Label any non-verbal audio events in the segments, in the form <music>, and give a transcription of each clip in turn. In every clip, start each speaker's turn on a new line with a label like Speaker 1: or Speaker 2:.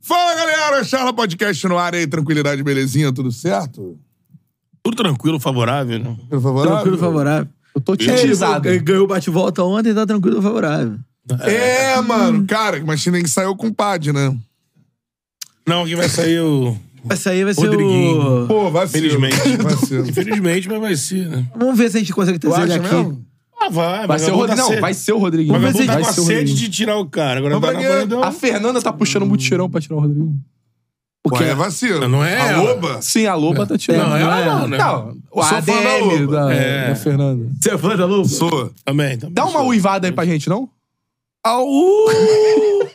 Speaker 1: Fala, galera! Charla Podcast no ar e aí, tranquilidade, belezinha, tudo certo?
Speaker 2: Tudo tranquilo, favorável, né?
Speaker 1: Tudo favorável?
Speaker 3: Tranquilo, favorável. Eu tô
Speaker 4: Utilizado.
Speaker 3: Ele Ganhou o bate-volta ontem, tá tranquilo, favorável.
Speaker 1: É, mano. Cara, mas nem saiu com o compadre, né?
Speaker 2: Não, quem vai sair o.
Speaker 3: Vai sair, vai ser
Speaker 2: Rodriguinho.
Speaker 3: o...
Speaker 1: Pô, vacilo.
Speaker 2: Felizmente.
Speaker 1: Vacilo.
Speaker 2: Infelizmente, mas vai ser, né?
Speaker 3: Vamos ver se a gente consegue
Speaker 1: Tu
Speaker 3: trazer ele
Speaker 1: acha
Speaker 3: aqui.
Speaker 1: mesmo?
Speaker 2: Ah, vai,
Speaker 4: Vai
Speaker 2: mas
Speaker 4: ser o
Speaker 2: eu vou dar
Speaker 4: Rodrigo. Não,
Speaker 2: sede.
Speaker 4: vai ser o Rodrigo.
Speaker 2: Mas eu vou
Speaker 4: vai
Speaker 2: dar com a
Speaker 4: ser o
Speaker 2: sede
Speaker 4: Rodrigo.
Speaker 2: de tirar o cara. Agora
Speaker 1: Mas
Speaker 2: tá na
Speaker 1: Rodrigo-
Speaker 2: Bandão.
Speaker 4: A Fernanda tá puxando muito tirão pra tirar o Rodrigo.
Speaker 1: O que é vacilo?
Speaker 2: Não é
Speaker 1: A
Speaker 2: ela.
Speaker 1: loba?
Speaker 4: Sim, a Loba tá tirando.
Speaker 2: Não, ela não, né?
Speaker 4: Não,
Speaker 1: Sou
Speaker 4: o
Speaker 1: fã da
Speaker 4: ADM
Speaker 1: Loba.
Speaker 4: da, da,
Speaker 2: É.
Speaker 4: Fernanda.
Speaker 3: Você é fã da Lu?
Speaker 1: Sou.
Speaker 2: Também, também.
Speaker 4: Dá um uma uivada aí pra gente, não? Ah,
Speaker 1: Au!
Speaker 4: uh!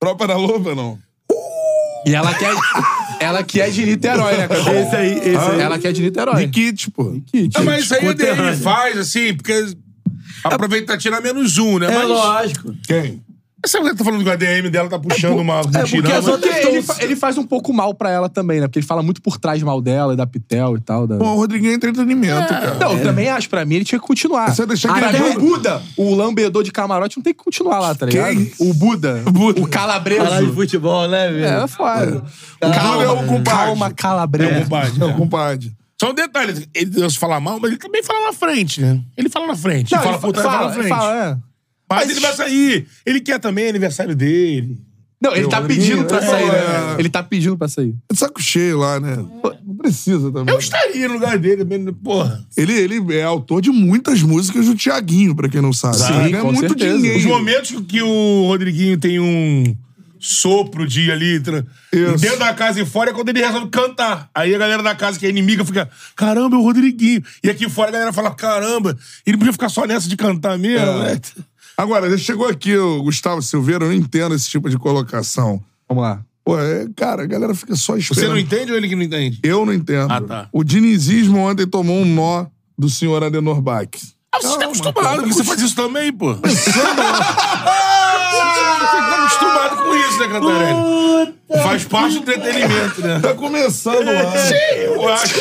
Speaker 1: Tropa da loba, não?
Speaker 4: E ela que é, ela que é de Niterói, né? Cadê esse aí? Ela que é de Niterói.
Speaker 1: De kit, pô.
Speaker 2: Ah, mas isso aí o dele faz, assim, porque. Aproveita pra tirar menos um, né?
Speaker 3: É
Speaker 2: mas.
Speaker 3: lógico.
Speaker 1: Quem?
Speaker 2: Essa mulher tá falando que o ADM dela tá puxando uma. um
Speaker 4: É, porque
Speaker 2: tirão,
Speaker 4: as
Speaker 2: mas-
Speaker 4: outras ele, fa- ele faz um pouco mal pra ela também, né? Porque ele fala muito por trás mal dela e da Pitel e tal. Da...
Speaker 1: Pô, o Rodriguinho é entretenimento, cara.
Speaker 4: Não, eu também acho, pra mim ele tinha que continuar.
Speaker 1: Você É. deixar que
Speaker 4: Pra
Speaker 1: ele-
Speaker 4: mim, o Buda, o lambedor de camarote, não tem que continuar lá, tá ligado?
Speaker 1: Quem?
Speaker 4: O Buda, o
Speaker 1: Buda.
Speaker 4: calabreso.
Speaker 3: Falar Tá de futebol, né, velho?
Speaker 4: É, é foda.
Speaker 1: O
Speaker 4: Calma,
Speaker 1: Buda é o compadre.
Speaker 4: calma, calabreso.
Speaker 2: É, compadre,
Speaker 1: Não,
Speaker 2: é.
Speaker 1: compadre.
Speaker 2: Só um detalhe, ele deu falar mal, mas ele também fala na frente, né? Ele fala na frente.
Speaker 4: Não,
Speaker 2: ele fala por trás, fala na frente.
Speaker 4: fala, é.
Speaker 2: mas,
Speaker 4: mas-
Speaker 2: ele vai sair. Ele quer também aniversário dele.
Speaker 4: Não, ele tá pedindo pra
Speaker 1: é,
Speaker 4: sair,
Speaker 1: é.
Speaker 4: né? Ele tá pedindo pra sair.
Speaker 1: É de saco cheio lá, né? Não precisa também.
Speaker 2: É. Eu estaria no lugar dele, mesmo, porra.
Speaker 1: Ele, ele é autor de muitas músicas do Tiaguinho, pra quem não sabe.
Speaker 4: Sim,
Speaker 1: Ele ganha
Speaker 4: com
Speaker 1: muito
Speaker 4: certeza.
Speaker 2: Os
Speaker 1: dinheiro.
Speaker 2: momentos que o Rodriguinho tem um sopro de ali tra-
Speaker 1: Isso.
Speaker 2: dentro da casa e fora é quando ele resolve cantar. Aí a galera da casa que é inimiga fica, caramba, é o Rodriguinho. E aqui fora a galera fala, caramba, ele podia ficar só nessa de cantar mesmo,
Speaker 1: É.
Speaker 2: né?
Speaker 1: Agora, chegou aqui o Gustavo Silveira, eu não entendo esse tipo de colocação.
Speaker 4: Vamos lá.
Speaker 1: Pô, é, cara, a galera fica só esperando.
Speaker 2: Você não entende ou ele que não entende?
Speaker 1: Eu não entendo.
Speaker 2: Ah, tá.
Speaker 1: O dinizismo ontem tomou um nó do senhor Adenor Bach.
Speaker 2: Ah, você tá
Speaker 1: é
Speaker 2: acostumado, porque você faz isso também, pô. Você <laughs> tá acostumado com isso, né, Cantarelli? Faz parte do entretenimento, né?
Speaker 1: Tá começando lá.
Speaker 2: <laughs> Eu acho.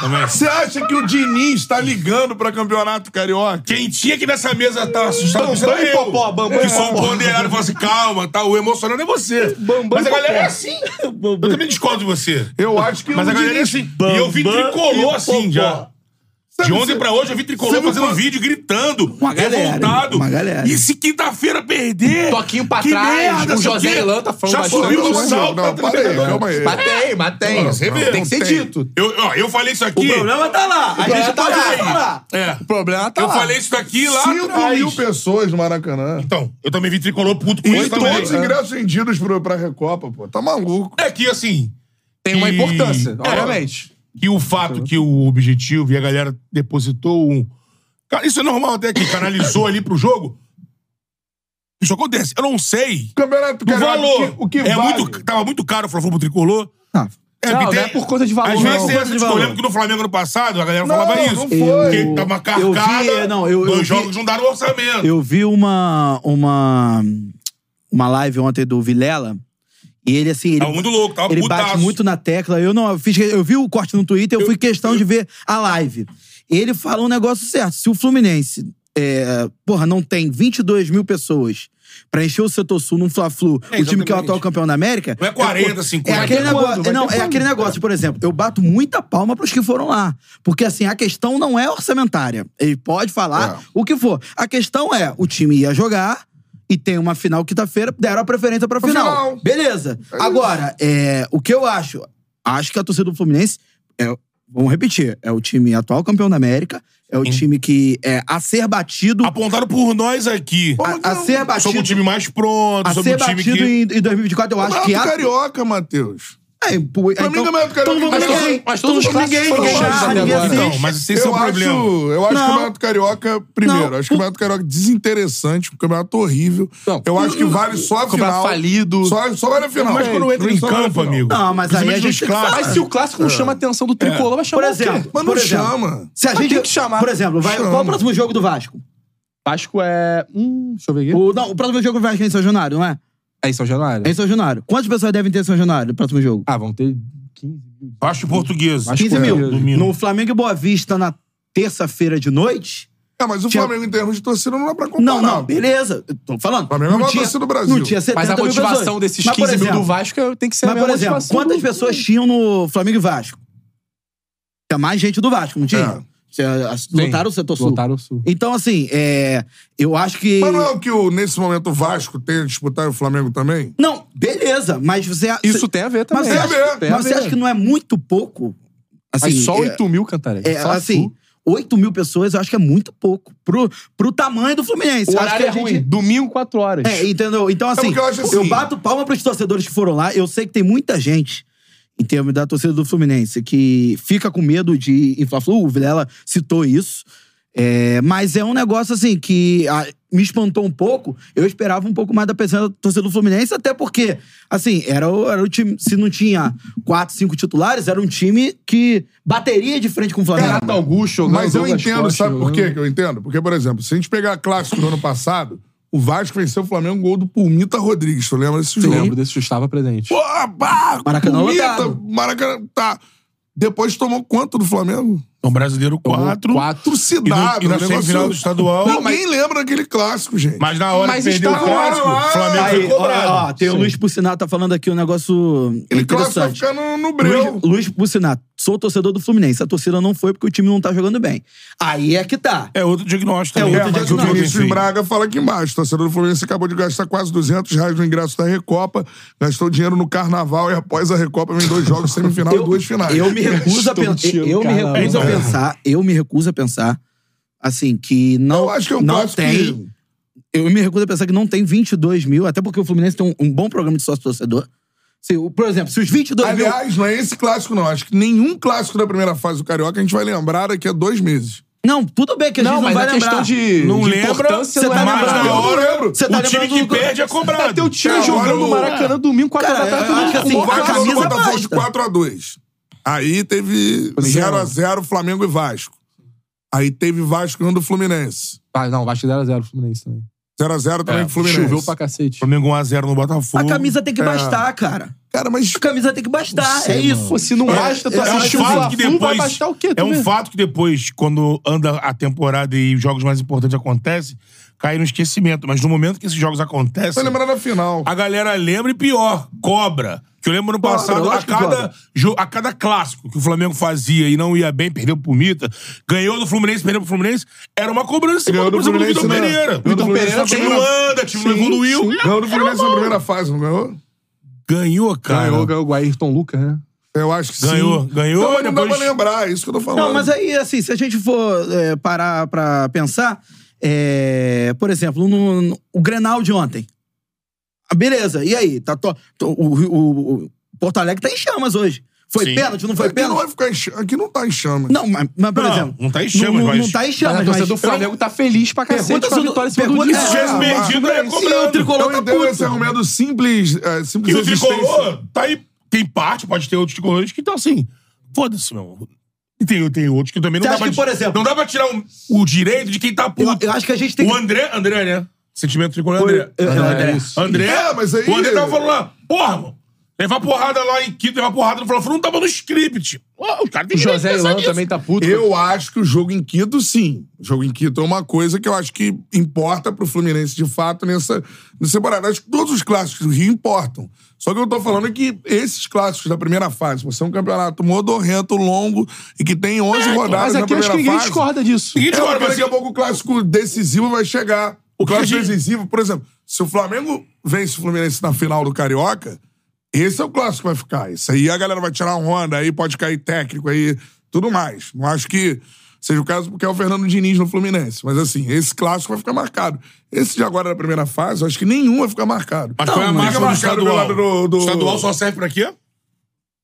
Speaker 2: Também.
Speaker 1: Você acha que o Diniz tá ligando pra campeonato carioca?
Speaker 2: Quem tinha que nessa mesa tá assustado
Speaker 4: Bambam
Speaker 2: você era
Speaker 4: e
Speaker 2: eu,
Speaker 4: Popó, Bambam
Speaker 2: que
Speaker 4: e
Speaker 2: sou
Speaker 4: Popó.
Speaker 2: ponderado e falo assim, calma, tá, o emocionado é você.
Speaker 4: Bambam
Speaker 2: Mas
Speaker 4: e
Speaker 2: a galera
Speaker 4: Popó.
Speaker 2: é assim. Eu também discordo de você.
Speaker 1: Eu acho que um
Speaker 2: Mas
Speaker 1: o
Speaker 2: a galera é
Speaker 1: Diniz...
Speaker 2: assim. E eu vi
Speaker 3: Bambam
Speaker 2: tricolor
Speaker 3: e
Speaker 2: assim
Speaker 3: Popó.
Speaker 2: já.
Speaker 1: Sabe,
Speaker 2: De ontem
Speaker 1: você-
Speaker 2: pra hoje eu vi tricolor
Speaker 1: você não
Speaker 2: fazendo
Speaker 1: fala-
Speaker 2: vídeo, gritando, uma
Speaker 3: galera,
Speaker 2: revoltado.
Speaker 3: uma galera.
Speaker 2: E se quinta-feira perder?
Speaker 4: Um Toquinho pra
Speaker 2: que
Speaker 4: trás,
Speaker 2: merda,
Speaker 4: o
Speaker 2: sei
Speaker 4: José
Speaker 2: quê.
Speaker 4: Elan tá falando
Speaker 2: Já
Speaker 4: bastante.
Speaker 2: subiu no
Speaker 4: Não,
Speaker 2: salto.
Speaker 1: Não,
Speaker 2: tá
Speaker 1: para aí,
Speaker 2: tremendo.
Speaker 1: calma aí.
Speaker 4: Mas tem, mas tem.
Speaker 2: você vê,
Speaker 4: tem que ser
Speaker 1: tem.
Speaker 4: dito.
Speaker 2: Eu, ó, eu falei isso aqui.
Speaker 3: O problema tá lá. A gente
Speaker 4: tá
Speaker 3: pode
Speaker 4: lá.
Speaker 3: falar.
Speaker 2: É.
Speaker 4: O problema tá
Speaker 2: Eu
Speaker 4: lá.
Speaker 2: falei isso daqui lá
Speaker 1: 5
Speaker 2: atrás.
Speaker 1: mil pessoas no Maracanã.
Speaker 2: Então, eu também vi tricolor puto com
Speaker 1: E
Speaker 2: isso também.
Speaker 1: todos os ingressos vendidos pro- pra Recopa, pô. Tá maluco.
Speaker 2: É que, assim,
Speaker 4: Tem uma
Speaker 2: E-
Speaker 4: importância,
Speaker 2: É.
Speaker 4: obviamente.
Speaker 2: que o fato que o objetivo e a galera depositou um. Cara, isso é normal até que canalizou ali pro jogo. Isso acontece. Eu não sei
Speaker 1: O campeonato
Speaker 2: do
Speaker 1: carioca,
Speaker 2: valor.
Speaker 1: O que, o que
Speaker 2: é
Speaker 1: vale?
Speaker 2: muito, tava muito caro o Flávio pro tricolor. É,
Speaker 4: Não,
Speaker 2: porque
Speaker 4: não é por conta de valor,
Speaker 2: Às vezes
Speaker 4: não.
Speaker 2: tem essa
Speaker 3: Por conta de
Speaker 2: discussão. Eu
Speaker 3: valor.
Speaker 2: lembro que no Flamengo ano passado a galera
Speaker 1: Não,
Speaker 2: falava isso.
Speaker 1: não foi.
Speaker 2: Que tá uma
Speaker 3: Eu vi,
Speaker 2: carcada.
Speaker 3: é, não, eu- eu
Speaker 2: dois
Speaker 3: vi-
Speaker 2: jogos não deram orçamento.
Speaker 3: Eu vi uma, uma, uma live ontem do Vilela. E ele, assim, ele,
Speaker 2: Tava muito louco, tava
Speaker 3: ele
Speaker 2: tá putaço.
Speaker 3: bate muito na tecla. Eu não eu fiz, eu vi o corte no Twitter, eu, fui questão de ver a live. Ele falou um negócio certo. Se o Fluminense, é, porra, não tem 22 mil pessoas pra encher o setor sul num Fla-Flu,
Speaker 2: É,
Speaker 3: o time que é o atual
Speaker 2: exatamente.
Speaker 3: campeão da América...
Speaker 2: Não é 40,
Speaker 3: É
Speaker 2: 50.
Speaker 3: aquele,
Speaker 4: ter quando,
Speaker 3: negócio,
Speaker 4: vai
Speaker 3: não,
Speaker 4: ter
Speaker 3: é
Speaker 4: quando,
Speaker 3: aquele negócio, por exemplo, eu bato muita palma pros que foram lá. Porque, assim, a questão não é orçamentária. Ele pode falar o que for. A questão é: o time ia jogar e tem uma final quinta-feira, deram a preferência pra final.
Speaker 1: final.
Speaker 3: Beleza. Agora, é, o que eu acho? Acho que a torcida do Fluminense, é, vamos repetir, é o time atual campeão da América, é o time que é a ser batido, a,
Speaker 2: <laughs> Apontaram por nós aqui.
Speaker 3: a ser
Speaker 2: Somos
Speaker 3: batido,
Speaker 2: o time mais pronto, somos
Speaker 3: ser
Speaker 2: o time
Speaker 3: batido
Speaker 2: que...
Speaker 3: em, em 2024, eu acho que... é
Speaker 1: Campeonato
Speaker 3: A,
Speaker 1: Carioca, Matheus.
Speaker 3: é, pô, então,
Speaker 1: mim também é do Carioca,
Speaker 3: então vamos
Speaker 1: mas
Speaker 3: ninguém,
Speaker 4: todos- mas todos
Speaker 3: todos
Speaker 4: os clássicos
Speaker 3: ninguém,
Speaker 4: foram
Speaker 3: ninguém
Speaker 4: chaves
Speaker 3: barra,
Speaker 4: até
Speaker 3: ninguém
Speaker 4: agora.
Speaker 3: assiste.
Speaker 2: Então, mas esse é
Speaker 1: Eu
Speaker 2: o
Speaker 1: acho,
Speaker 2: problema.
Speaker 1: eu acho
Speaker 3: Não.
Speaker 1: o Campeonato Carioca, primeiro,
Speaker 3: Não,
Speaker 1: acho que o Campeonato Carioca desinteressante, um campeonato horrível.
Speaker 4: Não.
Speaker 1: eu acho que vale só a
Speaker 4: Campeonato
Speaker 1: final.
Speaker 4: falido.
Speaker 1: Só, só vale a final.
Speaker 2: Mas quando entra em
Speaker 1: Só vale a
Speaker 2: campo,
Speaker 1: final.
Speaker 2: amigo...
Speaker 3: Não, mas aí a
Speaker 2: principalmente nos
Speaker 3: gente-
Speaker 2: clássicos,
Speaker 4: Mas se o clássico
Speaker 1: Ah.
Speaker 4: não chama a atenção do tricolor,
Speaker 1: É.
Speaker 4: vai chamar
Speaker 3: Por
Speaker 4: o quê?
Speaker 3: exemplo,
Speaker 1: Mas não
Speaker 3: por exemplo,
Speaker 1: chama.
Speaker 3: Se a
Speaker 4: Mas
Speaker 3: gente
Speaker 4: tem que chamar.
Speaker 3: Por exemplo, vai- qual
Speaker 1: Chama.
Speaker 3: o próximo jogo do Vasco?
Speaker 4: Vasco é... Hum, deixa eu ver aqui.
Speaker 3: O, não, o próximo jogo do Vasco é em São Januário, não é?
Speaker 4: É em São Januário?
Speaker 3: É em São Januário. Quantas pessoas devem ter em São Januário no próximo jogo?
Speaker 4: Ah, vão ter 15 mil.
Speaker 2: Acho português.
Speaker 3: 15
Speaker 4: é,
Speaker 3: mil.
Speaker 2: domingo.
Speaker 3: No Flamengo e Boa Vista na terça-feira de noite?
Speaker 1: É, mas o
Speaker 3: Tinha-
Speaker 1: Flamengo, em termos de torcida, não dá pra comparar.
Speaker 3: Não, não, beleza. Eu Tô falando.
Speaker 1: Flamengo é a
Speaker 3: não
Speaker 1: maior
Speaker 3: tinha,
Speaker 1: torcida do Brasil.
Speaker 3: Não tinha 70
Speaker 4: Mas a
Speaker 3: mil
Speaker 4: motivação
Speaker 3: pessoas.
Speaker 4: desses
Speaker 3: Mas,
Speaker 4: 15
Speaker 3: por
Speaker 4: mil do
Speaker 3: exemplo,
Speaker 4: Vasco é- tem que ser a
Speaker 3: Mas,
Speaker 1: um
Speaker 3: por
Speaker 4: mesma
Speaker 3: exemplo,
Speaker 4: motivação
Speaker 3: quantas
Speaker 4: do-
Speaker 3: pessoas tinham no Flamengo e Vasco? Tinha mais gente do Vasco, não tinha? Tinha- as-
Speaker 4: É. Sim,
Speaker 3: Lotaram o setor sul.
Speaker 4: Lotaram o Sul.
Speaker 3: Então, assim, é, eu acho que...
Speaker 1: Mas não é o que, o, nesse momento, o Vasco tem a disputar e o Flamengo também?
Speaker 3: Não, beleza, mas você...
Speaker 4: Isso tem a ver também.
Speaker 3: Mas, você acha,
Speaker 4: Tem a
Speaker 3: mas você
Speaker 4: ver.
Speaker 3: acha que não é muito pouco? Assim,
Speaker 4: Mas só
Speaker 3: é-
Speaker 4: 8 mil, Cantarelli.
Speaker 3: É,
Speaker 4: Só
Speaker 3: assim,
Speaker 4: Sul.
Speaker 3: 8 mil pessoas eu acho que é muito pouco pro, pro tamanho do Fluminense.
Speaker 4: O
Speaker 3: Eu acho que
Speaker 4: horário é
Speaker 3: a gente...
Speaker 4: ruim. Domingo, 4 horas.
Speaker 3: É, entendeu? Então, assim,
Speaker 1: porque eu
Speaker 3: eu,
Speaker 1: acho assim-
Speaker 3: bato palma pros torcedores que foram lá. Eu sei que tem muita gente, em termos da torcida do Fluminense, que fica com medo de inflar flu. O Vilela citou isso. É, mas é um negócio, assim, que ah, me espantou um pouco. Eu esperava um pouco mais da presença da torcida do Fluminense, até porque, assim, era, o- era o time. Se não tinha quatro, cinco titulares, era um time que bateria de frente com o Flamengo.
Speaker 4: Renato Augusto jogando.
Speaker 1: Mas eu
Speaker 4: Douglas
Speaker 1: entendo,
Speaker 4: Costa
Speaker 1: sabe por quê
Speaker 4: jogando.
Speaker 1: que eu entendo? Porque, por exemplo, se a gente pegar clássico do ano passado, o Vasco venceu o Flamengo um gol do Pulmita Rodrigues. Tu lembra desse
Speaker 4: Eu
Speaker 1: jogo?
Speaker 4: lembro desse, eu estava presente.
Speaker 1: Porra, pá,
Speaker 3: Maracanã
Speaker 1: Pulmita,
Speaker 3: lotado.
Speaker 1: Maracanã, tá. Depois tomou quanto do Flamengo?
Speaker 2: Então, brasileiro 4.
Speaker 4: Quatro.
Speaker 1: Trucidado.
Speaker 2: E no- e na
Speaker 1: um negócio-
Speaker 2: semifinal do estadual-
Speaker 1: Ninguém lembra daquele clássico, gente.
Speaker 2: Mas na hora
Speaker 4: Mas
Speaker 2: que perdeu o
Speaker 4: está na hora
Speaker 2: clássico,
Speaker 1: lá.
Speaker 2: o Flamengo
Speaker 3: Aí,
Speaker 2: foi
Speaker 3: ó,
Speaker 2: cobrado.
Speaker 3: ó, tem o Luiz Pucinato tá falando aqui um negócio
Speaker 1: Aquele clássico vai
Speaker 3: interessante.
Speaker 1: ficar no, no breu.
Speaker 3: Luiz, Luiz Pucinato, sou torcedor do Fluminense. A torcida não foi porque o time não tá jogando bem. Aí é que tá.
Speaker 2: É outro diagnóstico.
Speaker 3: É
Speaker 2: também.
Speaker 3: outro
Speaker 2: mas
Speaker 1: Mas o
Speaker 3: diagnóstico.
Speaker 2: Fluminense
Speaker 1: Vinícius
Speaker 2: fez.
Speaker 1: Braga fala aqui embaixo. O torcedor do Fluminense acabou de gastar quase 200 reais no ingresso da Recopa, gastou dinheiro no Carnaval e após a Recopa vem dois jogos, semifinal e duas finais.
Speaker 3: Eu me recuso a
Speaker 4: Estou
Speaker 3: pensar.
Speaker 4: contigo,
Speaker 3: Eu me
Speaker 4: cara.
Speaker 3: recuso a
Speaker 2: É.
Speaker 3: pensar. Eu me recuso a pensar. Assim, que não.
Speaker 1: Eu acho que é um
Speaker 3: não
Speaker 1: clássico
Speaker 3: tem.
Speaker 1: que-
Speaker 3: Eu me recuso a pensar que não tem 22 mil, até porque o Fluminense tem um, um bom programa de sócio-torcedor. Se o- Por exemplo, se os 22 mil.
Speaker 1: Aliás, não é esse clássico, não. Acho que nenhum clássico da primeira fase do Carioca a gente vai lembrar daqui a dois meses.
Speaker 3: Não, tudo bem que a gente
Speaker 4: Não,
Speaker 3: não,
Speaker 4: mas
Speaker 3: vai
Speaker 4: a questão
Speaker 3: lembrar.
Speaker 4: de,
Speaker 2: Não
Speaker 4: de
Speaker 2: lembra,
Speaker 4: importância
Speaker 2: você
Speaker 4: não
Speaker 3: tá
Speaker 4: é
Speaker 2: mas
Speaker 4: nada.
Speaker 3: lembrando-
Speaker 2: na hora
Speaker 1: Eu lembro.
Speaker 3: Você
Speaker 2: o
Speaker 3: tá
Speaker 2: time que
Speaker 3: lembrando do-
Speaker 2: perde é
Speaker 4: Tá
Speaker 2: cobrado.
Speaker 4: teu time
Speaker 1: Cara,
Speaker 4: jogando no
Speaker 1: o-
Speaker 4: Maracanã domingo, 4
Speaker 3: Cara,
Speaker 4: da tarde,
Speaker 3: eu
Speaker 4: todo mundo
Speaker 3: acho que assim,
Speaker 4: com
Speaker 1: O
Speaker 3: a
Speaker 4: bola.
Speaker 1: Vasco ganhou do
Speaker 3: camisa
Speaker 1: Botafogo de
Speaker 3: basta.
Speaker 1: 4x2. Aí teve 0x0 Flamengo e Vasco. Aí teve Vasco ganhando o Fluminense.
Speaker 4: Ah, não, Vasco 0x0 Fluminense também.
Speaker 1: 0x0
Speaker 2: É,
Speaker 1: também com o Fluminense.
Speaker 4: Choveu pra cacete.
Speaker 2: Flamengo 1x0 no Botafogo.
Speaker 3: A camisa
Speaker 1: É.
Speaker 3: tem que bastar, cara.
Speaker 1: Cara, mas
Speaker 3: A camisa tem que bastar. é isso.
Speaker 4: Pô, se não basta, tu
Speaker 2: É um
Speaker 4: assiste o
Speaker 2: fato que
Speaker 4: Fla-Flu, vai
Speaker 2: depois.
Speaker 4: bastar o quê?
Speaker 2: É
Speaker 4: Tu vê?
Speaker 2: um fato que depois, quando anda a temporada e os jogos mais importantes acontecem, cai no esquecimento. Mas no momento que esses jogos acontecem,
Speaker 1: vai lembrar tá da final.
Speaker 2: a galera lembra e pior, cobra. Que eu lembro no
Speaker 3: Cobra,
Speaker 2: passado, a
Speaker 3: lógico que
Speaker 2: cada,
Speaker 3: cobra.
Speaker 2: jo- a cada clássico que o Flamengo fazia e não ia bem, perdeu pro Mita, ganhou do Fluminense, perdeu pro Fluminense, era uma cobrança em cima,
Speaker 1: Ganhou
Speaker 2: por
Speaker 1: do
Speaker 2: exemplo,
Speaker 1: Fluminense,
Speaker 2: do Vitor
Speaker 1: né? Ganhou
Speaker 2: Pereira.
Speaker 1: do
Speaker 2: Vitor
Speaker 1: Fluminense
Speaker 2: Pereira,
Speaker 1: na
Speaker 2: time não
Speaker 1: primeira-
Speaker 2: anda, time não
Speaker 4: Sim,
Speaker 2: evoluiu.
Speaker 4: sim.
Speaker 1: Ganhou do Fluminense na primeira fase, não ganhou?
Speaker 2: Ganhou, cara.
Speaker 4: Ganhou, ganhou o Ayrton Lucas, né?
Speaker 1: Eu acho que
Speaker 2: Ganhou,
Speaker 1: sim.
Speaker 2: ganhou,
Speaker 1: Não, mas não dá
Speaker 2: depois-
Speaker 1: pra lembrar, é isso que eu tô falando.
Speaker 3: Não, mas aí, assim, se a gente for é, parar pra pensar, é, por exemplo, no, no- o Grenal de ontem. Ah, beleza, e aí? Tá to- to- o, Rio- o- o Porto Alegre tá em chamas hoje. Foi
Speaker 2: Sim.
Speaker 3: pênalti, é não foi
Speaker 1: Aqui não vai
Speaker 3: pênalti?
Speaker 1: ficar Tá em chama. Aqui não tá em chama.
Speaker 3: Não, mas, mas, por
Speaker 2: Não,
Speaker 3: exemplo...
Speaker 2: não tá em chamas,
Speaker 3: não, não,
Speaker 2: mas-
Speaker 3: não tá em
Speaker 4: Mas
Speaker 3: chamas,
Speaker 4: a
Speaker 3: mas...
Speaker 4: torcida do Flamengo tá feliz pra cacete
Speaker 3: Pergunta
Speaker 4: com a
Speaker 3: se o-
Speaker 4: vitória em cima do
Speaker 3: pergunta
Speaker 4: Diniz.
Speaker 3: se-
Speaker 2: Se tivesse
Speaker 1: Ah,
Speaker 2: perdido,
Speaker 1: mas-
Speaker 2: era
Speaker 3: E o
Speaker 2: cobrando.
Speaker 3: tricolor
Speaker 1: eu
Speaker 3: tá
Speaker 1: entendo
Speaker 3: puto.
Speaker 1: esse argumento simples, é, simples
Speaker 2: E o
Speaker 1: existência.
Speaker 2: tricolor tá aí. Tem parte, pode ter outros tricolores que estão assim. Foda-se, meu. irmão. E tem, tem outros que também não
Speaker 3: Você
Speaker 2: dá
Speaker 3: acha
Speaker 2: pra.
Speaker 3: que, por exemplo-
Speaker 2: não dá pra tirar um- o direito de quem tá
Speaker 3: Eu,
Speaker 2: puto.
Speaker 3: eu acho que a gente tem
Speaker 2: o
Speaker 3: que...
Speaker 2: André, André, né? Sentimento tricolor é
Speaker 3: Foi-
Speaker 2: André.
Speaker 3: eu- eu-
Speaker 4: É
Speaker 3: André.
Speaker 4: isso.
Speaker 2: André,
Speaker 1: É, mas aí-
Speaker 2: o André tava falando lá, porra, irmão, levar porrada lá em Quito, levar porrada no Flamengo, não tava no script. Ó, os caras
Speaker 4: O
Speaker 2: têm direito de
Speaker 4: José
Speaker 2: pensar
Speaker 4: Ilan
Speaker 2: nisso.
Speaker 4: também tá puto.
Speaker 1: Eu acho que o jogo em Quito, sim. O jogo em Quito é uma coisa que eu acho que importa pro Fluminense, de fato, nessa, nessa temporada. Acho que todos os clássicos do Rio importam. Só que eu tô falando que esses clássicos da primeira fase, por ser um campeonato modorrento, longo, e que tem 11 rodadas
Speaker 4: Mas
Speaker 1: na
Speaker 4: aqui eu acho
Speaker 1: primeira
Speaker 4: que ninguém
Speaker 1: fase...
Speaker 4: discorda disso.
Speaker 2: Ninguém
Speaker 1: É,
Speaker 2: discorda,
Speaker 1: mas
Speaker 2: mas
Speaker 1: daqui a pouco o clássico decisivo vai chegar. O
Speaker 2: que a
Speaker 1: clássico
Speaker 2: gente-
Speaker 1: decisivo, por exemplo, Se o Flamengo vence o Fluminense na final do Carioca, esse é o clássico que vai ficar. Isso aí a galera vai tirar onda, aí pode cair técnico, aí tudo mais. Não acho que seja o caso porque é o Fernando Diniz no Fluminense. Mas assim, esse clássico vai ficar marcado. Esse de agora da primeira fase, eu acho que nenhum vai ficar marcado.
Speaker 2: Mas qual é a
Speaker 1: Fica
Speaker 2: marca do
Speaker 1: tá marcado pelo
Speaker 2: estadual?
Speaker 1: lado do- do-
Speaker 2: Estadual só serve pra quê?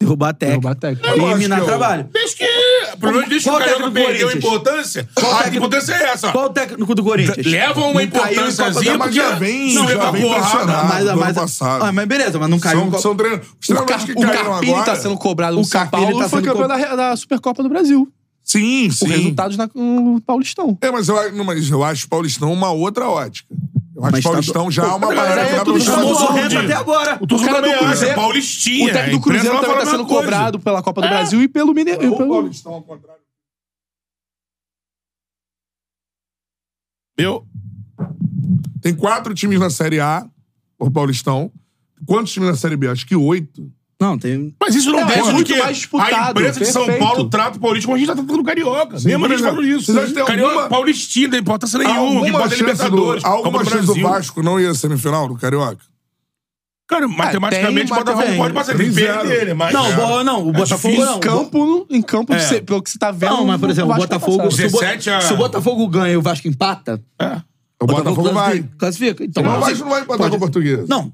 Speaker 3: Derrubar a técnica.
Speaker 4: Derrubar a técnica.
Speaker 3: E
Speaker 1: Eu acho
Speaker 3: Eliminar
Speaker 1: que é o-
Speaker 3: trabalho.
Speaker 2: Desde que. O problema é desde que
Speaker 3: Qual
Speaker 2: o Carioca
Speaker 3: técnico do
Speaker 2: perdeu a
Speaker 3: Corinthians?
Speaker 2: importância. a
Speaker 3: técnico-
Speaker 2: importância é essa.
Speaker 3: Qual o técnico do Corinthians?
Speaker 2: Leva uma
Speaker 3: Não caiu em Copa
Speaker 2: importância
Speaker 3: da-
Speaker 1: mas já vem-
Speaker 2: Não,
Speaker 1: já
Speaker 2: leva
Speaker 1: vem
Speaker 2: porrada.
Speaker 1: pressionado.
Speaker 3: Mas,
Speaker 1: do
Speaker 3: mas,
Speaker 1: ano passado. um
Speaker 3: Ah, mas beleza, mas não caiu em
Speaker 1: São,
Speaker 3: Copa-
Speaker 1: são treinadores. Os
Speaker 4: O,
Speaker 1: treinadores
Speaker 4: Car
Speaker 1: que
Speaker 4: o
Speaker 1: caíram
Speaker 4: Carpini
Speaker 1: agora.
Speaker 4: tá sendo cobrado no
Speaker 3: O
Speaker 4: São
Speaker 3: Carpini
Speaker 4: Paulo
Speaker 3: tá
Speaker 4: foi
Speaker 3: sendo
Speaker 4: campeão
Speaker 3: co-
Speaker 4: da, da Supercopa do Brasil.
Speaker 1: Sim,
Speaker 4: Por
Speaker 1: sim.
Speaker 4: resultados na, no Paulistão.
Speaker 1: É, mas eu, acho- não, mas eu acho o Paulistão uma outra ótica. Eu acho
Speaker 3: Mas
Speaker 1: o Paulistão já é uma
Speaker 4: mas
Speaker 1: parada
Speaker 4: aí
Speaker 1: que
Speaker 4: é
Speaker 1: dá
Speaker 4: tudo
Speaker 1: pra
Speaker 3: Tá
Speaker 1: buscar.
Speaker 4: estadual.
Speaker 3: tudo
Speaker 2: Samuel
Speaker 3: reto
Speaker 2: Didi.
Speaker 3: até agora.
Speaker 2: O Tuzo
Speaker 4: cara
Speaker 2: também
Speaker 4: do
Speaker 2: acha.
Speaker 4: Cruzeiro-
Speaker 2: é Paulistinha.
Speaker 4: o técnico
Speaker 2: é, A
Speaker 4: do
Speaker 2: imprensa
Speaker 4: Cruzeiro
Speaker 2: vai
Speaker 4: também
Speaker 2: falar
Speaker 4: tá
Speaker 2: a
Speaker 4: sendo
Speaker 2: mesma coisa.
Speaker 4: cobrado pela Copa do Brasil e pelo Mineiro.
Speaker 1: O Paulistão, ao contrário.
Speaker 2: Meu,
Speaker 1: Tem quatro times na Série A, o Paulistão. Quantos times na Série B? Acho que oito.
Speaker 3: Não, tem.
Speaker 2: Mas isso não
Speaker 4: É,
Speaker 2: pode
Speaker 4: é muito
Speaker 2: porque
Speaker 4: mais disputado,
Speaker 2: A imprensa de São
Speaker 4: perfeito.
Speaker 2: Paulo trata o Paulista como a gente tá tratando o Carioca.
Speaker 1: Sim,
Speaker 2: Mesmo a gente
Speaker 1: mas
Speaker 2: falando isso.
Speaker 1: vocês acham que tem
Speaker 2: Carioca
Speaker 1: alguma-
Speaker 2: paulistinha, não importa se nenhum, não
Speaker 1: Alguma
Speaker 2: importa
Speaker 1: chance, do,
Speaker 2: Libertadores. Copa
Speaker 1: alguma
Speaker 2: do
Speaker 1: chance do
Speaker 2: Brasil.
Speaker 1: Vasco não ia semifinal do Carioca?
Speaker 2: Cara, matematicamente
Speaker 4: tem,
Speaker 2: o Botafogo
Speaker 3: tem.
Speaker 2: pode passar. Tem que
Speaker 1: Tem
Speaker 2: perder
Speaker 1: zero.
Speaker 2: ele, mas...
Speaker 3: Não, o Bo- não,
Speaker 4: É
Speaker 3: o Botafogo não.
Speaker 4: Em campo, em campo
Speaker 2: É.
Speaker 4: se- pelo que você tá vendo.
Speaker 3: Não, mas por exemplo, o
Speaker 4: Vasco vai
Speaker 3: Botafogo.
Speaker 4: passar.
Speaker 3: Se o, Bo-
Speaker 2: 17 a-
Speaker 3: se o Botafogo ganha e o Vasco empata,
Speaker 1: O Botafogo vai.
Speaker 3: classifica. classifica. Então,
Speaker 1: Mas o
Speaker 3: não sei.
Speaker 1: Vasco não vai empatar com o
Speaker 3: Pode-
Speaker 1: português.
Speaker 3: Não.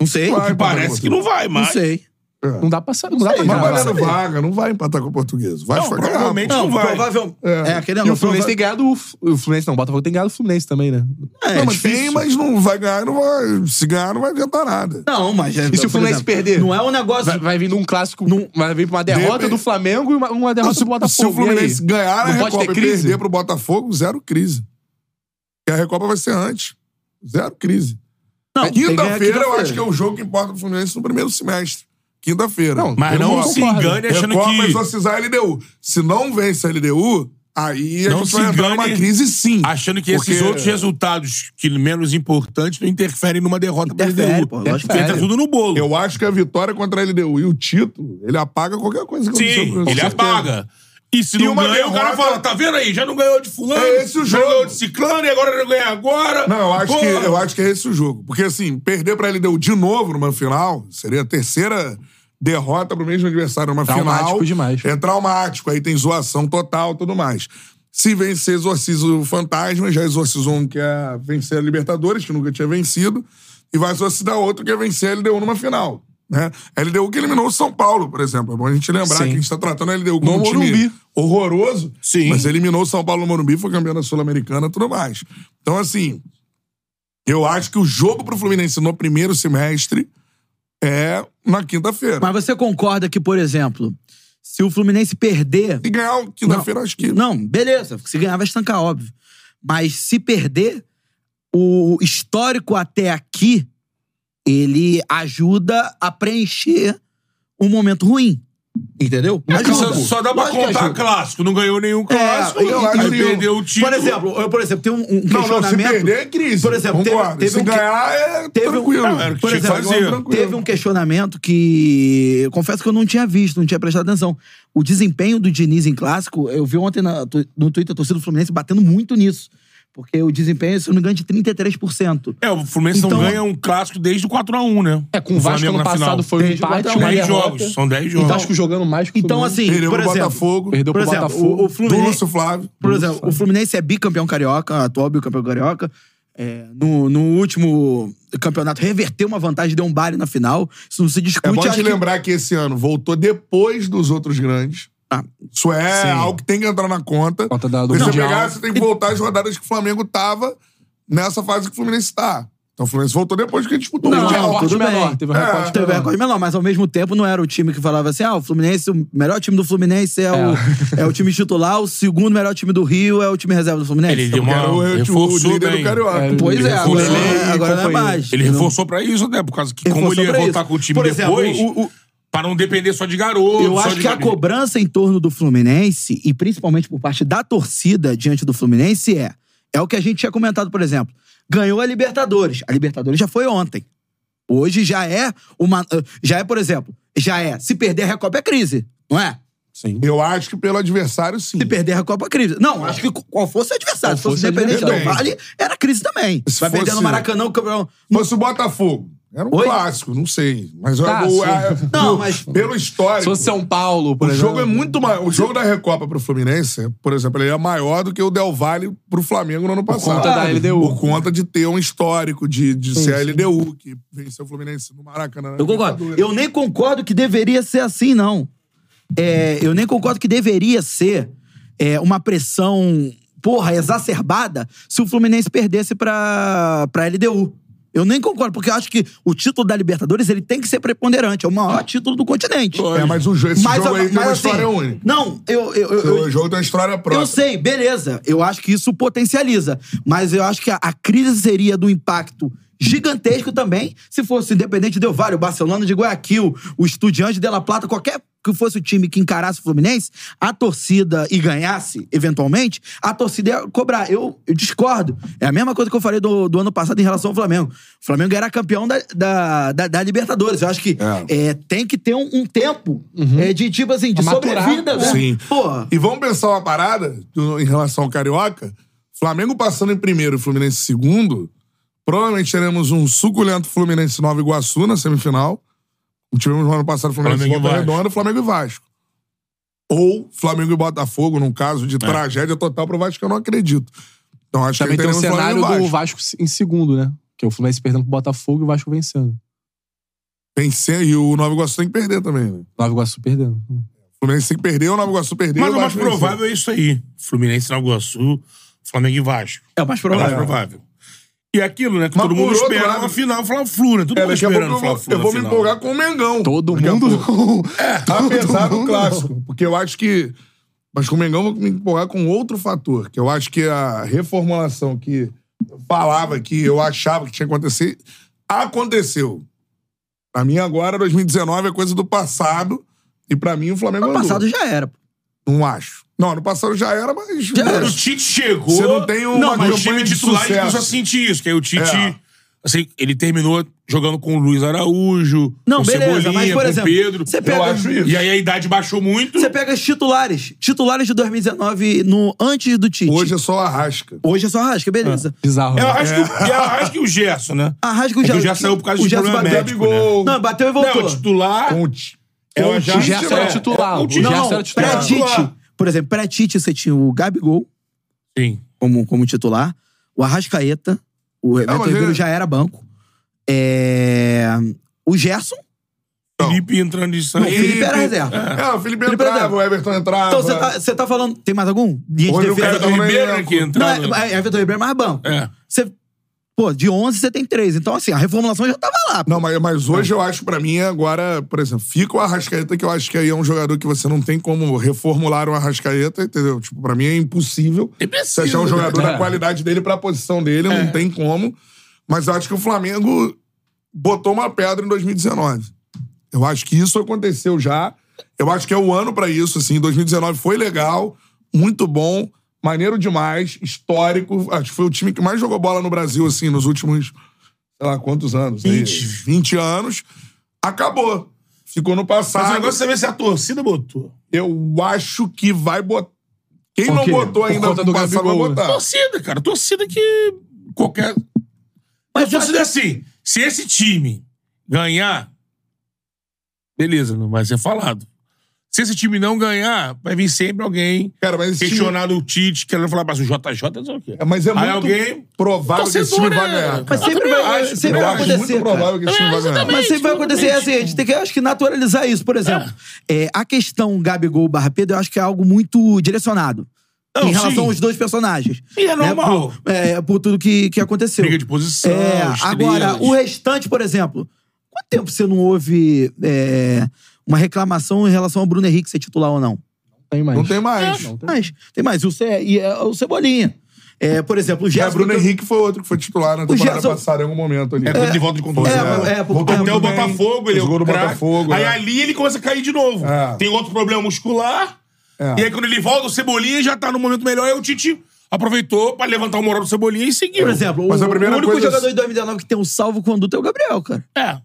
Speaker 3: Não sei.
Speaker 1: Vai,
Speaker 3: Não
Speaker 2: Parece que não vai, mas...
Speaker 3: sei.
Speaker 4: Não dá pra sa- Não dá pra
Speaker 1: Mas
Speaker 4: gravar.
Speaker 1: valendo vaga, não vai empatar com o português. Vai
Speaker 2: Não, provavelmente não,
Speaker 3: Não,
Speaker 2: vai.
Speaker 3: provavelmente.
Speaker 1: É.
Speaker 3: É, aquele
Speaker 4: E
Speaker 3: negócio.
Speaker 4: o Fluminense tem ganhado o. F- O Fluminense não, o Botafogo tem ganhado o Fluminense também, né?
Speaker 3: É,
Speaker 1: Não, mas
Speaker 3: difícil.
Speaker 1: tem, mas não vai ganhar, não vai. Se ganhar, não vai adiantar nada.
Speaker 3: Não, mas.
Speaker 4: E se o Fluminense perder?
Speaker 3: Não é um negócio.
Speaker 4: Vai, vai vindo um clássico. Vai vir pra uma derrota
Speaker 1: Depende.
Speaker 4: do Flamengo e uma, uma derrota
Speaker 1: se,
Speaker 4: do Botafogo.
Speaker 1: se o Fluminense
Speaker 4: E aí?
Speaker 1: ganhar a
Speaker 4: Tá Não pode
Speaker 1: Recopa e
Speaker 4: ter crise?
Speaker 1: perder pro Botafogo, zero crise. Porque a Recopa vai ser antes. Zero crise.
Speaker 3: Não, tem que ganhar
Speaker 1: Quinta-feira eu
Speaker 3: quinta-feira.
Speaker 1: acho que é o jogo que importa pro Fluminense no primeiro semestre. Quinta-feira.
Speaker 4: Não,
Speaker 2: Mas
Speaker 4: Eu
Speaker 2: não
Speaker 4: concordo.
Speaker 2: se engane achando
Speaker 1: Recopa é só
Speaker 2: que...
Speaker 1: se a LDU. Se não vence a LDU, aí a
Speaker 2: Não
Speaker 1: gente
Speaker 2: se
Speaker 1: vai entrar
Speaker 2: engane
Speaker 1: numa crise sim.
Speaker 2: Achando que esses
Speaker 1: Porque-
Speaker 2: outros resultados, que menos importantes, não interferem numa derrota pra
Speaker 3: Interfere,
Speaker 2: LDU.
Speaker 3: pô,
Speaker 2: Porque
Speaker 3: lógico que
Speaker 2: Entra
Speaker 3: é.
Speaker 2: tudo no bolo.
Speaker 1: Eu acho que a vitória contra a LDU e o título, ele apaga qualquer coisa que aconteceu com
Speaker 2: Sim,
Speaker 1: o
Speaker 2: ele
Speaker 1: Cruzeiro.
Speaker 2: apaga. E se não
Speaker 1: uma
Speaker 2: ganha, o cara
Speaker 1: derrota-
Speaker 2: fala, tá vendo aí? Já não ganhou de fulano,
Speaker 1: É esse o
Speaker 2: já
Speaker 1: jogo.
Speaker 2: ganhou de ciclano, e agora não ganha agora.
Speaker 1: Não, eu acho,
Speaker 2: Pô,
Speaker 1: que, eu acho que é esse o jogo. Porque, assim, perder pra LDU de novo numa final seria a terceira derrota pro mesmo adversário numa
Speaker 4: Traumático
Speaker 1: final.
Speaker 4: demais.
Speaker 1: É traumático. Aí tem zoação total tudo mais. Se vencer, exorciza o Fantasma. Já exorcizou um que é vencer a Libertadores, que nunca tinha vencido. E vai exorcizar outro que é vencer a LDU numa final. Né? A LDU que eliminou o São Paulo, por exemplo. É bom a gente lembrar
Speaker 4: Sim.
Speaker 1: que a gente tá tratando a LDU como
Speaker 4: No
Speaker 1: um time
Speaker 4: Morumbi.
Speaker 1: horroroso.
Speaker 2: Sim.
Speaker 1: Mas eliminou o São Paulo no Morumbi, foi campeão da Sul-Americana e tudo mais. Então, assim, eu acho que o jogo pro Fluminense no primeiro semestre é na quinta-feira.
Speaker 3: Mas você concorda que, por exemplo, se o Fluminense perder.
Speaker 1: Se ganhar o quinta-feira, acho que.
Speaker 3: Não, beleza. Se ganhar, vai estancar, óbvio. Mas se perder, o histórico até aqui, ele ajuda a preencher um momento ruim. Entendeu?
Speaker 2: Porque
Speaker 1: é
Speaker 2: só,
Speaker 3: Ajuda.
Speaker 2: só dá pra
Speaker 3: Lógico que
Speaker 2: contar
Speaker 3: ajuda. É,
Speaker 2: clássico. Não ganhou nenhum clássico,
Speaker 3: eu
Speaker 2: aí
Speaker 1: acho que- é
Speaker 2: perdeu o título.
Speaker 3: Por exemplo, eu, por exemplo, tem um, um
Speaker 1: Não, não,
Speaker 3: questionamento.
Speaker 1: se perder é crise.
Speaker 3: Por exemplo, teve-
Speaker 1: Concordo.
Speaker 3: teve
Speaker 1: se
Speaker 3: um que-
Speaker 1: ganhar é
Speaker 3: teve um-
Speaker 1: tranquilo.
Speaker 2: Não, era o que
Speaker 1: Por
Speaker 2: tinha que
Speaker 1: exemplo,
Speaker 2: fazer.
Speaker 1: é tranquilo.
Speaker 3: Teve um questionamento que eu confesso que eu não tinha visto, não tinha prestado atenção. O desempenho do Diniz em clássico, eu vi ontem na- no Twitter a torcida do Fluminense batendo muito nisso. Porque o desempenho, se eu não me engano, é de 33%.
Speaker 2: É, o Fluminense não
Speaker 3: Então-
Speaker 2: ganha um clássico desde o 4x1 né?
Speaker 4: É, com o Vasco
Speaker 2: Flamengo
Speaker 4: ano
Speaker 2: na final.
Speaker 4: passado foi um
Speaker 3: Desde
Speaker 4: empate,
Speaker 3: quatro a um.
Speaker 4: uma
Speaker 2: 10
Speaker 4: derrota.
Speaker 2: jogos. São 10
Speaker 4: E o
Speaker 2: jogos.
Speaker 4: Vasco jogando mais que
Speaker 3: Então,
Speaker 4: todo mundo.
Speaker 3: assim,
Speaker 1: Perdeu
Speaker 3: por
Speaker 1: pro
Speaker 3: exemplo,
Speaker 1: Botafogo.
Speaker 4: Perdeu
Speaker 3: por
Speaker 4: pro
Speaker 3: exemplo,
Speaker 4: Botafogo.
Speaker 3: o, o Fluminense,
Speaker 1: Lúcio Flávio.
Speaker 3: por exemplo, o Fluminense é bicampeão carioca, atual bicampeão carioca. É, no, no último campeonato, reverteu uma vantagem, deu um baile na final. Isso não se discute.
Speaker 1: É bom
Speaker 3: acho
Speaker 1: te
Speaker 3: que-
Speaker 1: lembrar que esse ano voltou depois dos outros grandes.
Speaker 3: Ah,
Speaker 1: Isso é algo que tem que entrar na conta.
Speaker 4: Conta da- do
Speaker 1: Se você
Speaker 4: Mundial.
Speaker 1: pegar, você tem que voltar às rodadas que o Flamengo tava nessa fase que o Fluminense tá. Então o Fluminense voltou depois que disputou o
Speaker 3: Não,
Speaker 4: Teve um
Speaker 1: Mundial.
Speaker 3: tudo
Speaker 4: recorde
Speaker 3: bem.
Speaker 4: menor. Teve um
Speaker 1: É,
Speaker 4: recorde
Speaker 3: teve
Speaker 4: menor.
Speaker 3: recorde menor, mas ao mesmo tempo não era o time que falava assim: ah, o Fluminense, o melhor time do Fluminense é, O, é o time titular, o segundo melhor time do Rio é o time reserva do Fluminense.
Speaker 2: Ele deu
Speaker 1: Porque
Speaker 2: uma...
Speaker 1: era É o, o
Speaker 2: reforçou
Speaker 1: líder
Speaker 2: bem.
Speaker 1: do Carioca. Uhum.
Speaker 4: É,
Speaker 3: Pois
Speaker 4: Ele
Speaker 3: é, agora,
Speaker 2: reforçou,
Speaker 3: não é-
Speaker 4: ele
Speaker 3: agora não é
Speaker 4: acompanhou.
Speaker 3: mais.
Speaker 2: Ele reforçou pra isso, né? Por causa que como
Speaker 3: Reforçou
Speaker 2: ele ia
Speaker 3: pra
Speaker 2: voltar
Speaker 3: isso.
Speaker 2: com o time
Speaker 3: Por exemplo,
Speaker 2: depois,
Speaker 3: o- o-
Speaker 2: pra não depender só de garoto.
Speaker 3: Eu
Speaker 2: só
Speaker 3: acho
Speaker 2: de
Speaker 3: que a
Speaker 2: garoto.
Speaker 3: cobrança em torno do Fluminense, e principalmente por parte da torcida diante do Fluminense, é. É o que a gente tinha comentado, por exemplo. Ganhou a Libertadores. A Libertadores já foi ontem. ah, Hoje já é uma. Já é, por exemplo, já é. Se perder a Recopa é crise, não é?
Speaker 2: Sim.
Speaker 1: Eu acho que pelo adversário, sim.
Speaker 3: Se perder a Copa, crise. Não, acho que qual fosse o adversário. Se
Speaker 2: Qual
Speaker 3: fosse
Speaker 2: fosse o
Speaker 3: Independente Del
Speaker 2: Independente.
Speaker 3: Vale, era crise também.
Speaker 1: Se
Speaker 3: Vai perder
Speaker 1: fosse-
Speaker 3: no Maracanã, o campeão.
Speaker 1: Se fosse o Botafogo, era um
Speaker 3: Oi?
Speaker 1: clássico, não sei. Mas
Speaker 4: Tá,
Speaker 1: eu-
Speaker 4: <laughs>
Speaker 1: eu-
Speaker 4: sim.
Speaker 1: eu-
Speaker 3: Não, mas-
Speaker 1: é, pelo histórico.
Speaker 4: Se fosse São Paulo, por
Speaker 1: O
Speaker 4: exemplo.
Speaker 1: jogo é muito maior. O jogo da Recopa pro Fluminense, por exemplo, ele é maior do que o Del Valle pro Flamengo no ano passado.
Speaker 4: conta da LDU.
Speaker 1: Por conta de ter um histórico de, de ser a LDU, que venceu o Fluminense no Maracanã. né? na
Speaker 3: Eu concordo.
Speaker 1: Libertadores.
Speaker 3: Eu nem concordo que deveria ser assim, não. É, eu nem concordo que deveria ser é, uma pressão, porra, exacerbada se o Fluminense perdesse pra, pra LDU. Eu nem concordo, porque eu acho que o título da Libertadores ele tem que ser preponderante. É o maior título do continente.
Speaker 1: É, mas o jo- esse
Speaker 3: Mas
Speaker 1: jogo
Speaker 3: a-
Speaker 1: aí tem
Speaker 3: mas
Speaker 1: uma
Speaker 3: assim,
Speaker 1: história única.
Speaker 3: Não, eu- eu- eu, eu,
Speaker 1: O jogo tem uma história própria.
Speaker 3: eu sei, beleza. Eu acho que isso potencializa. Mas eu acho que a, a crise seria do impacto gigantesco também se fosse Independente Del Vale, o Barcelona de Guayaquil, o Estudiante de La Plata, qualquer que fosse o time que encarasse o Fluminense, a torcida e ganhasse, eventualmente, a torcida ia cobrar. Eu, eu discordo. É a mesma coisa que eu falei do, do ano passado em relação ao Flamengo. O Flamengo era campeão da, da, da- da Libertadores. Eu acho que é, tem que ter um, um tempo é, de, tipo assim, de
Speaker 4: Maturar.
Speaker 3: sobrevida, né?
Speaker 1: Sim.
Speaker 3: Porra.
Speaker 1: E vamos pensar uma parada do- em relação ao Carioca. Flamengo passando em primeiro e Fluminense em segundo. Provavelmente teremos um suculento Fluminense Nova Iguaçu na semifinal. Tivemos no ano passado Fluminense
Speaker 2: Flamengo e
Speaker 1: Flamengo Volta
Speaker 2: Vasco.
Speaker 1: Redonda, Flamengo e Vasco. Ou Flamengo e Botafogo, num caso
Speaker 2: É.
Speaker 1: de tragédia total pro Vasco, que eu não acredito. Então acho
Speaker 4: Também
Speaker 1: que
Speaker 4: tem o
Speaker 1: teremos
Speaker 4: cenário
Speaker 1: Flamengo e
Speaker 4: do
Speaker 1: Vasco.
Speaker 4: Vasco em segundo, né? Que é o Fluminense perdendo pro Botafogo e o Vasco vencendo.
Speaker 1: Vencer, e o Nova Iguaçu tem que perder também, né?
Speaker 4: Nova Iguaçu perdendo.
Speaker 1: O Fluminense tem que perder, o Nova Iguaçu perder.
Speaker 2: Mas
Speaker 1: o
Speaker 2: o mais
Speaker 1: Vasco vencer.
Speaker 2: provável é isso aí. Fluminense, Nova Iguaçu, Flamengo e Vasco.
Speaker 3: É o mais
Speaker 2: É o
Speaker 3: provável.
Speaker 2: mais provável. E aquilo, né? Que
Speaker 1: Mas
Speaker 2: todo
Speaker 1: por
Speaker 2: mundo
Speaker 1: outro
Speaker 2: espera
Speaker 1: lado-
Speaker 2: uma final Fla-Flu, né? Todo
Speaker 1: É,
Speaker 2: mundo
Speaker 1: daqui a
Speaker 2: esperando
Speaker 1: pouco eu
Speaker 2: Fla-Flu
Speaker 1: vou, eu
Speaker 2: na
Speaker 1: vou me
Speaker 2: final. né?
Speaker 1: empolgar com o Mengão.
Speaker 4: Todo
Speaker 1: Daqui a
Speaker 4: mundo.
Speaker 1: pouco.
Speaker 3: <laughs>
Speaker 4: é,
Speaker 1: Apesar do clássico. Porque eu acho que. Mas com o Mengão eu vou me empolgar com outro fator, que eu acho que a reformulação que eu falava que eu achava que tinha que acontecer, aconteceu. Pra mim, agora, 2019 é coisa do passado. E pra mim, o Flamengo
Speaker 3: No
Speaker 1: andou.
Speaker 3: passado já era. pô.
Speaker 1: Não acho. Não, no passado já era, mas.
Speaker 3: Já era.
Speaker 2: Quando o Tite chegou.
Speaker 1: Você não tem uma
Speaker 2: Não, mas o
Speaker 1: campanha
Speaker 2: time
Speaker 1: de
Speaker 2: titular ele
Speaker 1: sucesso.
Speaker 2: começou a sentir isso. Que aí o Tite.
Speaker 1: É.
Speaker 2: Assim, ele terminou jogando com o Luiz Araújo,
Speaker 3: Não,
Speaker 2: com o
Speaker 3: beleza,
Speaker 2: Cebolinha,
Speaker 3: mas por
Speaker 2: com o
Speaker 3: exemplo,
Speaker 2: Pedro.
Speaker 3: você pega-
Speaker 2: Eu acho isso. E aí a idade baixou muito.
Speaker 3: Você pega os titulares. Titulares de 2019 no, antes do Tite.
Speaker 1: Hoje é só a rasca.
Speaker 3: Hoje é só Arrasca, beleza.
Speaker 4: Bizarro. né?
Speaker 2: Eu acho, que, eu acho que o Gerson, né?
Speaker 3: Arrasca
Speaker 2: É
Speaker 3: o
Speaker 2: que
Speaker 3: Gerson.
Speaker 2: o Gerson saiu por causa de
Speaker 3: Gerson
Speaker 2: problema
Speaker 3: bateu.
Speaker 2: médico, né?
Speaker 1: Gol.
Speaker 3: Não, bateu e voltou.
Speaker 2: Não, é o titular.
Speaker 1: Conte.
Speaker 2: é o
Speaker 4: O Gerson era titular.
Speaker 2: É,
Speaker 4: O
Speaker 2: o Tite-
Speaker 3: Não,
Speaker 4: Gerson
Speaker 3: não,
Speaker 4: era titular.
Speaker 3: pré-Tite. Por exemplo, pré-Tite você tinha o Gabigol
Speaker 2: Sim.
Speaker 3: como, como titular, o Arrascaeta, o Everton
Speaker 1: mas
Speaker 3: Ribeiro
Speaker 1: ele-
Speaker 3: já era banco, é, o Gerson,
Speaker 2: Felipe entrando nisso
Speaker 3: o
Speaker 2: aí.
Speaker 3: Felipe era reserva.
Speaker 1: É, o Felipe,
Speaker 3: Felipe
Speaker 1: entrava,
Speaker 3: entrava.
Speaker 1: o Everton entrava.
Speaker 3: Então você tá, você tá falando... Tem mais algum? De
Speaker 1: Hoje o
Speaker 3: defesa-
Speaker 1: cara
Speaker 2: Everton
Speaker 1: tava no
Speaker 2: Ribeiro
Speaker 1: elenco.
Speaker 2: que entrava.
Speaker 3: Não, é, é, Everton Ribeiro é mais banco.
Speaker 2: É.
Speaker 3: Você, pô, de 11 você tem 3. Então, assim, a reformulação já tava lá.
Speaker 1: Não, mas, mas hoje eu acho, pra mim, agora, por exemplo, fica o Arrascaeta, que eu acho que aí é um jogador que você não tem como reformular o Arrascaeta, entendeu? Tipo, pra mim é impossível você achar um jogador
Speaker 4: né?
Speaker 1: da qualidade dele pra posição dele,
Speaker 2: É.
Speaker 1: não tem como. Mas eu acho que o Flamengo botou uma pedra em 2019. Eu acho que isso aconteceu já. Eu acho que é o ano pra isso, assim. 2019 foi legal, muito bom, maneiro demais, histórico. Acho que foi o time que mais jogou bola no Brasil, assim, nos últimos, sei lá, quantos anos? aí?
Speaker 2: 20.
Speaker 1: 20 anos. Acabou. Ficou no
Speaker 2: Mas o
Speaker 1: passado.
Speaker 2: negócio é saber se a torcida botou.
Speaker 1: Eu acho que vai botar. Quem não
Speaker 4: quê?
Speaker 1: botou
Speaker 4: Por
Speaker 1: ainda
Speaker 4: conta
Speaker 1: no
Speaker 4: do
Speaker 1: passado vai
Speaker 4: Gabigol, né?
Speaker 1: botar.
Speaker 2: Torcida, cara. Torcida que qualquer.
Speaker 3: Mas
Speaker 2: Mas
Speaker 3: já-
Speaker 2: torcida é assim. Se esse time ganhar, beleza, não vai ser falado. Se esse time não ganhar, vai vir sempre alguém
Speaker 1: Cara, mas esse time...
Speaker 2: questionando o Tite, querendo falar, mas o JJ não sei o quê.
Speaker 1: É, Mas é
Speaker 2: Aí
Speaker 1: muito
Speaker 2: alguém-
Speaker 1: provável que esse time
Speaker 2: Torcedor
Speaker 1: vai
Speaker 2: é-
Speaker 1: ganhar.
Speaker 3: Mas
Speaker 1: cara.
Speaker 3: sempre
Speaker 2: também
Speaker 3: vai,
Speaker 2: acho,
Speaker 3: sempre
Speaker 1: Eu
Speaker 3: vai
Speaker 1: acho
Speaker 3: acontecer.
Speaker 1: muito
Speaker 3: cara.
Speaker 1: provável que esse time vai ganhar.
Speaker 3: Mas sempre vai acontecer é assim, a gente tem que, eu acho que, naturalizar isso. Por exemplo, é, a questão Gabigol barra Pedro, eu acho que é algo muito direcionado.
Speaker 2: Não,
Speaker 3: em relação
Speaker 2: sim.
Speaker 3: aos dois personagens.
Speaker 2: E é
Speaker 3: Né,
Speaker 2: normal.
Speaker 3: por, é, por tudo que, que aconteceu.
Speaker 2: Briga de posição,
Speaker 3: É,
Speaker 2: estrelas.
Speaker 3: agora, o restante, por exemplo, quanto tempo você não houve é, uma reclamação em relação ao Bruno Henrique ser titular ou não?
Speaker 4: Tem mais.
Speaker 1: Não tem mais.
Speaker 4: Não tem.
Speaker 3: Mas tem mais. E o, Ce, e, é, o Cebolinha. É, por exemplo, o
Speaker 1: É,
Speaker 3: Gerson...
Speaker 1: Bruno Henrique foi outro que foi titular na temporada
Speaker 3: Gerson-
Speaker 1: passada em algum momento ali.
Speaker 2: É, quando ele volta de contusão.
Speaker 3: É, é, porque-
Speaker 2: Até o
Speaker 1: Voltou bem,
Speaker 2: Botafogo, ele
Speaker 1: né? jogou no
Speaker 2: craque.
Speaker 1: Botafogo,
Speaker 2: Aí
Speaker 1: né?
Speaker 2: ali ele começa a cair de novo.
Speaker 1: É.
Speaker 2: Tem outro problema muscular.
Speaker 1: É.
Speaker 2: E aí quando ele volta, o Cebolinha já tá no momento melhor. Aí o Tite aproveitou pra levantar o moral do Cebolinha e seguiu.
Speaker 3: Por exemplo,
Speaker 1: Mas
Speaker 3: o,
Speaker 1: a primeira
Speaker 3: o único
Speaker 1: coisa-
Speaker 3: é jogador de 2019 que tem um salvo conduto é o Gabriel, cara.
Speaker 2: É.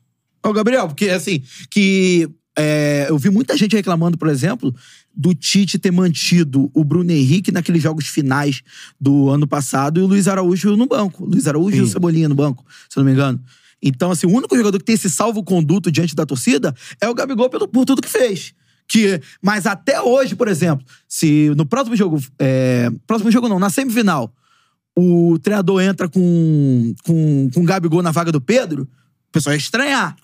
Speaker 3: É o Gabriel, porque assim, que é, eu vi muita gente reclamando, por exemplo, do Tite ter mantido o Bruno Henrique naqueles jogos finais do ano passado e o Luiz Araújo no banco. Luiz Araújo e o Cebolinha no banco, se eu não me engano. Então, assim, o único jogador que tem esse salvo-conduto diante da torcida é o Gabigol pelo, por tudo que fez. Que, mas até hoje, por exemplo, se no próximo jogo. é, próximo jogo não, na semifinal, o treinador entra com, com, com o Gabigol na vaga do Pedro, o pessoal ia estranhar.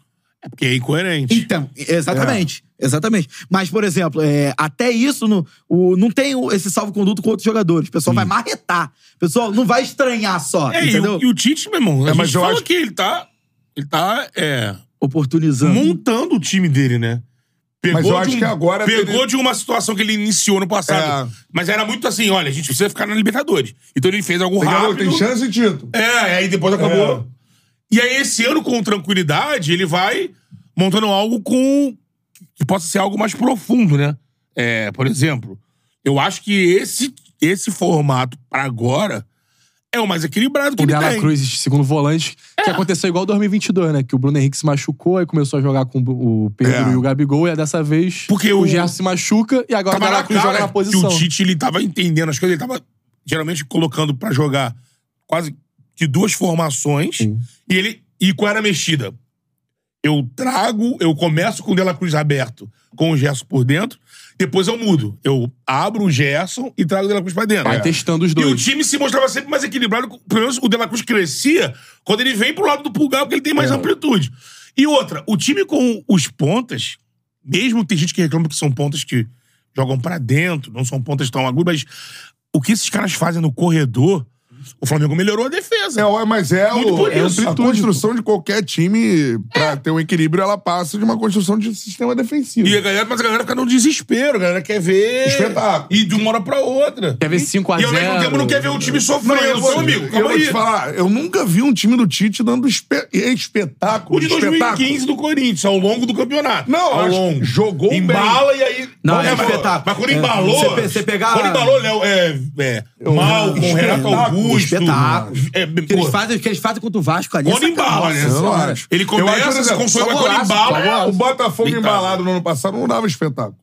Speaker 2: É porque é incoerente.
Speaker 3: Então, exatamente. Exatamente. Mas, por exemplo, é, até isso no, o- não tem o- esse salvo-conduto com outros jogadores. O pessoal vai marretar. O pessoal não vai estranhar só,
Speaker 2: É, e,
Speaker 3: entendeu?
Speaker 2: o, e o Tite, meu irmão, a
Speaker 1: É, mas
Speaker 2: gente
Speaker 1: eu
Speaker 2: fala
Speaker 1: acho-
Speaker 2: que ele tá. Ele tá é,
Speaker 3: Oportunizando.
Speaker 2: montando o time dele, né? Pegou
Speaker 1: Mas eu
Speaker 2: de
Speaker 1: acho
Speaker 2: um-
Speaker 1: que agora É.
Speaker 2: Pegou
Speaker 1: teria-
Speaker 2: de uma situação que ele iniciou no passado. Mas era muito assim: olha, a gente precisa ficar na Libertadores. Então ele fez algo
Speaker 1: Pegador,
Speaker 2: rápido.
Speaker 1: tem chance, Tito?
Speaker 2: É, aí depois acabou. E aí, esse ano, com tranquilidade, ele vai montando algo com. que possa ser algo mais profundo, né? É, por exemplo, eu acho que esse, esse formato, pra agora, é o mais equilibrado que
Speaker 4: O
Speaker 2: ele
Speaker 4: Dela
Speaker 2: tem.
Speaker 4: Cruz, segundo volante, que aconteceu igual 2022, né? Que o Bruno Henrique se machucou, aí começou a jogar com o Pedro
Speaker 1: É.
Speaker 4: e o Gabigol, e aí dessa vez
Speaker 2: Porque
Speaker 4: o
Speaker 2: o-
Speaker 4: Gerson se machuca e agora o
Speaker 2: Tava
Speaker 4: Dela
Speaker 2: na
Speaker 4: Cruz
Speaker 2: cara
Speaker 4: joga na
Speaker 2: que
Speaker 4: posição.
Speaker 2: o Tite, ele tava entendendo as coisas, ele tava geralmente colocando pra jogar quase que duas formações.
Speaker 4: Sim.
Speaker 2: E ele. E qual era a mexida? Eu trago, eu começo com o Dela Cruz aberto, com o Gerson por dentro. Depois eu mudo. Eu abro o Gerson e trago o Dela Cruz pra dentro.
Speaker 4: Vai
Speaker 2: É.
Speaker 4: testando os
Speaker 2: E o
Speaker 4: dois.
Speaker 2: time se mostrava sempre mais equilibrado. Pelo menos o De La Cruz crescia quando ele vem pro lado do pulgar, porque ele tem
Speaker 1: É.
Speaker 2: mais amplitude. E outra, o time com os pontas, mesmo tem gente que reclama que são pontas que jogam pra dentro, não são pontas tão agudas, mas o que esses caras fazem no corredor, o Flamengo melhorou a defesa.
Speaker 1: É, ó, mas é,
Speaker 2: Muito
Speaker 1: o,
Speaker 2: por
Speaker 1: é
Speaker 2: isso.
Speaker 1: a construção de qualquer time, pra ter um equilíbrio, ela passa de uma construção de sistema defensivo.
Speaker 2: E é a galera, mas a galera fica no desespero, a galera quer ver.
Speaker 1: Espetáculo.
Speaker 2: E de uma hora pra outra.
Speaker 4: Quer ver 5 a
Speaker 2: E ao
Speaker 4: 0
Speaker 2: mesmo tempo não quer ver o time
Speaker 1: Não,
Speaker 2: sofrendo,
Speaker 1: eu vou,
Speaker 2: meu amigo.
Speaker 1: eu
Speaker 2: Calma
Speaker 1: vou
Speaker 2: aí.
Speaker 1: te falar, eu nunca vi um time do Tite dando espe- espetáculo.
Speaker 2: O de
Speaker 1: espetáculo.
Speaker 2: 2015 do Corinthians, ao longo do campeonato.
Speaker 1: Não,
Speaker 2: ao
Speaker 1: acho que
Speaker 2: longo.
Speaker 1: jogou bem.
Speaker 2: Embala e aí.
Speaker 3: Não,
Speaker 2: Bom,
Speaker 3: é
Speaker 2: mas-
Speaker 3: espetáculo.
Speaker 2: Mas quando
Speaker 3: É,
Speaker 2: embalou.
Speaker 3: você pe- você pegar-
Speaker 2: Quando embalou, Léo. É, é, Malcom, Renato
Speaker 3: Espetáculo,
Speaker 2: Augusto.
Speaker 3: espetáculo.
Speaker 2: É,
Speaker 3: que eles
Speaker 2: pô,
Speaker 3: fazem, que eles fazem contra o Vasco ali.
Speaker 2: Quando
Speaker 3: essa
Speaker 2: embala, né?
Speaker 3: cara- Nossa
Speaker 1: Eu
Speaker 3: Senhora.
Speaker 1: acho.
Speaker 2: Ele começa,
Speaker 1: por
Speaker 2: se
Speaker 1: exemplo,
Speaker 2: consome,
Speaker 1: só
Speaker 2: mas quando
Speaker 1: golaço,
Speaker 2: embala,
Speaker 1: só golaço. O Botafogo
Speaker 2: Eita.
Speaker 1: embalado no ano passado não dava espetáculo.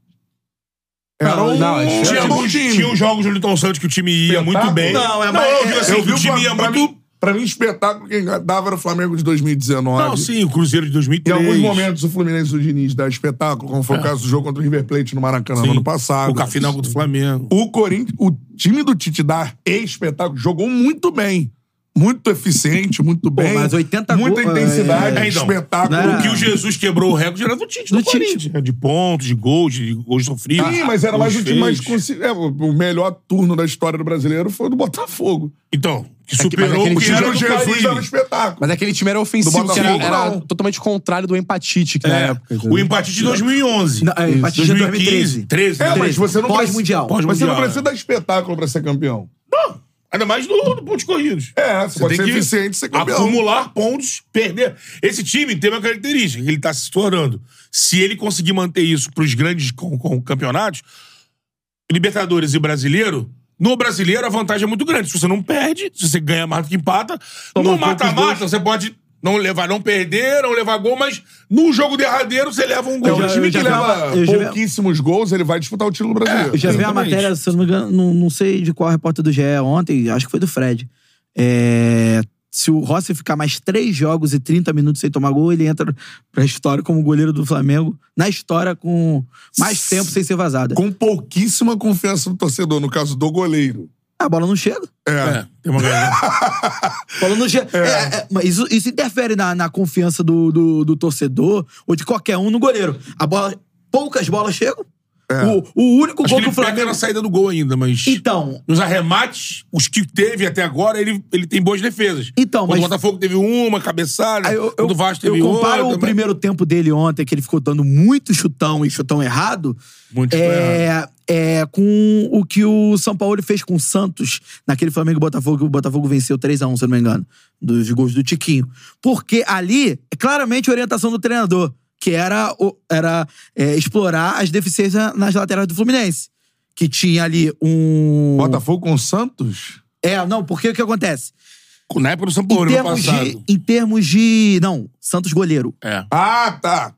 Speaker 1: Era
Speaker 4: Não,
Speaker 1: um
Speaker 4: não, é diferente.
Speaker 1: tinha
Speaker 2: Tinha,
Speaker 1: bom time.
Speaker 2: tinha um os jogos do Liton Santos que o time ia
Speaker 1: Espetáculo.
Speaker 2: muito bem.
Speaker 3: Não, é,
Speaker 2: não
Speaker 3: mas-
Speaker 2: eu digo assim,
Speaker 1: Eu
Speaker 2: que
Speaker 1: vi
Speaker 2: o time ia
Speaker 1: pra, pra,
Speaker 2: muito.
Speaker 1: mim, pra mim, espetáculo quem dava era o Flamengo de 2019.
Speaker 2: Não, sim, o Cruzeiro de
Speaker 1: Em
Speaker 2: 2003.
Speaker 1: alguns momentos, o Fluminense e o Diniz dá espetáculo, como foi o caso do jogo contra o River Plate no Maracanã
Speaker 2: É. Sim.
Speaker 1: no ano passado.
Speaker 2: O final contra o Flamengo.
Speaker 1: O Corinthians, o time do Tite dá espetáculo, jogou muito bem. Muito eficiente, muito bem.
Speaker 3: mas 80
Speaker 1: Muita
Speaker 3: gol-
Speaker 1: intensidade,
Speaker 2: é, então,
Speaker 1: espetáculo.
Speaker 3: não era-
Speaker 2: O que o Jesus quebrou o recorde era do Tite, do,
Speaker 3: Do Tite.
Speaker 2: Corinthians. É, De pontos, de gols, de gols sofridos.
Speaker 1: Sim, mas era
Speaker 2: gols
Speaker 1: mais um time mais
Speaker 2: feitos.
Speaker 1: consi- é, o o melhor turno da história do brasileiro foi o do Botafogo.
Speaker 2: Então, que
Speaker 4: que- mas é
Speaker 2: superou
Speaker 4: que ele
Speaker 2: o que
Speaker 4: tinha
Speaker 2: era
Speaker 1: o
Speaker 2: do
Speaker 1: Jesus dava
Speaker 2: Caribe.
Speaker 1: espetáculo.
Speaker 4: Mas é aquele time era ofensivo,
Speaker 1: Do
Speaker 4: que era,
Speaker 1: Botafogo,
Speaker 4: era
Speaker 1: não.
Speaker 4: totalmente contrário do empatite que na
Speaker 2: É,
Speaker 4: época.
Speaker 2: o empate de 2011.
Speaker 3: Não, é,
Speaker 2: Isso.
Speaker 3: empate de 2013.
Speaker 2: 13,
Speaker 1: É,
Speaker 2: né?
Speaker 1: mas você não
Speaker 3: Pós-mundial.
Speaker 1: precisa- Mas você não
Speaker 2: Pós-mundial,
Speaker 1: precisa
Speaker 2: é.
Speaker 1: dar espetáculo pra ser campeão.
Speaker 2: Ainda mais no, no pontos corridos.
Speaker 1: É, você, pode
Speaker 2: tem
Speaker 1: ser
Speaker 2: que
Speaker 1: eficiente e ser campeão.
Speaker 2: Acumular pontos, perder. Esse time tem uma característica que ele tá se tornando. Se ele conseguir manter isso pros grandes com, com campeonatos, Libertadores e Brasileiro, no Brasileiro a vantagem é muito grande. Se você não perde, se você ganha mais do que empata,
Speaker 1: um
Speaker 2: no mata-mata você pode não levar, não perder, não levar gol, mas no jogo derradeiro você leva um
Speaker 1: É,
Speaker 2: gol.
Speaker 1: o time que
Speaker 3: já vi
Speaker 1: leva
Speaker 3: uma- eu já vi- É,
Speaker 1: pouquíssimos gols, ele vai disputar o título brasileiro.
Speaker 3: Eu já vi a
Speaker 2: Exatamente.
Speaker 3: matéria, se eu não me engano, não, não sei de qual repórter do GE ontem, acho que foi do Fred. É, se o Rossi ficar mais três jogos e 30 minutos sem tomar gol, ele entra pra história como goleiro do Flamengo, na história com mais tempo sem ser vazado.
Speaker 1: Com pouquíssima confiança do torcedor, no caso do goleiro.
Speaker 3: A bola não chega.
Speaker 1: É.
Speaker 2: tem uma galera.
Speaker 3: Falando no ge- É, é, mas isso, isso interfere na, na confiança do, do, do torcedor ou de qualquer um no goleiro. A bola, poucas bolas chegam. O, o único
Speaker 2: É. Acho que
Speaker 3: gol que,
Speaker 2: ele
Speaker 3: o Flamengo.
Speaker 2: peca na saída do gol ainda, mas...
Speaker 3: Então,
Speaker 2: Nos arremates, os que teve até agora, ele, ele tem boas defesas.
Speaker 3: Então,
Speaker 2: Quando
Speaker 3: mas-
Speaker 2: O Botafogo teve uma, cabeçada.
Speaker 3: Aí Ah, eu, eu,
Speaker 2: quando o Vasco teve
Speaker 3: eu
Speaker 2: outra.
Speaker 3: comparo o
Speaker 2: mas-
Speaker 3: primeiro tempo dele ontem, que ele ficou dando muito chutão e chutão errado,
Speaker 2: Muito
Speaker 3: é, é, com o que o São Paulo fez com o Santos naquele Flamengo e Botafogo, que o Botafogo venceu 3x1, se eu não me engano, dos gols do Tiquinho. Porque ali, é claramente a orientação do treinador, que era, o- era é, explorar as deficiências nas laterais do Fluminense. Que tinha ali um.
Speaker 1: Botafogo com o Santos?
Speaker 3: É, não, porque o que acontece?
Speaker 2: Na época do São
Speaker 3: Em
Speaker 2: Paulo, ano
Speaker 3: termos,
Speaker 2: passado.
Speaker 3: de, em termos de. Não, Santos goleiro.
Speaker 2: É.
Speaker 1: Ah, tá.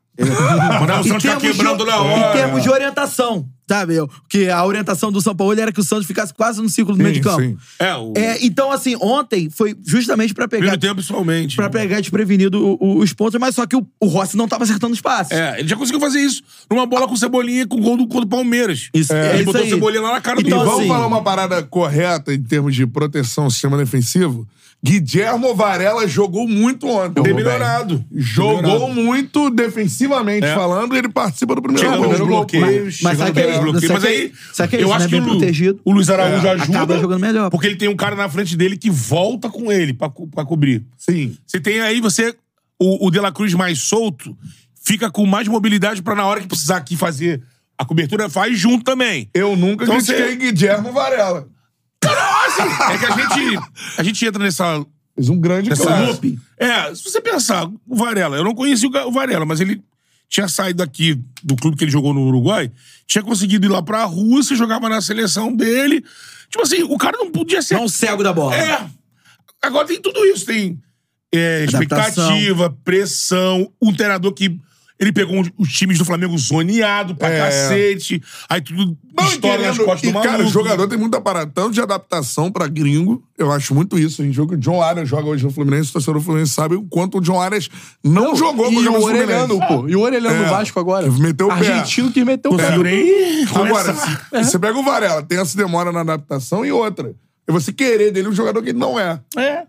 Speaker 2: Manoel Santos tá quebrando
Speaker 5: de,
Speaker 2: na
Speaker 5: Em
Speaker 2: hora.
Speaker 5: termos de orientação.
Speaker 3: Sabe? Eu, que a orientação do São Paulo era que o Santos ficasse quase no ciclo do meio de campo.
Speaker 1: sim.
Speaker 2: É, o
Speaker 3: É, então, assim, ontem foi justamente pra pegar.
Speaker 2: primeiro tempo, principalmente.
Speaker 3: Pra pegar desprevenido o- o- os pontos, mas só que o, o Rossi não tava acertando os passes.
Speaker 2: É, ele já conseguiu fazer isso numa bola com o Cebolinha, com o gol do, gol do Palmeiras.
Speaker 3: Isso, é
Speaker 2: ele
Speaker 3: isso
Speaker 2: botou
Speaker 3: aí.
Speaker 2: o Cebolinha lá na cara
Speaker 1: E
Speaker 3: Então,
Speaker 2: do
Speaker 1: vamos
Speaker 3: assim-
Speaker 1: falar uma parada correta em termos de proteção ao sistema defensivo? Guilhermo Varela jogou muito ontem.
Speaker 2: Tem melhorado.
Speaker 1: Jogou
Speaker 2: Melhorado.
Speaker 1: muito defensivamente
Speaker 2: É.
Speaker 1: falando e ele participa do primeiro
Speaker 2: Chegando
Speaker 1: gol.
Speaker 2: nos
Speaker 1: Primeiro gol.
Speaker 2: bloqueios.
Speaker 3: Mas sabe
Speaker 2: chegando
Speaker 3: que é-
Speaker 2: nos bloqueios.
Speaker 3: sabe
Speaker 2: Mas
Speaker 3: que é-
Speaker 2: aí,
Speaker 3: sabe que é
Speaker 2: eu
Speaker 3: isso,
Speaker 2: acho
Speaker 3: né?
Speaker 2: que o,
Speaker 3: Bem protegido.
Speaker 2: o Luiz Araújo
Speaker 3: É,
Speaker 2: ajuda.
Speaker 3: acaba jogando melhor.
Speaker 2: Porque ele tem um cara na frente dele que volta com ele pra, co- pra cobrir.
Speaker 1: Sim.
Speaker 2: Você tem aí, você... O, o De La Cruz mais solto fica com mais mobilidade pra na hora que precisar aqui fazer a cobertura, faz junto também.
Speaker 1: Eu nunca
Speaker 2: Então
Speaker 1: critiquei
Speaker 2: você-
Speaker 1: Guilhermo Varela.
Speaker 2: É que a gente, a gente entra nessa
Speaker 1: Fez um grande
Speaker 2: Essa
Speaker 1: clássico.
Speaker 2: loop. É, se você pensar, o Varela, eu não conheci o Ga- o Varela, mas ele tinha saído aqui do clube que ele jogou no Uruguai, tinha conseguido ir lá pra Rússia, jogava na seleção dele. Tipo assim, o cara não podia ser.
Speaker 5: Não
Speaker 3: um
Speaker 5: o cego da bola.
Speaker 2: É. Agora tem tudo isso, tem é,
Speaker 3: Adaptação.
Speaker 2: expectativa, pressão, um treinador que ele pegou um, os- os times do Flamengo zoneado pra
Speaker 1: É.
Speaker 2: cacete, aí tudo
Speaker 1: Não, e
Speaker 2: estoura nas
Speaker 1: querendo-
Speaker 2: costas
Speaker 1: e,
Speaker 2: do maluco.
Speaker 1: cara, o jogador tem muita parada, tanto de adaptação pra gringo, eu acho muito isso. Em jogo, o John Arias joga hoje no Fluminense, o torcedor do Fluminense sabe o quanto o John Arias não, jogou
Speaker 4: E
Speaker 1: quando jogou
Speaker 4: o
Speaker 1: no Fluminense.
Speaker 4: Orelhano, pô. E o Orelhano
Speaker 1: É.
Speaker 4: do Vasco agora.
Speaker 1: Meteu o pé.
Speaker 4: Argentino que meteu
Speaker 3: Então, tá
Speaker 4: o pé.
Speaker 1: Conseguiu
Speaker 2: Adorei.
Speaker 1: Agora,
Speaker 2: Começa-
Speaker 1: se- você pega o Varela, tem essa demora na adaptação e outra. É você querer dele um jogador que ele não é.
Speaker 2: É.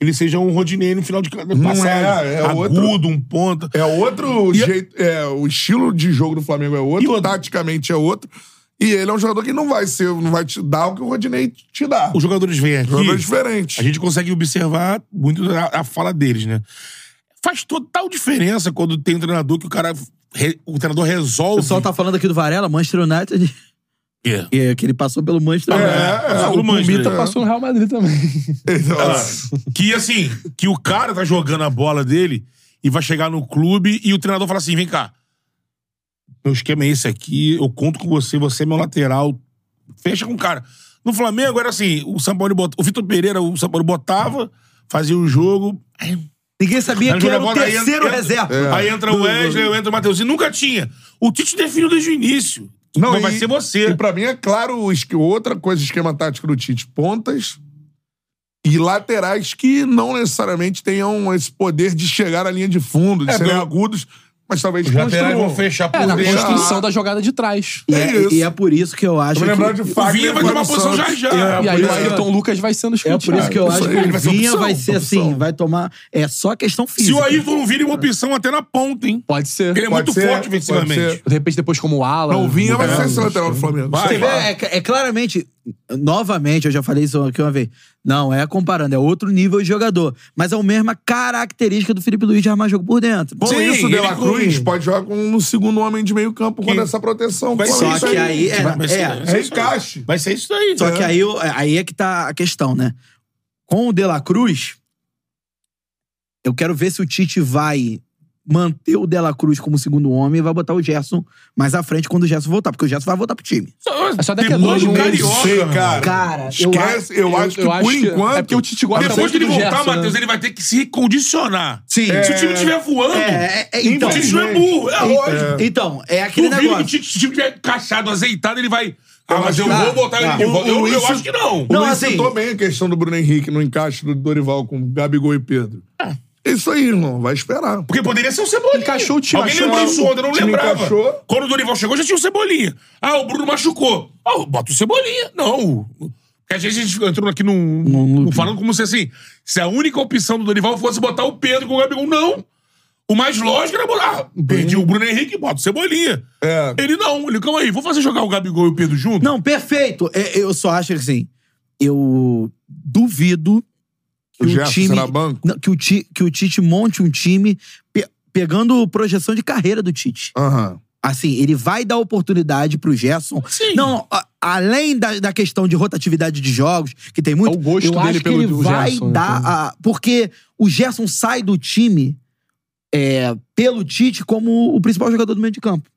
Speaker 2: Ele seja um Rodinei no final de cada
Speaker 1: Não
Speaker 2: passagem.
Speaker 1: é, é
Speaker 2: Agudo,
Speaker 1: outro.
Speaker 2: um ponta.
Speaker 1: É outro
Speaker 2: E-
Speaker 1: jeito. É, o estilo de jogo do Flamengo é outro,
Speaker 2: E outro.
Speaker 1: taticamente é outro. E ele é um jogador que não vai ser, não vai te dar o que o Rodinei te dá.
Speaker 2: Os jogadores vêm aqui,
Speaker 1: jogador
Speaker 2: a
Speaker 1: diferente.
Speaker 2: gente consegue observar muito a, a fala deles, né? Faz total diferença quando tem um treinador que o cara... re- o treinador
Speaker 3: O
Speaker 2: resolve...
Speaker 3: pessoal tá falando aqui do Varela, Manchester United, <laughs>
Speaker 2: É.
Speaker 3: que, é- que ele passou pelo Manchester
Speaker 1: É,
Speaker 3: United.
Speaker 1: é,
Speaker 2: Só
Speaker 1: o
Speaker 2: do Manchester.
Speaker 1: Pumita passou.
Speaker 4: Passou no Real Madrid também.
Speaker 2: né?
Speaker 1: Então,
Speaker 2: Que, assim, que o cara tá jogando a bola dele e vai chegar no clube e o treinador fala assim, vem cá, meu esquema é esse aqui, eu conto com você, você é meu lateral, fecha com o cara. No Flamengo era assim, o São Paulo botava, o Vitor Pereira, o São Paulo botava, fazia o jogo, aí
Speaker 5: Ninguém sabia
Speaker 2: Aí
Speaker 5: que
Speaker 2: joga
Speaker 3: é
Speaker 5: era
Speaker 2: a
Speaker 5: o
Speaker 2: bola, aí
Speaker 5: terceiro
Speaker 2: entra-
Speaker 5: reserva.
Speaker 1: É.
Speaker 2: Aí entra o Wesley, entra o Matheus. E nunca tinha. O Tite definiu desde o início. Não, vai
Speaker 1: e-
Speaker 2: ser você.
Speaker 1: E pra mim é claro o esque- outra coisa, o esquema tático do Tite: pontas e laterais que não necessariamente tenham esse poder de chegar à linha de fundo, de serem
Speaker 2: pelo-
Speaker 1: agudos, mas talvez
Speaker 2: É, Os laterais
Speaker 1: construam.
Speaker 2: vão fechar por
Speaker 4: É, na
Speaker 2: dentro.
Speaker 4: construção da jogada de trás.
Speaker 3: E
Speaker 1: É
Speaker 3: é,
Speaker 1: isso.
Speaker 3: e é por isso que eu
Speaker 1: Tô
Speaker 3: acho. que-
Speaker 1: lembrando de
Speaker 2: O
Speaker 1: Fagner
Speaker 2: Vinha vai
Speaker 1: agora
Speaker 2: tomar
Speaker 1: no
Speaker 2: posição já
Speaker 1: Santos.
Speaker 2: já.
Speaker 4: e aí
Speaker 2: É Por
Speaker 4: o
Speaker 2: isso que eu tô-
Speaker 4: Ayrton Lucas vai sendo
Speaker 3: É
Speaker 4: escutado.
Speaker 3: por isso que eu
Speaker 1: Isso
Speaker 3: acho
Speaker 1: aí
Speaker 3: que o
Speaker 1: vai ser
Speaker 3: Vinha
Speaker 1: opção,
Speaker 3: vai ser
Speaker 1: opção.
Speaker 3: assim, vai tomar. É só questão
Speaker 2: Se
Speaker 3: física.
Speaker 2: o Ayrton não vira uma opção até na ponta, hein?
Speaker 4: Pode ser.
Speaker 2: Ele é
Speaker 1: Pode
Speaker 2: muito
Speaker 1: ser,
Speaker 2: forte
Speaker 1: pode
Speaker 2: ofensivamente.
Speaker 1: ser.
Speaker 4: De repente, depois como o Alan. né?
Speaker 1: Não, o Vinha vai ser
Speaker 4: Lucas.
Speaker 1: esse lateral do Flamengo.
Speaker 2: Vai.
Speaker 3: Você vê,
Speaker 2: Vai.
Speaker 3: é, é claramente, novamente, eu já falei isso aqui uma vez. Não, é comparando, é outro nível de jogador. Mas é a mesma característica do Felipe Luiz de armar jogo por dentro.
Speaker 1: Com
Speaker 2: Sim,
Speaker 1: isso, o De La
Speaker 2: ele-
Speaker 1: Cruz pode jogar com um segundo homem de meio campo quando essa proteção.
Speaker 2: Vai
Speaker 1: Pô,
Speaker 2: ser
Speaker 3: Só
Speaker 1: isso
Speaker 3: que aí. É,
Speaker 2: Vai ser-
Speaker 3: é,
Speaker 1: É encaixe.
Speaker 2: Vai ser isso daí.
Speaker 3: Só que aí, eu- aí é que tá a questão, né? Com o De La Cruz, eu quero ver se o Tite vai manter o De La Cruz como segundo homem e vai botar o Gerson mais à frente quando o Gerson voltar, porque o Gerson vai voltar pro time.
Speaker 4: É só daqui a
Speaker 2: Depois
Speaker 4: dois
Speaker 2: do
Speaker 4: meses.
Speaker 2: Carioca,
Speaker 1: Sei,
Speaker 2: mano.
Speaker 1: cara.
Speaker 3: Cara, eu
Speaker 1: Esquece, eu, acho que
Speaker 4: eu
Speaker 1: por
Speaker 4: que-
Speaker 1: enquanto.
Speaker 4: É porque o Tite gosta
Speaker 2: Depois que ele
Speaker 4: muito do
Speaker 2: voltar,
Speaker 4: Gerson, né?
Speaker 2: Matheus, ele vai ter que se recondicionar.
Speaker 3: Sim.
Speaker 2: Se o time estiver voando,
Speaker 3: É, é, é, então.
Speaker 2: o time não é burro. É lógico.
Speaker 3: Então, é aquele
Speaker 2: Duvido que o
Speaker 3: negócio.
Speaker 2: Tite- se o time estiver encaixado, azeitado, ele vai... Ah, mas eu
Speaker 3: acho que-
Speaker 2: vou botar ele
Speaker 3: Ah,
Speaker 2: de
Speaker 3: o-
Speaker 2: volta.
Speaker 1: o
Speaker 2: Eu- Eu
Speaker 1: Luiz-
Speaker 2: acho que não.
Speaker 1: Não,
Speaker 3: Não,
Speaker 1: Luiz
Speaker 3: assim-
Speaker 1: citou bem a questão do Bruno Henrique no encaixe do Dorival com Gabigol e Pedro. Isso aí, irmão. Vai esperar.
Speaker 2: Porque poderia ser o Cebolinha.
Speaker 4: Encaixou o time,
Speaker 2: Alguém
Speaker 4: achou
Speaker 2: lembrou
Speaker 4: lá,
Speaker 2: isso
Speaker 1: o
Speaker 2: ontem, eu não
Speaker 1: time
Speaker 2: lembrava.
Speaker 1: encaixou.
Speaker 2: Quando o Dorival chegou, já tinha o Cebolinha. Ah, o Bruno machucou. Ah, bota o Cebolinha. Não. Porque às vezes a gente entrou aqui num, num falando como se assim, se a única opção do Dorival fosse botar o Pedro com o Gabigol. Não. O mais lógico era botar. Ah, perdi o Bruno Henrique, bota o Cebolinha.
Speaker 1: É.
Speaker 2: Ele não. Ele, calma aí, vou fazer jogar o Gabigol e o Pedro junto?
Speaker 3: Não, perfeito. É, Eu só acho que assim, eu duvido que
Speaker 1: O
Speaker 3: o,
Speaker 1: Gerson
Speaker 3: time.
Speaker 1: será banco?
Speaker 3: Não, que, o Ti- que o Tite monte um time pe- pegando projeção de carreira do Tite.
Speaker 1: Aham.
Speaker 3: Assim, ele vai dar oportunidade pro Gerson.
Speaker 2: Sim.
Speaker 3: Não, não, a- além da, da questão de rotatividade de jogos, que tem muito.
Speaker 4: É o gosto
Speaker 3: eu
Speaker 4: dele
Speaker 3: acho
Speaker 4: pelo
Speaker 3: que ele
Speaker 4: do
Speaker 3: vai
Speaker 4: Gerson, né,
Speaker 3: dar.
Speaker 4: também.
Speaker 3: a- porque o Gerson sai do time é, pelo Tite como o principal jogador do meio de campo.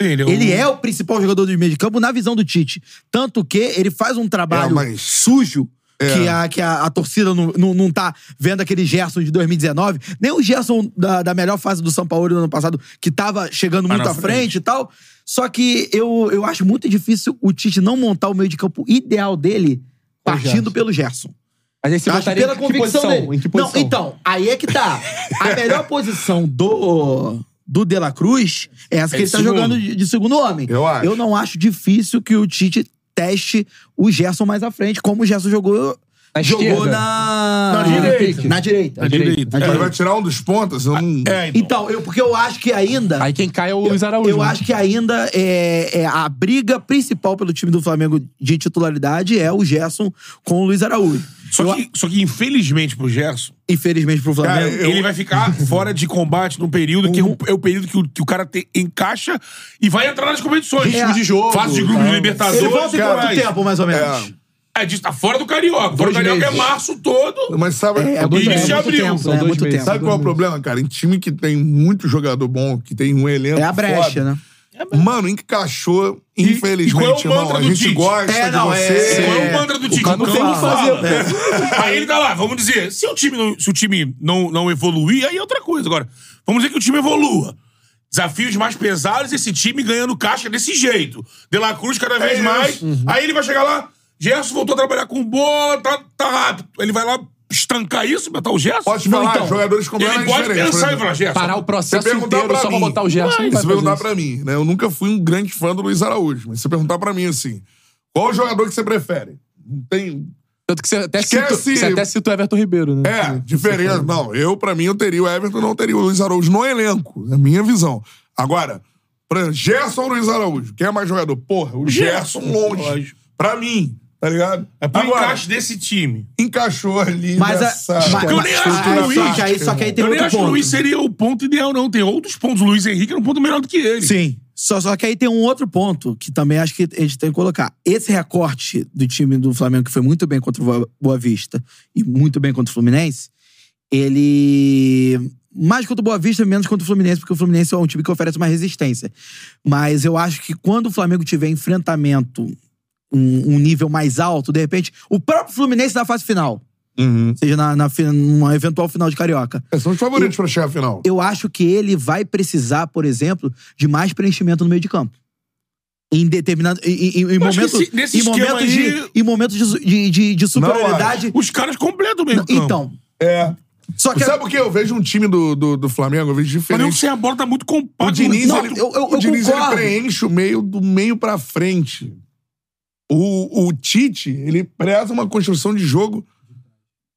Speaker 3: Ele é o principal jogador do meio de campo na visão do Tite. Tanto que ele faz um trabalho
Speaker 1: É, mas-
Speaker 3: sujo Que, a, que a, a torcida não, não, não tá vendo aquele Gerson de 2019. Nem o Gerson da, da melhor fase do São Paulo no ano passado, que tava chegando muito
Speaker 2: na
Speaker 3: à frente.
Speaker 2: frente.
Speaker 3: e tal. Só que eu, eu acho muito difícil o Tite não montar o meio de campo ideal dele partindo
Speaker 4: Gerson.
Speaker 3: pelo Gerson.
Speaker 4: Mas aí você
Speaker 3: Eu acho
Speaker 4: botaria
Speaker 3: pela
Speaker 4: em que
Speaker 3: convicção
Speaker 4: posição?
Speaker 3: dele.
Speaker 4: Em que posição?
Speaker 3: Não, então, aí é que tá. A melhor posição do do De La Cruz é
Speaker 2: É
Speaker 3: essa que ele
Speaker 2: de
Speaker 3: tá
Speaker 2: segundo.
Speaker 3: jogando de, de segundo homem.
Speaker 1: Eu acho.
Speaker 3: Eu não acho difícil que o Tite teste o Gerson mais à frente, como o Gerson jogou
Speaker 4: Na
Speaker 3: jogou
Speaker 4: esquerda?
Speaker 3: na
Speaker 2: Na direita.
Speaker 3: Na direita.
Speaker 2: Na direita.
Speaker 1: Ele vai tirar um dos pontas? Eu não...
Speaker 2: É, então.
Speaker 3: Então, eu porque eu acho que ainda
Speaker 4: Aí quem cai é o Luiz Araújo.
Speaker 3: Eu
Speaker 4: né?
Speaker 3: acho que ainda é, é a briga principal pelo time do Flamengo de titularidade é o Gerson com o Luiz Araújo.
Speaker 2: Só, que, só que, infelizmente, pro Gerson, né,
Speaker 3: Infelizmente pro Flamengo.
Speaker 2: ele vai
Speaker 3: <laughs>
Speaker 2: ficar fora de combate num período que é,
Speaker 3: Uhum.
Speaker 2: um- é o período que o, que o cara te- encaixa e vai entrar nas competições. É.
Speaker 3: Ritmo de
Speaker 4: jogo,
Speaker 2: Fase de grupo
Speaker 4: tal.
Speaker 2: de Libertadores.
Speaker 3: Ele volta em
Speaker 2: cara,
Speaker 3: quanto tempo, mais ou menos?
Speaker 2: É, disso, tá fora do Carioca. Fora do
Speaker 4: Dois
Speaker 2: Carioca é
Speaker 4: meses.
Speaker 2: março todo.
Speaker 1: Mas sabe,
Speaker 3: É,
Speaker 2: dois
Speaker 3: muito
Speaker 2: meses.
Speaker 3: tempo,
Speaker 2: Início de abril.
Speaker 3: muito tempo,
Speaker 4: São
Speaker 3: né?
Speaker 4: dois
Speaker 3: Muito
Speaker 4: meses.
Speaker 3: tempo.
Speaker 1: sabe qual é o problema, cara? Em time que tem muito jogador bom, que tem um elenco
Speaker 3: É a brecha,
Speaker 1: foda,
Speaker 3: né?
Speaker 1: Mano, encaixou,
Speaker 2: e qual
Speaker 1: infelizmente,
Speaker 2: é o
Speaker 1: irmão.
Speaker 2: mantra
Speaker 1: A
Speaker 2: do
Speaker 1: gente
Speaker 2: Tite?
Speaker 1: gosta
Speaker 3: É,
Speaker 1: de
Speaker 3: não,
Speaker 1: você.
Speaker 3: é-
Speaker 2: Qual é o mantra do Tite?
Speaker 4: cara não
Speaker 2: Não
Speaker 4: tem o que
Speaker 2: fala.
Speaker 4: fazer,
Speaker 1: né?
Speaker 2: Aí ele tá lá, vamos dizer, se o time não, se o time não, não evoluir, aí é outra coisa. Agora, vamos dizer que o time evolua. Desafios mais pesados, esse time ganhando caixa desse jeito. De La Cruz cada vez
Speaker 1: isso.
Speaker 2: mais.
Speaker 1: Uhum.
Speaker 2: Aí ele vai chegar lá, Gerson voltou a trabalhar com boa, tá, tá rápido. Ele vai lá estancar isso, botar o Gerson?
Speaker 1: Pode
Speaker 2: Não,
Speaker 1: falar,
Speaker 2: então.
Speaker 1: jogadores com
Speaker 2: Ele
Speaker 1: problemas
Speaker 2: pode
Speaker 1: diferentes. por
Speaker 2: pensar e
Speaker 1: exemplo.
Speaker 2: falar, Gerson.
Speaker 4: Parar o processo inteiro só pra botar o Gerson.
Speaker 1: Mas,
Speaker 4: não vai
Speaker 1: se
Speaker 4: fazer
Speaker 1: perguntar
Speaker 4: isso.
Speaker 1: pra mim, né? Eu nunca fui um grande fã do Luiz Araújo, mas se perguntar pra mim assim, qual jogador que você prefere? Não tem.
Speaker 4: Tanto que você até, cita,
Speaker 1: Esquece-
Speaker 4: você até cita o Everton Ribeiro, né?
Speaker 1: É, diferença. Não, eu, pra mim, eu teria o Everton, não teria o Luiz Araújo no elenco. É a minha visão. Agora, por exemplo, Gerson ou Luiz Araújo? Quem é mais jogador? Porra, o Gerson longe.
Speaker 2: Lógico.
Speaker 1: Pra mim, tá ligado?
Speaker 2: É pro
Speaker 1: Agora,
Speaker 2: encaixe desse time.
Speaker 1: encaixou ali.
Speaker 3: Mas,
Speaker 1: nessa...
Speaker 3: a, mas,
Speaker 2: Porque eu nem
Speaker 3: mas-
Speaker 2: acho que o
Speaker 3: ah,
Speaker 2: Luiz-
Speaker 3: só que aí, só que aí tem
Speaker 2: Eu nem
Speaker 3: outro
Speaker 2: acho que o
Speaker 3: ponto.
Speaker 2: Luiz seria o ponto ideal, não. Tem outros pontos. O Luiz Henrique é um ponto melhor do que ele.
Speaker 3: Sim. Só, só que aí tem um outro ponto que também acho que a gente tem que colocar. Esse recorte do time do Flamengo, que foi muito bem contra o Boa- Boa Vista e muito bem contra o Fluminense, ele. Mais contra o Boa Vista, menos contra o Fluminense, porque o Fluminense é um time que oferece mais resistência. Mas eu acho que quando o Flamengo tiver enfrentamento um, um nível mais alto, de repente, o próprio Fluminense na fase final,
Speaker 1: Uhum.
Speaker 3: ou seja, na, na, fi- numa eventual final de Carioca,
Speaker 1: É, São os favoritos pra chegar à final.
Speaker 3: eu acho que ele vai precisar, por exemplo, de mais preenchimento no meio de campo. Em determinado. Em, em- em
Speaker 2: acho que
Speaker 3: momentos,
Speaker 2: esse- nesse
Speaker 3: em
Speaker 2: esquema
Speaker 3: momentos de,
Speaker 2: aí-
Speaker 3: em momentos de, su- de, de- de superioridade.
Speaker 2: Os caras completam mesmo. campo.
Speaker 3: então.
Speaker 1: É.
Speaker 3: Só que.
Speaker 1: Sabe o que? Eu vejo um time do, do, do Flamengo, eu vejo
Speaker 2: Mas não
Speaker 1: diferente.
Speaker 2: sei, a bola tá muito
Speaker 1: O
Speaker 2: compacta.
Speaker 1: Diniz,
Speaker 3: Não,
Speaker 1: ele,
Speaker 3: eu- eu-
Speaker 1: o
Speaker 3: eu
Speaker 1: Diniz, ele
Speaker 3: concordo.
Speaker 1: preenche o meio do meio pra frente. O, o Tite, ele preza uma construção de jogo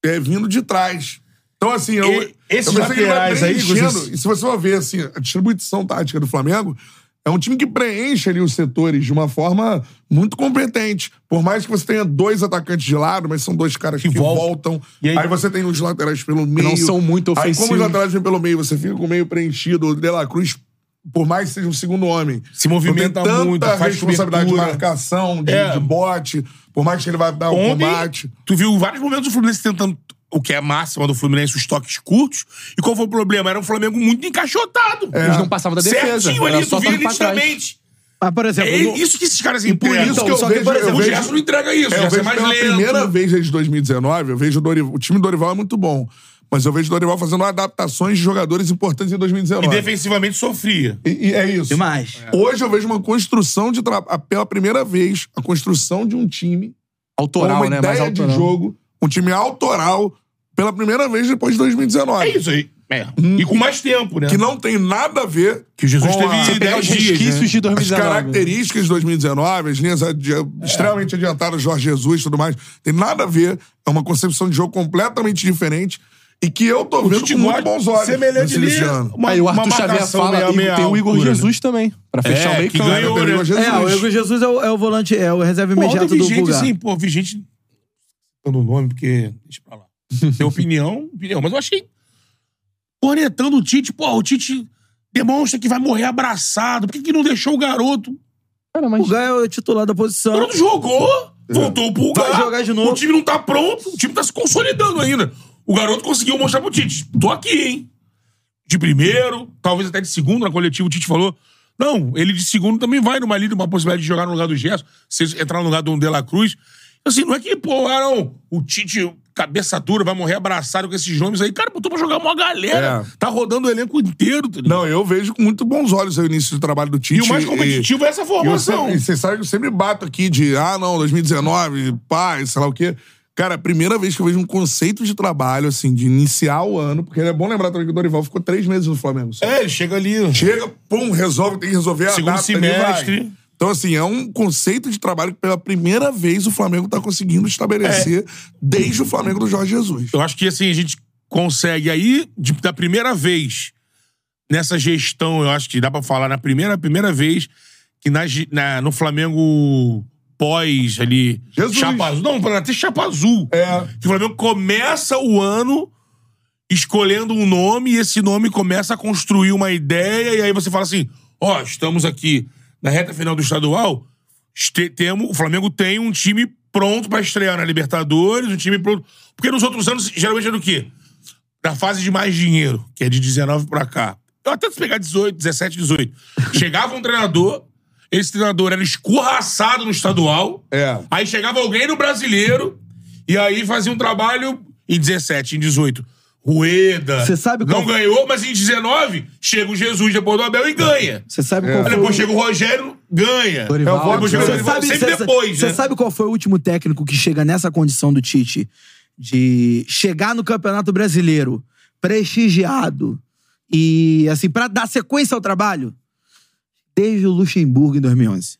Speaker 1: é, vindo de trás. Então, assim, eu,
Speaker 2: E- esses
Speaker 1: eu pensei que ele vai
Speaker 2: laterais aí,
Speaker 1: preenchendo.
Speaker 2: vocês-
Speaker 1: E se você for ver, assim, a distribuição tática do Flamengo é um time que preenche ali os setores de uma forma muito competente. Por mais que você tenha dois atacantes de lado, mas são dois caras que,
Speaker 2: voltam.
Speaker 1: voltam.
Speaker 2: E aí-
Speaker 1: aí... você tem os laterais pelo meio.
Speaker 4: não são muito
Speaker 1: Aí, como
Speaker 4: ofensivos.
Speaker 1: os laterais vêm pelo meio, você fica com o meio preenchido. O De La Cruz, por mais que seja um segundo homem,
Speaker 2: Se
Speaker 1: não tem
Speaker 2: movimenta
Speaker 1: tanta
Speaker 2: muito, faz
Speaker 1: responsabilidade de
Speaker 2: cobertura.
Speaker 1: marcação, de,
Speaker 2: É.
Speaker 1: de bote, por mais que ele vá dar o
Speaker 2: Ontem,
Speaker 1: combate.
Speaker 2: tu viu vários momentos do Fluminense tentando o que é a máxima do Fluminense, os toques curtos. E qual foi o problema? Era um Flamengo muito encaixotado.
Speaker 1: É.
Speaker 4: Eles não passavam da defesa.
Speaker 2: Certinho
Speaker 4: era
Speaker 2: ali, tu
Speaker 4: só
Speaker 2: via
Speaker 4: toque pra trás.
Speaker 2: nitidamente.
Speaker 3: Mas, ah, por exemplo.
Speaker 2: É
Speaker 3: no-
Speaker 2: isso que esses caras
Speaker 1: por
Speaker 2: entregam. É
Speaker 1: isso que eu
Speaker 2: Só
Speaker 1: vejo-
Speaker 2: por
Speaker 1: eu
Speaker 2: exemplo, o
Speaker 1: vejo-
Speaker 2: Gerson não entrega isso.
Speaker 1: É,
Speaker 2: o
Speaker 1: eu
Speaker 2: Gerson é
Speaker 1: vejo
Speaker 2: mais
Speaker 1: pela
Speaker 2: lento.
Speaker 1: primeira vez desde 2019, eu vejo o Dorival. O time do Dorival é muito bom. Mas eu vejo o Dorival fazendo adaptações de jogadores importantes em
Speaker 2: E
Speaker 1: 2019.
Speaker 2: defensivamente sofria.
Speaker 1: E, e é isso.
Speaker 3: Demais.
Speaker 1: Hoje eu vejo uma construção de tra- pela primeira vez, a construção de um time
Speaker 4: Autoral,
Speaker 1: uma
Speaker 4: né? Mais
Speaker 1: ideia de
Speaker 4: autoral.
Speaker 1: jogo, um time autoral, pela primeira vez depois de 2019.
Speaker 2: É isso aí. É. E com mais tempo, né?
Speaker 1: Hum. Que não tem nada a ver
Speaker 2: Que o Jesus
Speaker 1: com
Speaker 2: teve
Speaker 1: a-
Speaker 4: Pegar
Speaker 2: 10
Speaker 4: os
Speaker 2: dias,
Speaker 4: resquícios
Speaker 2: né?
Speaker 4: de
Speaker 1: as
Speaker 4: 2019.
Speaker 1: características de 2019, as linhas adi- extremamente adiantadas, Jorge Jesus e tudo mais. Tem nada a ver. É uma concepção de jogo completamente diferente e que eu tô vendo
Speaker 2: Tite
Speaker 1: com muito
Speaker 2: gosta-
Speaker 1: bons olhos.
Speaker 2: Semelhante
Speaker 1: nesse início
Speaker 2: ali,
Speaker 1: de ano.
Speaker 2: uma,
Speaker 4: Aí o
Speaker 2: uma
Speaker 4: Arthur Xavier
Speaker 2: marcação
Speaker 4: fala,
Speaker 2: meia-
Speaker 4: e
Speaker 2: meia
Speaker 4: tem o Igor
Speaker 2: altura, né?
Speaker 4: Jesus também, pra
Speaker 2: É,
Speaker 4: fechar o meio
Speaker 2: que
Speaker 4: campo.
Speaker 2: ganhou,
Speaker 1: Tem
Speaker 2: né?
Speaker 1: Igor Jesus.
Speaker 3: É, o Hugo Jesus é o, é o volante, é o reserva
Speaker 2: Bom,
Speaker 3: imediato
Speaker 2: ontem vi
Speaker 3: do
Speaker 2: gente,
Speaker 3: Bulgar.
Speaker 2: assim, pô, vi gente dando o nome, porque. Deixa pra lá. Tem opinião, opinião. Mas eu achei. Cornetando o Tite, pô, o Tite demonstra que vai morrer abraçado. Por que, que não deixou o garoto?
Speaker 4: Cara,
Speaker 3: O
Speaker 4: mas...
Speaker 3: Bulgar é o titular da
Speaker 2: O
Speaker 3: posição.
Speaker 2: garoto jogou, voltou pro lugar.
Speaker 3: Vai jogar de novo.
Speaker 2: O time não tá pronto, o time tá se consolidando ainda. O garoto conseguiu mostrar pro Tite. Tô aqui, hein? De primeiro, talvez até de segundo na coletiva, o Tite falou. Não, ele de segundo também vai numa lida, uma possibilidade de jogar no lugar do Gerson, se ele entrar no lugar do De La Cruz. Assim, não é que, pô, Arão, o Tite, cabeça dura, vai morrer abraçado com esses nomes aí. Cara, botou pra jogar uma galera.
Speaker 1: É.
Speaker 2: Tá rodando o elenco inteiro. Tá ligado?
Speaker 1: Não, eu vejo com muito bons olhos aí o início do trabalho do Tite.
Speaker 2: e o mais competitivo é essa
Speaker 1: E eu
Speaker 2: formação.
Speaker 1: sempre- E você sabe que eu sempre bato aqui de, ah, não, 2019, paz, sei lá o quê. Cara, a primeira vez que eu vejo um conceito de trabalho, assim, de iniciar o ano, porque é bom lembrar também que o Dorival ficou três meses no Flamengo. só.
Speaker 2: É, ele chega ali.
Speaker 1: Chega, pum, resolve, tem que resolver a
Speaker 2: Segundo
Speaker 1: data,
Speaker 2: semestre.
Speaker 1: ele vai. Então, assim, é um conceito de trabalho que pela primeira vez o Flamengo tá conseguindo estabelecer desde o Flamengo do Jorge Jesus.
Speaker 2: Eu acho que assim, a gente consegue aí, de- da primeira vez, nessa gestão, eu acho que dá pra falar, na primeira, primeira vez, que na, ge- na- no Flamengo pós ali.
Speaker 1: Jesus.
Speaker 2: Chapa azul. Não, até chapa azul.
Speaker 1: É.
Speaker 2: Que o Flamengo começa o ano escolhendo um nome e esse nome começa a construir uma ideia, e aí você fala assim: ó, estamos aqui na reta final do estadual, este- temos, o Flamengo tem um time pronto pra estrear na Libertadores, um time pronto. Porque nos outros anos, geralmente era o quê? Da fase de mais dinheiro, que é de 19 pra cá. Eu até se pegar 18, 17,
Speaker 3: <laughs>
Speaker 2: 18. Chegava um treinador, esse treinador era escorraçado no estadual.
Speaker 1: É.
Speaker 2: Aí chegava alguém no brasileiro e aí fazia um trabalho em 17, em 18. Rueda.
Speaker 3: Você sabe
Speaker 2: Não
Speaker 3: qual-
Speaker 2: ganhou, mas em 19 chega o Jesus depois do Abel e ganha.
Speaker 3: Você sabe
Speaker 1: É.
Speaker 3: qual
Speaker 2: Aí
Speaker 3: foi.
Speaker 2: depois chega o Rogério, ganha.
Speaker 4: Dorival,
Speaker 2: Aí depois chega o
Speaker 4: Você
Speaker 3: Você
Speaker 2: Dorival,
Speaker 3: sabe,
Speaker 2: sempre
Speaker 3: cê-
Speaker 2: depois,
Speaker 3: cê
Speaker 2: né?
Speaker 3: sabe qual foi o último técnico que chega nessa condição do Tite? De chegar no Campeonato Brasileiro prestigiado e, assim, pra dar sequência ao trabalho? Desde o Luxemburgo em 2011.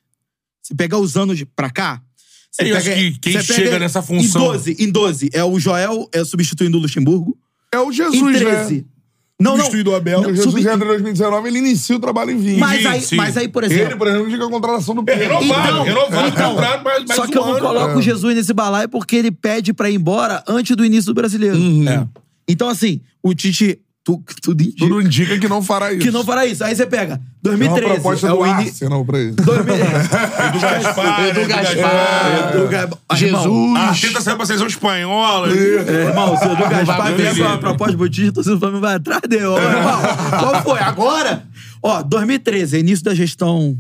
Speaker 3: Se pegar os anos de- pra cá... cê
Speaker 2: Eu acho que quem
Speaker 3: cê pega
Speaker 2: chega nessa função-
Speaker 3: Em 12, em 12, é o Joel é, substituindo o Luxemburgo.
Speaker 1: É o Jesus,
Speaker 3: em
Speaker 1: né?
Speaker 3: 13... Não, não.
Speaker 1: Substituído o Abel.
Speaker 3: Não,
Speaker 1: o Jesus
Speaker 3: subi-
Speaker 1: entra em 2019, ele inicia o trabalho em 20.
Speaker 3: mas,
Speaker 2: Sim,
Speaker 3: aí,
Speaker 2: sim.
Speaker 3: mas aí, por exemplo...
Speaker 1: Ele, por exemplo, diga a contratação do Pedro.
Speaker 2: Renovado,
Speaker 3: Então,
Speaker 2: renovado,
Speaker 3: então,
Speaker 2: contrato mais, mais
Speaker 3: Só que
Speaker 2: um
Speaker 3: eu não
Speaker 2: ano.
Speaker 3: coloco
Speaker 1: É.
Speaker 3: o Jesus nesse balaio porque ele pede pra ir embora antes do início do brasileiro.
Speaker 1: Uhum.
Speaker 2: É.
Speaker 3: Então, assim, o Tite. Tu, tudo indica
Speaker 1: Tudo indica que não fará isso.
Speaker 3: que não fará isso. Aí você pega.
Speaker 1: É uma
Speaker 3: 2013.
Speaker 1: proposta
Speaker 3: é
Speaker 1: do
Speaker 3: o ini-
Speaker 1: Arsenal pra ele. <laughs>
Speaker 3: 2000
Speaker 2: Edu É Gaspar, Edu
Speaker 4: Gaspar. é
Speaker 3: Edu Ga- Ah, irmão,
Speaker 1: Jesus.
Speaker 2: Ah, tenta sair pra seleção espanhola.
Speaker 3: é, Irmão, se o Edu Gaspar
Speaker 4: beber.
Speaker 3: vier com uma proposta botista, torcida do Flamengo vai atrás dele.
Speaker 2: É.
Speaker 3: Ó, irmão, qual foi? Agora? Ó, 2013, é início da gestão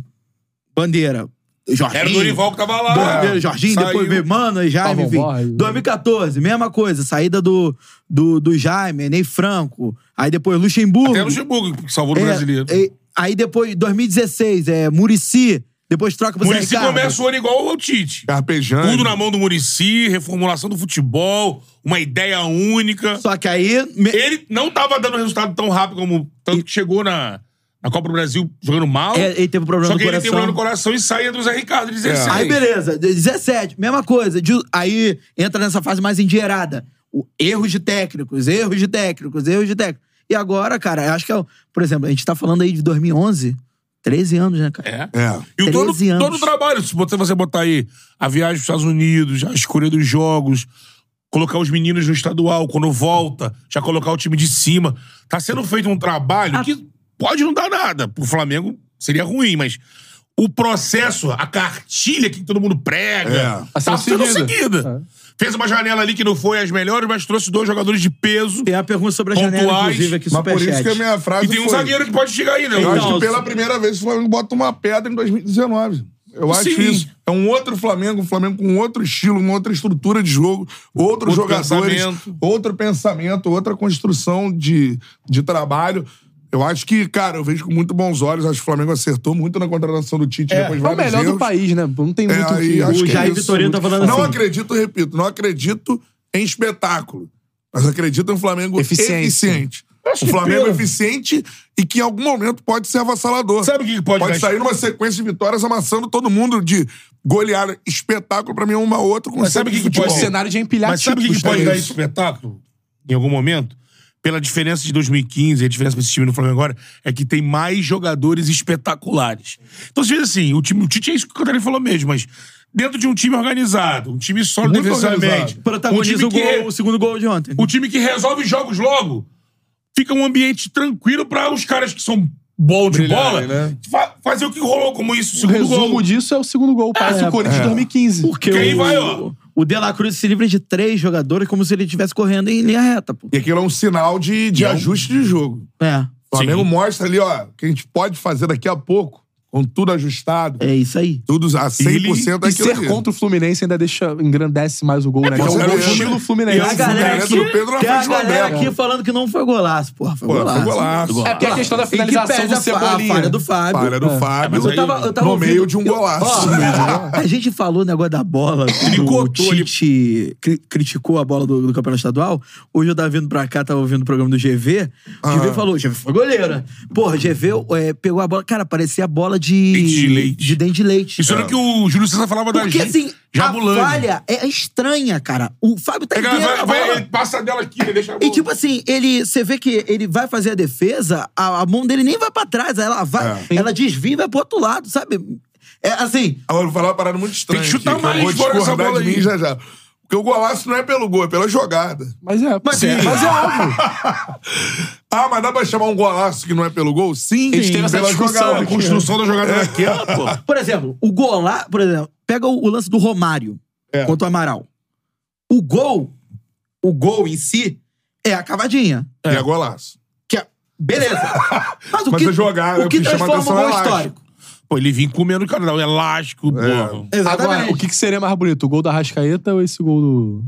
Speaker 3: Bandeira. Jorginho.
Speaker 2: Era o Dorival que tava lá.
Speaker 3: Bandeira, Jorginho,
Speaker 2: é, Saiu.
Speaker 3: depois veio Mano e Jaime,
Speaker 4: Pavão
Speaker 3: enfim.
Speaker 4: Borges.
Speaker 3: 2014, mesma coisa, saída do, do, do Jaime, Ney Franco, aí depois Luxemburgo.
Speaker 2: Até o Luxemburgo, que salvou o
Speaker 3: É,
Speaker 2: brasileiro.
Speaker 3: é, aí depois, 2016, é Murici, depois troca pro Zé
Speaker 2: Murici
Speaker 3: Ricardo.
Speaker 2: começa o ano igual ao Tite.
Speaker 3: Ah,
Speaker 1: Carpejante.
Speaker 3: né?
Speaker 2: Tudo na mão do Murici, reformulação do futebol, uma ideia única.
Speaker 3: Só que aí... me-
Speaker 2: Ele não tava dando resultado tão rápido como. Tanto que chegou na, na Copa do Brasil jogando mal.
Speaker 3: é, ele teve problema
Speaker 2: só
Speaker 3: no
Speaker 2: que ele tem um
Speaker 3: coração. É.
Speaker 2: problema no coração e sai entre o Zé Ricardo, 16.
Speaker 3: Aí beleza, 17, mesma coisa. De- Aí entra nessa fase mais endinheirada. O- Erros de técnicos, erros de técnicos, erros de técnicos. E agora, cara, eu acho que é. o- Por exemplo, a gente tá falando aí de 2011, 13 anos, né, cara?
Speaker 2: É.
Speaker 1: É.
Speaker 2: E o todo,
Speaker 3: 13 anos.
Speaker 2: todo o trabalho, se você você botar aí a viagem para Estados Unidos, a escolha dos jogos, colocar os meninos no estadual, quando volta, já colocar o time de cima. Tá sendo feito um trabalho
Speaker 3: Ah.
Speaker 2: que pode não dar nada. Pro Flamengo seria ruim, mas o processo, a cartilha que todo mundo prega,
Speaker 1: É.
Speaker 2: tá
Speaker 4: Tá
Speaker 3: Assim
Speaker 4: sendo
Speaker 2: sendo
Speaker 4: seguida.
Speaker 2: seguida.
Speaker 3: É.
Speaker 2: Fez uma janela ali que não foi as melhores, mas trouxe dois jogadores de peso.
Speaker 3: Tem a pergunta sobre a janela,
Speaker 2: Pontuais,
Speaker 3: inclusive, aqui,
Speaker 1: Mas por isso que a
Speaker 3: superchat.
Speaker 1: minha frase
Speaker 2: E tem um
Speaker 1: foi,
Speaker 2: zagueiro que pode chegar né? ainda.
Speaker 1: Eu
Speaker 2: Eu
Speaker 1: acho
Speaker 3: Não,
Speaker 1: que pela primeira vez o Flamengo bota uma pedra em 2019. Eu acho
Speaker 2: Sim.
Speaker 1: isso. É um outro Flamengo, um Flamengo com outro estilo, uma outra estrutura de jogo, outros
Speaker 2: Outro
Speaker 1: jogadores,
Speaker 2: pensamento.
Speaker 1: outro pensamento, outra construção de, de trabalho. Eu acho que, cara, eu vejo com muito bons olhos. Acho que o Flamengo acertou muito na contratação do Tite depois de
Speaker 4: É o
Speaker 1: vários
Speaker 4: melhor do
Speaker 1: erros.
Speaker 4: país, né? Não tem muito
Speaker 1: É,
Speaker 4: o
Speaker 1: aí
Speaker 4: que-
Speaker 1: acho
Speaker 3: O
Speaker 1: que
Speaker 3: Jair
Speaker 1: é isso.
Speaker 3: Vitorino tá falando
Speaker 1: Não
Speaker 3: assim.
Speaker 1: acredito, repito, não acredito em espetáculo. Mas acredito em um Flamengo
Speaker 4: Eficiência.
Speaker 1: eficiente. Um Flamengo eficiente e que em algum momento pode ser avassalador.
Speaker 2: Sabe o que que pode
Speaker 1: Pode
Speaker 2: dar-
Speaker 1: sair numa sequência de vitórias amassando todo mundo de goleada. Espetáculo pra mim é uma outra conceito
Speaker 2: sabe o que
Speaker 1: de
Speaker 2: que pode
Speaker 4: O
Speaker 1: futebol.
Speaker 2: ser?
Speaker 4: cenário de empilhar
Speaker 2: Mas sabe o que,
Speaker 4: títulos,
Speaker 2: que pode
Speaker 4: né?
Speaker 2: dar esse espetáculo? Em algum momento? Pela diferença de 2015 e a diferença desse time no Flamengo agora, é que tem mais jogadores espetaculares. Então, às vezes, assim, o, time, o Tite é isso que o Cantarelli falou mesmo, mas dentro de um time organizado, um time sólido
Speaker 1: Muito
Speaker 2: defensivamente,
Speaker 1: organizado.
Speaker 2: um
Speaker 3: Protagoniza
Speaker 2: time,
Speaker 3: o,
Speaker 2: que,
Speaker 3: gol, o segundo gol de ontem.
Speaker 2: o time que resolve os jogos logo, fica um ambiente tranquilo para os caras que são bons de bola
Speaker 1: Brilharem, né?
Speaker 2: fa- fazer o que rolou como isso, o
Speaker 4: O
Speaker 2: segundo
Speaker 4: resumo
Speaker 2: gol.
Speaker 4: disso é o segundo gol. Parece o Corinthians de 2015.
Speaker 3: Porque
Speaker 2: Que aí
Speaker 3: o,
Speaker 2: vai, ó.
Speaker 3: o De La Cruz se livra de três jogadores como se ele estivesse correndo em linha reta, pô.
Speaker 1: E aquilo é um sinal de, de ajuste de jogo.
Speaker 3: É.
Speaker 1: O Flamengo mostra ali, ó, que a gente pode fazer daqui a pouco. com tudo ajustado,
Speaker 3: É isso aí.
Speaker 1: tudo a 100%
Speaker 4: Ele-
Speaker 1: daquilo
Speaker 4: e ser
Speaker 1: é ali.
Speaker 4: contra o Fluminense ainda deixa, engrandece mais o gol, né? Que é
Speaker 1: com
Speaker 4: um gol
Speaker 1: certeza.
Speaker 4: estilo
Speaker 1: E
Speaker 4: Fluminense.
Speaker 1: a
Speaker 5: A galera
Speaker 1: galera
Speaker 5: aqui,
Speaker 1: do Pedro na
Speaker 5: tem a
Speaker 1: frente do
Speaker 5: galera
Speaker 1: André,
Speaker 5: aqui falando que não foi golaço. Porra, foi
Speaker 1: Pô, foi
Speaker 5: golaço.
Speaker 1: golaço.
Speaker 4: É porque a questão da
Speaker 3: E que
Speaker 4: finalização
Speaker 3: pese
Speaker 4: do
Speaker 3: a fa- A falha
Speaker 4: Cebolinha.
Speaker 3: do Fábio.
Speaker 1: Falha do
Speaker 2: Ah,
Speaker 1: Fábio. É.
Speaker 5: mas eu tava- eu tava
Speaker 1: no meio
Speaker 5: ouvindo-
Speaker 1: de um
Speaker 5: eu-
Speaker 1: golaço.
Speaker 5: Ó,
Speaker 3: <laughs>
Speaker 5: A gente falou o negócio da bola.
Speaker 2: um Ele
Speaker 3: O
Speaker 2: cortou, ele-
Speaker 3: Tite cri- criticou a bola do, do campeonato estadual. Hoje eu tava vindo pra cá, tava ouvindo o programa do GV. O
Speaker 2: Ah.
Speaker 3: GV falou, o GV foi goleiro, né? Porra, o GV é, pegou a bola. Cara, parecia a bola de.
Speaker 2: Dente de leite.
Speaker 3: De dente de leite.
Speaker 2: Isso era o que o Júlio César falava da
Speaker 3: Porque
Speaker 2: gente.
Speaker 3: assim,
Speaker 2: Jabulani.
Speaker 3: a falha é estranha, cara. O Fábio tá
Speaker 2: É,
Speaker 3: inteiro
Speaker 2: vai-
Speaker 3: na
Speaker 2: vai-
Speaker 3: bola.
Speaker 2: ele passa dela aqui, ele deixa a
Speaker 3: E
Speaker 2: bola.
Speaker 3: tipo assim, ele, você vê que ele vai fazer a defesa, a, a mão dele nem vai pra trás, ela vai, ela desvia e vai pro outro lado, sabe? É assim,
Speaker 1: Agora, eu vou falar uma parada muito estranha.
Speaker 2: Tem que chutar
Speaker 1: aqui, eu
Speaker 2: mais
Speaker 1: vou
Speaker 2: fora essa
Speaker 1: discordar
Speaker 2: bola
Speaker 1: de
Speaker 2: aí.
Speaker 1: mim já já. Porque o golaço não é pelo gol, é pela jogada.
Speaker 4: Mas é, mas
Speaker 2: Sim.
Speaker 4: é, mas é óbvio.
Speaker 1: Ah, mas dá pra chamar um golaço que não é pelo gol? Sim,
Speaker 4: Eles tiveram essa
Speaker 1: pela
Speaker 4: discussão
Speaker 1: jogada.
Speaker 2: A construção da jogada daquela,
Speaker 1: Ah,
Speaker 2: pô.
Speaker 3: por exemplo, o gol lá, por exemplo, pega o, o lance do Romário contra o Amaral. O gol, o gol em si é a cavadinha,
Speaker 1: E é golaço.
Speaker 3: que é beleza. Mas o
Speaker 1: Mas
Speaker 3: que
Speaker 1: a jogada,
Speaker 3: o que
Speaker 1: eu chamo a
Speaker 3: transforma
Speaker 1: atenção,
Speaker 3: o gol
Speaker 1: eu acho.
Speaker 3: histórico?
Speaker 2: Pô, ele vinha comendo o canal, elástico,
Speaker 3: É.
Speaker 2: porra.
Speaker 4: Agora, o que, que seria mais bonito? O gol da Rascaeta ou esse gol do.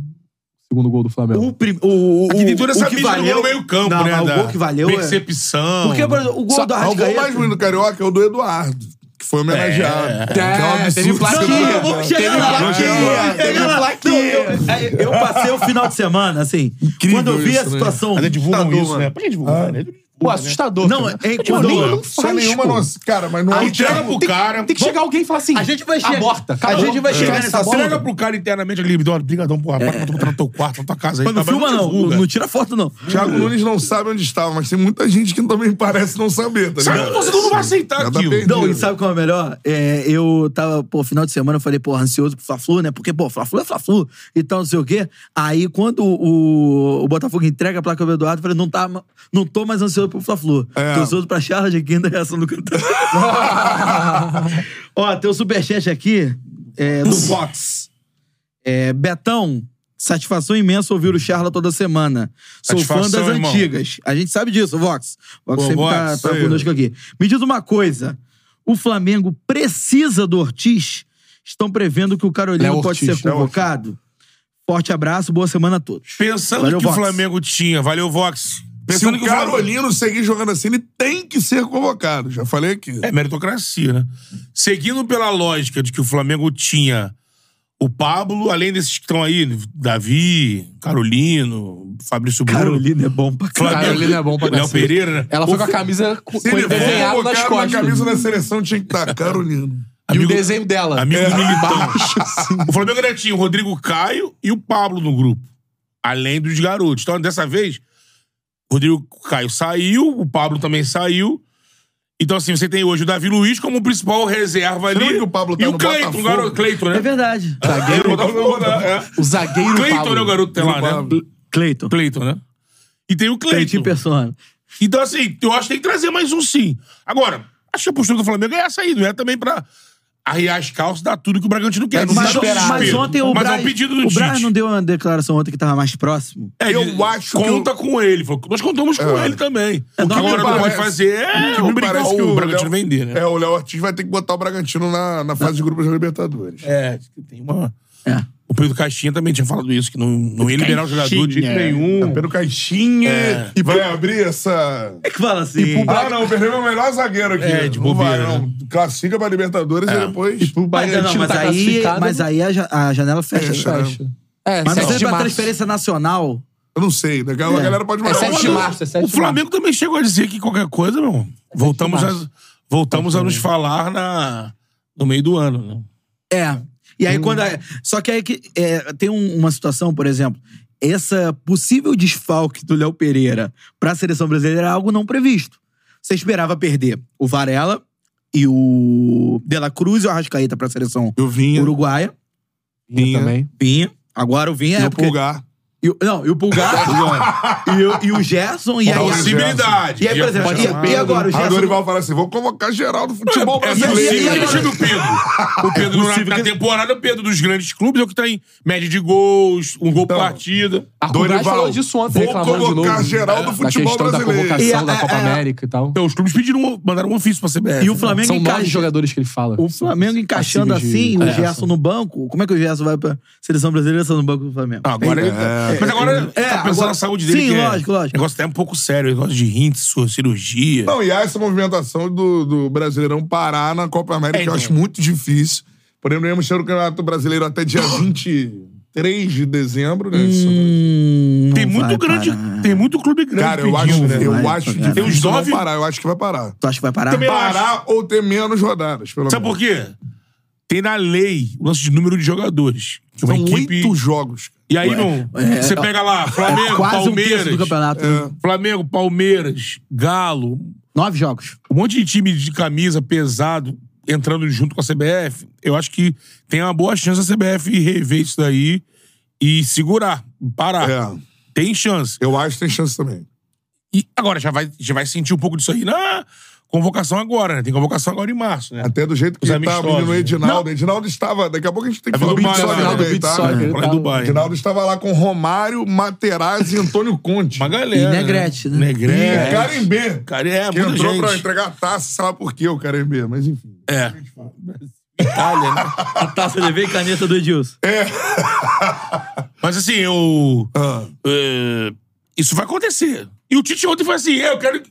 Speaker 4: Segundo gol do Flamengo?
Speaker 3: O, prim, o, o,
Speaker 2: E tem toda
Speaker 3: o
Speaker 2: essa
Speaker 3: que
Speaker 2: mídia
Speaker 3: valeu
Speaker 2: no meio campo,
Speaker 3: não,
Speaker 2: né?
Speaker 3: mas
Speaker 2: da
Speaker 3: o gol que valeu é-
Speaker 2: Percepção.
Speaker 3: Porque, por exemplo, o gol
Speaker 4: Só-
Speaker 3: do
Speaker 1: Ah, o gol
Speaker 3: Arrascaeta...
Speaker 1: mais bonito do Carioca é o do Eduardo, que foi homenageado.
Speaker 2: É.
Speaker 1: Que é um absurdo.
Speaker 4: teve plaquinha.
Speaker 1: Não, não,
Speaker 4: Teve
Speaker 1: não.
Speaker 3: chegar lá,
Speaker 4: plaquinha.
Speaker 3: Chega
Speaker 4: Teve
Speaker 3: lá.
Speaker 4: plaquinha.
Speaker 3: Não, eu- Eu passei o final de semana, assim.
Speaker 1: Incrível
Speaker 3: quando eu vi a
Speaker 1: isso, né?
Speaker 3: situação.
Speaker 2: Ainda divulgam
Speaker 1: Tá,
Speaker 2: isso,
Speaker 1: mano.
Speaker 2: né? Pra que divulgar, né?
Speaker 4: Ah. Pô, assustador.
Speaker 3: Não,
Speaker 4: cara.
Speaker 3: é-
Speaker 4: Eu digo, nem-
Speaker 3: quando-
Speaker 4: não
Speaker 1: Sem
Speaker 4: faz,
Speaker 1: nenhuma
Speaker 4: pô.
Speaker 1: noção. Cara, mas não é um
Speaker 2: Entrega
Speaker 1: time.
Speaker 2: pro cara.
Speaker 4: Tem que chegar alguém e falar assim.
Speaker 3: A gente vai chegar.
Speaker 4: Aborta.
Speaker 3: a gente vai chegar nessa
Speaker 2: É. Entrega
Speaker 3: bola.
Speaker 2: pro cara internamente ali, Dora, brigadão, porra, para que eu tô botando no teu quarto, na tua casa aí.
Speaker 3: Mas não
Speaker 2: tá, mas
Speaker 3: filma, não.
Speaker 2: divulga. É.
Speaker 3: Não tira foto, não.
Speaker 1: Thiago Nunes não sabe onde estava, mas tem muita gente que também parece não saber, tá
Speaker 2: Sabe que o
Speaker 1: ligado?
Speaker 2: torcedor não vai aceitar
Speaker 1: Nada
Speaker 2: aquilo.
Speaker 1: bem.
Speaker 3: Não, e sabe qual é o melhor? É, eu tava, pô, final de semana eu falei, pô, ansioso pro Fla-Flu, né? Porque, pô, Fla-Flu é Fla-Flu e tal, não sei o quê. Aí, quando o, o Botafogo entrega a placa do Eduardo, eu falei, não, tá, ma- não tô mais ansioso pro Fla-Flu.
Speaker 1: É.
Speaker 3: Tô ansioso pra charla de quinta reação
Speaker 2: <laughs>
Speaker 3: do cantor. <laughs> Ó, tem o superchat aqui é, do Vox. É, Betão, satisfação imensa ouvir o Charla toda semana. Sou fã das
Speaker 2: Satisfação, irmão.
Speaker 3: antigas. A gente sabe disso, Vox. Vox
Speaker 2: Pô,
Speaker 3: sempre tá,
Speaker 2: Vox,
Speaker 3: tá
Speaker 2: aí.
Speaker 3: conosco aqui. Me diz uma coisa: o Flamengo precisa do Ortiz? Estão prevendo que o Carolino
Speaker 4: Léo
Speaker 3: pode
Speaker 4: Ortiz,
Speaker 3: ser convocado? Forte abraço, boa semana a todos.
Speaker 2: Pensando
Speaker 3: Valeu,
Speaker 2: que o
Speaker 3: Vox.
Speaker 2: Flamengo tinha. Valeu, Vox.
Speaker 1: Se
Speaker 2: Pensando
Speaker 1: o
Speaker 2: que o Flamengo...
Speaker 1: Carolino seguir jogando assim, ele tem que ser convocado. Já falei aqui.
Speaker 2: É meritocracia, né? Seguindo pela lógica de que o Flamengo tinha o Pablo, além desses que estão aí, Davi, Carolino, Fabrício Bruno.
Speaker 3: Carolino é bom pra caralho.
Speaker 2: Flamengo-
Speaker 4: Carolino é bom pra
Speaker 2: Léo
Speaker 4: cacete.
Speaker 2: Pereira, né?
Speaker 4: Ela foi com a camisa com,
Speaker 1: Se
Speaker 4: com
Speaker 1: ele for
Speaker 4: desenhado nas
Speaker 1: convocado na
Speaker 4: costas.
Speaker 1: camisa da seleção, tinha que estar Carolino.
Speaker 4: E o
Speaker 2: Amigo-
Speaker 4: desenho dela. É.
Speaker 2: Amigo do militão.
Speaker 4: Baixo, assim.
Speaker 2: O Flamengo ainda tinha o Rodrigo Caio e o Pablo no grupo. Além dos garotos. Então, dessa vez, o Rodrigo Caio saiu, o Pablo também saiu. Então, assim, você tem hoje o Davi Luiz como o principal reserva
Speaker 1: Você lembra
Speaker 2: ali.
Speaker 1: que o Pablo tá
Speaker 2: e o
Speaker 1: no
Speaker 2: Cleiton, o
Speaker 1: Botafogo?
Speaker 2: garoto Cleiton,
Speaker 3: É
Speaker 2: né?
Speaker 3: verdade.
Speaker 2: Ele botou no lugar, é.
Speaker 4: O zagueiro
Speaker 2: Cleiton,
Speaker 4: Pablo.
Speaker 2: né? O garoto tem lá, né?
Speaker 1: Pablo.
Speaker 3: Cleiton.
Speaker 2: Cleiton, né? E tem o
Speaker 3: Cleiton
Speaker 2: Cleiton.
Speaker 3: persona.
Speaker 2: Então, assim, eu acho que tem que trazer mais um sim. Agora, acho que a postura do Flamengo é essa aí, não é também pra arriar as calças, dar tudo que o Bragantino quer. não
Speaker 3: Mas,
Speaker 2: dá
Speaker 4: desesperado.
Speaker 3: mas
Speaker 2: desespero.
Speaker 3: ontem o
Speaker 2: Mas é
Speaker 3: Braz,
Speaker 2: um pedido do
Speaker 3: o Braz
Speaker 2: Tite.
Speaker 3: não deu uma declaração ontem que tava mais próximo?
Speaker 2: É,
Speaker 1: Eu
Speaker 2: ele
Speaker 1: acho que
Speaker 2: conta com ele. falou, Nós contamos com
Speaker 1: É.
Speaker 2: ele também.
Speaker 3: É,
Speaker 2: O que
Speaker 3: não,
Speaker 2: agora
Speaker 3: me
Speaker 2: não pode
Speaker 1: parece-
Speaker 2: fazer
Speaker 1: O
Speaker 2: é
Speaker 1: que me
Speaker 2: obrigar
Speaker 1: parece que
Speaker 2: o
Speaker 1: o
Speaker 2: Bragantino
Speaker 1: Léo-
Speaker 2: vender, né?
Speaker 1: É, o Léo Ortiz vai ter que botar o Bragantino na, na fase de grupos da Libertadores.
Speaker 2: É, tem uma...
Speaker 3: É.
Speaker 2: O Pedro Caixinha também tinha falado isso, que não, não ia liberar o jogador de jeito nenhum.
Speaker 1: Pelo Tá Caixinha.
Speaker 2: um É.
Speaker 1: E vai abrir essa.
Speaker 3: É que fala assim.
Speaker 1: Ah, não, o Bernardo é o melhor zagueiro aqui.
Speaker 2: É, de
Speaker 1: não vai,
Speaker 2: bobeira, É.
Speaker 1: não. Classifica pra Libertadores e depois. E pro
Speaker 3: Mas, não, mas
Speaker 4: tá
Speaker 3: aí,
Speaker 4: classificado,
Speaker 3: mas
Speaker 4: não
Speaker 3: aí a, ja- a janela fecha.
Speaker 1: Fecha,
Speaker 3: né?
Speaker 1: né?
Speaker 4: fecha. <laughs> É,
Speaker 3: Mas não
Speaker 4: 7
Speaker 3: sei
Speaker 4: de
Speaker 3: pra
Speaker 4: março.
Speaker 3: transferência nacional.
Speaker 1: Eu não sei, né? a galera pode
Speaker 4: É
Speaker 1: mandar.
Speaker 4: 7 de
Speaker 1: uma-
Speaker 4: março, é 7
Speaker 2: O
Speaker 4: de março.
Speaker 2: Flamengo também chegou a dizer que qualquer coisa, meu
Speaker 3: É
Speaker 2: irmão, voltamos a, voltamos a nos falar na, no meio do ano, né?
Speaker 3: É. E aí quando. a- Só que aí que, é, tem um- uma situação, por exemplo, essa possível desfalque do Léo Pereira pra seleção brasileira era algo não previsto. Você esperava perder o Varela e o De La Cruz e o Arrascaeta pra seleção
Speaker 1: Eu vinha.
Speaker 3: uruguaia.
Speaker 4: Vinha também.
Speaker 3: Vinha. Agora o Vinha é
Speaker 1: Eu
Speaker 3: porque
Speaker 1: pulgar.
Speaker 3: E, o- não, e o <laughs> Pulgar. e, o- e o Gerson. E aí,
Speaker 2: Possibilidade.
Speaker 3: E aí, por exemplo,
Speaker 2: Pode
Speaker 3: e, e agora?
Speaker 1: Aí
Speaker 3: O
Speaker 1: o
Speaker 3: Gerson.
Speaker 1: Dorival fala assim: vou convocar geral do futebol
Speaker 2: É
Speaker 1: brasileiro. né?
Speaker 2: possível que ele tire o Pedro. O Pedro na,
Speaker 3: É possível
Speaker 2: na
Speaker 3: que-
Speaker 2: temporada, o Pedro dos grandes clubes é o que tem média de gols, um
Speaker 3: Então,
Speaker 2: gol por partida.
Speaker 4: Arcudaz falou disso ontem,
Speaker 1: vou
Speaker 4: reclamando de
Speaker 1: convocar
Speaker 4: novo. É,
Speaker 1: geral do
Speaker 4: da
Speaker 1: futebol
Speaker 4: questão
Speaker 1: brasileiro.
Speaker 4: da convocação
Speaker 3: E
Speaker 4: da
Speaker 3: a-
Speaker 4: Copa
Speaker 3: a-
Speaker 4: América e é, tal.
Speaker 2: Então, os clubes pediram, um- mandaram um ofício pra CBF.
Speaker 3: E o Flamengo
Speaker 4: São nove
Speaker 3: encaixa-
Speaker 4: jogadores que ele fala.
Speaker 3: O Flamengo encaixando
Speaker 4: Passíveis de-
Speaker 3: assim, o
Speaker 4: É,
Speaker 3: Gerson
Speaker 4: são-
Speaker 3: no banco. Como é que o Gerson vai pra seleção brasileira sendo no banco do Flamengo?
Speaker 2: Agora ele tá- Mas agora
Speaker 3: É,
Speaker 2: tá pensando
Speaker 3: agora-
Speaker 2: na saúde dele.
Speaker 3: Sim,
Speaker 2: que é-
Speaker 3: lógico, lógico.
Speaker 2: O negócio tá um pouco sério, o negócio de rins, sua cirurgia.
Speaker 1: Não, e há essa movimentação do, do Brasileirão parar na Copa América,
Speaker 2: É,
Speaker 1: que eu
Speaker 2: então.
Speaker 1: acho muito difícil. Por exemplo, nós temos o Campeonato Brasileiro até dia
Speaker 2: Hum.
Speaker 1: 23 de dezembro, né?
Speaker 3: Hum,
Speaker 2: tem
Speaker 3: não
Speaker 2: muito
Speaker 3: vai
Speaker 2: grande.
Speaker 3: parar.
Speaker 2: Tem muito clube grande.
Speaker 1: Cara, eu acho,
Speaker 2: pedindo, né?
Speaker 1: eu
Speaker 3: Vai,
Speaker 1: acho
Speaker 3: vai.
Speaker 1: difícil
Speaker 2: Tem uns
Speaker 1: não
Speaker 2: nove-
Speaker 1: parar, eu acho que vai parar.
Speaker 3: Tu acha que vai parar?
Speaker 2: Também Eu acho.
Speaker 1: Parar ou ter menos rodadas, pelo
Speaker 2: Sabe
Speaker 1: menos.
Speaker 2: por quê? Tem na lei o lance de número de jogadores. Que uma
Speaker 1: São
Speaker 2: equipe.
Speaker 1: oito jogos.
Speaker 2: E aí, irmão, você pega lá, Flamengo,
Speaker 3: É quase um terço do
Speaker 2: Palmeiras. É.
Speaker 3: campeonato.
Speaker 2: Flamengo, Palmeiras, Galo,
Speaker 3: Nove jogos.
Speaker 2: um monte de time de camisa pesado entrando junto com a CBF. Eu acho que tem uma boa chance a CBF rever isso daí e segurar, parar.
Speaker 1: É.
Speaker 2: Tem chance.
Speaker 1: Eu acho que tem chance também.
Speaker 2: E agora já vai, já vai sentir um pouco disso aí na convocação agora, né? Tem convocação agora em março, né?
Speaker 1: Até do jeito que
Speaker 2: Os
Speaker 1: tá o
Speaker 2: amistosos. né?
Speaker 1: menino Edinaldo. Edinaldo estava. Daqui a pouco a gente tem que
Speaker 2: É
Speaker 1: falar
Speaker 2: do Dubai,
Speaker 1: Beach
Speaker 2: né?
Speaker 1: Soccer
Speaker 2: Edinaldo
Speaker 1: também, tá?
Speaker 4: Soccer.
Speaker 2: Lá em Dubai.
Speaker 1: Edinaldo estava lá com Romário, Materazzi e Antônio Conte. É,
Speaker 2: Uma galera.
Speaker 3: E Negrete, né?
Speaker 1: E
Speaker 2: Negrete.
Speaker 1: Carimbê.
Speaker 2: Cara, é,
Speaker 1: que
Speaker 2: muita
Speaker 1: entrou pra
Speaker 2: gente.
Speaker 1: entregar a taça, sei lá por quê, o Carimbê, mas enfim.
Speaker 2: É. Itália, né? É,
Speaker 5: A taça levei e caneta do Edilson.
Speaker 2: Mas assim, eu. é, isso vai acontecer. E o Tite ontem foi assim: eu quero. que-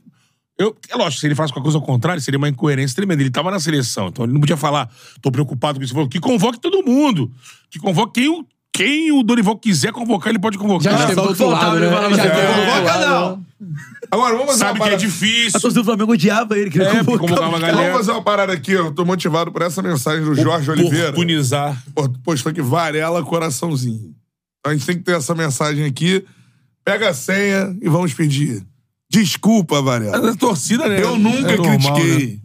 Speaker 2: Eu, é lógico, se ele faz qualquer coisa ao contrário, seria uma incoerência tremenda. Ele tava na seleção, então ele não podia falar, tô preocupado com isso. Ele falou que convoque todo mundo. Que convoque quem, o- quem o Dorival quiser convocar, ele pode
Speaker 4: Já
Speaker 2: convocar.
Speaker 4: esteve do
Speaker 5: só
Speaker 4: outro
Speaker 5: voltava,
Speaker 4: lado,
Speaker 5: ele
Speaker 4: né?
Speaker 5: falava
Speaker 4: Já
Speaker 5: assim,
Speaker 4: esteve do outro
Speaker 1: "Convoca
Speaker 4: lado.
Speaker 1: Agora, vamos fazer
Speaker 2: Sabe
Speaker 1: uma
Speaker 2: que é
Speaker 1: parada.
Speaker 2: difícil.
Speaker 5: A torcida do Flamengo odiava ele, queria
Speaker 2: É, porque
Speaker 5: convocar
Speaker 2: convocava a
Speaker 5: os caras.
Speaker 2: galera.
Speaker 1: Vamos fazer uma parada aqui, eu tô motivado por essa mensagem do Jorge Oliveira.
Speaker 2: Oportunizar.
Speaker 1: Postou aqui, Varela, coraçãozinho. Então, A gente tem que ter essa mensagem aqui. Pega a senha e vamos pedir. Desculpa, Varela.
Speaker 2: A torcida, né?
Speaker 1: Eu nunca
Speaker 2: É normal,
Speaker 1: critiquei.
Speaker 2: né?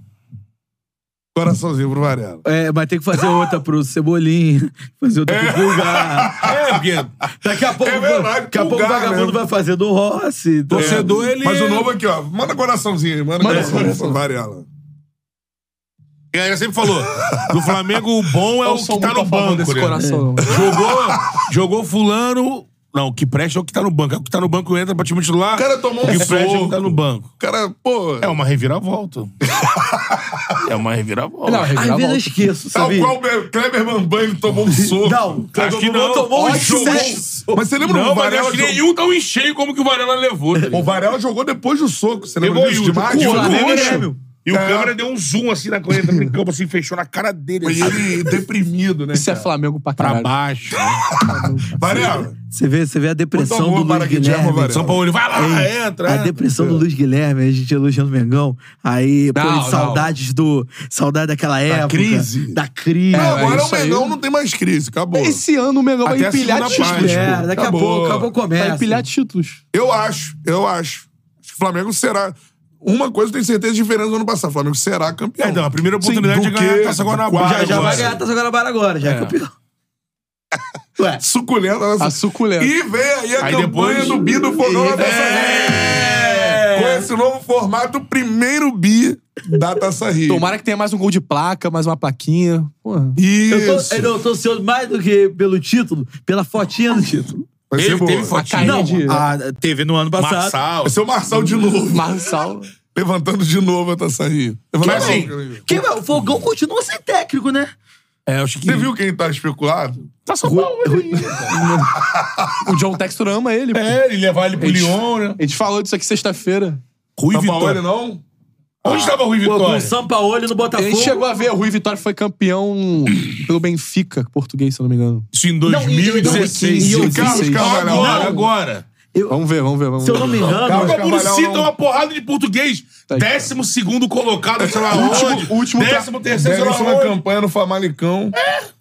Speaker 1: Coraçãozinho pro Varela.
Speaker 3: É, mas tem que fazer outra pro Cebolinha, <laughs> fazer outra pro Pulgar.
Speaker 2: É, porque
Speaker 3: Daqui a pouco,
Speaker 1: É verdade,
Speaker 3: daqui a pouco o
Speaker 1: Pulgar,
Speaker 3: vagabundo
Speaker 1: né?
Speaker 3: vai fazer do Rossi. Então,
Speaker 2: torcedor, ele. é-
Speaker 1: Mas o novo aqui, ó. Manda coraçãozinho aí. Manda,
Speaker 3: Manda
Speaker 1: coraçãozinho, Varela.
Speaker 2: A galera sempre falou: é do Flamengo, o bom é
Speaker 4: Eu
Speaker 2: o que
Speaker 4: sou
Speaker 2: tá
Speaker 4: muito
Speaker 2: no
Speaker 4: a favor
Speaker 2: banco.
Speaker 4: desse
Speaker 2: né?
Speaker 4: coração.
Speaker 2: Jogou, jogou fulano. Não, o que presta é o que tá no banco. É o que tá no banco entra pra time titular.
Speaker 1: O cara tomou
Speaker 2: o
Speaker 1: um
Speaker 2: que presta é o que tá
Speaker 1: soco.
Speaker 2: no banco.
Speaker 1: O cara, pô.
Speaker 2: É uma reviravolta. <laughs> é uma reviravolta.
Speaker 4: Não,
Speaker 5: Às vezes eu
Speaker 4: reviravolta.
Speaker 5: esqueço,
Speaker 1: Tal
Speaker 5: sabia?
Speaker 1: qual Tá, o Kleber Bambanho tomou
Speaker 2: <laughs>
Speaker 1: um soco.
Speaker 5: Não,
Speaker 2: acho que não.
Speaker 5: tomou um
Speaker 2: Acho
Speaker 5: jogo.
Speaker 1: Jogou- Mas você lembra
Speaker 2: Não,
Speaker 1: o
Speaker 2: mas eu
Speaker 1: Varela?
Speaker 2: acho que
Speaker 1: jogou-
Speaker 2: nenhum tão em cheio como que o Varela levou. tá ligado?
Speaker 1: O Varela jogou depois do soco. Você lembra
Speaker 2: Levou
Speaker 1: disso
Speaker 2: o
Speaker 1: de
Speaker 2: o
Speaker 1: Marte?
Speaker 2: Flamengo
Speaker 5: Roxo.
Speaker 2: é Grêmio. E o
Speaker 1: É.
Speaker 2: câmera deu um zoom assim na corrente daquele campo, assim, fechou na cara dele.
Speaker 1: E
Speaker 2: Assim,
Speaker 1: ele deprimido, né?
Speaker 4: Isso é
Speaker 1: cara?
Speaker 4: Flamengo pra
Speaker 2: pra
Speaker 4: caralho.
Speaker 2: baixo.
Speaker 1: Varela,
Speaker 3: Você vê, você vê a
Speaker 1: um
Speaker 3: depressão
Speaker 1: Botou
Speaker 3: do
Speaker 1: boa para
Speaker 3: Luiz
Speaker 1: Guilherme,
Speaker 3: Guilherme.
Speaker 1: Varela.
Speaker 2: São Paulo, vai
Speaker 1: Ah,
Speaker 2: lá,
Speaker 3: Ei,
Speaker 1: é,
Speaker 2: entra.
Speaker 3: A
Speaker 2: entra.
Speaker 3: depressão do Luiz Guilherme, a gente elogiando o Mengão. Aí, pô,
Speaker 4: Não, não.
Speaker 3: saudades do. Saudade daquela época.
Speaker 1: crise.
Speaker 3: Da crise.
Speaker 2: É,
Speaker 1: Não, agora é o
Speaker 4: isso aí-
Speaker 1: Mengão não tem mais crise, acabou.
Speaker 4: Esse ano o Mengão vai
Speaker 1: Até a
Speaker 4: empilhar
Speaker 1: segunda
Speaker 4: títulos.
Speaker 1: página.
Speaker 3: É, daqui
Speaker 1: um Acabou.
Speaker 3: a pouco, acabou o comércio.
Speaker 4: Vai empilhar títulos.
Speaker 1: Eu acho, eu acho. Acho que o Flamengo será. Uma coisa eu tenho certeza diferente do ano passado. O Flamengo será campeão.
Speaker 2: É, então, a primeira
Speaker 1: Sim,
Speaker 2: oportunidade
Speaker 1: do
Speaker 2: é ganhar
Speaker 1: quê?
Speaker 2: a Taça Guanabara.
Speaker 1: Quatro
Speaker 3: já já
Speaker 2: agora.
Speaker 3: vai ganhar tá a Taça Guanabara agora, já é campeão. <laughs> Ué,
Speaker 1: Suculenta.
Speaker 4: A
Speaker 1: Nossa.
Speaker 4: suculenta.
Speaker 1: E vem aí a
Speaker 2: Aí
Speaker 1: campanha
Speaker 2: depois-
Speaker 1: do Bi do Fogão na Taça Rio. Com esse novo formato, o primeiro Bi da Taça Rio.
Speaker 4: Tomara que tenha mais um gol de placa, mais uma plaquinha. Porra.
Speaker 3: eu
Speaker 1: Isso.
Speaker 3: tô, eu tô ansioso mais do que pelo título, pela fotinha do título.
Speaker 1: Vai ser
Speaker 2: Teve,
Speaker 1: boa.
Speaker 2: teve fotinho.
Speaker 4: Não, de-
Speaker 3: a- teve no ano
Speaker 2: Tá
Speaker 3: passado.
Speaker 2: Marçal.
Speaker 1: Vai ser é o Marçal de
Speaker 2: <laughs>
Speaker 1: novo.
Speaker 4: Marçal.
Speaker 1: Levantando de novo a Taça Rio. Levantando
Speaker 2: assim,
Speaker 1: a mão.
Speaker 3: Que, o Fogão continua sem técnico, né?
Speaker 2: É, eu acho que...
Speaker 1: Você viu quem tá especulado?
Speaker 4: Tá São Paulo, O John Textor ama ele. pô.
Speaker 2: É, ele levar ele pro
Speaker 4: Eles-
Speaker 2: Lyon, né? Tá
Speaker 4: A gente falou disso aqui sexta-feira.
Speaker 2: Rui
Speaker 1: São
Speaker 2: Vitória.
Speaker 1: Paulo, não?
Speaker 2: Onde estava Rui
Speaker 3: Pô, com
Speaker 2: Vitória?
Speaker 3: o Sampaoli no
Speaker 4: A
Speaker 3: Botafogo.
Speaker 4: gente chegou a ver, o Rui Vitória foi campeão pelo Benfica, português, se eu não me engano.
Speaker 2: Isso em
Speaker 4: e- e-
Speaker 2: 2016.
Speaker 4: e-
Speaker 2: Isso
Speaker 4: e-
Speaker 2: em Carlos
Speaker 4: e-
Speaker 2: Carvalho.
Speaker 1: Não.
Speaker 2: Agora, agora.
Speaker 4: Vamos ver, vamos ver, vamos
Speaker 3: Se
Speaker 4: ver.
Speaker 3: eu não me engano,
Speaker 1: Calma,
Speaker 2: Todo mundo
Speaker 1: Carvalhal
Speaker 2: cita
Speaker 1: não-
Speaker 2: uma porrada de português. Décimo segundo colocado, sei lá
Speaker 4: Último-
Speaker 2: onde.
Speaker 4: último tra-
Speaker 2: Décimo terceiro, sei lá
Speaker 1: Belíssima
Speaker 2: onde. É,
Speaker 1: campanha no Famalicão.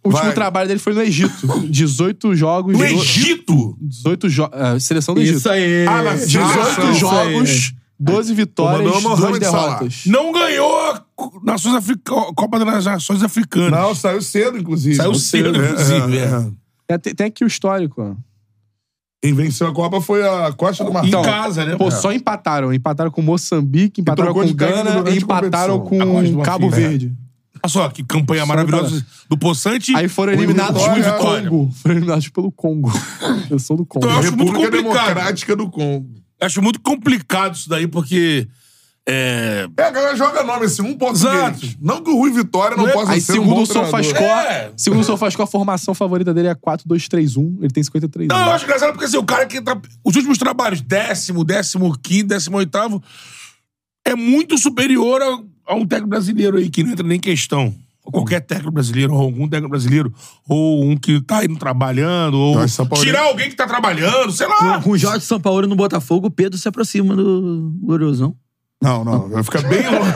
Speaker 4: O último
Speaker 1: Vai.
Speaker 4: trabalho dele foi no Egito. 18 jogos.
Speaker 2: No
Speaker 4: do-
Speaker 2: Egito.
Speaker 4: 18 jogos. é, seleção do Egito.
Speaker 3: Isso aí.
Speaker 1: Ah, na
Speaker 4: 18
Speaker 1: seleção.
Speaker 4: jogos, 12 vitórias,
Speaker 1: Comandou o
Speaker 4: 2
Speaker 1: Mohamed Salah.
Speaker 4: derrotas.
Speaker 2: Não ganhou a Nações Africa- Copa das Nações Africanas.
Speaker 1: Não, saiu cedo, inclusive. é,
Speaker 2: Saiu cedo, inclusive, é.
Speaker 4: É, Tem, tem aqui o histórico, ó.
Speaker 1: Quem venceu a Copa foi a Costa do Marfim. É.
Speaker 2: Então, casa, né?
Speaker 4: Pô, só empataram. Empataram com Moçambique, empataram
Speaker 1: trocou
Speaker 4: com
Speaker 1: de técnico
Speaker 4: Gana e
Speaker 1: durante a
Speaker 4: empataram
Speaker 1: competição. A Costa do
Speaker 4: com
Speaker 1: Marfim,
Speaker 4: Cabo
Speaker 1: né?
Speaker 4: Verde.
Speaker 2: Olha só, que campanha maravilhosa do Poçante.
Speaker 4: Aí foram eliminados
Speaker 1: Vitória.
Speaker 4: pelo Congo. Foram eliminados pelo Congo. Eu sou do Congo.
Speaker 2: Então, eu acho muito
Speaker 1: República
Speaker 2: complicado.
Speaker 1: Democrática do Congo.
Speaker 2: Acho muito complicado isso daí, porque. É.
Speaker 1: É, a galera joga nome assim, um português.
Speaker 2: Exato.
Speaker 1: Não que o Rui Vitória não,
Speaker 2: Não é-
Speaker 1: possa
Speaker 4: Aí
Speaker 1: ser
Speaker 4: se o
Speaker 1: um bom
Speaker 4: Wilson faz
Speaker 1: <laughs> treinador.
Speaker 4: cor,
Speaker 2: É.
Speaker 4: se o Wilson faz cor, a formação favorita dele é 4-2-3-1. Ele tem 53
Speaker 2: Não, eu
Speaker 4: anos.
Speaker 2: acho engraçado porque assim, o cara que tá. Os últimos trabalhos, décimo, décimo quinto, décimo oitavo, é muito superior a, a um técnico brasileiro aí, que não entra nem em questão. Ou Qualquer técnico brasileiro, ou algum técnico brasileiro, ou um que tá indo trabalhando, ou
Speaker 1: Mas São Paulo- é-
Speaker 2: tirar alguém que tá trabalhando, sei lá.
Speaker 3: Com o Jorge São Paulo no Botafogo, o Pedro se aproxima do Gloriosão.
Speaker 1: Não, não. Vai ficar bem longe.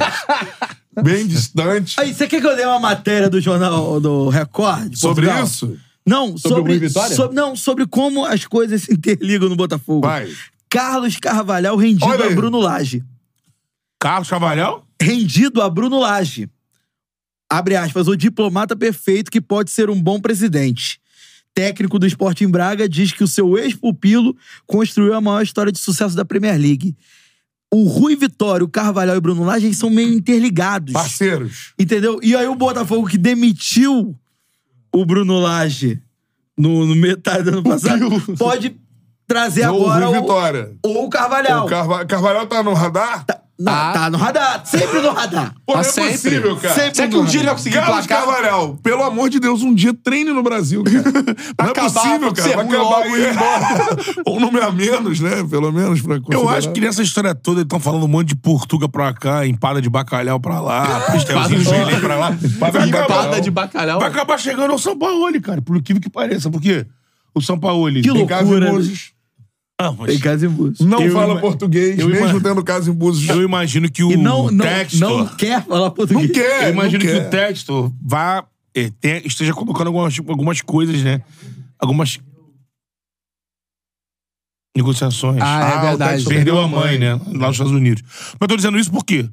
Speaker 1: bem distante.
Speaker 3: Aí, você quer que eu dê uma matéria do jornal do Record? de
Speaker 1: Sobre
Speaker 3: Portugal?
Speaker 1: isso?
Speaker 3: Não, sobre,
Speaker 4: o Rui Vitória?
Speaker 3: sobre- não, sobre como as coisas se interligam no Botafogo.
Speaker 1: Vai.
Speaker 3: Carlos Carvalhal rendido
Speaker 1: Olha
Speaker 3: a
Speaker 1: aí.
Speaker 3: Bruno Lage.
Speaker 2: Carlos Cavalhal?
Speaker 3: rendido a Bruno Lage. Abre aspas, o diplomata perfeito que pode ser um bom presidente. Técnico do Sporting Braga diz que o seu ex-pupilo construiu a maior história de sucesso da Premier League. O Rui Vitória, o Carvalhal e o Bruno Lage eles são meio interligados.
Speaker 1: Parceiros.
Speaker 3: Entendeu? E aí o Botafogo que demitiu o Bruno Lage no, no metade do ano passado pode trazer
Speaker 1: Ou o
Speaker 3: agora
Speaker 1: Rui
Speaker 3: o,
Speaker 1: Vitória.
Speaker 3: ou o Carvalhal.
Speaker 1: O Carva- Carvalhal tá no radar? Tá.
Speaker 3: Não,
Speaker 4: Ah.
Speaker 3: tá no radar, sempre no radar.
Speaker 1: Pô, não
Speaker 4: Tá
Speaker 1: é
Speaker 4: sempre.
Speaker 1: possível, cara.
Speaker 3: Sempre
Speaker 4: Será que um dia ele vai conseguir
Speaker 1: Carlos
Speaker 4: placar?
Speaker 1: Carvalhal, pelo amor de Deus, um dia treine no Brasil,
Speaker 2: <laughs>
Speaker 1: cara. Não é
Speaker 4: acabar,
Speaker 1: possível, cara.
Speaker 4: pra ser
Speaker 1: Vai
Speaker 4: ruim
Speaker 1: acabar
Speaker 4: logo
Speaker 1: aí. <laughs> Ou um nome a menos, né? Pelo menos pra
Speaker 2: Eu
Speaker 1: considerar.
Speaker 2: acho que nessa história toda eles estão falando um monte de portuga pra cá, empada de bacalhau pra lá,
Speaker 1: um
Speaker 2: pastelzinho de joelho pra lá. Vai acabar-
Speaker 4: Empada de bacalhau.
Speaker 2: Vai acabar chegando ao São Paulo, cara, por incrível que pareça. Por quê? O São Paulo. Que
Speaker 4: né?
Speaker 3: loucura, né?
Speaker 2: Ah, mas
Speaker 3: Em casa em busca.
Speaker 1: Não
Speaker 2: Eu
Speaker 1: fala
Speaker 2: ima-
Speaker 1: português,
Speaker 2: eu
Speaker 1: mesmo
Speaker 2: ima-
Speaker 1: tendo caso em Búzios.
Speaker 2: eu imagino que o
Speaker 3: E não, não,
Speaker 2: Textor.
Speaker 3: não quer falar português.
Speaker 1: Não quer,
Speaker 2: eu imagino
Speaker 1: não
Speaker 2: que
Speaker 1: quer.
Speaker 2: o Textor vá, eh, tenha- esteja colocando algumas, algumas coisas, né? Algumas. Negociações.
Speaker 4: Ah, é
Speaker 1: Ah, o
Speaker 4: verdade.
Speaker 1: Textor
Speaker 2: Perdeu a mãe, né? Lá nos Estados Unidos. Mas tô dizendo isso porque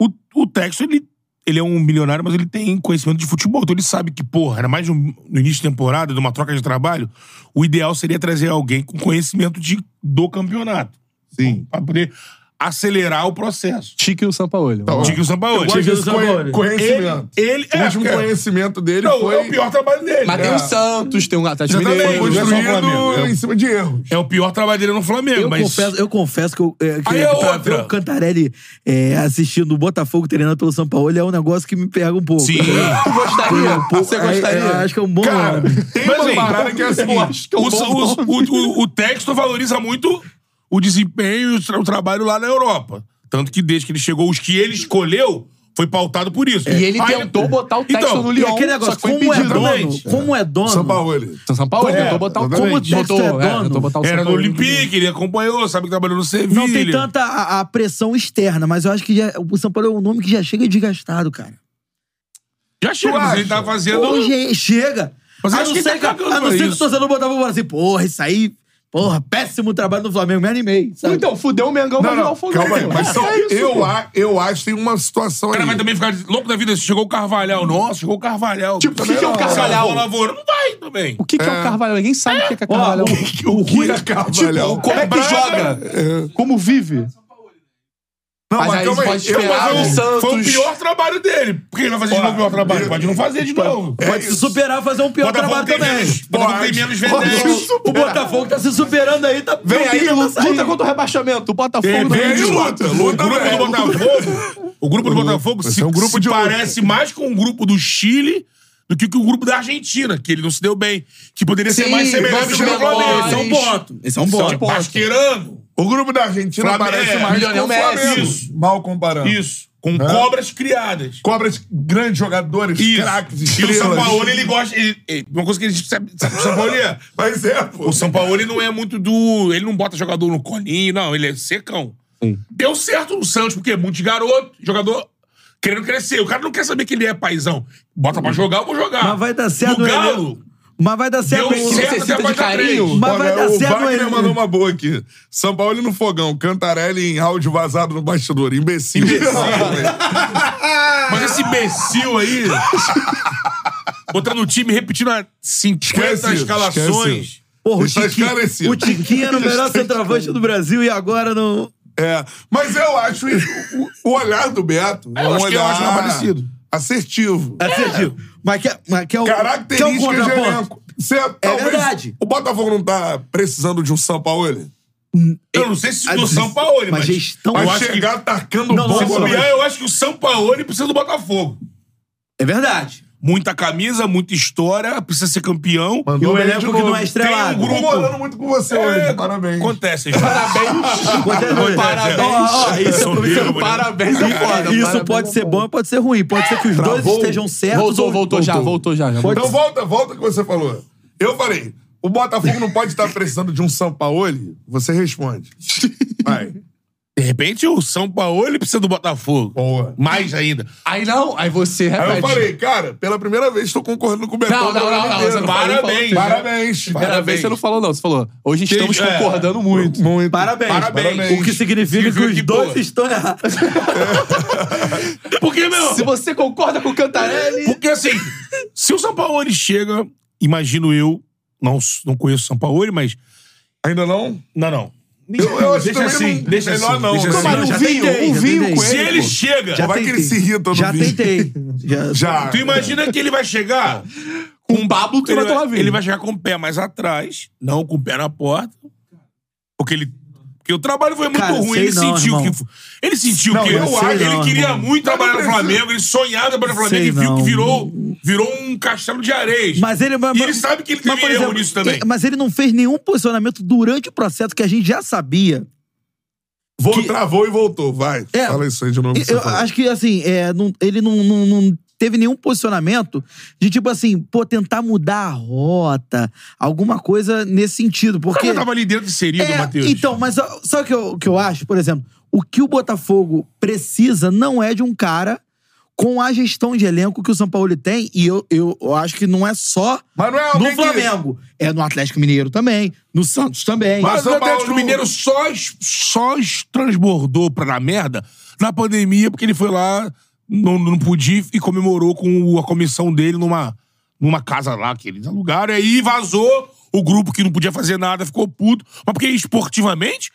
Speaker 2: o, o Texto, ele, ele é um milionário, mas ele tem conhecimento de futebol. Então ele sabe que, porra, era mais um- no início de temporada, de uma troca de trabalho, o ideal seria trazer alguém com conhecimento de, do campeonato.
Speaker 1: Sim.
Speaker 2: Pra poder acelerar o processo.
Speaker 4: Tique o Sampaoli.
Speaker 1: Tá, ó.
Speaker 2: Diga o Sampaoli.
Speaker 1: Eu gosto desse
Speaker 3: Diga o
Speaker 1: conhe-
Speaker 3: Sampaoli.
Speaker 1: conhecimento.
Speaker 2: Ele
Speaker 1: o
Speaker 2: é,
Speaker 1: último
Speaker 2: cara.
Speaker 1: conhecimento dele
Speaker 2: Não,
Speaker 1: foi,
Speaker 2: é o pior trabalho dele.
Speaker 4: Mas tem
Speaker 2: É.
Speaker 4: o Santos, tem o Atlético
Speaker 2: Exatamente.
Speaker 4: Mineiro.
Speaker 1: foi
Speaker 2: Não é só o Flamengo,
Speaker 1: construído
Speaker 2: é.
Speaker 1: em cima de erros.
Speaker 2: É o pior trabalho dele no Flamengo,
Speaker 3: Eu,
Speaker 2: mas.
Speaker 3: confesso, eu confesso que eu é, que,
Speaker 2: Aí é
Speaker 3: pra
Speaker 2: outra.
Speaker 3: ver o Cantarelli é, assistindo o Botafogo treinando pelo São Paulo é um negócio que me pega um pouco.
Speaker 2: Sim.
Speaker 4: Eu gostaria. Você
Speaker 3: Aí,
Speaker 4: gostaria?
Speaker 3: eu acho que é um bom
Speaker 1: Cara,
Speaker 3: nome.
Speaker 1: tem
Speaker 2: Mas,
Speaker 1: uma
Speaker 2: hein,
Speaker 1: parada que é assim.
Speaker 4: eu acho que é um
Speaker 2: o,
Speaker 4: bom
Speaker 2: o, o, o- o texto valoriza muito o desempenho e o, tra- o trabalho lá na Europa. Tanto que desde que ele chegou, os que ele escolheu foi pautado por isso.
Speaker 4: E ele
Speaker 2: Aí-
Speaker 4: tentou botar o Textor
Speaker 2: Então,
Speaker 4: no
Speaker 3: E
Speaker 4: Lyon,
Speaker 3: aquele
Speaker 4: só
Speaker 3: negócio,
Speaker 4: que foi
Speaker 3: como é
Speaker 4: impedido.
Speaker 3: dono,
Speaker 2: Exatamente.
Speaker 3: como é dono,
Speaker 1: São Paulo. ele.
Speaker 4: São São Paulo tentou botar o...
Speaker 1: exatamente.
Speaker 4: Como
Speaker 1: Como o
Speaker 3: Textor
Speaker 4: botou,
Speaker 3: é
Speaker 4: tentou
Speaker 3: dono,
Speaker 4: botar o
Speaker 2: Era
Speaker 4: São
Speaker 2: no
Speaker 4: Paulo.
Speaker 2: Olympique, ele acompanhou, sabe que trabalhou no Sevilha.
Speaker 3: não tem tanta a, a pressão externa, mas eu acho que já- o São Paulo é um nome que já chega desgastado, cara.
Speaker 2: Já chega, mas ele tá fazendo.
Speaker 3: Hoje chega.
Speaker 2: Mas eu
Speaker 3: a
Speaker 2: acho
Speaker 3: não
Speaker 2: que ele
Speaker 3: ser que,
Speaker 2: tá
Speaker 3: a
Speaker 2: cagando
Speaker 3: não
Speaker 2: pra
Speaker 3: ser que o
Speaker 2: isso.
Speaker 3: torcedor do Botafogo fala assim, porra, isso aí, porra, péssimo trabalho do Flamengo, me animei. sabe?
Speaker 4: Então, fudeu o Mengão, vai
Speaker 1: Não,
Speaker 4: virar o
Speaker 1: não,
Speaker 4: Fogão.
Speaker 1: calma aí. Mas só, eu, a- eu acho que tem uma situação
Speaker 2: É O cara vai
Speaker 1: aí.
Speaker 2: também ficar louco da vida. Chegou o Carvalhal. Nossa, chegou o Carvalhal.
Speaker 4: Tipo, o que que é o
Speaker 2: Salvou
Speaker 4: Carvalhal?
Speaker 2: a lavoura. Não vai também. é
Speaker 4: O que, que é o Carvalho? Ninguém sabe o que que é Carvalho.
Speaker 1: O Rui
Speaker 4: Tipo,
Speaker 1: Carvalhal.
Speaker 4: como é que
Speaker 2: Braga.
Speaker 4: joga? Como vive?
Speaker 1: Não,
Speaker 4: Mas aí
Speaker 1: calma
Speaker 4: pode
Speaker 1: Eu-
Speaker 2: Não,
Speaker 4: esperar,
Speaker 2: mas
Speaker 4: Thiago
Speaker 2: eu-
Speaker 4: Santos.
Speaker 2: Foi o pior trabalho dele. Por que ele vai fazer de novo o pior trabalho? Pode não fazer de novo.
Speaker 4: é,
Speaker 3: Pode se superar, fazer um pior
Speaker 2: é Botafogo
Speaker 3: trabalho
Speaker 2: tem
Speaker 3: também.
Speaker 2: menos. Botafogo tem
Speaker 1: Pode.
Speaker 2: menos
Speaker 1: Pode.
Speaker 2: vendentes.
Speaker 3: O Botafogo tá se superando aí, tá
Speaker 4: Vem aí,
Speaker 3: não
Speaker 4: luta contra o rebaixamento. O Botafogo
Speaker 2: Depende,
Speaker 4: também.
Speaker 1: luta, luta
Speaker 2: o grupo
Speaker 1: velho.
Speaker 2: do Botafogo, o grupo do Botafogo se,
Speaker 1: é um grupo
Speaker 2: se
Speaker 1: de ouro.
Speaker 2: parece mais com o grupo do Chile do que com o grupo da Argentina, que ele não se deu bem, que poderia ser
Speaker 4: Sim,
Speaker 2: mais semelhante
Speaker 4: nomes
Speaker 2: ao do Flamengo.
Speaker 4: menores.
Speaker 2: Esse é um ponto.
Speaker 3: Esse é um
Speaker 2: São Pasqueirando.
Speaker 1: O grupo da Argentina
Speaker 2: Flamengo,
Speaker 1: parece
Speaker 2: é,
Speaker 1: mais
Speaker 4: Lionel
Speaker 1: com o Flamengo.
Speaker 2: Messi.
Speaker 1: Mal comparando.
Speaker 2: Isso. Com cobras criadas.
Speaker 1: Cobras grandes jogadores,
Speaker 2: Isso.
Speaker 1: craques,
Speaker 2: e o
Speaker 1: estrelas.
Speaker 2: São Paulo, ele gosta. ele- ele- uma coisa que ele sabe, sabe que o São Paulo é.
Speaker 1: Mas é, pô.
Speaker 2: O São Paulo ele não é muito do. Ele não bota jogador no colinho, não. Ele é secão. Deu certo no Santos, porque é muito de garoto, jogador querendo crescer. O cara não quer saber que ele é paizão. Bota pra jogar, eu vou jogar.
Speaker 3: Mas vai dar certo né,
Speaker 2: No
Speaker 3: no
Speaker 2: Galo,
Speaker 3: Mas vai dar certo.
Speaker 2: deu
Speaker 3: no-
Speaker 2: certo
Speaker 4: necessita
Speaker 2: até a
Speaker 4: de
Speaker 2: quarta
Speaker 4: carinho.
Speaker 2: três. é
Speaker 3: Mas vai dar
Speaker 1: o
Speaker 3: certo
Speaker 1: Wagner
Speaker 3: ele.
Speaker 1: mandou uma boa aqui. São Paulo no fogão, Cantarelli em áudio vazado no bastidor. Imbecil.
Speaker 2: Mas esse imbecil
Speaker 3: <laughs>
Speaker 2: aí, botando o time, repetindo a 50
Speaker 1: Esquece,
Speaker 2: escalações.
Speaker 1: esquece.
Speaker 3: Porra, o
Speaker 2: tá
Speaker 1: Está
Speaker 3: Tiquinho,
Speaker 1: esclarecido.
Speaker 3: o Tiquinho era o melhor centroavante do Brasil e agora não...
Speaker 1: <laughs> É, mas eu acho o, o olhar do Beto é
Speaker 2: eu
Speaker 1: um
Speaker 2: acho que eu
Speaker 1: olhar
Speaker 2: acho parecido.
Speaker 1: assertivo.
Speaker 2: É.
Speaker 3: Acertiu. é Mas que, mas que é o... que é o
Speaker 1: Características de
Speaker 3: contraponto?
Speaker 1: elenco. Você, é talvez,
Speaker 3: verdade.
Speaker 1: O Botafogo não tá precisando de um São Paulo?
Speaker 2: Eu não sei se
Speaker 3: Ah,
Speaker 2: do São Paulo,
Speaker 3: mas
Speaker 2: mas.
Speaker 3: gestão-
Speaker 2: Eu
Speaker 1: Vai
Speaker 2: acho que.
Speaker 1: chegar atacando
Speaker 3: Não, não,
Speaker 2: Se
Speaker 3: não,
Speaker 1: bomba.
Speaker 3: não.
Speaker 2: bobear, eu acho que o São Paulo precisa do Botafogo.
Speaker 3: É verdade.
Speaker 2: Muita camisa, muita história, precisa ser campeão.
Speaker 3: E o
Speaker 1: bem de
Speaker 3: elenco que
Speaker 1: novo.
Speaker 3: não é
Speaker 2: Tem um
Speaker 3: estrelado.
Speaker 1: Tô
Speaker 2: grupo.
Speaker 1: morando muito com
Speaker 3: É,
Speaker 1: você hoje, parabéns.
Speaker 2: É.
Speaker 1: <laughs>
Speaker 2: Acontece, gente. Parabéns.
Speaker 3: Acontece. Ó, ó, É isso-
Speaker 2: Soberbo, né?
Speaker 4: Parabéns, é foda.
Speaker 3: <laughs> Isso
Speaker 4: parabéns.
Speaker 3: pode ser bom e pode ser ruim. Pode ser que os dois estejam certos.
Speaker 4: Voltou, voltou, já, voltou já. já
Speaker 3: Pode-
Speaker 1: Então volta, volta o que você falou. Eu falei, o Botafogo
Speaker 3: <laughs>
Speaker 1: não pode estar precisando de um São Paulo?
Speaker 3: é
Speaker 1: Você responde. Vai.
Speaker 2: De repente, o São Paulo precisa do Botafogo.
Speaker 1: Boa.
Speaker 2: Mais ainda.
Speaker 4: Aí não, aí você repete.
Speaker 1: Aí eu falei, cara, pela primeira vez estou concordando com o Betão.
Speaker 4: Não, não,
Speaker 1: meu
Speaker 4: não,
Speaker 1: ano
Speaker 4: não,
Speaker 1: inteiro.
Speaker 4: você não falou,
Speaker 1: parabéns.
Speaker 4: falou.
Speaker 1: Parabéns.
Speaker 4: Primeira vez você não falou, não. Você falou, hoje estamos
Speaker 2: Tem- é.
Speaker 4: concordando muito.
Speaker 1: Muito.
Speaker 3: Parabéns.
Speaker 1: Parabéns.
Speaker 3: O que significa que os
Speaker 2: que,
Speaker 3: dois
Speaker 2: pô,
Speaker 3: estão errados.
Speaker 2: Porque, meu.
Speaker 4: Se você concorda com o Cantarelli.
Speaker 2: Porque assim, se o São Paulo chega, imagino eu, não, não conheço o São Paulo, mas.
Speaker 1: Ainda não?
Speaker 2: Não, não.
Speaker 1: Eu, eu acho
Speaker 2: deixa
Speaker 1: também
Speaker 2: assim,
Speaker 1: não,
Speaker 2: deixa
Speaker 1: melhor
Speaker 2: assim,
Speaker 1: não.
Speaker 2: deixa
Speaker 1: né?
Speaker 2: assim. Mas
Speaker 1: Não,
Speaker 2: um
Speaker 1: já
Speaker 3: vinho, um vinho com
Speaker 2: Se ele chega,
Speaker 3: é
Speaker 1: Vai que ele se irrita no
Speaker 3: Já
Speaker 1: vídeo.
Speaker 3: tentei. Já,
Speaker 1: Já.
Speaker 2: tu imagina que ele vai
Speaker 3: <laughs>
Speaker 2: chegar.
Speaker 4: Com
Speaker 3: um
Speaker 4: o Pablo, tu
Speaker 2: Ele
Speaker 4: vai tomar
Speaker 2: vai,
Speaker 4: vinho.
Speaker 2: ele vai chegar com o pé mais atrás, não com o pé na porta. Porque ele. Porque o trabalho foi muito
Speaker 3: Cara,
Speaker 2: ruim.
Speaker 3: sei
Speaker 2: Ele
Speaker 3: não,
Speaker 2: sentiu
Speaker 3: irmão.
Speaker 2: que. fo- Ele sentiu
Speaker 3: Não,
Speaker 2: que.
Speaker 3: eu
Speaker 2: Eu
Speaker 3: sei
Speaker 2: acho que ele
Speaker 3: não,
Speaker 2: queria
Speaker 3: irmão.
Speaker 2: muito trabalhar no Flamengo, ele sonhava para o Flamengo
Speaker 3: Sei
Speaker 2: e viu que
Speaker 3: não.
Speaker 2: virou, virou um castelo de areias.
Speaker 3: Mas ele, mas,
Speaker 2: e ele sabe que ele teve
Speaker 3: mas, por
Speaker 2: erro
Speaker 3: exemplo,
Speaker 2: nisso também.
Speaker 3: ele- Mas ele não fez nenhum posicionamento durante o processo que a gente já sabia.
Speaker 1: Vou,
Speaker 3: que-
Speaker 1: Travou e voltou, vai.
Speaker 3: É.
Speaker 1: Fala isso aí de novo. que você
Speaker 3: Eu
Speaker 1: falou.
Speaker 3: acho que, assim, é, não- ele não, não- não teve nenhum posicionamento de, tipo assim, pô, tentar mudar a rota, alguma coisa nesse sentido. Porque...
Speaker 2: Porque tava ali dentro inserido,
Speaker 3: É,
Speaker 2: Matheus.
Speaker 3: Então, mas ó, sabe o que eu, que eu acho? Por exemplo, o que o Botafogo precisa não é de um cara com a gestão de elenco que o São Paulo tem. E eu, eu, eu acho que não é só
Speaker 1: Mas não é
Speaker 3: no
Speaker 1: alguém que-
Speaker 3: Flamengo. É no Atlético Mineiro também, no Santos também.
Speaker 2: Mas
Speaker 1: Mas
Speaker 2: o
Speaker 1: São
Speaker 2: Atlético
Speaker 1: Paulo-
Speaker 2: Mineiro só, es- só es- transbordou pra dar merda na pandemia, porque ele foi lá, não, não podia e comemorou com o- a comissão dele numa, numa casa lá que eles alugaram. E aí vazou o grupo que não podia fazer nada, ficou puto. Mas porque esportivamente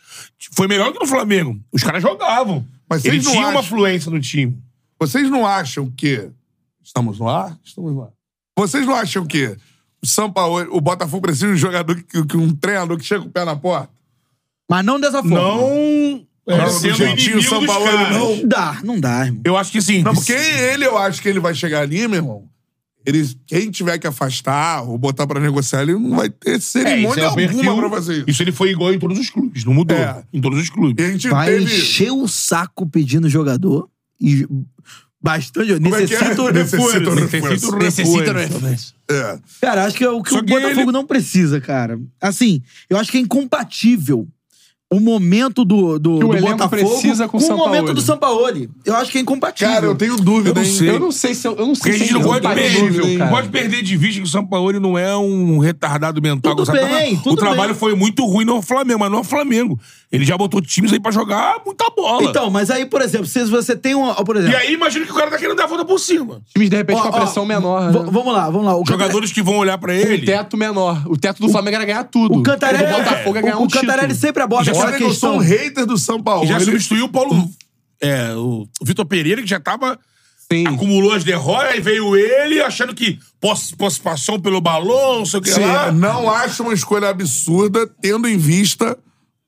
Speaker 2: foi melhor que no Flamengo. Os caras jogavam.
Speaker 1: Mas
Speaker 2: ele
Speaker 1: vocês não
Speaker 2: tinha uma
Speaker 1: acham-
Speaker 2: fluência no time.
Speaker 1: Vocês não acham que. Estamos no ar? Estamos no ar. Vocês não acham que o São Paulo, o Botafogo precisa de um jogador que, que um treinador que chega com o pé na porta?
Speaker 3: Mas não dessa forma.
Speaker 2: Não. é,
Speaker 1: Não, do
Speaker 2: sendo
Speaker 1: jeitinho
Speaker 2: inimigo
Speaker 1: São
Speaker 2: dos
Speaker 1: Paulo,
Speaker 2: caras.
Speaker 1: não.
Speaker 3: Não dá, não dá, irmão.
Speaker 2: Eu acho que sim.
Speaker 1: Não, porque ele, eu acho que ele vai chegar ali, meu irmão. Ele, quem tiver que afastar ou botar pra negociar, ele não vai ter
Speaker 2: É, isso
Speaker 1: cerimônia
Speaker 2: é o
Speaker 1: alguma
Speaker 2: perfil.
Speaker 1: pra fazer isso.
Speaker 2: Isso ele foi igual em todos os clubes, não mudou.
Speaker 1: É.
Speaker 2: Em todos os clubes.
Speaker 1: E a gente
Speaker 3: Vai
Speaker 1: teve.
Speaker 3: encher o saco pedindo jogador e
Speaker 1: é que
Speaker 3: bastante.
Speaker 1: é?
Speaker 3: Necessita o
Speaker 1: Necessita o reforço.
Speaker 3: reforço.
Speaker 2: Necessita, não é?
Speaker 1: É.
Speaker 3: Cara, acho que é o que
Speaker 2: Só
Speaker 3: o
Speaker 2: que
Speaker 3: Botafogo
Speaker 2: ele-
Speaker 3: não precisa, cara. Assim, eu acho que é incompatível o momento do, do,
Speaker 4: Que o
Speaker 3: do
Speaker 4: elenco
Speaker 3: Botafogo
Speaker 4: precisa com o
Speaker 3: o
Speaker 4: Sampaoli.
Speaker 3: momento do Sampaoli. Eu acho que é incompatível.
Speaker 1: Cara, eu tenho dúvida,
Speaker 2: Eu não
Speaker 1: hein?
Speaker 2: sei.
Speaker 4: Eu não sei se eu, eu não
Speaker 2: Porque
Speaker 4: sei
Speaker 2: a
Speaker 4: se
Speaker 2: gente não
Speaker 4: é
Speaker 2: pode
Speaker 4: compatível,
Speaker 2: perder, não
Speaker 4: cara.
Speaker 2: pode perder de vista que o Sampaoli não é um retardado mental.
Speaker 3: Tudo
Speaker 2: com o Sampaoli.
Speaker 3: bem,
Speaker 2: o
Speaker 3: tudo
Speaker 2: trabalho
Speaker 3: bem.
Speaker 2: foi muito ruim no Flamengo, mas não é o Flamengo. Ele já botou times aí pra jogar muita bola.
Speaker 3: Então, mas aí, por exemplo, se você tem um. ó, Por
Speaker 2: e
Speaker 3: exemplo,
Speaker 2: aí imagina que o cara tá querendo dar a volta por cima.
Speaker 4: Times, de repente,
Speaker 3: ó,
Speaker 4: com a
Speaker 3: ó,
Speaker 4: pressão menor.
Speaker 3: v-
Speaker 4: né?
Speaker 3: Vamos lá, vamos lá. O
Speaker 2: Jogadores que vão olhar pra ele.
Speaker 4: Um teto menor. O teto do Flamengo era ganhar tudo.
Speaker 3: O Cantarelli,
Speaker 4: do Botafogo é ganhar
Speaker 3: o,
Speaker 4: um
Speaker 3: o Cantarelli
Speaker 4: título.
Speaker 3: sempre aborda
Speaker 2: Já
Speaker 3: aquela
Speaker 1: Olha que eu sou um
Speaker 3: é questão.
Speaker 1: hater do São Paulo.
Speaker 2: E já
Speaker 1: Ele-
Speaker 2: substituiu o
Speaker 1: Hum.
Speaker 2: Paulo. É, o Vitor Pereira, que já tava.
Speaker 4: Sim.
Speaker 2: Acumulou as derrotas, aí veio ele achando que posso, posso passar pelo balão, não sei o que
Speaker 1: Sim,
Speaker 2: lá.
Speaker 1: não acho uma escolha absurda, tendo em vista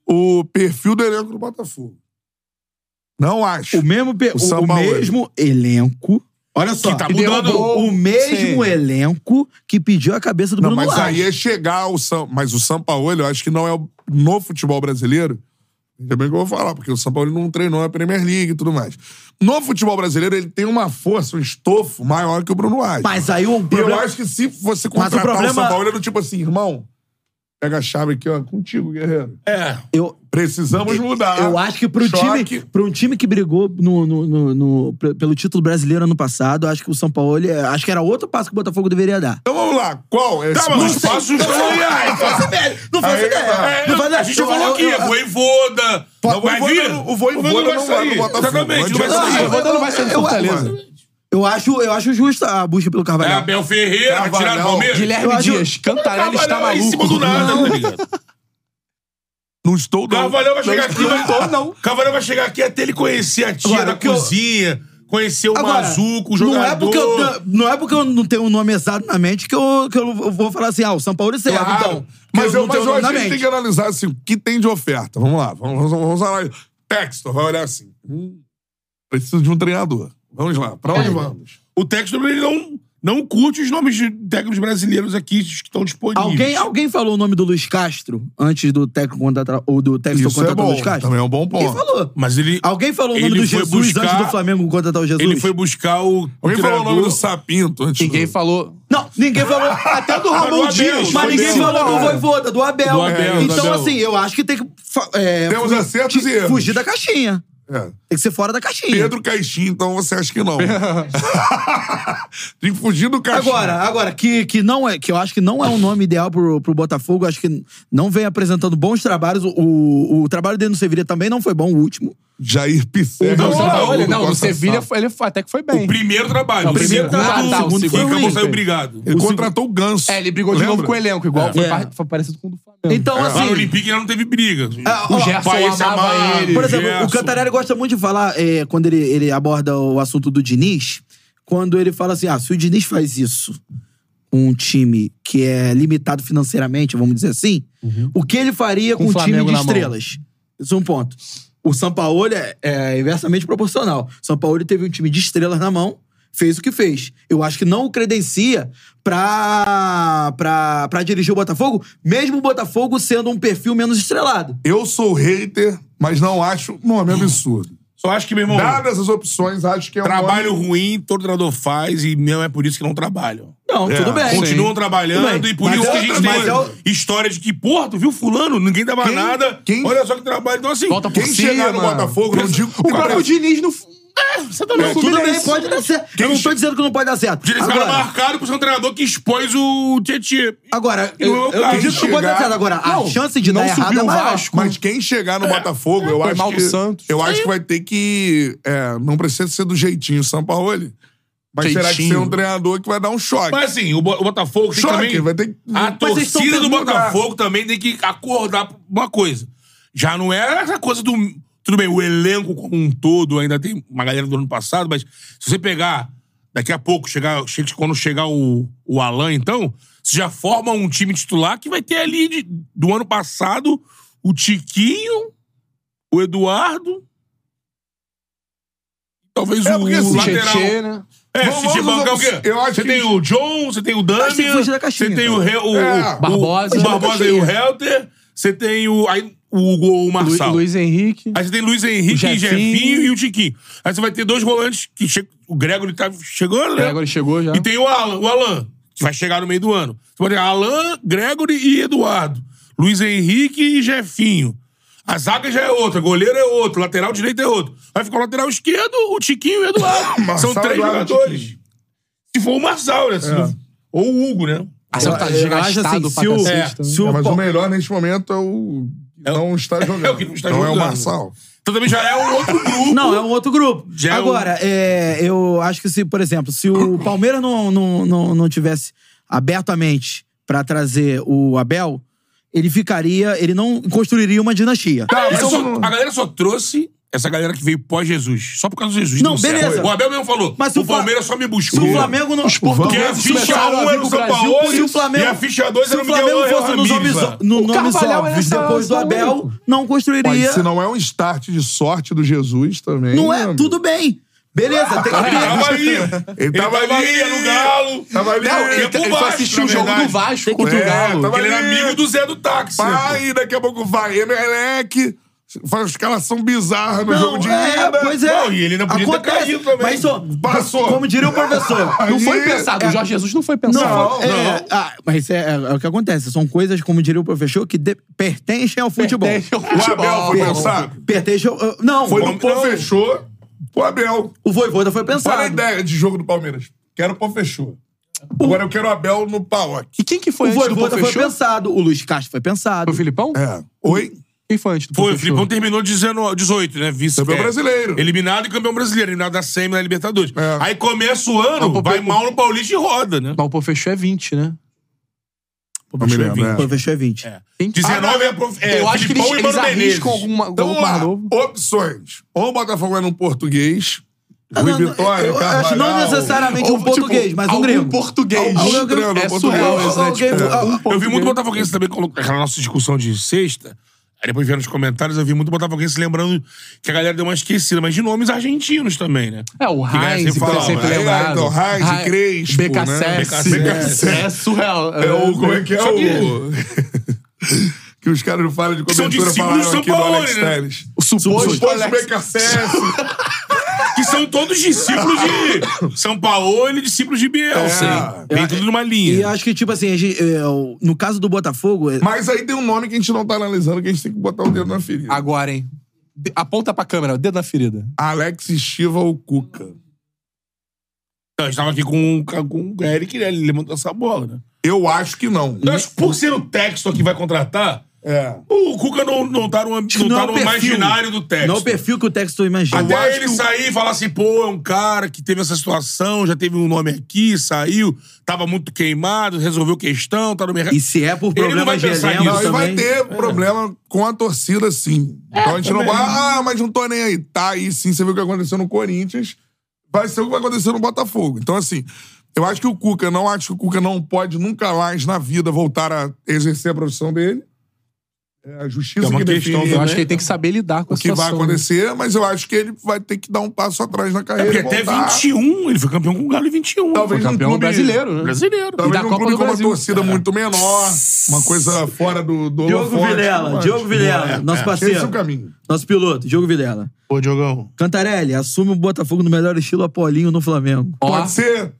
Speaker 1: o perfil do elenco do Botafogo. Não acho.
Speaker 3: O mesmo, pe-
Speaker 1: O
Speaker 3: o- o
Speaker 1: Sampaoli.
Speaker 3: mesmo elenco. Olha só.
Speaker 2: Que tá
Speaker 4: E
Speaker 2: mudando.
Speaker 4: derrubou.
Speaker 3: O mesmo
Speaker 4: Sim.
Speaker 3: elenco que pediu a cabeça do
Speaker 1: Não,
Speaker 3: Bruno
Speaker 1: mas
Speaker 3: Lage.
Speaker 1: aí é chegar ao São... Mas o São Paulo, eu acho que não é o- no futebol brasileiro. Ainda bem que eu vou falar, porque o São Paulo não treinou a Premier League e tudo mais. No futebol brasileiro, ele tem uma força, um estofo maior que o Bruno Lage.
Speaker 3: Mas aí o
Speaker 1: E
Speaker 3: problema-
Speaker 1: eu acho que se você
Speaker 3: Mas o
Speaker 1: contratar o,
Speaker 3: problema-
Speaker 1: São Paulo, ele é do tipo assim, irmão, pega a chave aqui, ó, contigo, guerreiro.
Speaker 2: É.
Speaker 3: eu,
Speaker 1: Precisamos mudar.
Speaker 3: Eu acho que pro
Speaker 1: tá Choque.
Speaker 3: time, pro um time que brigou no, no- no- no- pe- pelo título brasileiro ano passado, acho que o São Paulo, ele- é, acho que era outro passo que o Botafogo deveria dar.
Speaker 1: Então vamos lá, qual é esse
Speaker 2: Calma, os
Speaker 1: passo?
Speaker 2: passos estão aí, aí,
Speaker 3: faço ideia, não faço
Speaker 1: Aí,
Speaker 3: ideia,
Speaker 1: cara.
Speaker 3: não faço
Speaker 2: É,
Speaker 3: ideia.
Speaker 2: a gente já
Speaker 3: Eu-
Speaker 2: falou
Speaker 3: eu-
Speaker 2: aqui,
Speaker 3: eu-
Speaker 2: é voivoda.
Speaker 1: Não,
Speaker 2: Vai
Speaker 1: voivoda
Speaker 2: vir?
Speaker 1: não- o voivoda
Speaker 2: Voivoda
Speaker 1: não vai no Botafogo.
Speaker 2: Exatamente,
Speaker 1: Não
Speaker 2: não vai
Speaker 1: adianta.
Speaker 2: sair.
Speaker 4: Voivoda não vai sair do
Speaker 3: eu- eu-
Speaker 4: Fortaleza.
Speaker 3: eu- Eu acho, eu acho justa a busca pelo
Speaker 2: É,
Speaker 3: Carvalhal.
Speaker 2: Abel Ferreira,
Speaker 1: Carvalhal.
Speaker 2: tirar o Palmeiras.
Speaker 4: Guilherme
Speaker 3: Eu acho-
Speaker 4: Dias, Cantarelli está
Speaker 2: Carvalhal
Speaker 4: maluco.
Speaker 2: em cima do nada, tá ligado?
Speaker 1: Não estou, não.
Speaker 2: Carvalhal vai chegar aqui, vai...
Speaker 4: estou, não.
Speaker 2: Carvalhal vai chegar aqui até ele conhecer a tia
Speaker 3: Agora,
Speaker 2: da
Speaker 3: o que eu-
Speaker 2: cozinha, conhecer o
Speaker 3: Agora,
Speaker 2: Mazuco, o jogador.
Speaker 3: não é, porque eu, não é porque eu não tenho o nome exato na mente que eu, que eu vou falar assim, ah, o São Paulo é certo,
Speaker 1: Claro.
Speaker 3: então.
Speaker 1: mas
Speaker 3: que
Speaker 1: eu, mas eu
Speaker 3: não tenho o nome
Speaker 1: acho que
Speaker 3: na
Speaker 1: a gente tem
Speaker 3: mente.
Speaker 1: que analisar assim, o que tem de oferta. Vamos lá, vamos, vamos, vamos lá. Textor vai olhar assim. hum, preciso de um treinador. Vamos lá, pra onde vamos?
Speaker 2: O técnico ele não, não curte os nomes de técnicos brasileiros aqui que estão disponíveis.
Speaker 3: Alguém, alguém falou o nome do Luiz Castro antes do técnico contratar, ou do técnico
Speaker 1: Isso é
Speaker 3: contratar o
Speaker 1: bom,
Speaker 3: Luiz Castro?
Speaker 1: também é um bom
Speaker 3: Alguém
Speaker 1: ponto.
Speaker 3: falou.
Speaker 2: Mas ele...
Speaker 3: Alguém falou o nome
Speaker 2: um- Ele
Speaker 3: do
Speaker 2: foi
Speaker 3: Jesus
Speaker 2: buscar-
Speaker 3: antes do Flamengo contratar o Jesus?
Speaker 2: Ele foi buscar o
Speaker 1: Alguém falou o nome do
Speaker 2: treinador.
Speaker 1: Sapinto antes
Speaker 4: Ninguém
Speaker 1: do...
Speaker 4: falou.
Speaker 3: Não, ninguém falou até do
Speaker 2: Mas
Speaker 3: Ramon
Speaker 2: do Abel,
Speaker 3: Dias,
Speaker 2: foi
Speaker 3: mas ninguém
Speaker 2: desse.
Speaker 3: falou do Voivoda, do Abel.
Speaker 2: Do Abel,
Speaker 3: então,
Speaker 2: do Abel.
Speaker 3: assim, eu acho que tem que fa- é,
Speaker 1: Temos acertos e erros.
Speaker 3: fugir da caixinha.
Speaker 1: É.
Speaker 3: Tem que ser fora da caixinha.
Speaker 1: Pedro Caixinha, então você acha que não.
Speaker 4: É.
Speaker 1: tem que fugir do Caixinha.
Speaker 3: Agora, agora que, que não é, que eu acho que não é um nome ideal pro, pro Botafogo, acho que não vem apresentando bons trabalhos. O, o, o trabalho dele no Sevilha também não foi bom, o último.
Speaker 1: Jair Pisserni.
Speaker 4: Não,
Speaker 1: é o
Speaker 4: você tá-
Speaker 1: maluco,
Speaker 4: olha, não, no
Speaker 1: Costa
Speaker 4: Sevilha
Speaker 1: Sá.
Speaker 4: ele foi- até que foi bem.
Speaker 2: Primeiro trabalho.
Speaker 4: Não,
Speaker 2: o
Speaker 4: primeiro
Speaker 2: segundo,
Speaker 4: trabalho, tá, o
Speaker 2: segundo,
Speaker 4: segundo
Speaker 2: foi
Speaker 4: foi
Speaker 2: acabou
Speaker 4: ruim,
Speaker 2: saiu
Speaker 4: foi.
Speaker 2: brigado.
Speaker 1: Ele contratou o Ganso.
Speaker 4: É, ele brigou de novo
Speaker 1: Lembra?
Speaker 4: com o elenco, igual foi,
Speaker 3: É.
Speaker 4: par- foi parecido com o do Flamengo.
Speaker 3: Então,
Speaker 2: Lá no
Speaker 3: assim.
Speaker 2: Olympique ainda não teve briga.
Speaker 3: Ah, ó,
Speaker 4: o Gerson
Speaker 2: Paes
Speaker 4: amava
Speaker 2: amava
Speaker 4: ele.
Speaker 3: Por exemplo,
Speaker 2: Gerson.
Speaker 3: o Cantarelli gosta muito de falar, é, quando ele, ele aborda o assunto do Diniz, quando ele fala assim: ah, se o Diniz faz isso com um time que é limitado financeiramente, vamos dizer assim, o que ele faria
Speaker 4: Uhum. Com
Speaker 3: com,
Speaker 4: o
Speaker 3: um time
Speaker 4: Flamengo
Speaker 3: de
Speaker 4: na mão.
Speaker 3: estrelas? Isso é um ponto. O Sampaoli é, é inversamente proporcional. O Sampaoli teve um time de estrelas na mão, fez o que fez. Eu acho que não o credencia pra, pra, pra dirigir o Botafogo, mesmo o Botafogo sendo um perfil menos estrelado.
Speaker 1: Eu sou hater, mas não acho um nome absurdo.
Speaker 2: Só acho que, meu irmão,
Speaker 1: Dadas as opções, acho que é um
Speaker 2: trabalho ruim todo treinador faz e não é por isso que não trabalham.
Speaker 3: Não,
Speaker 1: É,
Speaker 3: tudo bem.
Speaker 2: Continuam
Speaker 3: Tudo
Speaker 2: trabalhando
Speaker 3: bem.
Speaker 2: e por
Speaker 3: Mas
Speaker 2: isso
Speaker 3: é
Speaker 2: que a gente
Speaker 3: outra-
Speaker 2: tem
Speaker 3: mas é o-
Speaker 2: história de que, porra, tu viu fulano? Ninguém dava
Speaker 1: Quem-
Speaker 2: nada.
Speaker 1: quem-
Speaker 2: Olha só que trabalho. Então, assim,
Speaker 4: Volta por
Speaker 1: Quem chegar no
Speaker 4: cima.
Speaker 1: Botafogo, não
Speaker 2: né?
Speaker 1: digo
Speaker 4: O próprio Diniz não. É, você tá
Speaker 1: É,
Speaker 4: louco.
Speaker 3: Tudo bem,
Speaker 1: Fluminense.
Speaker 3: pode dar certo. eu não tô dizendo que não pode dar certo.
Speaker 2: Eles ficaram
Speaker 3: Agora,
Speaker 2: marcados por ser um treinador que expôs o Tietchan.
Speaker 3: agora
Speaker 2: E não
Speaker 3: eu,
Speaker 2: é o
Speaker 3: eu
Speaker 2: cara
Speaker 3: acredito que não pode dar
Speaker 1: chegar-
Speaker 3: certo. Agora, a
Speaker 4: Não,
Speaker 3: chance de
Speaker 4: não
Speaker 3: dar errado
Speaker 4: subiu
Speaker 3: é
Speaker 4: o
Speaker 3: maior.
Speaker 4: Vasco.
Speaker 1: Mas quem chegar no Botafogo, eu
Speaker 4: É. Foi
Speaker 1: acho
Speaker 4: mal
Speaker 1: que...
Speaker 4: do Santos.
Speaker 1: Eu acho que vai ter que... é, não precisa ser do jeitinho Sampaoli. Mas será que
Speaker 4: Jeitinho.
Speaker 1: ser um treinador que vai dar um choque?
Speaker 2: Mas assim, o Bo- o Botafogo tem
Speaker 1: Choque,
Speaker 2: também.
Speaker 1: vai ter que-
Speaker 2: A
Speaker 1: Mas
Speaker 3: eles estão
Speaker 2: torcida do
Speaker 3: tentando
Speaker 2: Botafogo também tem que acordar pra uma coisa. Já não é essa coisa do. Tudo bem, o elenco como um todo ainda tem uma galera do ano passado, mas se você pegar daqui a pouco, chegar, che- quando chegar o, o Alain, então, você já forma um time titular que vai ter ali de- do ano passado o Tiquinho, o Eduardo. Talvez
Speaker 1: É,
Speaker 2: o
Speaker 1: porque assim,
Speaker 2: lateral.
Speaker 4: Tietê, né?
Speaker 2: É,
Speaker 1: Vamos-
Speaker 2: se te
Speaker 1: vamos-
Speaker 2: bancar o quê?
Speaker 1: eu acho
Speaker 2: você
Speaker 1: que-
Speaker 2: tem o John, você tem o Damian,
Speaker 3: Mas tem que fugir da caixinha,
Speaker 2: você tem
Speaker 3: então.
Speaker 2: o, He- o,
Speaker 1: É.
Speaker 2: o-
Speaker 4: Barbosa.
Speaker 2: o Barbosa e o Helter, você tem o, aí, o, Hugo- o
Speaker 4: Lu-
Speaker 2: Marçal.
Speaker 4: Luiz Henrique.
Speaker 2: Aí você tem Luiz Henrique,
Speaker 4: O
Speaker 2: Jefinho.
Speaker 4: Jefinho.
Speaker 2: e o Tiquinho. Aí você vai ter dois volantes que che... o Gregory tá chegando, né?
Speaker 4: Agora chegou já.
Speaker 2: E tem o Alan, o Alan, que vai chegar no meio do ano. Você pode ter Alan, Gregory e Eduardo. Luiz Henrique e Jefinho. A zaga já é outra, goleiro é outro, lateral direito é outro. Vai ficar o lateral esquerdo, o Tiquinho e o Eduardo. São
Speaker 1: <laughs> Marçal,
Speaker 2: três
Speaker 1: Eduardo,
Speaker 2: jogadores.
Speaker 1: Tiquinho. É.
Speaker 2: Se for o Marçal, né? Se não- Ou o Hugo, né?
Speaker 4: Marçal
Speaker 3: Eu- eu
Speaker 4: tá
Speaker 3: acho
Speaker 4: desgastado
Speaker 3: assim,
Speaker 4: pra
Speaker 3: se o-
Speaker 4: cacete
Speaker 2: é,
Speaker 4: também.
Speaker 3: Se o
Speaker 1: É, mas
Speaker 3: Bo-
Speaker 1: o melhor neste momento é o... que Não está jogando.
Speaker 2: que não está
Speaker 1: então é o
Speaker 2: jogando.
Speaker 1: Marçal.
Speaker 2: Então também já é um outro grupo.
Speaker 3: Não, é um outro grupo.
Speaker 2: Já é
Speaker 3: Agora, é, eu acho que se, por exemplo, se o Palmeiras não, não, não, não tivesse abertamente pra trazer o Abel, ele ficaria. Ele não construiria uma dinastia.
Speaker 2: A galera,
Speaker 1: Isso
Speaker 2: só,
Speaker 1: não-
Speaker 2: a galera só trouxe essa galera que veio pós-Jesus. Só por causa do Jesus.
Speaker 3: Não,
Speaker 2: deu certo.
Speaker 3: beleza.
Speaker 2: O Abel mesmo falou.
Speaker 3: Mas se
Speaker 2: o
Speaker 3: o Fla-
Speaker 2: Palmeiras só me
Speaker 3: Se
Speaker 2: buscou.
Speaker 3: o Flamengo não. é
Speaker 2: Porque é a ficha
Speaker 4: começaram a
Speaker 2: 1
Speaker 4: vir
Speaker 2: era o
Speaker 4: pro
Speaker 2: São
Speaker 4: Brasil,
Speaker 2: Paulo
Speaker 3: se o Flamengo-
Speaker 2: e a ficha 2
Speaker 3: Se
Speaker 2: era
Speaker 3: o
Speaker 2: o Miguel
Speaker 3: Flamengo fosse nos
Speaker 2: Ramírez,
Speaker 3: homens,
Speaker 2: lá.
Speaker 3: no,
Speaker 4: O
Speaker 3: nomes
Speaker 4: Carvalhal
Speaker 3: óbvios
Speaker 4: era
Speaker 3: depois do
Speaker 4: só
Speaker 3: Abel,
Speaker 4: único.
Speaker 3: não construiria.
Speaker 1: Mas se não é um start de sorte do Jesus também...
Speaker 3: Não
Speaker 1: né,
Speaker 3: é,
Speaker 1: amigo?
Speaker 3: tudo bem. Beleza, tem que
Speaker 2: Ele tava
Speaker 3: ter.
Speaker 2: ali. Ele tava ali, ia no Galo.
Speaker 1: Tava
Speaker 4: é,
Speaker 1: ali.
Speaker 2: Não,
Speaker 1: Ele
Speaker 2: ia pro
Speaker 4: Ele
Speaker 2: Vasco,
Speaker 4: foi assistir
Speaker 2: na
Speaker 4: o jogo do
Speaker 2: verdade.
Speaker 4: Vasco contra o
Speaker 1: É,
Speaker 4: Galo.
Speaker 1: tava
Speaker 2: Porque ele era
Speaker 1: ali.
Speaker 2: amigo do Zé do Táxi.
Speaker 1: Pai, daqui a pouco vai. É, Emelec. Faz uma escalação bizarra no um jogo de
Speaker 3: é,
Speaker 1: ida.
Speaker 3: pois é.
Speaker 2: Não, e ele ainda podia ter
Speaker 3: Acontece,
Speaker 2: caído também.
Speaker 3: Mas só,
Speaker 1: Passou.
Speaker 3: como diria o professor,
Speaker 1: Aí-
Speaker 4: Não foi pensado. O Jorge Jesus não foi
Speaker 3: Não,
Speaker 4: pensado.
Speaker 1: Não,
Speaker 3: é,
Speaker 1: não.
Speaker 3: ah, mas é, é- é o que acontece. São coisas, como diria o professor, que de- pertencem ao futebol.
Speaker 4: Pertence ao
Speaker 1: O Abel foi
Speaker 4: futebol.
Speaker 1: pensado.
Speaker 3: Pertencem ao. ah, Não,
Speaker 1: Foi
Speaker 3: o-
Speaker 1: do Pô Fechou pro Abel.
Speaker 3: o Voivoda foi
Speaker 1: Olha a
Speaker 3: pensado.
Speaker 1: ideia de jogo do Palmeiras. Quero o Pô Fechou. Agora eu quero o Abel no pau aqui.
Speaker 4: E quem que foi
Speaker 3: O
Speaker 4: antes do Pô
Speaker 3: Voivoda foi
Speaker 4: Fechou?
Speaker 3: pensado, o Luiz Castro foi pensado.
Speaker 4: Foi o Filipão?
Speaker 1: É. Oi?
Speaker 4: Quem foi antes do
Speaker 2: Foi, o
Speaker 4: Pofechou?
Speaker 2: Filipão terminou 19, 18, né? Vice
Speaker 1: Campeão brasileiro.
Speaker 2: Eliminado e campeão brasileiro. Eliminado da SEMI na Libertadores.
Speaker 1: É.
Speaker 2: Aí começa o ano,
Speaker 4: Mas, pô,
Speaker 2: vai
Speaker 4: pô,
Speaker 2: mal no Paulista e roda, né?
Speaker 4: Mas o Pofechou é 20, né?
Speaker 1: Não me lembro, né?
Speaker 3: Pô, fechou é 20.
Speaker 4: Tem-
Speaker 2: 19 é, prof- é
Speaker 4: Eu acho que
Speaker 2: Filipão
Speaker 4: eles,
Speaker 2: e Mano
Speaker 4: eles
Speaker 2: Menezes.
Speaker 4: arriscam alguma,
Speaker 1: Então
Speaker 4: algum
Speaker 1: vamos lá.
Speaker 4: par novo.
Speaker 1: Opções. Ou o Botafogo era um português, Rui
Speaker 4: Ah,
Speaker 3: Não, não,
Speaker 1: Vitória,
Speaker 3: eu acho não
Speaker 1: Carvalhal.
Speaker 3: necessariamente
Speaker 4: Ou,
Speaker 3: um
Speaker 4: tipo,
Speaker 3: português, mas um
Speaker 4: algum
Speaker 3: grego.
Speaker 4: português.
Speaker 1: Algum grego,
Speaker 4: é
Speaker 1: português.
Speaker 4: surreal isso, né?
Speaker 3: Alguém-
Speaker 4: Tipo,
Speaker 3: é.
Speaker 4: um
Speaker 2: Eu vi muito
Speaker 4: português.
Speaker 2: Botafoguense também, colo- aquela nossa discussão de sexta. Aí depois vieram os comentários, eu vi muito Botafoguense lembrando que a galera deu uma esquecida, mas de nomes argentinos também, né?
Speaker 4: É, o
Speaker 2: Que ganha
Speaker 4: Heinz,
Speaker 2: sempre
Speaker 4: que tá
Speaker 2: fala,
Speaker 4: sempre
Speaker 2: né?
Speaker 4: lembrado.
Speaker 1: Então, Heinz,
Speaker 4: Heinz,
Speaker 1: Crespo,
Speaker 4: BKSS.
Speaker 2: né?
Speaker 4: BKSS. É surreal.
Speaker 1: É o, como é que é
Speaker 2: Só
Speaker 1: o... <laughs> que os caras não falam de
Speaker 2: são de
Speaker 1: cobertura,
Speaker 2: símbolo
Speaker 1: falaram
Speaker 2: de São
Speaker 1: aqui do
Speaker 2: Paulo,
Speaker 1: Alex
Speaker 2: né?
Speaker 1: Telles.
Speaker 4: O suposto,
Speaker 1: Suposto
Speaker 4: Alex-
Speaker 1: BKSS.
Speaker 2: Que são todos discípulos de São Paulo e discípulos de Bielsa.
Speaker 3: É.
Speaker 2: Vem tudo numa linha.
Speaker 3: E acho que, tipo assim, a gente, é, o- no caso do Botafogo, é-
Speaker 1: Mas aí tem um nome que a gente não tá analisando, que a gente tem que botar o dedo na ferida.
Speaker 4: Agora, hein? De- Aponta pra câmera, dedo na ferida.
Speaker 1: Alex Estiva ou Cuca?
Speaker 2: Então, a gente tava aqui com, com o Eric, né? Ele levantou essa bola, né? Então,
Speaker 1: Eu acho que não.
Speaker 2: Eu acho que por ser o Textor que vai contratar,
Speaker 1: É.
Speaker 2: o Cuca não, não tá no, ambi- não
Speaker 3: não
Speaker 2: tá
Speaker 3: é o
Speaker 2: no
Speaker 3: perfil.
Speaker 2: imaginário do Textor.
Speaker 3: não é o perfil que o texto imagina.
Speaker 2: Até
Speaker 1: acho
Speaker 2: ele
Speaker 1: que o-
Speaker 2: sair e falar assim, pô, é um cara que teve essa situação, já teve um nome aqui, saiu, tava muito queimado, resolveu questão, tá no mercado.
Speaker 3: E se é por
Speaker 2: Ele não vai
Speaker 3: problemas de
Speaker 2: pensar
Speaker 3: elenco
Speaker 2: nisso.
Speaker 1: Não, e
Speaker 3: também...
Speaker 1: vai
Speaker 2: é.
Speaker 1: ter problema com a torcida, sim. então a gente não vai. Ah, mas não tô nem aí. Tá aí sim, você viu o que aconteceu no Corinthians. Vai ser o que vai acontecer no Botafogo. Então, assim, eu acho que o Cuca, não acho que o Cuca não pode nunca mais na vida voltar a exercer a profissão dele. É a justiça
Speaker 2: É uma
Speaker 1: que
Speaker 2: questão
Speaker 1: define
Speaker 2: do-
Speaker 4: Eu acho que ele tem que saber lidar
Speaker 1: o
Speaker 4: com a
Speaker 1: que
Speaker 4: situação.
Speaker 1: vai acontecer, mas eu acho que ele vai ter que dar um passo atrás na
Speaker 2: É
Speaker 1: carreira.
Speaker 2: porque até
Speaker 1: voltar.
Speaker 2: 21, ele foi campeão com o Galo em 21.
Speaker 1: Talvez
Speaker 4: Foi
Speaker 1: num
Speaker 4: campeão
Speaker 1: clube-
Speaker 4: brasileiro, né?
Speaker 2: Brasileiro.
Speaker 4: E
Speaker 1: Talvez
Speaker 4: da
Speaker 1: num
Speaker 4: Copa
Speaker 1: clube
Speaker 4: do
Speaker 1: com uma
Speaker 4: Brasil.
Speaker 1: torcida muito menor, uma coisa fora do, do
Speaker 3: Diogo
Speaker 1: holofote,
Speaker 3: Vilela,
Speaker 1: mas-
Speaker 3: Diogo Vilela, nosso
Speaker 1: Esse é
Speaker 3: parceiro,
Speaker 1: o caminho.
Speaker 3: nosso piloto, Diogo Vilela.
Speaker 2: Pô, Diogão.
Speaker 3: Cantarelli, assume o Botafogo no melhor estilo Apolinho no Flamengo.
Speaker 4: Ó,
Speaker 1: Pode ser?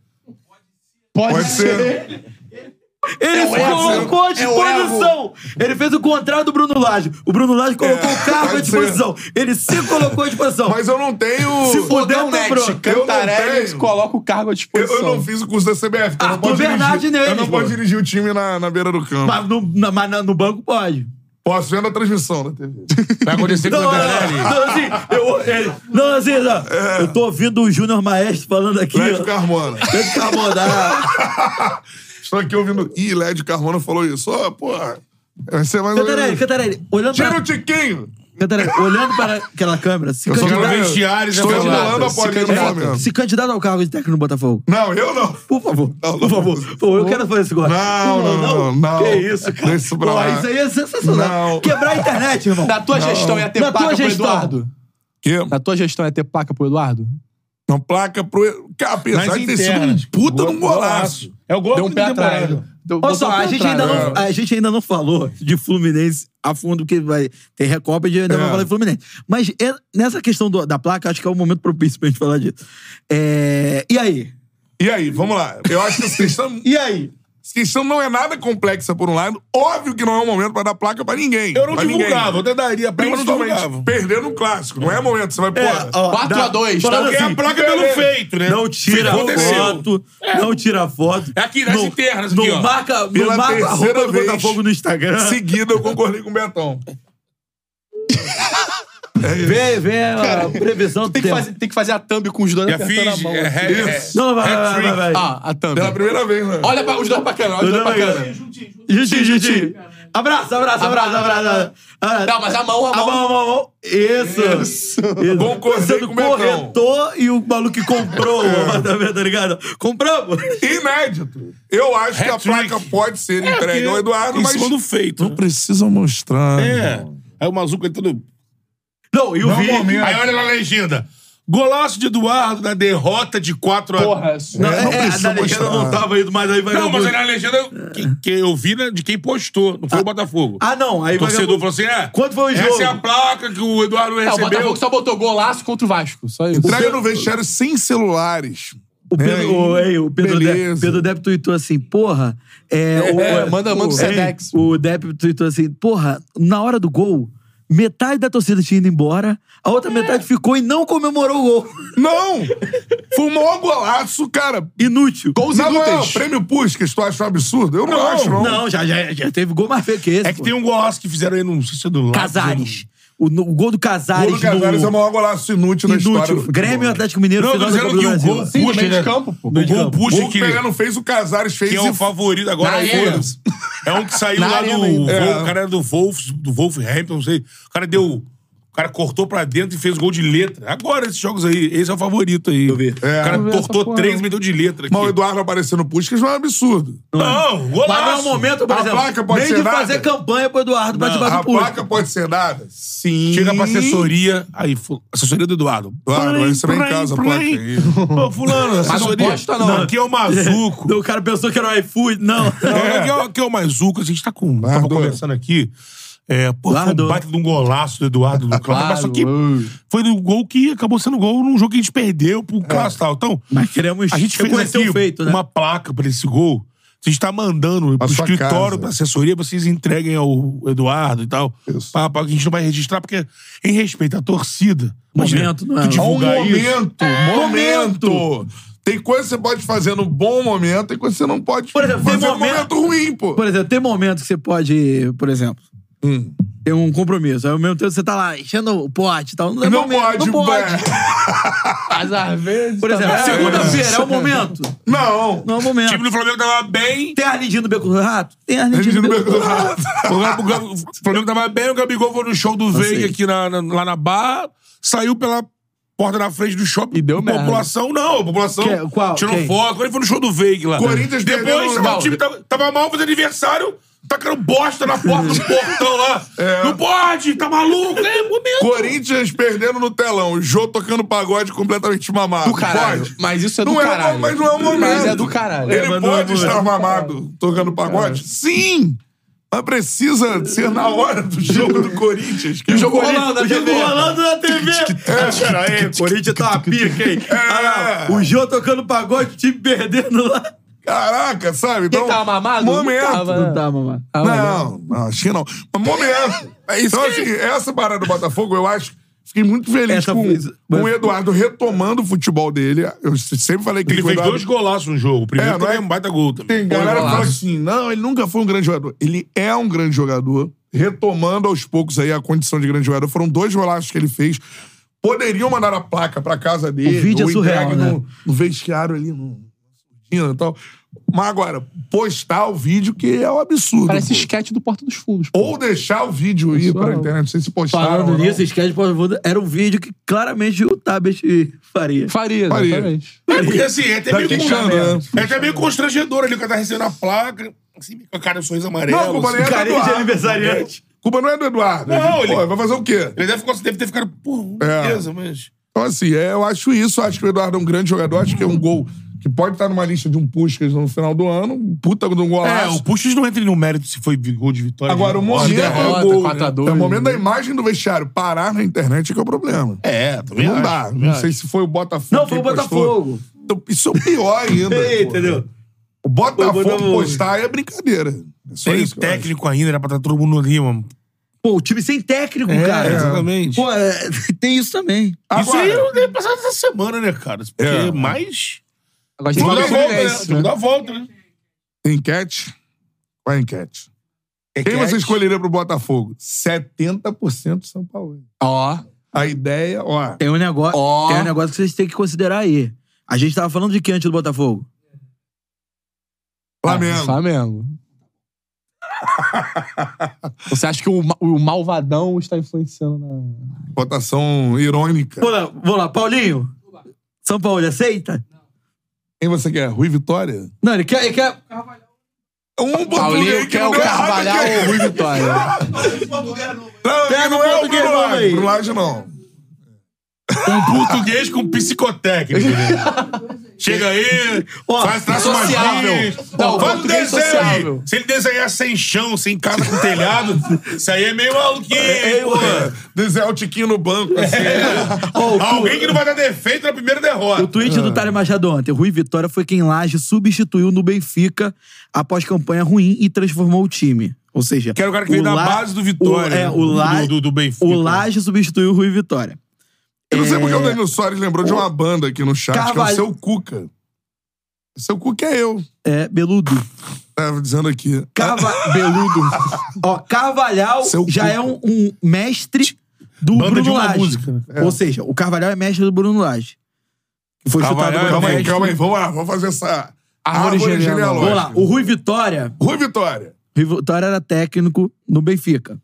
Speaker 4: pode
Speaker 1: Pode ser. É
Speaker 3: Ele se colocou à disposição! ele fez o contrário do Bruno Lage. O Bruno Lage colocou o cargo
Speaker 1: É,
Speaker 3: à
Speaker 1: pode ser.
Speaker 3: disposição. Ele se colocou à disposição.
Speaker 1: Mas eu não tenho.
Speaker 3: Se for- Dentro
Speaker 4: Fogão Net,
Speaker 3: pro- eu não
Speaker 4: Cantarelli,
Speaker 1: tenho.
Speaker 4: coloca o cargo à
Speaker 1: eu,
Speaker 4: disposição.
Speaker 1: eu não fiz o curso da CBF. Então eu não
Speaker 3: Arthur
Speaker 1: posso
Speaker 3: Bernardi
Speaker 1: dirigir,
Speaker 3: neles,
Speaker 1: Eu não
Speaker 3: pô.
Speaker 1: posso dirigir o time na, na beira do campo.
Speaker 3: Mas no, na- mas na- no banco pode.
Speaker 1: Posso ver na transmissão da TV.
Speaker 2: Vai acontecer com o
Speaker 3: Não, não,
Speaker 2: Cantarelli.
Speaker 3: não, não, assim, eu, ele- não, assim, não.
Speaker 1: É.
Speaker 3: Eu tô ouvindo o Júnior Maestro falando aqui.
Speaker 1: Lédio
Speaker 3: ó.
Speaker 1: Carmona.
Speaker 3: Tanto Carmona.
Speaker 1: Estou aqui ouvindo. Ih, Lédio Carmona falou isso. Ó, porra. Vai ser mais ou
Speaker 3: Cantarelli,
Speaker 1: menos-
Speaker 3: Cantarelli, olhando
Speaker 1: Tira o
Speaker 3: pra,
Speaker 1: Tiquinho.
Speaker 3: Cantarelli, olhando para aquela câmera, se
Speaker 1: Eu sou
Speaker 3: candidato, É,
Speaker 1: candidato-
Speaker 2: vestiário,
Speaker 1: Estou
Speaker 2: é
Speaker 1: anulando a
Speaker 4: candidato,
Speaker 1: bolinha
Speaker 4: se
Speaker 1: do
Speaker 4: candidato.
Speaker 1: Flamengo.
Speaker 3: se candidato ao cargo de técnico no Botafogo.
Speaker 1: Não, eu não.
Speaker 3: Por favor,
Speaker 1: Não,
Speaker 3: por
Speaker 1: não,
Speaker 3: favor. Pô, eu quero fazer isso agora.
Speaker 1: Não, não, não.
Speaker 3: Que isso, cara.
Speaker 1: Deixa isso pra
Speaker 3: Pô,
Speaker 1: lá.
Speaker 3: isso aí é sensacional.
Speaker 1: Não.
Speaker 3: Quebrar a internet, irmão.
Speaker 4: Na tua gestão ia ter
Speaker 3: Na tua
Speaker 4: placa pro
Speaker 3: gestão.
Speaker 4: Eduardo?
Speaker 1: Que?
Speaker 4: Na tua gestão ia ter placa pro Eduardo?
Speaker 1: Uma placa pro. Cara, apesar
Speaker 2: Nas
Speaker 1: de ter sido um
Speaker 2: internas.
Speaker 1: puta de um
Speaker 2: Golaço.
Speaker 1: golaço.
Speaker 2: É o gol
Speaker 4: Deu um pé atrás. Deu-
Speaker 3: Olha
Speaker 4: botou
Speaker 3: só,
Speaker 4: um
Speaker 3: a
Speaker 4: pé
Speaker 3: gente,
Speaker 4: atrás,
Speaker 3: ainda
Speaker 4: né?
Speaker 3: não, a gente ainda não falou de Fluminense a fundo, porque vai ter Recopa e ainda vai falar de Fluminense. Mas é- nessa questão do- da placa, acho que é o momento propício pra gente falar disso. É, e aí?
Speaker 1: E aí, vamos lá. Eu acho que essa <laughs> questão,
Speaker 3: E aí?
Speaker 1: essa questão não é nada complexa, por um lado. Óbvio que não é um momento pra dar placa pra ninguém.
Speaker 2: Eu não
Speaker 1: pra
Speaker 2: divulgava, eu
Speaker 1: Ninguém.
Speaker 2: até daria a prima, eu não divulgava.
Speaker 1: Principalmente perdendo um clássico. Não é momento. Você vai, porra.
Speaker 3: ó,
Speaker 4: 4
Speaker 3: dá-
Speaker 4: a 2,
Speaker 3: falando
Speaker 4: tá
Speaker 2: Porque
Speaker 3: assim,
Speaker 2: a placa é pelo
Speaker 1: é,
Speaker 2: feito, né?
Speaker 3: Não tira
Speaker 2: Foi o que aconteceu.
Speaker 3: foto, não tira foto.
Speaker 2: É aqui, nas
Speaker 3: Não-
Speaker 2: internas,
Speaker 3: Não
Speaker 2: aqui, ó.
Speaker 3: marca, não
Speaker 1: Pela
Speaker 3: marca a roupa
Speaker 1: terceira
Speaker 3: do
Speaker 1: vez.
Speaker 3: Botafogo no Instagram.
Speaker 1: Em seguida, eu concordei com o Betão.
Speaker 3: Vê, vê a previsão do
Speaker 4: Tem que,
Speaker 3: tempo.
Speaker 4: fazer, tem que fazer a thumb com os dois
Speaker 2: Já
Speaker 4: apertando a
Speaker 2: fiz.
Speaker 4: mão.
Speaker 2: é,
Speaker 4: assim.
Speaker 2: é, é.
Speaker 3: Não, vai, vai, vai, vai. vai.
Speaker 4: Ah, a thumb.
Speaker 1: Pela primeira vez, né?
Speaker 4: Olha pra, os dois pra câmera, olha os dois pra câmera.
Speaker 3: Juti, Juti. Abraço, abraço, abraço, abraço. abraço. Ah,
Speaker 4: Não, mas a mão, a
Speaker 3: A
Speaker 4: mão.
Speaker 3: mão, a mão, a mão. Isso. Isso.
Speaker 1: Concordei
Speaker 3: Sendo
Speaker 1: com o Betão.
Speaker 3: corretor e o maluco que comprou o apartamento, <laughs> tá ligado? Compramos.
Speaker 1: É Inédito. Eu acho que a
Speaker 2: Hat-trick.
Speaker 1: placa pode ser
Speaker 2: É,
Speaker 1: entregue
Speaker 2: porque
Speaker 1: ao Eduardo,
Speaker 2: em
Speaker 1: mas.
Speaker 2: cima do feito. né?
Speaker 1: precisa mostrar.
Speaker 2: É. Aí o Mazuco é todo.
Speaker 3: Não, e o
Speaker 1: Não,
Speaker 3: vídeo.
Speaker 1: momento.
Speaker 2: Aí olha lá a legenda. Golaço de Eduardo na derrota de 4 a
Speaker 4: Porra,
Speaker 3: Não,
Speaker 1: É,
Speaker 3: é,
Speaker 1: não
Speaker 3: é, a
Speaker 1: precisa
Speaker 3: da legenda
Speaker 1: mostrar.
Speaker 3: não tava indo, mas aí
Speaker 1: é
Speaker 3: vai.
Speaker 2: Não, mas é aí na legenda que, que eu vi né, de quem postou, não foi o Botafogo.
Speaker 3: Ah, não. Aí
Speaker 2: o torcedor falou assim: é.
Speaker 3: Quanto foi o jogo?
Speaker 2: Essa é a placa que o Eduardo
Speaker 4: É, o
Speaker 2: recebeu.
Speaker 4: Botafogo só botou golaço contra o Vasco. Só isso.
Speaker 1: Entrega no vestiário sem celulares.
Speaker 3: O Pedro,
Speaker 1: É,
Speaker 3: o, ei, o Pedro,
Speaker 1: beleza.
Speaker 3: Depp, Pedro Depp tweetou assim, porra... É, o,
Speaker 4: É,
Speaker 3: o-
Speaker 4: manda- manda o
Speaker 3: o-
Speaker 4: Sedex.
Speaker 3: O Depp tweetou assim, porra, na hora do gol, Metade da torcida tinha ido embora, a
Speaker 1: É.
Speaker 3: outra metade ficou e não comemorou o gol. <laughs>
Speaker 1: Não! Foi um maior golaço, cara.
Speaker 3: Inútil.
Speaker 4: Gols
Speaker 1: Na moral,
Speaker 4: inúteis.
Speaker 1: prêmio Puskas, tu acha um absurdo? Eu não, acho, não.
Speaker 3: Não, já, já, já teve gol mais feio que esse.
Speaker 2: É que
Speaker 3: pô.
Speaker 2: tem um golaço que fizeram aí, não sei se é do Lápis,
Speaker 3: Casares. O, no- o gol do
Speaker 1: O
Speaker 3: Casares.
Speaker 1: Bruno Casares
Speaker 3: no-
Speaker 1: é o maior golaço inútil, da história.
Speaker 3: Inútil.
Speaker 1: do futebol.
Speaker 3: Grêmio e Atlético Mineiro.
Speaker 2: Não, eu tô
Speaker 3: final da
Speaker 2: dizendo que
Speaker 3: Copa do
Speaker 2: o
Speaker 3: Brasil.
Speaker 2: gol
Speaker 4: Sim,
Speaker 2: puxa,
Speaker 4: meio
Speaker 2: né?
Speaker 4: de campo, pô.
Speaker 2: O
Speaker 4: Meio de
Speaker 2: gol
Speaker 4: campo.
Speaker 1: O
Speaker 2: puxa
Speaker 1: gol que
Speaker 2: que,
Speaker 1: o Pelé não fez, o Casares fez.
Speaker 2: que é o
Speaker 1: e-
Speaker 2: favorito agora.
Speaker 4: Na
Speaker 2: é o
Speaker 4: arena.
Speaker 2: Wolves. É um que saiu
Speaker 4: Na
Speaker 2: lá
Speaker 4: arena
Speaker 2: do...
Speaker 4: ainda.
Speaker 2: Vol-
Speaker 1: É.
Speaker 2: O cara era do Wolves, do Wolverhampton, não sei. O cara deu... O cara cortou pra dentro e fez gol de letra. Agora, esses jogos aí, esse é o favorito aí.
Speaker 1: É.
Speaker 2: O cara
Speaker 1: Não
Speaker 4: vi essa
Speaker 2: cortou
Speaker 4: porra,
Speaker 2: três
Speaker 4: não.
Speaker 2: e meteu de letra aqui.
Speaker 1: Mas o Eduardo aparecendo no Puskas não é um absurdo.
Speaker 2: Não, golaço.
Speaker 3: Mas não é o momento, por
Speaker 1: A
Speaker 3: exemplo,
Speaker 1: placa pode
Speaker 3: nem
Speaker 1: ser
Speaker 3: de
Speaker 1: nada.
Speaker 3: fazer campanha pro Eduardo pra
Speaker 2: Não,
Speaker 3: debaixo
Speaker 1: A
Speaker 3: do público.
Speaker 1: placa pode ser dada? Sim.
Speaker 2: Chega pra assessoria, aí, fu- assessoria do Eduardo.
Speaker 1: Eduardo, vai receber em
Speaker 2: Play,
Speaker 1: casa a
Speaker 2: play.
Speaker 1: placa aí.
Speaker 2: Pô, fulano, assessoria.
Speaker 4: posta, não.
Speaker 2: Aqui é o
Speaker 3: <laughs>
Speaker 2: Mazuco.
Speaker 3: O cara pensou que era o iFood. Não.
Speaker 2: Não, aqui, é, aqui é o Mazuco, a gente tá com, tava
Speaker 1: Eduardo.
Speaker 2: conversando aqui. É, pô, foi
Speaker 3: Eduardo.
Speaker 2: um baita de um golaço do Eduardo do Clássico, mas só que
Speaker 4: Claro.
Speaker 2: foi um gol que acabou sendo gol num jogo que a gente perdeu pro Clássico e tal. Então,
Speaker 3: <laughs> Mas queremos
Speaker 2: a gente fez
Speaker 3: reconhecer
Speaker 2: aqui
Speaker 3: o feito, né?
Speaker 2: uma placa pra esse gol. A gente tá mandando pro
Speaker 1: sua casa.
Speaker 2: escritório, pra assessoria, vocês entreguem ao Eduardo e tal.
Speaker 1: Isso.
Speaker 2: Pá, pá, que a gente não vai registrar, porque em respeito à torcida.
Speaker 3: Momento, não
Speaker 1: Há
Speaker 2: tu
Speaker 3: é?
Speaker 1: um
Speaker 2: divulgar isso.
Speaker 1: momento, É, momento. Tem coisa que você pode fazer no bom momento, tem coisa que você não pode
Speaker 3: Por exemplo, tem
Speaker 1: fazer no
Speaker 3: momento-
Speaker 1: momento ruim, pô.
Speaker 3: Por exemplo, tem momentos que você pode, por exemplo, ter um compromisso. Aí ao mesmo tempo você tá lá enchendo o pote e tal. Não, é
Speaker 1: Não
Speaker 3: momento,
Speaker 1: pode, é.
Speaker 3: não pode.
Speaker 1: pô.
Speaker 4: Mas às vezes.
Speaker 3: Por exemplo,
Speaker 4: também-
Speaker 3: segunda-feira é o momento.
Speaker 1: Não.
Speaker 3: Não é o
Speaker 2: O
Speaker 3: momento.
Speaker 2: time do Flamengo tava bem.
Speaker 3: Tem Arlindinho no Beco do Rato? Tem Arlindinho
Speaker 1: Regina
Speaker 3: no Beco do
Speaker 1: Beco-
Speaker 3: Rato.
Speaker 2: <laughs> O Gabi- o Gabi- o Flamengo tava bem, o Gabigol foi no show do
Speaker 4: Assim.
Speaker 3: sei.
Speaker 2: Veiga aqui na- na- lá na Barra, saiu pela porta da frente do shopping.
Speaker 4: E deu
Speaker 2: a
Speaker 4: merda.
Speaker 2: população, não, a população
Speaker 3: Que- qual?
Speaker 2: tirou
Speaker 3: Quem?
Speaker 2: foto, quando ele foi no show do Veiga lá.
Speaker 1: Corinthians
Speaker 2: Depois
Speaker 1: perdendo
Speaker 2: o
Speaker 1: no-
Speaker 2: time tava, tava mal fazendo aniversário, tacando bosta na porta
Speaker 4: <laughs>
Speaker 2: do portão lá. Não pode, tá maluco, é momento.
Speaker 1: É. Corinthians perdendo no telão, o Jô tocando pagode completamente mamado.
Speaker 4: Do caralho.
Speaker 1: Pode?
Speaker 4: Mas isso é do
Speaker 1: Não é,
Speaker 4: caralho.
Speaker 1: mas não é o momento.
Speaker 4: Mas é do caralho.
Speaker 1: Ele
Speaker 4: Mas não é
Speaker 1: pode
Speaker 4: o momento.
Speaker 1: estar Tá mamado tocando
Speaker 4: É.
Speaker 1: pagode? Sim! Mas precisa ser na hora do jogo do Corinthians. cara.
Speaker 4: Jogo rolando na
Speaker 3: Diego
Speaker 4: TV.
Speaker 3: Rolando na TV. É, pera aí, Corinthians tá uma pica, hein? Ah, não, o Jô tocando pagode, o time perdendo lá.
Speaker 1: Caraca, sabe? Então,
Speaker 4: tava mamado? Não
Speaker 1: Momento.
Speaker 4: tava, né? Não
Speaker 3: tá, mamãe.
Speaker 1: Não, não, acho que não. Mas momento. Então, assim, essa parada do Botafogo, eu acho. Fiquei muito feliz
Speaker 3: Essa
Speaker 1: com,
Speaker 3: fez-
Speaker 1: com o Eduardo retomando o futebol dele. Eu sempre falei que
Speaker 2: Ele
Speaker 1: com o
Speaker 2: fez
Speaker 1: Eduardo-
Speaker 2: dois golaços no jogo. O primeiro
Speaker 1: É, não
Speaker 2: também
Speaker 1: é-
Speaker 2: é um baita gol também.
Speaker 1: Tem galera que fala
Speaker 4: golaço.
Speaker 1: assim: não, ele nunca foi um grande jogador. Ele é um grande jogador, retomando aos poucos aí a condição de grande jogador. Foram dois golaços que ele fez. Poderiam mandar a placa pra casa dele.
Speaker 3: O vídeo é
Speaker 1: ou
Speaker 3: surreal,
Speaker 1: entregue
Speaker 3: né?
Speaker 1: no, no vestiário ali, no surdina e tal. Mas agora, postar o vídeo que é um absurdo.
Speaker 4: Parece
Speaker 1: pô.
Speaker 4: esquete do Porta dos Fundos.
Speaker 1: Ou deixar o vídeo ir pra internet, não sei se postaram.
Speaker 3: Falando
Speaker 1: ou não.
Speaker 3: nisso, esquece de Botafogo, era um vídeo que claramente o Tabet faria.
Speaker 4: Faria,
Speaker 1: Faria.
Speaker 4: exatamente.
Speaker 2: É porque assim, é até,
Speaker 1: Daqui
Speaker 2: meio, con-
Speaker 1: chama, né?
Speaker 2: é até meio constrangedor ali, o cara tá recebendo a placa, assim, com a cara um sorriso amarelo.
Speaker 1: Não, Cuba,
Speaker 2: assim.
Speaker 1: nem é do
Speaker 3: Carinha de
Speaker 1: Eduardo.
Speaker 3: aniversariante.
Speaker 1: Culpa não é do Eduardo.
Speaker 2: Não,
Speaker 1: Pô,
Speaker 2: ele-
Speaker 1: vai fazer o quê?
Speaker 2: Ele deve, deve ter ficado, pô,
Speaker 1: É.
Speaker 2: beleza, mas.
Speaker 1: Então, assim, é, eu acho isso. Acho que o Eduardo é um grande jogador. Acho que é um gol que pode estar numa lista de um Puskas no final do ano. Um Puta de um
Speaker 2: É,
Speaker 1: golaço.
Speaker 2: o Puxas não entra no mérito se foi gol de vitória.
Speaker 1: Agora, o
Speaker 2: moço
Speaker 1: momento
Speaker 4: derrota,
Speaker 1: é o gol.
Speaker 4: 4 a 2,
Speaker 1: É o momento
Speaker 4: né?
Speaker 1: da imagem do vestiário. Parar na internet é que é o problema.
Speaker 2: É, também
Speaker 1: não
Speaker 2: acho,
Speaker 1: dá.
Speaker 2: também
Speaker 1: Não
Speaker 2: acho.
Speaker 1: sei se foi o Botafogo.
Speaker 3: Não, foi o
Speaker 1: que postou.
Speaker 3: Botafogo.
Speaker 1: Então, isso é o
Speaker 2: <laughs>
Speaker 1: pior ainda.
Speaker 3: Ei,
Speaker 1: pô.
Speaker 3: entendeu?
Speaker 1: O Botafogo,
Speaker 3: Foi o Botafogo.
Speaker 1: postar é brincadeira. É só
Speaker 2: Tem
Speaker 1: isso que eu acho.
Speaker 2: técnico ainda, era pra estar todo mundo ali, mano.
Speaker 3: Pô, o time sem técnico,
Speaker 2: É,
Speaker 3: cara.
Speaker 2: exatamente.
Speaker 3: Pô, é, tem isso também.
Speaker 2: Isso aí eu dei passado essa semana, né, cara? Porque
Speaker 1: É.
Speaker 2: mais.
Speaker 4: Agora a gente
Speaker 2: Jogo
Speaker 4: fala
Speaker 2: da
Speaker 4: do
Speaker 2: volta, né?
Speaker 4: Fluminense.
Speaker 2: Jogo da volta, né?
Speaker 1: Enquete? Qual é a enquete? Quem você escolheria pro Botafogo? 70% São Paulo.
Speaker 4: Ó,
Speaker 1: A ideia,
Speaker 2: Ah,
Speaker 1: ó.
Speaker 3: Tem um negócio,
Speaker 4: Ó.
Speaker 3: tem um negócio que vocês têm que considerar aí. A gente tava falando de quem antes do Botafogo?
Speaker 4: Ah,
Speaker 1: Flamengo.
Speaker 4: Flamengo. Você acha que o, ma- o malvadão está influenciando na.
Speaker 1: Votação irônica.
Speaker 3: Vou lá, vou lá. Paulinho. São Paulo, aceita?
Speaker 1: Quem você quer? Rui Vitória?
Speaker 3: Não, ele quer. Ele quer...
Speaker 1: Um português
Speaker 4: Paulinho
Speaker 1: que
Speaker 4: quer
Speaker 1: não
Speaker 2: é
Speaker 4: o
Speaker 1: deu errado
Speaker 4: Carvalhal
Speaker 1: aqui.
Speaker 4: ou o Rui
Speaker 2: <laughs>
Speaker 4: Vitória?
Speaker 1: Não,
Speaker 3: Pega
Speaker 1: que não
Speaker 3: o
Speaker 1: é o
Speaker 3: português,
Speaker 1: Bruno
Speaker 3: vamos aí.
Speaker 1: Lage. Bruno Lage, não.
Speaker 2: Um português com psicotécnico. né? <laughs> Chega aí,
Speaker 3: Ó,
Speaker 2: faz traço
Speaker 4: sociável.
Speaker 2: mais
Speaker 4: Não,
Speaker 2: Faz um
Speaker 4: português
Speaker 2: desenho
Speaker 4: sociável.
Speaker 2: aí. Se ele desenhar sem chão, sem casa com telhado, isso aí é meio maluquinho, hein, pô.
Speaker 1: Desenhar o Tiquinho no banco, assim.
Speaker 3: Ó, o tu-
Speaker 2: Alguém que não vai dar defeito na primeira derrota.
Speaker 3: O tweet do Tare Machado ontem. Rui Vitória foi quem Laje substituiu no Benfica após campanha ruim e transformou o time. Ou seja,
Speaker 2: Que era o cara que veio da
Speaker 3: La-
Speaker 2: base do Vitória, né?
Speaker 3: o- é, o
Speaker 2: do-
Speaker 3: La-
Speaker 2: do- do- do Benfica.
Speaker 3: O Laje substituiu o Rui Vitória.
Speaker 1: Eu não sei porque
Speaker 2: É.
Speaker 1: o Danilo Soares lembrou de uma banda aqui no chat, que é
Speaker 3: Carvalho-
Speaker 1: o Seu Cuca. Seu Cuca é eu,
Speaker 3: É, Beludo.
Speaker 1: tava dizendo aqui.
Speaker 2: <laughs>
Speaker 3: Carva... Beludo. Ó, Carvalhal
Speaker 1: Seu
Speaker 3: já
Speaker 1: cu.
Speaker 3: é um, um mestre do
Speaker 2: Banda
Speaker 3: Bruno
Speaker 2: de uma
Speaker 3: Lage.
Speaker 2: música, né?
Speaker 3: Ou seja, o Carvalhal é mestre do Bruno Lage. Que foi
Speaker 2: Carvalhal é
Speaker 3: chutado pelo
Speaker 1: Calma aí,
Speaker 3: mestre.
Speaker 1: calma aí, vamos lá, vamos fazer essa árvore,
Speaker 4: genealógica.
Speaker 1: genealógica.
Speaker 3: Vamos lá, o Rui Vitória.
Speaker 1: Rui Vitória.
Speaker 3: Rui Vitória era técnico no Benfica.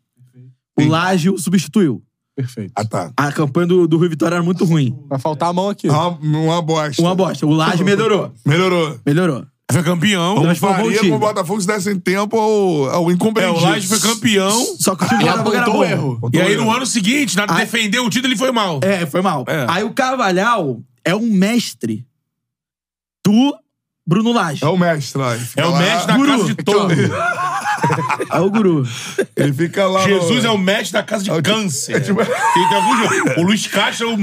Speaker 3: O Laje o substituiu.
Speaker 4: Perfeito.
Speaker 1: Ah, tá.
Speaker 3: A campanha do, do Rui Vitória era muito ruim.
Speaker 4: Vai faltar a mão aqui.
Speaker 1: Uma, uma bosta.
Speaker 3: Uma bosta. O Laje melhorou.
Speaker 1: Melhorou.
Speaker 3: Melhorou.
Speaker 2: Foi campeão.
Speaker 3: Então, Transformou o
Speaker 1: Faria
Speaker 3: time.
Speaker 1: pro Botafogo se dessem tempo ao, ao
Speaker 2: É,
Speaker 1: incompreendido.
Speaker 2: o Laje foi campeão.
Speaker 3: Só que o time do
Speaker 4: E
Speaker 3: Botafogo
Speaker 1: Tá
Speaker 3: era
Speaker 4: apontou
Speaker 3: bom.
Speaker 4: o erro.
Speaker 2: E aí, no ano seguinte, na, defendeu o título, ele foi mal.
Speaker 3: É, foi mal.
Speaker 2: É.
Speaker 3: Aí o Carvalhal é um mestre do Bruno Lage.
Speaker 1: É o mestre lá. ele fica
Speaker 2: É o
Speaker 1: lá- Então, tá
Speaker 2: mestre da casa de touro.
Speaker 3: É o <laughs> guru.
Speaker 1: Ele fica lá. no-
Speaker 2: Jesus é o mestre da casa de câncer.
Speaker 1: tipo- <laughs>
Speaker 2: Tem- tem alguns- O Luiz Caixa é o,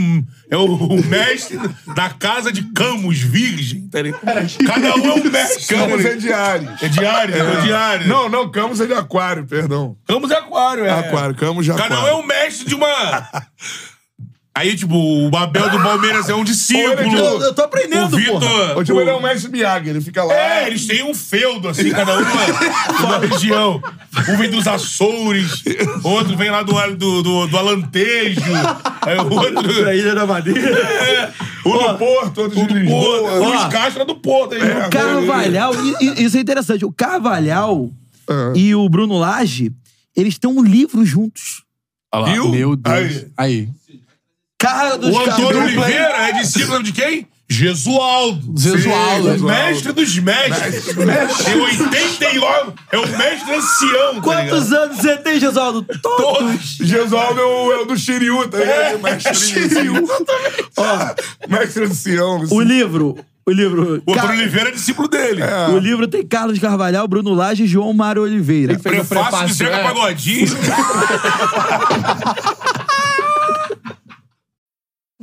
Speaker 2: é o- o mestre da casa de Camus, virgem. tá ligado? Cada
Speaker 1: <laughs>
Speaker 2: um é um mestre.
Speaker 1: Camus é de Ares.
Speaker 2: É diário, é diário.
Speaker 1: Ah. Não, não, Camus é de Aquário, perdão.
Speaker 2: Camus é aquário, é.
Speaker 1: Aquário, Camus de Aquário.
Speaker 2: Cada um é um mestre de uma. <laughs> Aí, tipo, o Babel do Palmeiras é um discípulo.
Speaker 1: Eu- eu
Speaker 3: tô aprendendo,
Speaker 2: O Vitor.
Speaker 1: O tipo, ele é o mestre Miyagi, ele fica lá.
Speaker 2: É, eles têm um feudo, assim, cada um <laughs> uma, uma região. Um vem dos Açores, outro vem lá do, do, do, do Alantejo, aí o outro.
Speaker 3: Pra Ilha da Madeira.
Speaker 2: É, o
Speaker 1: do
Speaker 2: do Porto,
Speaker 1: Porto, outro de
Speaker 2: o do Porto,
Speaker 1: Lisboa.
Speaker 2: o Luiz Castro é do Porto. Aí,
Speaker 1: É,
Speaker 3: O Carvalhal, i- i- isso é interessante. O Carvalhal
Speaker 1: É.
Speaker 3: e o Bruno Lage, eles têm um livro juntos.
Speaker 4: Olha lá.
Speaker 2: Viu?
Speaker 4: Meu Deus. Aí.
Speaker 3: Cara dos
Speaker 2: O
Speaker 3: Car-
Speaker 2: Antônio
Speaker 3: dupla, hein?
Speaker 2: Oliveira é discípulo de quem? Jesualdo.
Speaker 4: Jesualdo.
Speaker 2: O mestre dos mestres. É Tem 89. É o mestre ancião. tá ligado?
Speaker 3: Quantos anos você tem, Gesaldo? Todos.
Speaker 2: Todos.
Speaker 1: Gesaldo é o, é o do Shiryu, tá ligado? É, o mestre Shiryu. Ó, mestre ancião.
Speaker 3: O livro. O livro.
Speaker 2: O Antônio
Speaker 3: Car-
Speaker 2: Oliveira é discípulo dele.
Speaker 3: O livro tem Carlos Carvalhal, Bruno Lage e João Mário Oliveira.
Speaker 4: Fez o
Speaker 2: Prefácio de Zeca
Speaker 4: é.
Speaker 2: Pagodinho.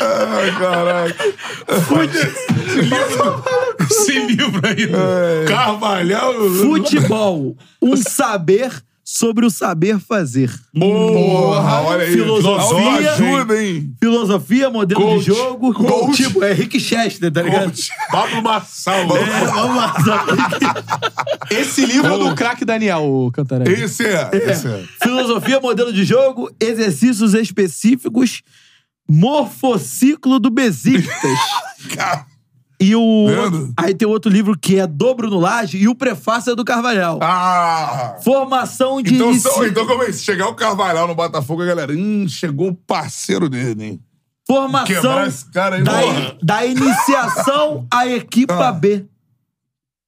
Speaker 1: Ai, caraca.
Speaker 2: Esse livro aí. do Carvalhal.
Speaker 3: Futebol. Um saber sobre o saber fazer.
Speaker 1: Porra, olha aí.
Speaker 3: Filosofia.
Speaker 1: ajuda, hein?
Speaker 3: Filosofia, modelo
Speaker 1: Coach.
Speaker 3: de jogo.
Speaker 1: Coach.
Speaker 3: Tipo, é Rick Chester, tá ligado?
Speaker 2: Pablo Marçal.
Speaker 3: É, vamos lá.
Speaker 4: Esse livro é do craque Daniel, o Cantarelli.
Speaker 1: Esse é. Esse é.
Speaker 3: Filosofia, modelo de jogo, exercícios específicos, morfociclo do Besiktas.
Speaker 1: <laughs> Cara,
Speaker 3: e o...
Speaker 1: Vendo?
Speaker 3: Aí tem outro livro que é do Bruno Lage e o prefácio é do Carvalhal.
Speaker 1: Ah!
Speaker 3: Formação de...
Speaker 1: Então,
Speaker 3: inici-
Speaker 1: são, então como é? Se chegar o Carvalhal no Botafogo, a galera. Hum, chegou o parceiro dele, hein?
Speaker 3: Formação
Speaker 1: Quebrar esse cara aí,
Speaker 3: da,
Speaker 1: porra.
Speaker 3: da iniciação à equipa
Speaker 1: Ah.
Speaker 3: B.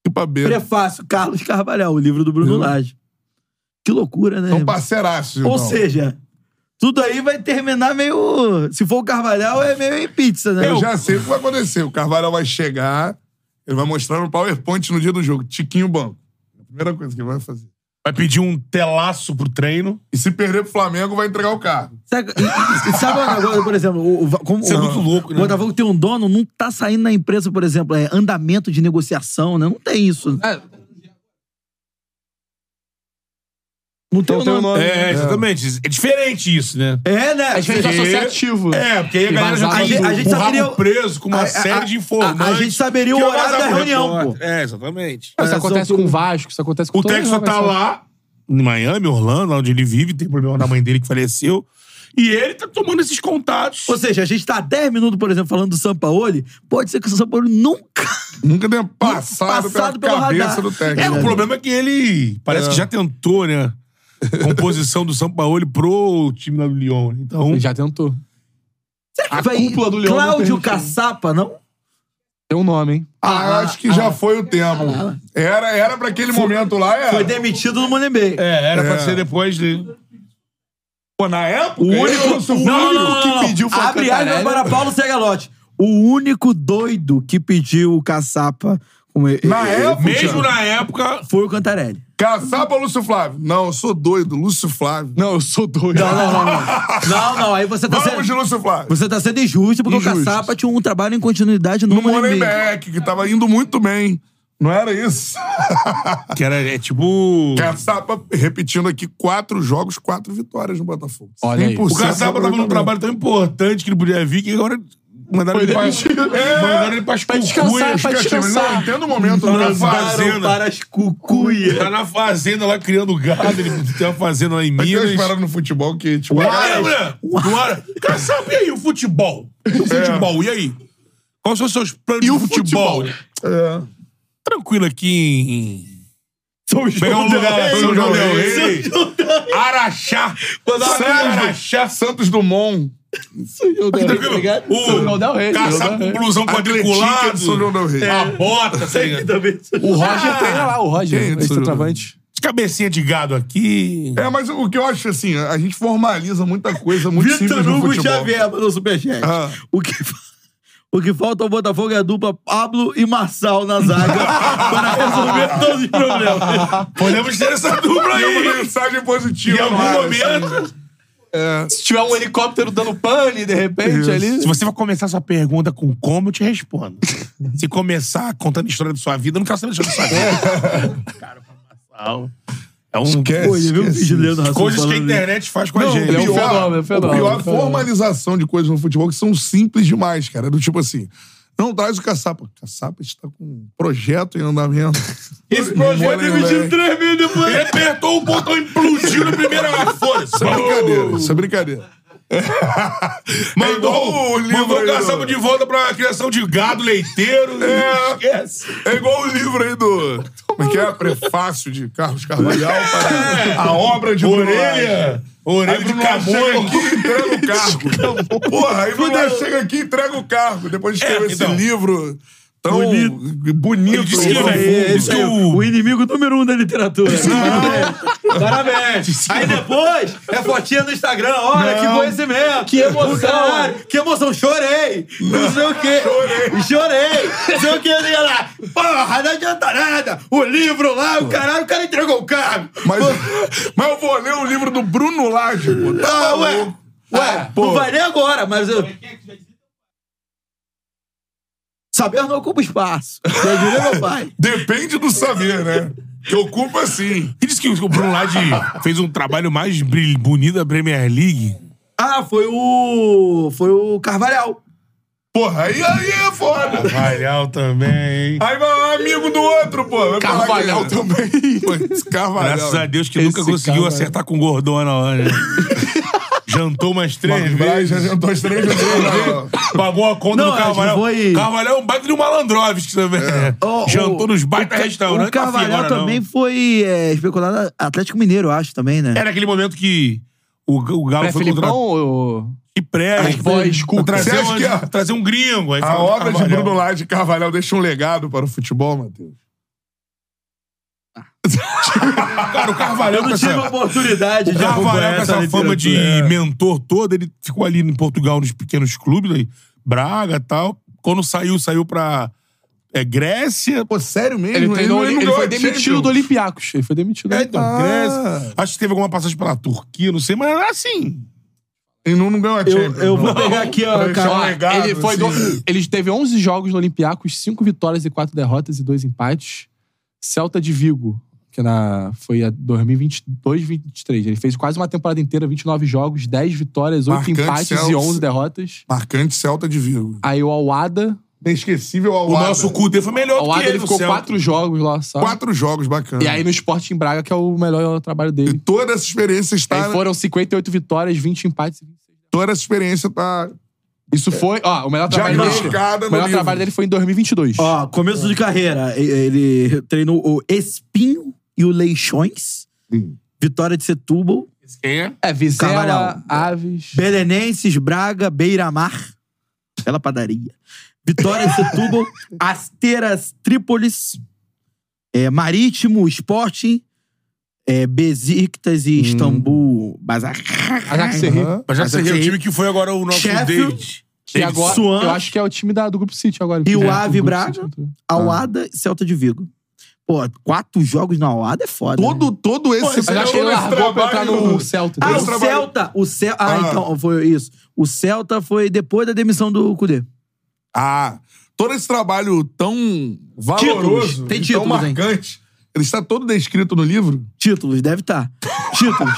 Speaker 1: Que pra beira.
Speaker 3: Prefácio, Carlos Carvalhal, o livro do Bruno Lage. Que loucura, né?
Speaker 1: São
Speaker 3: irmão?
Speaker 1: parceiraços,
Speaker 3: Ou
Speaker 1: É Então um irmão.
Speaker 3: seja, tudo aí vai terminar meio. Se for o Carvalhal, é meio em pizza, né?
Speaker 1: Eu já sei o que vai acontecer. assim, O Carvalho vai chegar, ele vai mostrar no PowerPoint no dia do jogo. Tiquinho banco. É A primeira coisa que ele vai fazer.
Speaker 2: Vai pedir um telaço pro treino.
Speaker 1: E se perder pro Flamengo, vai entregar o carro.
Speaker 3: Sabe, e- e- sabe agora, por exemplo, o, o- como,
Speaker 2: Isso é
Speaker 3: o-
Speaker 2: muito louco, né?
Speaker 3: O Botafogo tem um dono, não tá saindo na imprensa, por exemplo, é andamento de negociação, né? Não tem isso.
Speaker 1: É.
Speaker 3: Não tem
Speaker 4: Então
Speaker 3: o
Speaker 4: tem o
Speaker 3: nome. né?
Speaker 4: nome.
Speaker 2: É, exatamente. É diferente isso, né?
Speaker 3: É, né?
Speaker 4: É diferente do associativo.
Speaker 2: É, porque aí a galera já tá
Speaker 3: A gente-
Speaker 2: com
Speaker 3: a gente
Speaker 2: o
Speaker 3: saberia
Speaker 2: rabo
Speaker 3: o-
Speaker 2: preso com uma
Speaker 3: a- a-
Speaker 2: série de
Speaker 3: a- a-
Speaker 2: informantes.
Speaker 3: a gente
Speaker 1: é
Speaker 3: saberia o
Speaker 2: que
Speaker 3: horário
Speaker 2: vazar
Speaker 3: da
Speaker 2: pro
Speaker 3: reunião,
Speaker 1: né?
Speaker 2: repórter.
Speaker 3: pô.
Speaker 2: É, exatamente.
Speaker 4: Isso acontece com o Vasco, isso acontece com
Speaker 2: O
Speaker 4: todo
Speaker 2: Texas
Speaker 4: mundo,
Speaker 2: tá
Speaker 4: vai ser-
Speaker 2: lá, em Miami, Orlando, lá onde ele vive, tem problema da mãe dele que faleceu. E ele tá tomando esses contatos.
Speaker 3: Ou seja, a gente tá 10 minutos, por exemplo, falando do Sampaoli, pode ser que o Sampaoli nunca
Speaker 1: Nunca tenha passado,
Speaker 3: Passado
Speaker 1: pela
Speaker 3: pelo
Speaker 1: cabeça
Speaker 3: radar.
Speaker 1: do
Speaker 2: É,
Speaker 1: técnico.
Speaker 2: o problema é que ele parece que já tentou, né? Composição do Sampaoli pro time lá do Lyon. Então,
Speaker 4: Ele já tentou.
Speaker 3: Vai-
Speaker 4: cúpula do Leão não
Speaker 3: Cláudio
Speaker 4: permitiu.
Speaker 3: Caçapa, não?
Speaker 4: Tem um nome, hein?
Speaker 1: Ah, eu acho que já foi o tempo.
Speaker 3: ah,
Speaker 1: Era, era pra aquele momento lá, era.
Speaker 3: Foi demitido no Monembê.
Speaker 2: É, era pra ser depois de.
Speaker 1: Pô, na época?
Speaker 3: O único-
Speaker 1: eu sou o
Speaker 3: Não, não,
Speaker 1: único
Speaker 3: não, não,
Speaker 1: que
Speaker 3: não.
Speaker 1: pediu foi o tá
Speaker 3: Abre aspas
Speaker 1: Cantarelli.
Speaker 3: para Paulo Segalote. O único doido que pediu o caçapa com ele.
Speaker 1: Na época?
Speaker 2: Mesmo na época.
Speaker 3: Foi o Cantarelli.
Speaker 1: Caçar pra Lúcio Flávio. Não, eu sou doido, Lúcio Flávio.
Speaker 4: Não, eu sou doido.
Speaker 3: Não, não, não. Não, não, não, aí você tá
Speaker 1: Vamos de
Speaker 3: sendo.
Speaker 1: Lúcio Flávio.
Speaker 3: Você tá sendo injusto, porque
Speaker 1: Injusto.
Speaker 3: o Caçapa tinha um trabalho em continuidade no,
Speaker 1: No
Speaker 3: Monembé.
Speaker 1: Morenbeck, que tava indo muito bem. Não era isso?
Speaker 2: Que era é, tipo.
Speaker 1: Caçapa repetindo aqui quatro jogos, quatro vitórias no Botafogo.
Speaker 4: Olha aí.
Speaker 2: O
Speaker 1: é
Speaker 2: Caçaba tava num trabalho tão importante que ele podia vir que agora mandaram ele pra. Mandaram ele pras
Speaker 4: Pra descansar, pra
Speaker 2: né?
Speaker 1: Eu
Speaker 4: descansar.
Speaker 1: entendo o momento do
Speaker 2: Não, não,
Speaker 1: Caçapa.
Speaker 2: Fazenda.
Speaker 3: para as cucuias.
Speaker 2: Então, Tá na fazenda lá criando gado, ele tem uma fazenda lá em
Speaker 1: Mas tem umas
Speaker 2: Minas.
Speaker 1: paradas no futebol que, tipo...
Speaker 2: Lembra? Agora, Caçaba, e aí o futebol? E o futebol, e aí? Quais são os seus planos
Speaker 1: E o
Speaker 2: de futebol?
Speaker 1: É.
Speaker 2: Tranquilo aqui em...
Speaker 3: São
Speaker 2: Pegar um lugar, São João Del Rey.
Speaker 3: João
Speaker 2: Araxá.
Speaker 1: Sérgio.
Speaker 2: Araxá.
Speaker 1: Santos Dumont.
Speaker 2: Tranquilo?
Speaker 4: João Del Rey,
Speaker 2: O
Speaker 4: São
Speaker 2: Caçaba com
Speaker 4: João Del Rey.
Speaker 2: blusão
Speaker 1: Atletica de São João
Speaker 2: quadriculado.
Speaker 1: Del Rey.
Speaker 2: A bota, tá ligado?
Speaker 4: O Roger treina lá, o Roger.
Speaker 1: Quem?
Speaker 4: Esse centroavante.
Speaker 2: De cabecinha de gado aqui.
Speaker 1: É, mas o que eu acho assim, a gente formaliza muita coisa muito simples
Speaker 3: Vitor
Speaker 1: no
Speaker 3: Hugo
Speaker 1: futebol.
Speaker 3: Xavier mandou superchat.
Speaker 1: Ah.
Speaker 3: O, que, fa- o que falta ao Botafogo é a dupla Pablo e Marçal na
Speaker 1: <laughs>
Speaker 3: zaga para resolver todos os problemas.
Speaker 2: Podemos ter essa dupla
Speaker 1: Tem uma
Speaker 2: aí.
Speaker 1: mensagem
Speaker 2: Em
Speaker 1: positiva.
Speaker 2: algum
Speaker 1: no ar,
Speaker 2: momento.
Speaker 4: Se tiver um helicóptero dando pane, de repente, ali...
Speaker 2: Se você vai começar sua pergunta com como, eu te
Speaker 1: <laughs>
Speaker 2: respondo. Se começar contando a história da sua vida, eu não quero saber a história da sua vida. <laughs> Cara, pra passar. É um.
Speaker 1: É. Esquece,
Speaker 3: Pô, ele viu o
Speaker 1: esquece
Speaker 3: vídeo
Speaker 1: isso.
Speaker 3: Leandro Rasson
Speaker 2: Coisas que a
Speaker 3: falando isso.
Speaker 2: internet faz com a gente.
Speaker 4: ele é um
Speaker 1: pior,
Speaker 4: fenômeno, é um fenômeno,
Speaker 1: o pior é a
Speaker 4: fenômeno.
Speaker 1: formalização de coisas no futebol é que são simples demais, cara. Do tipo assim, não traz o caçapa. Caçapa está com um projeto em andamento.
Speaker 2: Esse projeto
Speaker 1: Mole, moleque.
Speaker 2: três mil depois. é Ele apertou o botão e implodiu na primeira hora. Foda-se.
Speaker 1: Isso é brincadeira, isso é brincadeira. É igual
Speaker 2: Mandou,
Speaker 1: o livro
Speaker 2: mandou
Speaker 1: aí
Speaker 2: o
Speaker 1: do-
Speaker 2: caçamba de volta pra criação de gado, leiteiro. Esquece.
Speaker 1: É igual o livro aí do. Como é que é? Prefácio de Carlos Carvalhal <laughs> para a obra de Bruno Lage.
Speaker 2: Orelha. <laughs> Orelha
Speaker 1: Aí
Speaker 2: de
Speaker 1: Bruno Lage chega
Speaker 2: Camões.
Speaker 1: aqui e entrega o cargo. Porra, aí Bruno Lage chega aqui e entrega o cargo. Depois de escrever
Speaker 2: É, então.
Speaker 1: esse livro tão bonito.
Speaker 2: Bonito.
Speaker 1: bonito
Speaker 2: Ele disse que
Speaker 1: profundo.
Speaker 2: era ele.
Speaker 3: Esse é o, o inimigo número um da literatura. <laughs> Parabéns.
Speaker 2: <laughs>
Speaker 3: Parabéns. Aí depois é fotinha no Instagram. Olha que conhecimento. Que emoção. que emoção. Chorei. Não sei o quê. Chorei. Chorei. Não sei o quê. Eu ia lá. Porra, não adianta nada. O livro lá, o caralho, o cara entregou o carro.
Speaker 1: Mas, mas eu vou ler o livro do Bruno Lage, pô. Tá
Speaker 3: Ah, ué.
Speaker 1: louco.
Speaker 3: Ué, não vai nem agora, mas eu.
Speaker 2: é
Speaker 3: Saber não ocupa espaço. Já diria meu pai.
Speaker 1: Depende do saber, né? Que ocupa sim.
Speaker 2: E disse que o Bruno <laughs> Lage fez um trabalho mais bril- bonito da Premier League.
Speaker 3: <laughs> Ah, foi o. Foi o Carvalhal.
Speaker 1: Porra, aí, aí é foda.
Speaker 2: Valhal também, hein?
Speaker 1: Aí vai um amigo do outro, pô. Vai falar que- é
Speaker 4: Carvalhal também.
Speaker 1: Pô, esse Carvalhal.
Speaker 2: Graças a Deus que
Speaker 4: Esse
Speaker 2: nunca conseguiu
Speaker 4: cara-
Speaker 2: acertar com o Gordon na
Speaker 1: <laughs>
Speaker 2: hora. né? Jantou umas três
Speaker 1: Marcos Braz
Speaker 2: vezes.
Speaker 1: já jantou as três vezes. Não, não.
Speaker 2: Pagou a conta
Speaker 3: Não,
Speaker 2: do
Speaker 3: acho que
Speaker 2: Carvalhal.
Speaker 3: foi-
Speaker 2: Carvalhal é um baita de um malandrovski também.
Speaker 1: É.
Speaker 2: né?
Speaker 3: Ó,
Speaker 2: Jantou
Speaker 3: o-
Speaker 2: nos
Speaker 3: o
Speaker 2: baita
Speaker 3: Ca-
Speaker 2: restaurantes.
Speaker 3: O Carvalhal
Speaker 2: Não afim agora,
Speaker 3: também
Speaker 2: não.
Speaker 3: foi é, especulado Atlético Mineiro, eu acho, também, né?
Speaker 2: Era aquele momento que o, o Galo
Speaker 3: É
Speaker 2: foi
Speaker 4: Filipão
Speaker 2: contratado.
Speaker 4: ou...
Speaker 2: Que pré,
Speaker 4: voz, Cuca.
Speaker 2: trazer,
Speaker 1: Você acha
Speaker 2: uma-
Speaker 1: que a-
Speaker 2: trazer um gringo. Aí
Speaker 1: A
Speaker 2: falou,
Speaker 1: obra de
Speaker 2: Carvalhal.
Speaker 1: Bruno Lage e Carvalhal deixa um legado para o futebol, Matheus.
Speaker 2: Cara, o Carvalhal
Speaker 3: Eu não
Speaker 2: com
Speaker 3: tive
Speaker 2: essa-
Speaker 3: a oportunidade
Speaker 2: é. O
Speaker 3: de acompanhar
Speaker 2: Carvalhal, com essa fama de
Speaker 3: literatura. é.
Speaker 2: mentor todo, ele ficou ali em Portugal, nos pequenos clubes, aí, Braga e tal. Quando saiu, saiu pra é, Grécia.
Speaker 1: Pô, sério mesmo?
Speaker 4: Ele, treinou,
Speaker 1: não-
Speaker 4: ele,
Speaker 1: não ganhou a
Speaker 4: foi demitido ah,
Speaker 1: Champions.
Speaker 4: do Olympiacos. Ele foi demitido do
Speaker 2: É, então,
Speaker 4: Olympiacos.
Speaker 2: Grécia. Acho que teve alguma passagem pela Turquia, não sei, mas era assim.
Speaker 1: Ele não, não ganhou a Champions.
Speaker 3: Eu vou
Speaker 1: não.
Speaker 3: pegar aqui, ó,
Speaker 1: <laughs> Deixa
Speaker 3: cara.
Speaker 1: um legado,
Speaker 4: ele, foi
Speaker 1: assim.
Speaker 4: do- ele teve 11 jogos no Olympiacos, 5 vitórias e 4 derrotas e 2 empates. Celta de Vigo, que na, foi a 2022, 23. Ele fez quase uma temporada inteira, 29 jogos, 10 vitórias, 8
Speaker 1: Marcante
Speaker 4: empates e
Speaker 1: Celta.
Speaker 4: 11 derrotas.
Speaker 1: Marcante Celta de Vigo.
Speaker 4: Aí o Alwada,
Speaker 1: Inesquecível ao
Speaker 2: O nosso Kudê foi melhor
Speaker 4: o
Speaker 2: do que
Speaker 4: Alwada
Speaker 2: ele,
Speaker 4: ele ficou
Speaker 2: no Celta.
Speaker 4: 4 jogos lá, sabe?
Speaker 1: Quatro jogos bacana.
Speaker 4: E
Speaker 3: Ah.
Speaker 4: aí no Sporting Braga, que é o melhor trabalho
Speaker 1: E
Speaker 4: dele.
Speaker 1: toda essa experiência está.
Speaker 3: Ah,
Speaker 4: Aí foram 58 vitórias, 20 empates e 26
Speaker 1: Toda essa experiência tá- está
Speaker 4: Isso foi, ó, o melhor trabalho dele.
Speaker 1: diagnosticada
Speaker 4: O
Speaker 1: no
Speaker 4: melhor
Speaker 1: livro.
Speaker 4: trabalho dele foi em 2022.
Speaker 3: Ó, começo de carreira. e- Ele treinou o Espinho e o Leixões.
Speaker 1: Sim.
Speaker 3: Vitória de Setúbal.
Speaker 2: É.
Speaker 4: É, Vizela,
Speaker 3: Carvalhal.
Speaker 4: Aves.
Speaker 3: Belenenses, Braga, Beira-Mar. Bela padaria. Vitória <laughs> Setúbal, Asteras Trípolis, é, Marítimo, Sporting, é, Besiktas e Istambul Bazar.
Speaker 4: Ajax Serri.
Speaker 2: Mas já seria o time que foi agora o nosso
Speaker 3: Sheffield.
Speaker 2: David.
Speaker 4: Que agora,
Speaker 3: Swan.
Speaker 4: eu acho que é o time da, do Grupo City agora.
Speaker 3: E o
Speaker 4: É,
Speaker 3: Ave
Speaker 4: do Grupo
Speaker 3: Braga?
Speaker 4: City contra-
Speaker 3: Alada e Celta de Vigo. Pô, quatro jogos na Alada é foda. né?
Speaker 1: Todo, todo esse...
Speaker 4: Uhum.
Speaker 1: é
Speaker 4: Mas eu acho que ele
Speaker 1: todo esse
Speaker 4: largou pra entrar
Speaker 1: trabalho-
Speaker 4: no Celta.
Speaker 3: Ah,
Speaker 1: Eles
Speaker 3: o
Speaker 1: trabalham-
Speaker 3: Celta, o Celta. Ah,
Speaker 1: Ah.
Speaker 3: então foi isso. O Celta foi depois da demissão do Cudê.
Speaker 1: Ah, todo esse trabalho tão valoroso,
Speaker 3: Títulos. Tem
Speaker 1: e
Speaker 3: títulos,
Speaker 1: tão
Speaker 3: hein?
Speaker 1: marcante, ele está todo descrito no livro?
Speaker 3: Títulos, deve estar. Títulos.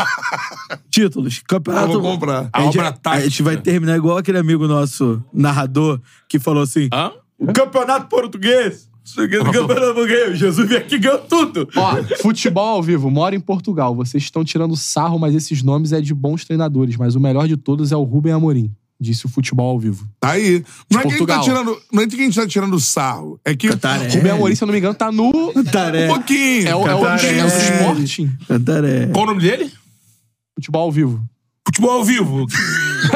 Speaker 3: Títulos.
Speaker 1: Ah,
Speaker 3: Campeonato.
Speaker 1: vou comprar.
Speaker 2: A
Speaker 3: A gente,
Speaker 2: obra
Speaker 3: a gente vai terminar igual aquele amigo nosso, narrador, que falou assim:
Speaker 2: Hã?
Speaker 3: o campeonato português. Cheguei no campeonato português. Jesus veio aqui e ganhou tudo.
Speaker 4: Ó, futebol ao vivo, mora em Portugal. Vocês estão tirando sarro, mas esses nomes é de bons treinadores. Mas o melhor de todos é o Rubem Amorim. Disse o futebol ao vivo.
Speaker 1: Tá aí. Não é, que a gente tá
Speaker 4: Portugal.
Speaker 1: tirando, não é que a gente tá tirando sarro. É que
Speaker 3: Cantaré.
Speaker 4: Rubem Amorim, se eu não me engano, tá no.
Speaker 1: um
Speaker 3: Cantaré.
Speaker 1: pouquinho.
Speaker 4: É o, é o
Speaker 3: Cantarelli.
Speaker 4: é o Sporting.
Speaker 3: Cantaré.
Speaker 2: Qual o nome dele?
Speaker 4: Futebol ao vivo.
Speaker 2: Futebol ao vivo.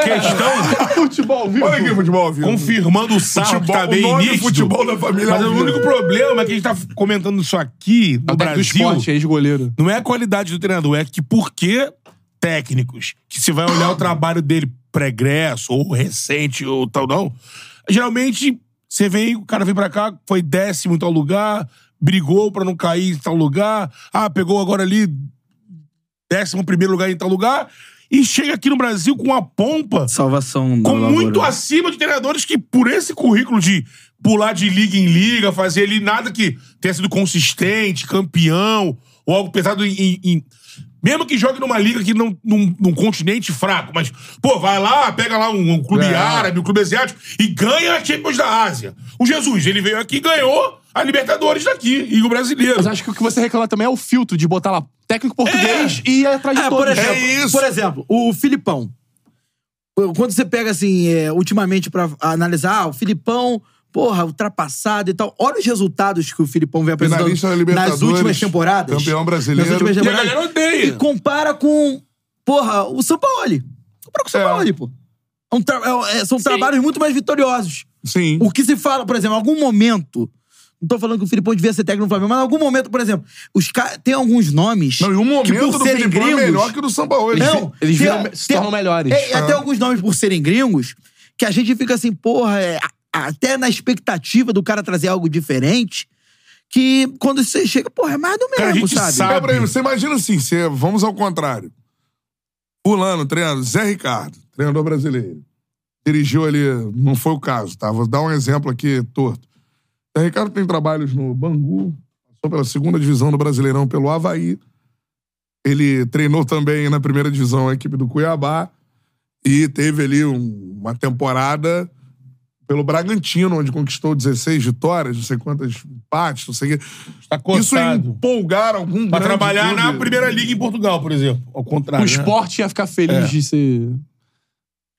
Speaker 2: Questão
Speaker 4: futebol ao vivo.
Speaker 1: Olha aqui, futebol, viu?
Speaker 2: confirmando o sarro que
Speaker 1: Futebol,
Speaker 2: tá bem
Speaker 1: o nome
Speaker 2: nítido.
Speaker 1: futebol da família
Speaker 2: Mas
Speaker 1: ao
Speaker 2: o
Speaker 1: vivo.
Speaker 2: único problema é que a gente tá comentando isso aqui
Speaker 4: É
Speaker 2: no
Speaker 4: o técnico do
Speaker 2: Brasil.
Speaker 4: esporte, ex-goleiro.
Speaker 2: Não é a qualidade do treinador, é que por que técnicos que você vai olhar o trabalho dele pregresso ou recente ou tal, não. Geralmente, você vem, o cara vem pra cá, foi décimo em tal lugar, brigou pra não cair em tal lugar, ah, pegou agora ali décimo primeiro lugar em tal lugar, e chega aqui no Brasil com uma pompa
Speaker 3: Salvação
Speaker 2: com
Speaker 3: da
Speaker 2: muito
Speaker 3: lavoura.
Speaker 2: acima de treinadores que, por esse currículo de pular de liga em liga, fazer ali nada que tenha sido consistente, campeão, ou algo pesado em. em- em- mesmo que jogue numa liga que não, num, num continente fraco, mas, pô, vai lá, pega lá um, um clube
Speaker 4: É.
Speaker 2: árabe, um clube asiático e ganha a Champions da Ásia. O Jesus, ele veio aqui e ganhou a Libertadores daqui e o brasileiro.
Speaker 4: Mas acho que o que você reclama também é o filtro de botar lá técnico português e ir atrás de
Speaker 3: É, por
Speaker 4: todos.
Speaker 3: exemplo,
Speaker 1: isso.
Speaker 3: por exemplo, o Filipão. Quando você pega, assim, é, ultimamente pra analisar, ah, o Filipão, porra, ultrapassado e tal. Olha os resultados que o Filipão vem apresentando
Speaker 1: Finalista da Libertadores,
Speaker 3: nas últimas temporadas.
Speaker 1: campeão brasileiro.
Speaker 3: Nas últimas
Speaker 1: E a
Speaker 2: e a
Speaker 3: temporadas.
Speaker 2: galera odeia.
Speaker 3: E compara com, porra, o São Paulo. Compara com o São
Speaker 1: É.
Speaker 3: Paulo, pô. É um tra- é- é- são trabalhos muito mais vitoriosos.
Speaker 1: Sim.
Speaker 3: O que se fala, por exemplo, em algum momento... Não tô falando que o Filipão devia ser técnico no Flamengo, mas em algum momento, por exemplo, os ca... tem alguns nomes...
Speaker 1: Não, e um
Speaker 3: que por
Speaker 1: momento do
Speaker 3: serem
Speaker 1: Filipão é
Speaker 3: gringos-
Speaker 1: melhor que o do São Paulo.
Speaker 3: não,
Speaker 4: eles
Speaker 3: tem-
Speaker 4: viram- se
Speaker 3: tem-
Speaker 4: tornam melhores.
Speaker 3: É, e até alguns nomes por serem gringos, que a gente fica assim, porra, é, a- até na expectativa do cara trazer algo diferente, que quando você chega, porra, é mais do
Speaker 2: Cara, a
Speaker 3: mesmo,
Speaker 2: gente
Speaker 3: sabe?
Speaker 2: sabe.
Speaker 1: Gabriel, você imagina assim, você, vamos ao contrário. Fulano, treinador, Zé Ricardo, treinador brasileiro. Dirigiu ali, não foi o caso, tá? Vou dar um exemplo aqui torto. Zé Ricardo tem trabalhos no Bangu, passou pela segunda divisão do Brasileirão pelo Havaí. Ele treinou também na primeira divisão a equipe do Cuiabá e teve ali um- uma temporada pelo Bragantino, onde conquistou 16 vitórias, não sei quantas empates, não sei o quê.
Speaker 2: Tá
Speaker 1: Isso é
Speaker 2: cotado.
Speaker 1: empolgar algum
Speaker 2: Pra
Speaker 1: grande
Speaker 2: trabalhar
Speaker 1: clube.
Speaker 2: na primeira liga em Portugal, por exemplo. Ao contrário.
Speaker 4: O
Speaker 2: né?
Speaker 4: esporte ia ficar feliz
Speaker 2: É.
Speaker 4: de ser.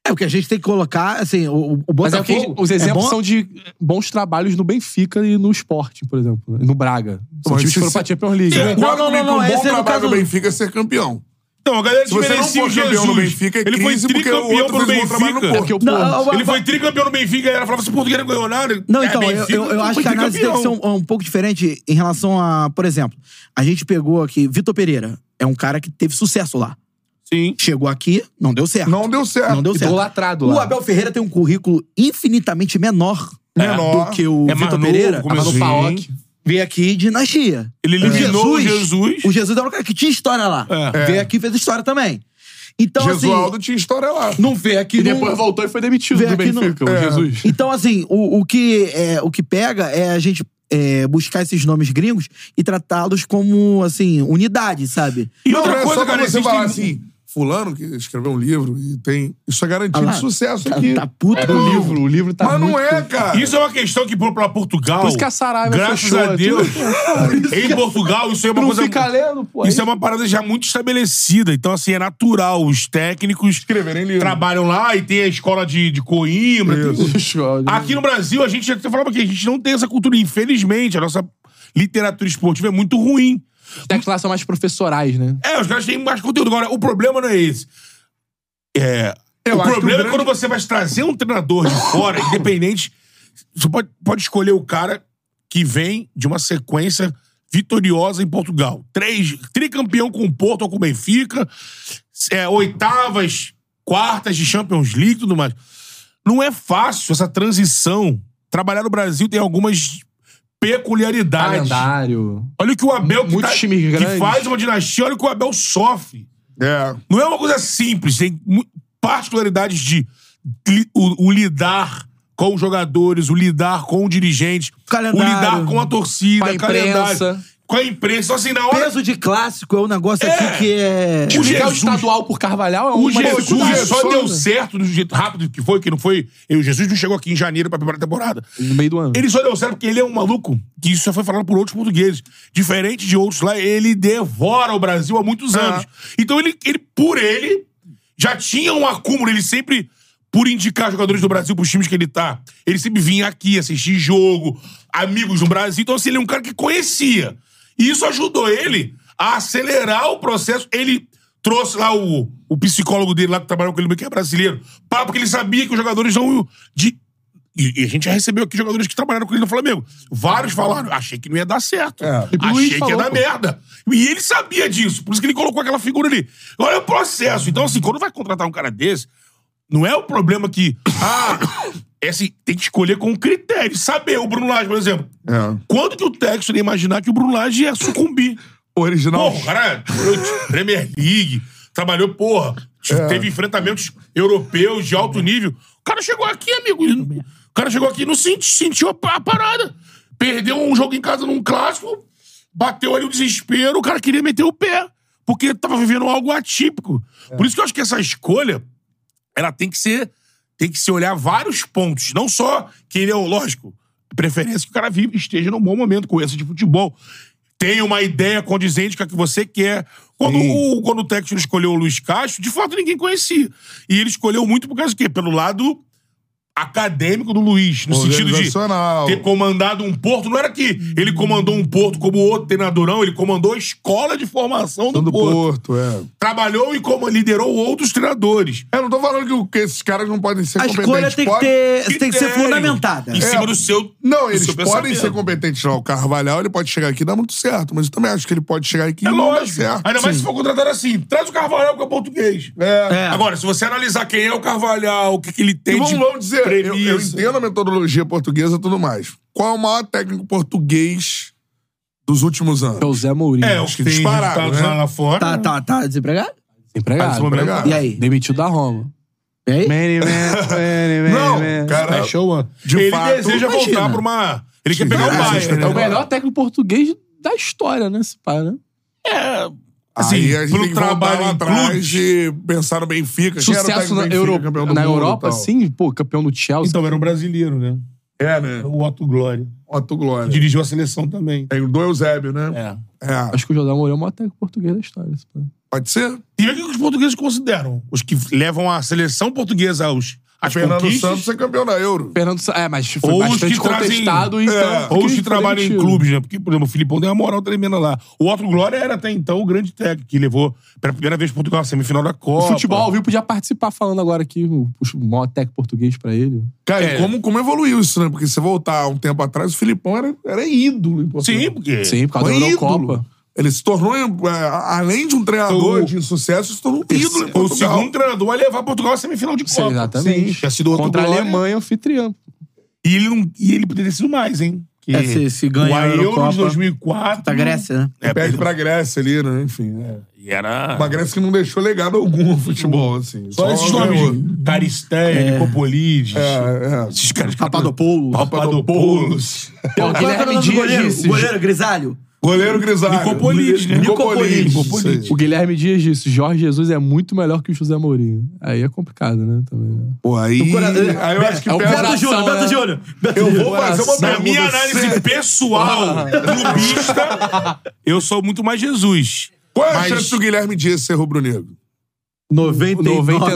Speaker 3: É, o que a gente tem que colocar, assim, o, o
Speaker 4: Mas é
Speaker 3: Botafogo...
Speaker 4: porque os exemplos
Speaker 3: é bom-
Speaker 4: são de bons trabalhos no Benfica e no esporte, por exemplo. né? No Braga. São
Speaker 1: Mas
Speaker 4: times
Speaker 1: se-
Speaker 4: que foram pra Champions League.
Speaker 1: Eu
Speaker 4: né?
Speaker 1: concordo
Speaker 3: Não, não,
Speaker 1: comigo
Speaker 3: não,
Speaker 1: que
Speaker 3: não,
Speaker 1: um bom
Speaker 3: esse é no
Speaker 1: trabalho do
Speaker 3: caso-
Speaker 1: Benfica é ser campeão.
Speaker 2: Então, a galera
Speaker 1: Se você não
Speaker 2: desmerecia o
Speaker 1: for campeão
Speaker 2: Jesus.
Speaker 1: no Benfica, é
Speaker 2: ele foi
Speaker 1: crise porque o
Speaker 2: tricampeão
Speaker 1: outro
Speaker 2: do
Speaker 1: fez um bom trabalho no
Speaker 2: Benfica.
Speaker 4: É porque o
Speaker 3: Não,
Speaker 4: Porto-
Speaker 3: eu-
Speaker 2: Ele foi tricampeão no Benfica, a galera falava assim, o português não ganhou nada.
Speaker 3: Não,
Speaker 2: É,
Speaker 3: então, eu-
Speaker 2: Benfica, é
Speaker 3: eu, eu acho que a
Speaker 2: foi
Speaker 3: análise tem que ser
Speaker 2: tricampeão.
Speaker 3: um, um pouco diferente em relação a, por exemplo, a gente pegou aqui Vitor Pereira, é um cara que teve sucesso lá.
Speaker 2: Sim.
Speaker 3: Chegou aqui, não deu certo.
Speaker 1: Não é deu certo.
Speaker 3: Não deu certo.
Speaker 4: idolatrado
Speaker 3: O
Speaker 4: lá.
Speaker 3: Abel Ferreira tem um currículo infinitamente menor, né,
Speaker 1: Menor.
Speaker 3: do que o
Speaker 2: É mais
Speaker 3: Vitor
Speaker 2: novo,
Speaker 3: Pereira. Ah, Então,
Speaker 2: começou
Speaker 4: Mas
Speaker 2: Sim.
Speaker 4: no Paok.
Speaker 3: Veio aqui dinastia.
Speaker 2: Ele eliminou o Jesus.
Speaker 3: O Jesus era um cara que tinha história lá.
Speaker 2: É.
Speaker 3: Veio aqui e fez história também. Então,
Speaker 1: Jesualdo tinha história lá.
Speaker 3: assim, não veio aqui
Speaker 4: E
Speaker 3: num-
Speaker 4: depois voltou e foi demitido
Speaker 3: Veio
Speaker 4: do
Speaker 3: aqui no-
Speaker 4: Benfica, o
Speaker 1: É.
Speaker 4: Jesus.
Speaker 3: Então, assim, o, o, que, é, o que pega é a gente é, buscar esses nomes gringos e tratá-los como, assim, unidade, sabe?
Speaker 2: E
Speaker 1: não,
Speaker 2: outra
Speaker 1: é
Speaker 2: coisa,
Speaker 1: só cara,
Speaker 2: cara,
Speaker 1: você
Speaker 2: existem...
Speaker 1: falar assim, fulano que escreveu um livro e tem... Isso é garantido
Speaker 3: Ah lá.
Speaker 1: de sucesso
Speaker 3: Tá,
Speaker 1: aqui.
Speaker 3: tá puto
Speaker 4: Do livro. O livro tá
Speaker 1: Mas
Speaker 4: muito...
Speaker 1: não é, cara.
Speaker 2: Isso é uma questão que pô, pra Portugal...
Speaker 4: Por isso que a Saraiva
Speaker 2: Graças
Speaker 4: fechou,
Speaker 2: a
Speaker 4: é
Speaker 2: Deus.
Speaker 3: <laughs>
Speaker 4: tudo-
Speaker 2: Em Portugal, isso é uma
Speaker 4: Não
Speaker 2: coisa...
Speaker 4: fica lendo, pô.
Speaker 2: Isso é uma parada já muito estabelecida. Então, assim, é natural. Os técnicos
Speaker 1: Escreverem livro.
Speaker 2: trabalham lá e tem a escola de, de Coimbra. tem- Aqui no Brasil, a gente já falava que a gente não tem essa cultura. Infelizmente, a nossa literatura esportiva é muito ruim.
Speaker 4: Os textos lá são mais professorais, né?
Speaker 2: É, os caras têm mais conteúdo. Agora, o problema não é esse. É,
Speaker 1: Eu
Speaker 2: o
Speaker 1: acho que
Speaker 2: problema
Speaker 1: grande-
Speaker 2: é quando você vai trazer um treinador de fora, independente. Você pode, pode escolher o cara que vem de uma sequência vitoriosa em Portugal. Três, tricampeão com o Porto ou com o Benfica, é, oitavas, quartas de Champions League e tudo mais. Não é fácil essa transição. Trabalhar no Brasil tem algumas peculiaridades.
Speaker 4: Calendário.
Speaker 2: Olha o que o Abel que,
Speaker 4: Muitos
Speaker 2: tá-
Speaker 4: times
Speaker 2: que
Speaker 4: grandes.
Speaker 2: faz uma dinastia, olha o que o Abel sofre.
Speaker 1: É.
Speaker 2: Não é uma coisa simples, tem mu- particularidades de li- o, o lidar com os jogadores, o lidar com o dirigente,
Speaker 3: Calendário.
Speaker 2: o lidar com a torcida,
Speaker 4: Com a
Speaker 2: calendário,
Speaker 4: imprensa.
Speaker 2: com a imprensa. Então, assim, na
Speaker 3: O
Speaker 2: hora
Speaker 3: peso de clássico é um negócio
Speaker 2: É.
Speaker 3: aqui que é.
Speaker 2: o
Speaker 4: Ligar o
Speaker 2: Jesus,
Speaker 4: estadual por Carvalhal é
Speaker 2: o
Speaker 4: uma
Speaker 2: Jesus
Speaker 4: dificuldade
Speaker 2: só
Speaker 4: absurda.
Speaker 2: deu certo do jeito rápido que foi, que não foi. E o Jesus não chegou aqui em janeiro pra preparar a temporada.
Speaker 4: No meio do ano.
Speaker 2: Ele só deu certo porque ele é um maluco, que isso já foi falado por outros portugueses. Diferente de outros lá, ele devora o Brasil há muitos anos. Então ele, ele, por ele, já tinha um acúmulo. Ele sempre, por indicar jogadores do Brasil pros times que ele tá, ele sempre vinha aqui assistir jogo, amigos do Brasil. Então assim, ele é um cara que conhecia. E isso ajudou ele a acelerar o processo. Ele trouxe lá o, o psicólogo dele lá que trabalhou com ele, que é brasileiro, pá, porque ele sabia que os jogadores não... De, e, e a gente já recebeu aqui jogadores que trabalharam com ele no Flamengo. Vários falaram, achei que não ia dar certo.
Speaker 1: É.
Speaker 4: E pro Luiz
Speaker 2: Achei que ia
Speaker 4: falou,
Speaker 2: dar
Speaker 4: pô.
Speaker 2: merda. E ele sabia disso, por isso que ele colocou aquela figura ali. Olha o processo. Então, assim, quando vai contratar um cara desse, não é o problema que. Ah, <coughs> é assim, tem que escolher com critério. Saber, o Bruno Lage, por exemplo.
Speaker 1: É.
Speaker 2: Quando que o técnico ia imaginar que o Bruno Lage ia sucumbir?
Speaker 1: Original.
Speaker 2: Porra, o cara, trabalhou de Premier League, trabalhou, porra, te- teve enfrentamentos europeus de alto nível. O cara chegou aqui, amigo, e não- o cara chegou aqui e não senti- sentiu a pa- a parada. Perdeu um jogo em casa num clássico, bateu ali o desespero, o cara queria meter o pé, porque tava vivendo algo atípico. Por isso que eu acho que essa escolha, ela tem que ser tem que se olhar vários pontos, não só que ele é o lógico, preferência que o cara vive, esteja num bom momento, conheça de futebol, tenha uma ideia condizente com a que você quer. Quando o, quando o técnico escolheu o Luiz Castro, de fato ninguém conhecia. E ele escolheu muito por causa do quê? Pelo lado acadêmico do Luiz, no sentido de
Speaker 1: Organizacional.
Speaker 2: ter comandado um Porto, não era que ele comandou um Porto como outro treinador, não, ele comandou a escola de formação do,
Speaker 1: do
Speaker 2: Porto.
Speaker 1: Porto, é.
Speaker 2: Trabalhou e como liderou outros treinadores.
Speaker 1: Eu não tô falando que, o- que esses caras não podem ser
Speaker 3: A escolha
Speaker 1: competentes.
Speaker 3: tem que,
Speaker 1: Pode-
Speaker 3: ter, É, tem que ser
Speaker 2: Critério.
Speaker 3: fundamentada.
Speaker 2: Em cima do seu.
Speaker 1: É. Não,
Speaker 2: do
Speaker 1: eles
Speaker 2: seu
Speaker 1: podem
Speaker 2: pensamento.
Speaker 1: ser competentes lá. O Carvalhal, ele pode chegar aqui e dar muito certo. Mas eu também acho que ele pode chegar aqui
Speaker 2: É
Speaker 1: e não dar
Speaker 2: lógico.
Speaker 1: certo.
Speaker 2: Ainda mais se for contratado assim. Traz o Carvalhal, que é português.
Speaker 1: É.
Speaker 2: Agora, se você analisar quem é o Carvalhal, o que, que ele
Speaker 1: E
Speaker 2: tem
Speaker 1: vamos,
Speaker 2: de
Speaker 1: vamos dizer, eu, eu
Speaker 2: premissa.
Speaker 1: entendo a metodologia portuguesa e tudo mais. Qual é o maior técnico português dos últimos anos?
Speaker 4: É o Zé Mourinho.
Speaker 2: É, os
Speaker 1: Acho
Speaker 2: que
Speaker 1: que
Speaker 2: tem
Speaker 1: disparado,
Speaker 2: resultados
Speaker 1: né?
Speaker 2: lá, lá fora.
Speaker 3: Tá, tá, tá desempregado?
Speaker 4: Empregado.
Speaker 1: um
Speaker 4: né?
Speaker 1: Empregado.
Speaker 3: E aí?
Speaker 4: Demitido da Roma.
Speaker 3: E aí?
Speaker 4: Many, man, many, many,
Speaker 1: Não,
Speaker 4: man.
Speaker 1: cara,
Speaker 4: Fechou, mano.
Speaker 1: de
Speaker 2: ele
Speaker 1: fato,
Speaker 2: deseja
Speaker 3: imagina.
Speaker 2: voltar pra uma. Ele quer
Speaker 1: Sim,
Speaker 2: pegar o
Speaker 1: é,
Speaker 2: Bayern.
Speaker 4: É
Speaker 2: né?
Speaker 4: o melhor técnico português da história, né? Esse pai, né?
Speaker 2: Assim,
Speaker 1: Aí a gente
Speaker 2: pelo
Speaker 1: tem que trabalho
Speaker 2: trabalho
Speaker 1: lá
Speaker 2: em
Speaker 1: atrás
Speaker 2: clubes.
Speaker 1: de pensar no Benfica. quem era o
Speaker 4: Sucesso
Speaker 1: técnico do
Speaker 4: na,
Speaker 1: Benfica,
Speaker 4: Euro-
Speaker 1: campeão do
Speaker 4: na
Speaker 1: mundo e
Speaker 4: Europa,
Speaker 1: tal?
Speaker 4: assim, pô, campeão do Chelsea.
Speaker 2: Então, era um brasileiro, né?
Speaker 1: É, né?
Speaker 2: O Otto Glória.
Speaker 1: Otto Glória.
Speaker 2: Dirigiu a seleção também.
Speaker 1: Tem o do Eusébio, né?
Speaker 2: É.
Speaker 1: É.
Speaker 4: Acho que o Jordão Mourinho é o maior técnico português da história. esse pai.
Speaker 1: Pode ser?
Speaker 2: E o que os portugueses consideram? Os que levam a seleção portuguesa aos. Às
Speaker 1: Fernando
Speaker 2: conquistas?
Speaker 1: Santos é campeão da Euro.
Speaker 4: Fernando Sa- É, mas foi
Speaker 2: Ou os
Speaker 4: bastante
Speaker 2: que trazem-
Speaker 4: contestado então, e
Speaker 1: é,
Speaker 4: tanto
Speaker 2: Ou os que
Speaker 4: foi
Speaker 2: trabalham em
Speaker 4: demitido.
Speaker 2: clubes, né? Porque, por exemplo, o Filipão deu uma moral tremenda lá. O Otto Glória era até então o grande técnico que levou pela primeira vez Portugal à semifinal da
Speaker 4: O
Speaker 2: Copa.
Speaker 4: futebol, viu? Podia participar falando agora aqui o o maior técnico português pra ele.
Speaker 1: Cara,
Speaker 2: É.
Speaker 1: e como, como evoluiu isso, né? Porque se você voltar um tempo atrás, o Filipão era, era ídolo. em Portugal.
Speaker 2: Sim, porque.
Speaker 4: Sim, por causa
Speaker 1: Foi
Speaker 4: da
Speaker 1: ídolo.
Speaker 4: Eurocopa.
Speaker 1: Ele se tornou, é, além de um treinador
Speaker 2: Foi o-
Speaker 1: de sucesso, se tornou um
Speaker 2: Esse-
Speaker 1: ídolo em
Speaker 2: Foi o
Speaker 1: Portugal.
Speaker 2: segundo treinador a levar Portugal à semifinal de
Speaker 4: Sim,
Speaker 2: Copa.
Speaker 4: exatamente.
Speaker 2: Tinha sido Otto
Speaker 4: Contra a
Speaker 2: Glória.
Speaker 4: Alemanha, anfitriã.
Speaker 2: E ele, não, e ele poderia ter sido mais, hein? Que
Speaker 3: É, se- se ganha
Speaker 2: o
Speaker 3: a
Speaker 2: Euro
Speaker 3: Eurocopa.
Speaker 2: de 2004.
Speaker 4: tá
Speaker 3: Da Grécia, né?
Speaker 2: É,
Speaker 1: Perde
Speaker 2: perde
Speaker 1: pra Grécia ali, né? Enfim, é.
Speaker 2: E era.
Speaker 1: Uma Grécia que não deixou legado algum no futebol, assim.
Speaker 2: Só esses
Speaker 1: ganhou.
Speaker 2: nomes. Caristeia, Nicopolides.
Speaker 1: É, é.
Speaker 2: Esses caras.
Speaker 3: Papadopoulos.
Speaker 2: Papadopoulos.
Speaker 4: Ó, Guilherme
Speaker 3: Qual é o nome do
Speaker 4: Dias
Speaker 3: goleiro?
Speaker 4: disse...
Speaker 3: Goleiro grisalho?
Speaker 1: Goleiro grisalho.
Speaker 2: Nicopolides, né?
Speaker 1: Nicopolides.
Speaker 2: Nicopolides.
Speaker 1: isso
Speaker 4: O
Speaker 1: aí.
Speaker 4: Guilherme Dias disse, Jorge Jesus é muito melhor que o José Mourinho. Aí é complicado, né? Também. né?
Speaker 1: Pô, aí...
Speaker 3: O cora-
Speaker 1: Aí eu acho que
Speaker 4: é o
Speaker 1: pega-
Speaker 4: coração,
Speaker 3: Júnior,
Speaker 4: né?
Speaker 3: Beto Júnior. Beto
Speaker 1: Eu
Speaker 3: Júnior.
Speaker 1: vou fazer uma
Speaker 2: Na
Speaker 1: pergunta.
Speaker 2: minha análise
Speaker 1: séria.
Speaker 2: pessoal, clubista, eu sou muito mais Jesus.
Speaker 1: Qual é a
Speaker 2: Mas-
Speaker 1: chance do Guilherme Dias ser rubro-negro?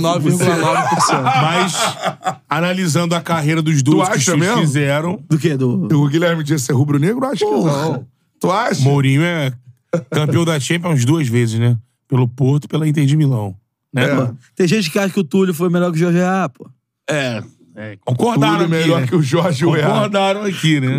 Speaker 4: 99,9%.
Speaker 2: Mas, analisando a carreira dos dois
Speaker 1: Tu
Speaker 2: que os
Speaker 1: acha
Speaker 2: times
Speaker 1: mesmo?
Speaker 2: fizeram,
Speaker 3: Do quê? Do...
Speaker 1: O Guilherme Dias ser rubro-negro? Acho que não. Tu acha?
Speaker 2: Mourinho é campeão da Champions duas vezes, né? Pelo Porto e pela Inter de Milão. Né?
Speaker 3: Tem gente que acha que o Túlio foi melhor que o Jorge A, pô.
Speaker 2: É. é, Concordaram
Speaker 1: Túlio
Speaker 2: aqui.
Speaker 1: melhor
Speaker 2: né?
Speaker 1: que o Jorge Weah.
Speaker 2: Concordaram aqui, né?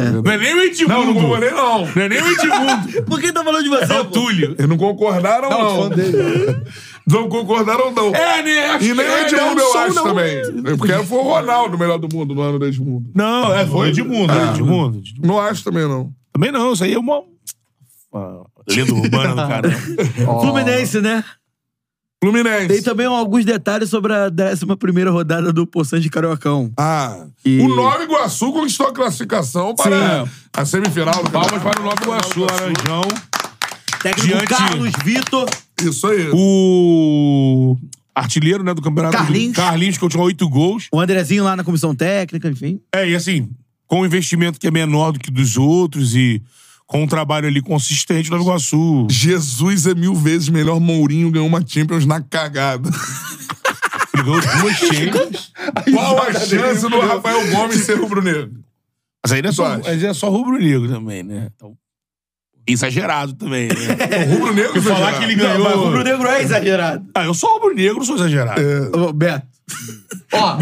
Speaker 3: É.
Speaker 2: Não é nem o Edmundo.
Speaker 1: Não, não concordei, não.
Speaker 2: Não é nem o Edmundo.
Speaker 3: <laughs> Por que tá falando de você,
Speaker 2: é o Túlio.
Speaker 1: Eles não concordaram,
Speaker 2: Não,
Speaker 1: não.
Speaker 2: tô
Speaker 1: <laughs> Não concordaram, não.
Speaker 2: É, né? Acho
Speaker 1: E nem o
Speaker 2: que é,
Speaker 1: Edmundo,
Speaker 2: né?
Speaker 1: eu
Speaker 2: Sou,
Speaker 1: acho,
Speaker 2: não.
Speaker 1: também. Porque foi o Ronaldo o melhor do mundo no ano do Edmundo.
Speaker 2: Não, é, foi o Edmundo.
Speaker 1: Ah.
Speaker 2: É. Edmundo. Edmundo.
Speaker 1: Não acho também, não.
Speaker 2: Também não, isso aí é uma. Ah, uma Lenda urbana do caramba.
Speaker 3: Fluminense, né?
Speaker 1: Fluminense.
Speaker 3: Tem também alguns detalhes sobre a 11 rodada do Poçante de Cariocão.
Speaker 1: Ah, o Nova Iguaçu conquistou a classificação para a semifinal. do
Speaker 2: <laughs> Palmas
Speaker 1: campeonato.
Speaker 2: para o Nova Iguaçu, Laranjão.
Speaker 3: Técnico
Speaker 2: Diante-
Speaker 3: Carlos Vitor.
Speaker 1: Isso aí.
Speaker 2: O artilheiro né, do campeonato.
Speaker 3: Carlinhos.
Speaker 2: Carlinhos, que tinha oito gols.
Speaker 3: O Andrezinho lá na comissão técnica, enfim.
Speaker 2: É, e assim, com um investimento que é menor do que dos outros e com um trabalho ali consistente, o Nova Iguaçu.
Speaker 1: Jesus é mil vezes melhor. Mourinho ganhou uma Champions na
Speaker 4: <laughs>
Speaker 1: cagada.
Speaker 2: Ele
Speaker 1: <laughs>
Speaker 2: ganhou duas Champions.
Speaker 1: Qual a chance do Rafael Gomes ser rubro-negro?
Speaker 2: Mas aí não é
Speaker 1: Tu
Speaker 2: só,
Speaker 1: acha?
Speaker 2: mas é só rubro-negro também, né? Então, exagerado
Speaker 1: <laughs>
Speaker 2: também, né?
Speaker 1: O rubro-negro
Speaker 2: Falar que ele ganhou.
Speaker 3: Negro é exagerado.
Speaker 2: Ah, eu sou rubro-negro, não sou exagerado.
Speaker 1: É.
Speaker 3: Ô, Beto.
Speaker 4: Ó,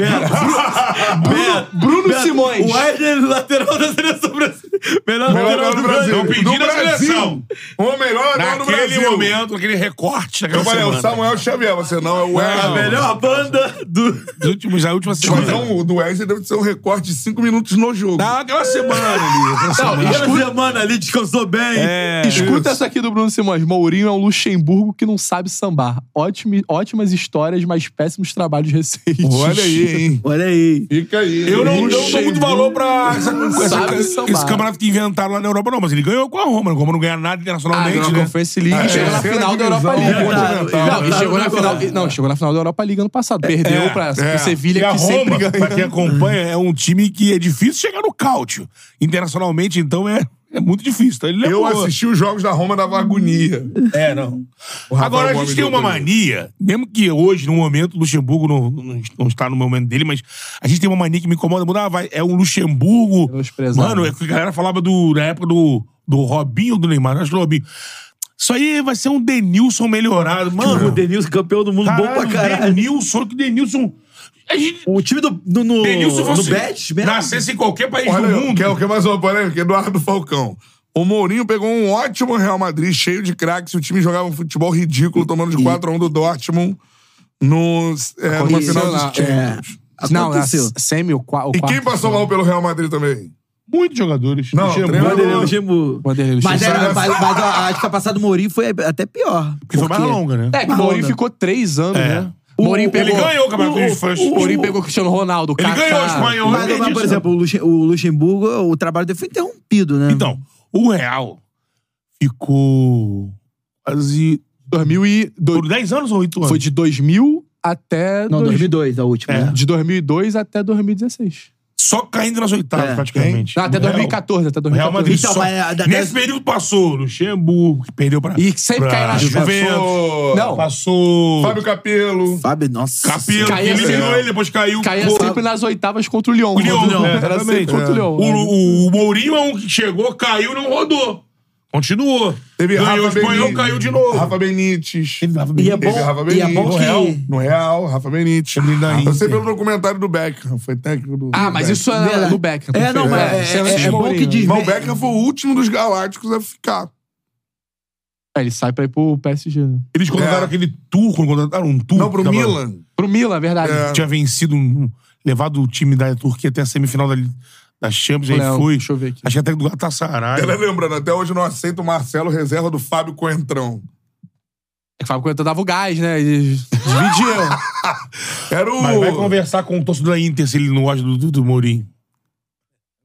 Speaker 3: Beto.
Speaker 4: Bruno Simões.
Speaker 3: O
Speaker 2: é
Speaker 3: Wesley, lateral da seleção brasileira. Melhor,
Speaker 1: Melhor do Brasil.
Speaker 2: Estão pedindo
Speaker 1: do
Speaker 2: a
Speaker 1: Brasil.
Speaker 2: seleção.
Speaker 1: O melhor melhor do
Speaker 2: Naquele
Speaker 1: Brasil.
Speaker 2: momento, naquele recorte daquela
Speaker 1: Eu falei, é o
Speaker 2: semana.
Speaker 1: Samuel Xavier. Você não, é o
Speaker 3: A
Speaker 1: Wesley.
Speaker 3: melhor banda do...
Speaker 2: Dos últimos, da última semana.
Speaker 1: Mas não, o do Wesley deve ser um recorte de cinco minutos no jogo.
Speaker 2: Dá aquela Ah, semana ali. aquela
Speaker 4: Tá
Speaker 2: semana.
Speaker 3: Aquela semana ali descansou bem.
Speaker 2: É,
Speaker 4: Escuta essa aqui do Bruno Simões. Mourinho é um Luxemburgo que não sabe sambar. Ótime, ótimas histórias, mas péssimos trabalhos recentes.
Speaker 1: Olha aí, hein?
Speaker 3: Olha aí.
Speaker 1: Fica aí.
Speaker 2: eu não, eu não dou
Speaker 1: Luxemburgo.
Speaker 2: muito valor pra essa,
Speaker 4: Sabe
Speaker 2: essa-
Speaker 4: sambar.
Speaker 2: esse campeonato que inventaram lá na Europa, não. Mas ele ganhou com a Roma. né? Como não ganha nada
Speaker 4: Ah,
Speaker 2: internacionalmente,
Speaker 4: ganhou a
Speaker 2: né?
Speaker 4: Conference League
Speaker 1: Ah,
Speaker 4: e chegou na
Speaker 1: terceira
Speaker 4: final da
Speaker 1: divisão
Speaker 4: Europa League.
Speaker 1: continental.
Speaker 4: Não, e chegou na final,
Speaker 3: Verdade.
Speaker 4: não, chegou na final da Europa League ano passado. Perdeu
Speaker 2: É,
Speaker 4: pra
Speaker 2: é.
Speaker 4: pro Sevilha,
Speaker 2: E a
Speaker 4: que sempre
Speaker 2: Roma,
Speaker 4: ganha.
Speaker 2: pra quem acompanha, é um time que é difícil chegar no cálcio. Internacionalmente, então, é, é muito difícil. Então, ele
Speaker 1: Eu
Speaker 2: levou.
Speaker 1: assisti os jogos da Roma da agonia.
Speaker 2: É, não.
Speaker 1: O Rafael
Speaker 2: Agora, a
Speaker 1: Gomes
Speaker 2: gente tem
Speaker 1: deu
Speaker 2: uma
Speaker 1: pra ele.
Speaker 2: mania, mesmo que hoje, no momento, o Luxemburgo não, não- não está no momento dele, mas a gente tem uma mania que me incomoda muito. Ah, vai, é um Luxemburgo.
Speaker 4: Menosprezado.
Speaker 3: né?
Speaker 2: Mano, é que a galera falava do, na época do, do Robinho ou do Neymar, acho que do Robinho. Isso aí vai ser um Denilson melhorado.
Speaker 3: O
Speaker 2: Mano,
Speaker 3: Denilson, campeão do mundo, bom pra caralho.
Speaker 2: Denilson, que Denilson... A gente,
Speaker 3: O time do, do no,
Speaker 2: Denilson
Speaker 3: no
Speaker 2: fosse
Speaker 3: Bet, mesmo.
Speaker 2: nascesse em qualquer país
Speaker 1: Olha,
Speaker 2: do
Speaker 1: aí,
Speaker 2: mundo.
Speaker 1: quer o que mais uma polêmica? Eduardo Falcão. O Mourinho pegou um ótimo Real Madrid, cheio de craques. e O time jogava um futebol ridículo, tomando de 4x1 do Dortmund no, é, numa
Speaker 4: Aconteceu
Speaker 1: final dos
Speaker 4: na-
Speaker 2: é,
Speaker 1: Champions.
Speaker 4: É, Não, na
Speaker 3: Aconteceu.
Speaker 4: semi, o, qua, o
Speaker 1: E quem
Speaker 4: quarto-
Speaker 1: passou
Speaker 2: um.
Speaker 1: mal pelo Real Madrid também?
Speaker 2: Muitos jogadores.
Speaker 1: Não,
Speaker 2: Luxemburgo.
Speaker 1: treinador.
Speaker 3: Vanderlei Luxemburgo.
Speaker 4: Vanderlei
Speaker 3: Mas,
Speaker 4: Luxemburgo.
Speaker 3: era, mas, mas a, a passada do Mourinho foi é até pior.
Speaker 2: Porque foi mais longa, né?
Speaker 4: É, que o Mourinho ficou três anos,
Speaker 2: É.
Speaker 4: né? O Mourinho
Speaker 2: Ele
Speaker 4: pegou...
Speaker 2: ganhou o Campeonato dos Fãs.
Speaker 4: O Mourinho pegou o Cristiano Ronaldo, o
Speaker 2: Ele
Speaker 4: Kaká.
Speaker 2: ganhou o espanhol. né? eu
Speaker 3: Mas, mas, por
Speaker 2: acredito.
Speaker 3: exemplo, o, Luxe- o Luxemburgo, o trabalho dele foi interrompido, né?
Speaker 2: Então, o Real ficou quase...
Speaker 4: 2000 e... do-
Speaker 2: Por 10 anos ou 8 anos?
Speaker 4: Foi de 2000 até...
Speaker 3: Não,
Speaker 4: dois-
Speaker 3: 2002, a última. né?
Speaker 4: De 2002 até 2016.
Speaker 2: Só caindo nas oitavas,
Speaker 3: É.
Speaker 2: praticamente.
Speaker 4: Não, até
Speaker 2: O Real.
Speaker 4: 2014, até
Speaker 2: O Real
Speaker 4: 2014.
Speaker 2: Madrid
Speaker 3: Então,
Speaker 2: só...
Speaker 3: mas a- da-
Speaker 2: Nesse
Speaker 3: da-
Speaker 2: período passou Luxemburgo, que perdeu pra...
Speaker 4: E sempre
Speaker 2: pra
Speaker 4: cai na
Speaker 2: Juventus.
Speaker 1: Passou
Speaker 4: Não,
Speaker 2: Passou...
Speaker 1: Fábio Capelo.
Speaker 3: Fábio, nossa.
Speaker 2: Capelo, que
Speaker 4: Caía
Speaker 2: eliminou
Speaker 4: sempre-
Speaker 2: ele, depois caiu.
Speaker 4: caía
Speaker 2: Pô,
Speaker 4: sempre nas oitavas contra o Lyon.
Speaker 2: O Lyon,
Speaker 4: Contra
Speaker 2: né?
Speaker 4: Era sempre
Speaker 2: Exatamente.
Speaker 4: contra o
Speaker 2: O,
Speaker 4: Lyon.
Speaker 2: o, o Mourinho é um que chegou, caiu e não rodou. Continuou.
Speaker 1: Teve
Speaker 2: Ganhou o
Speaker 1: Rafa
Speaker 2: espanhol,
Speaker 1: Benítez.
Speaker 2: caiu de novo.
Speaker 1: Rafa Benítez.
Speaker 3: E é bom,
Speaker 1: Teve Rafa
Speaker 3: e
Speaker 1: Benítez.
Speaker 3: é bom
Speaker 1: no
Speaker 3: que...
Speaker 1: Real, no Real, Rafa Benítez. Ah, Eu sei pelo documentário do Beckham. Foi técnico do
Speaker 4: Ah,
Speaker 1: do
Speaker 4: mas
Speaker 1: Beckham.
Speaker 4: isso é
Speaker 3: Verdade.
Speaker 4: do Beckham.
Speaker 3: É, não, mas é,
Speaker 4: Isso
Speaker 3: é- é
Speaker 4: do
Speaker 3: bom que
Speaker 4: Mourinho.
Speaker 3: diz.
Speaker 1: Mas o Beckham foi o último dos galácticos a ficar.
Speaker 4: É, Ele sai pra ir pro PSG. né?
Speaker 2: Eles contrataram
Speaker 1: É.
Speaker 2: aquele turco, contrataram um turco.
Speaker 1: Não, pro
Speaker 2: que tava-
Speaker 1: Milan.
Speaker 4: Pro Milan, é verdade.
Speaker 2: que Tinha vencido, um- levado o time da Turquia até a semifinal da, da Champions, aí
Speaker 4: Léo,
Speaker 2: foi.
Speaker 4: deixa eu ver aqui. É
Speaker 2: Acho que até do
Speaker 1: A
Speaker 2: Galatasaray.
Speaker 1: Galera, lembrando, até hoje não aceita o Marcelo reserva do Fábio Coentrão.
Speaker 4: É que o Fábio Coentrão dava o gás, né? Eles dividiam.
Speaker 1: Era o.
Speaker 2: Mas vai conversar com o torcedor da Inter se ele não gosta do, do, do Mourinho.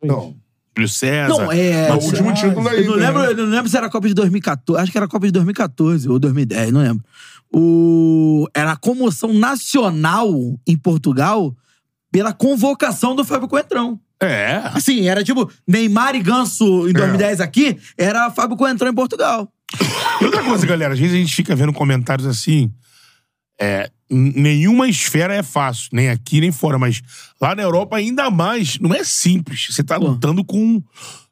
Speaker 1: Não,
Speaker 2: Júlio César.
Speaker 3: Não, é...
Speaker 1: é o último título da
Speaker 3: Eu não,
Speaker 1: Inter,
Speaker 3: lembro,
Speaker 4: É.
Speaker 1: né?
Speaker 3: eu não lembro se era a Copa de 2014. Acho que era a Copa de 2014 ou 2010, não lembro. O, era a comoção nacional em Portugal pela convocação do Fábio Coentrão.
Speaker 2: É.
Speaker 3: Assim, era tipo Neymar e Ganso
Speaker 4: É.
Speaker 3: em 2010 aqui, era Fábio Coentrão em Portugal.
Speaker 2: E outra coisa, galera, às vezes a gente fica vendo comentários assim. É, n- nenhuma esfera é fácil, nem aqui nem fora, mas lá na Europa ainda mais. Não é simples. Você tá lutando com.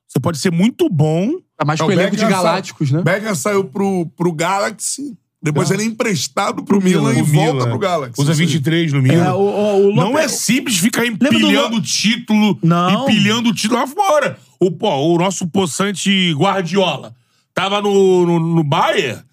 Speaker 2: Você pode ser muito bom.
Speaker 4: Tá mais
Speaker 1: É, o
Speaker 4: com o elenco de
Speaker 1: Beckham sa-
Speaker 4: galácticos, né?
Speaker 1: Beckham saiu pro, pro Galaxy Depois ele é emprestado pro Milan e
Speaker 2: O
Speaker 1: volta
Speaker 2: Milan.
Speaker 1: pro Galaxy.
Speaker 2: Usa
Speaker 1: Isso aí.
Speaker 2: 23 no Milan.
Speaker 3: É, o- o- o
Speaker 2: não
Speaker 3: Lope-
Speaker 2: é simples ficar
Speaker 3: do
Speaker 2: empilhando
Speaker 3: Lo-
Speaker 2: o título,
Speaker 3: Não.
Speaker 2: empilhando o título lá fora. O, pô, o nosso possante Guardiola tava no, no, no Bayern,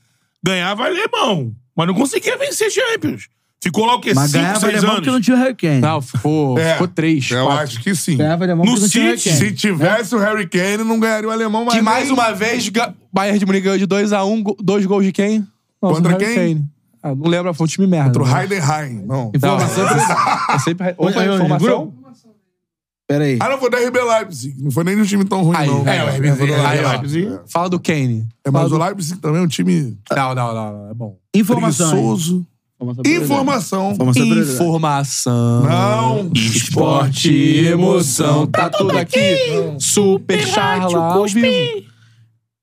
Speaker 2: ganhava alemão, mas não conseguia vencer Champions. Ficou lá o quê?
Speaker 3: Mas
Speaker 2: 5,
Speaker 3: ganhava
Speaker 2: 6
Speaker 3: alemão
Speaker 2: anos?
Speaker 3: porque não tinha o Harry Kane.
Speaker 4: Não, ficou,
Speaker 1: É,
Speaker 4: ficou três.
Speaker 1: Eu
Speaker 4: quatro. É.
Speaker 1: acho que sim.
Speaker 3: Ganhava alemão
Speaker 2: No
Speaker 3: porque não tinha o Harry
Speaker 2: City,
Speaker 3: Kane.
Speaker 1: Se tivesse o Harry Kane, não ganharia o alemão, mas.
Speaker 4: Que mais
Speaker 1: nem-
Speaker 4: uma vez, ga- Bayern de Munique ganhou de 2x1, dois gols de quem? Nossa,
Speaker 1: Contra
Speaker 4: do Harry
Speaker 1: quem?
Speaker 4: Kane. Ah, não lembro, foi um time merda.
Speaker 1: Contra o
Speaker 4: né?
Speaker 1: Heidenheim. Não.
Speaker 4: Não,
Speaker 3: Informação
Speaker 4: é sempre... Ou foi
Speaker 3: Oi, oi,
Speaker 4: informação?
Speaker 3: Pera aí.
Speaker 1: Ah, não, foi da RB Leipzig. Não foi nem um time tão ruim,
Speaker 4: Aí,
Speaker 1: não.
Speaker 4: aí, ó,
Speaker 1: foi do
Speaker 4: aí, ó.
Speaker 1: Leipzig.
Speaker 4: Fala do Kane.
Speaker 1: É, mas o Leipzig também é um time
Speaker 4: Não, não, não, não, é bom.
Speaker 3: Informação.
Speaker 1: preguiçoso. Informação.
Speaker 3: Informação.
Speaker 4: Informação.
Speaker 1: Não.
Speaker 4: Esporte, emoção, tá tudo aqui. Super charla ao vivo.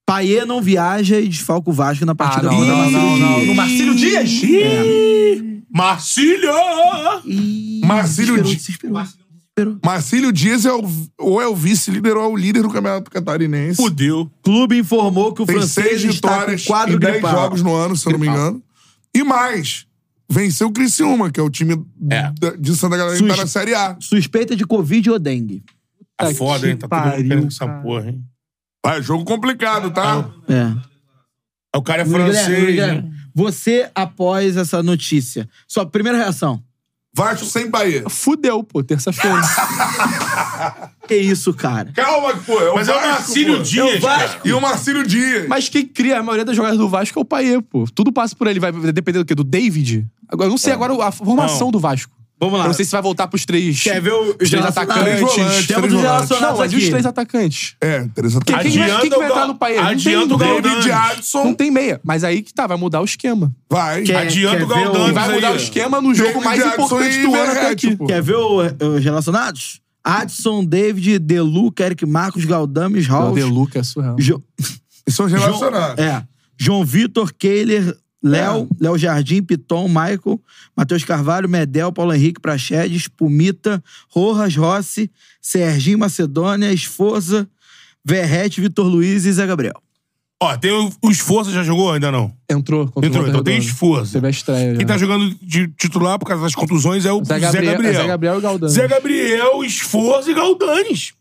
Speaker 3: Paê não viaja e desfalca o Vasco na
Speaker 4: Ah,
Speaker 3: partida
Speaker 4: não,
Speaker 3: contra o
Speaker 4: não, não, não. No
Speaker 3: Marcelo Dias.
Speaker 4: Marcílio Dias?
Speaker 2: Marcílio!
Speaker 3: Ih,
Speaker 1: Marcílio
Speaker 3: desesperou,
Speaker 1: Di-
Speaker 3: desesperou.
Speaker 1: Marcílio Dias é o, ou é o vice-líder ou é o líder do Campeonato Catarinense.
Speaker 2: Fudeu.
Speaker 3: clube informou que o
Speaker 1: Tem
Speaker 3: francês
Speaker 1: seis
Speaker 3: está com
Speaker 1: vitórias
Speaker 3: quadro
Speaker 1: em dez
Speaker 3: gripal.
Speaker 1: jogos no ano, se eu não me engano. E mais, venceu o Criciúma, que é o time
Speaker 2: É.
Speaker 1: da- de Santa Catarina que tá na Série A.
Speaker 3: Suspeita de Covid ou dengue.
Speaker 2: Tá
Speaker 4: que
Speaker 2: foda, hein? Tá todo mundo
Speaker 4: pariu,
Speaker 2: querendo essa
Speaker 4: cara.
Speaker 2: porra, hein?
Speaker 1: Ah, É jogo complicado, tá?
Speaker 3: É.
Speaker 2: Aí O cara é
Speaker 3: Guilherme,
Speaker 2: francês. né?
Speaker 3: Guilherme, Você, após essa notícia, sua primeira reação.
Speaker 1: Vasco sem Bahia.
Speaker 4: Fudeu, pô, terça-feira.
Speaker 3: Que isso, cara?
Speaker 1: Calma, que, pô. É o
Speaker 2: Mas é o
Speaker 1: Vasco,
Speaker 2: Marcílio
Speaker 1: pô.
Speaker 2: Dias, cara.
Speaker 1: E o Marcílio Dias.
Speaker 4: <laughs> Mas quem cria a maioria das jogadas do Vasco é o Paê, pô. Tudo passa por ele. Vai depender do quê? Do David? Agora, eu não sei agora a formação do Vasco.
Speaker 3: Vamos lá.
Speaker 4: Eu não sei se vai voltar pros três.
Speaker 3: Quer ver o-
Speaker 4: os três
Speaker 3: relacionado-
Speaker 4: atacantes?
Speaker 1: Três volantes, três
Speaker 3: Temos os
Speaker 1: volantes.
Speaker 3: relacionados
Speaker 4: Não, mas e os
Speaker 3: aqui.
Speaker 4: três atacantes?
Speaker 1: É, interessante.
Speaker 4: Quem, quem vai, quem que vai
Speaker 2: Adianta o
Speaker 4: entrar
Speaker 2: Gal-
Speaker 4: no Paê?
Speaker 2: adianta
Speaker 4: não
Speaker 2: o
Speaker 4: tem,
Speaker 2: Galvão.
Speaker 1: David
Speaker 4: Não
Speaker 1: Adson
Speaker 4: tem meia. Mas aí que tá, vai mudar o esquema.
Speaker 1: vai.
Speaker 3: Quer-
Speaker 2: Adianta o
Speaker 3: quer ver
Speaker 2: Galdão.
Speaker 3: o-
Speaker 4: E vai mudar o esquema no jogo
Speaker 1: David
Speaker 4: mais
Speaker 1: Adson
Speaker 4: importante
Speaker 1: e
Speaker 4: do ano até
Speaker 1: Verratti,
Speaker 4: aqui.
Speaker 1: pô.
Speaker 3: Quer ver o- os relacionados? Adson, David, Deluca, Eric Marcos, Galdames,
Speaker 4: O
Speaker 3: Hall.
Speaker 4: De Luca é surreal.
Speaker 3: Jo...
Speaker 1: Eles são relacionados.
Speaker 3: É. João Vitor, Kehler, Léo, Léo Jardim, Piton, Michael, Matheus Carvalho, Medel, Paulo Henrique, Praxedes, Pumita, Rojas, Rossi, Serginho Macedônia, Esforza, Verrete, Vitor Luiz e Zé Gabriel.
Speaker 2: Ó, tem o, o Esforça, já jogou? Ainda não.
Speaker 4: Entrou. contra o
Speaker 2: Entrou,
Speaker 4: Volta
Speaker 2: então tem
Speaker 4: Redonda.
Speaker 2: Esforça.
Speaker 4: Teve a estreia.
Speaker 2: Quem
Speaker 4: já.
Speaker 2: tá jogando de titular por causa das contusões é o
Speaker 4: É. Zé
Speaker 2: Zé
Speaker 4: Gabriel-
Speaker 2: Gabriel.
Speaker 4: Zé Gabriel e Galdames.
Speaker 2: Zé Gabriel, Esforço e Galdanes.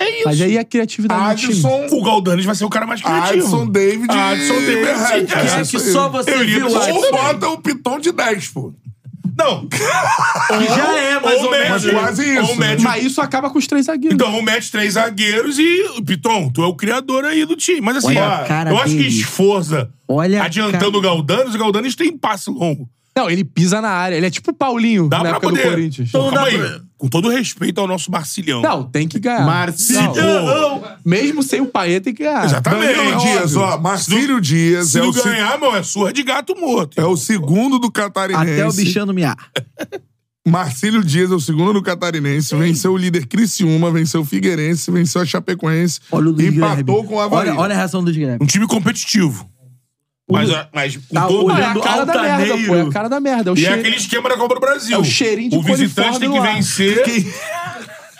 Speaker 2: É isso.
Speaker 4: Mas aí a criatividade do time.
Speaker 1: Adson.
Speaker 2: O Galdanes vai ser o cara mais criativo.
Speaker 1: Adson, David e
Speaker 2: é Ah, Adson, David.
Speaker 1: Verratti.
Speaker 2: Quem é
Speaker 1: É,
Speaker 2: que
Speaker 1: isso aí.
Speaker 3: só você
Speaker 1: Eu iria-
Speaker 3: viu,
Speaker 1: Ou
Speaker 3: Adson?
Speaker 1: bota o Piton de 10, pô.
Speaker 2: Não.
Speaker 3: já é, mais ou
Speaker 2: mete-
Speaker 1: menos. Quase isso.
Speaker 2: Ou mete...
Speaker 4: Mas isso acaba com os três
Speaker 2: é
Speaker 4: zagueiros.
Speaker 2: tipo- Então, ou mete três zagueiros e... Piton, tu é o criador aí do time. Mas assim,
Speaker 3: Olha
Speaker 2: ó,
Speaker 3: a cara
Speaker 2: eu acho que
Speaker 3: dele.
Speaker 2: Esforça
Speaker 3: Olha a
Speaker 2: adiantando
Speaker 3: cara.
Speaker 2: o Galdanes, o Galdanes tem passe longo.
Speaker 4: Não, ele pisa na área. Ele é tipo o Paulinho
Speaker 2: Dá
Speaker 4: na
Speaker 2: pra
Speaker 4: época
Speaker 2: poder.
Speaker 4: do Corinthians.
Speaker 2: Então,
Speaker 3: dá
Speaker 2: Calma aí.
Speaker 3: pra-
Speaker 2: Com todo respeito ao nosso Marcilhão.
Speaker 4: Não, tem que ganhar.
Speaker 3: Marcílio.
Speaker 4: Não, pô. Mesmo sem o Paê, tem que ganhar.
Speaker 2: Exatamente.
Speaker 1: Danilo Dias, ó. Marcílio Dias
Speaker 2: Se
Speaker 1: é
Speaker 2: não
Speaker 1: o, se-
Speaker 2: ganhar, meu, é surra de gato morto.
Speaker 1: é o segundo do Catarinense.
Speaker 3: Até o bichano miar.
Speaker 1: Marcílio Dias é o segundo do Catarinense. Venceu o líder Criciúma, venceu o Figueirense, venceu a Chapecoense.
Speaker 3: Olha o Luiz
Speaker 1: empatou
Speaker 3: Guilherme.
Speaker 1: com o Havaí.
Speaker 3: olha, olha a reação do Luiz Guilherme.
Speaker 2: Um time competitivo. Mas, a- mas com
Speaker 3: Tá
Speaker 2: todo-
Speaker 4: Pô, é a
Speaker 3: olhando
Speaker 4: cara da merda,
Speaker 3: altaneiro.
Speaker 4: pô. É a cara da merda. É o
Speaker 2: E é
Speaker 4: cheiro.
Speaker 2: aquele esquema da Copa do Brasil.
Speaker 4: É o cheirinho de
Speaker 2: O visitante
Speaker 4: coliforme
Speaker 2: tem que
Speaker 4: no ar. <laughs>
Speaker 2: vencer.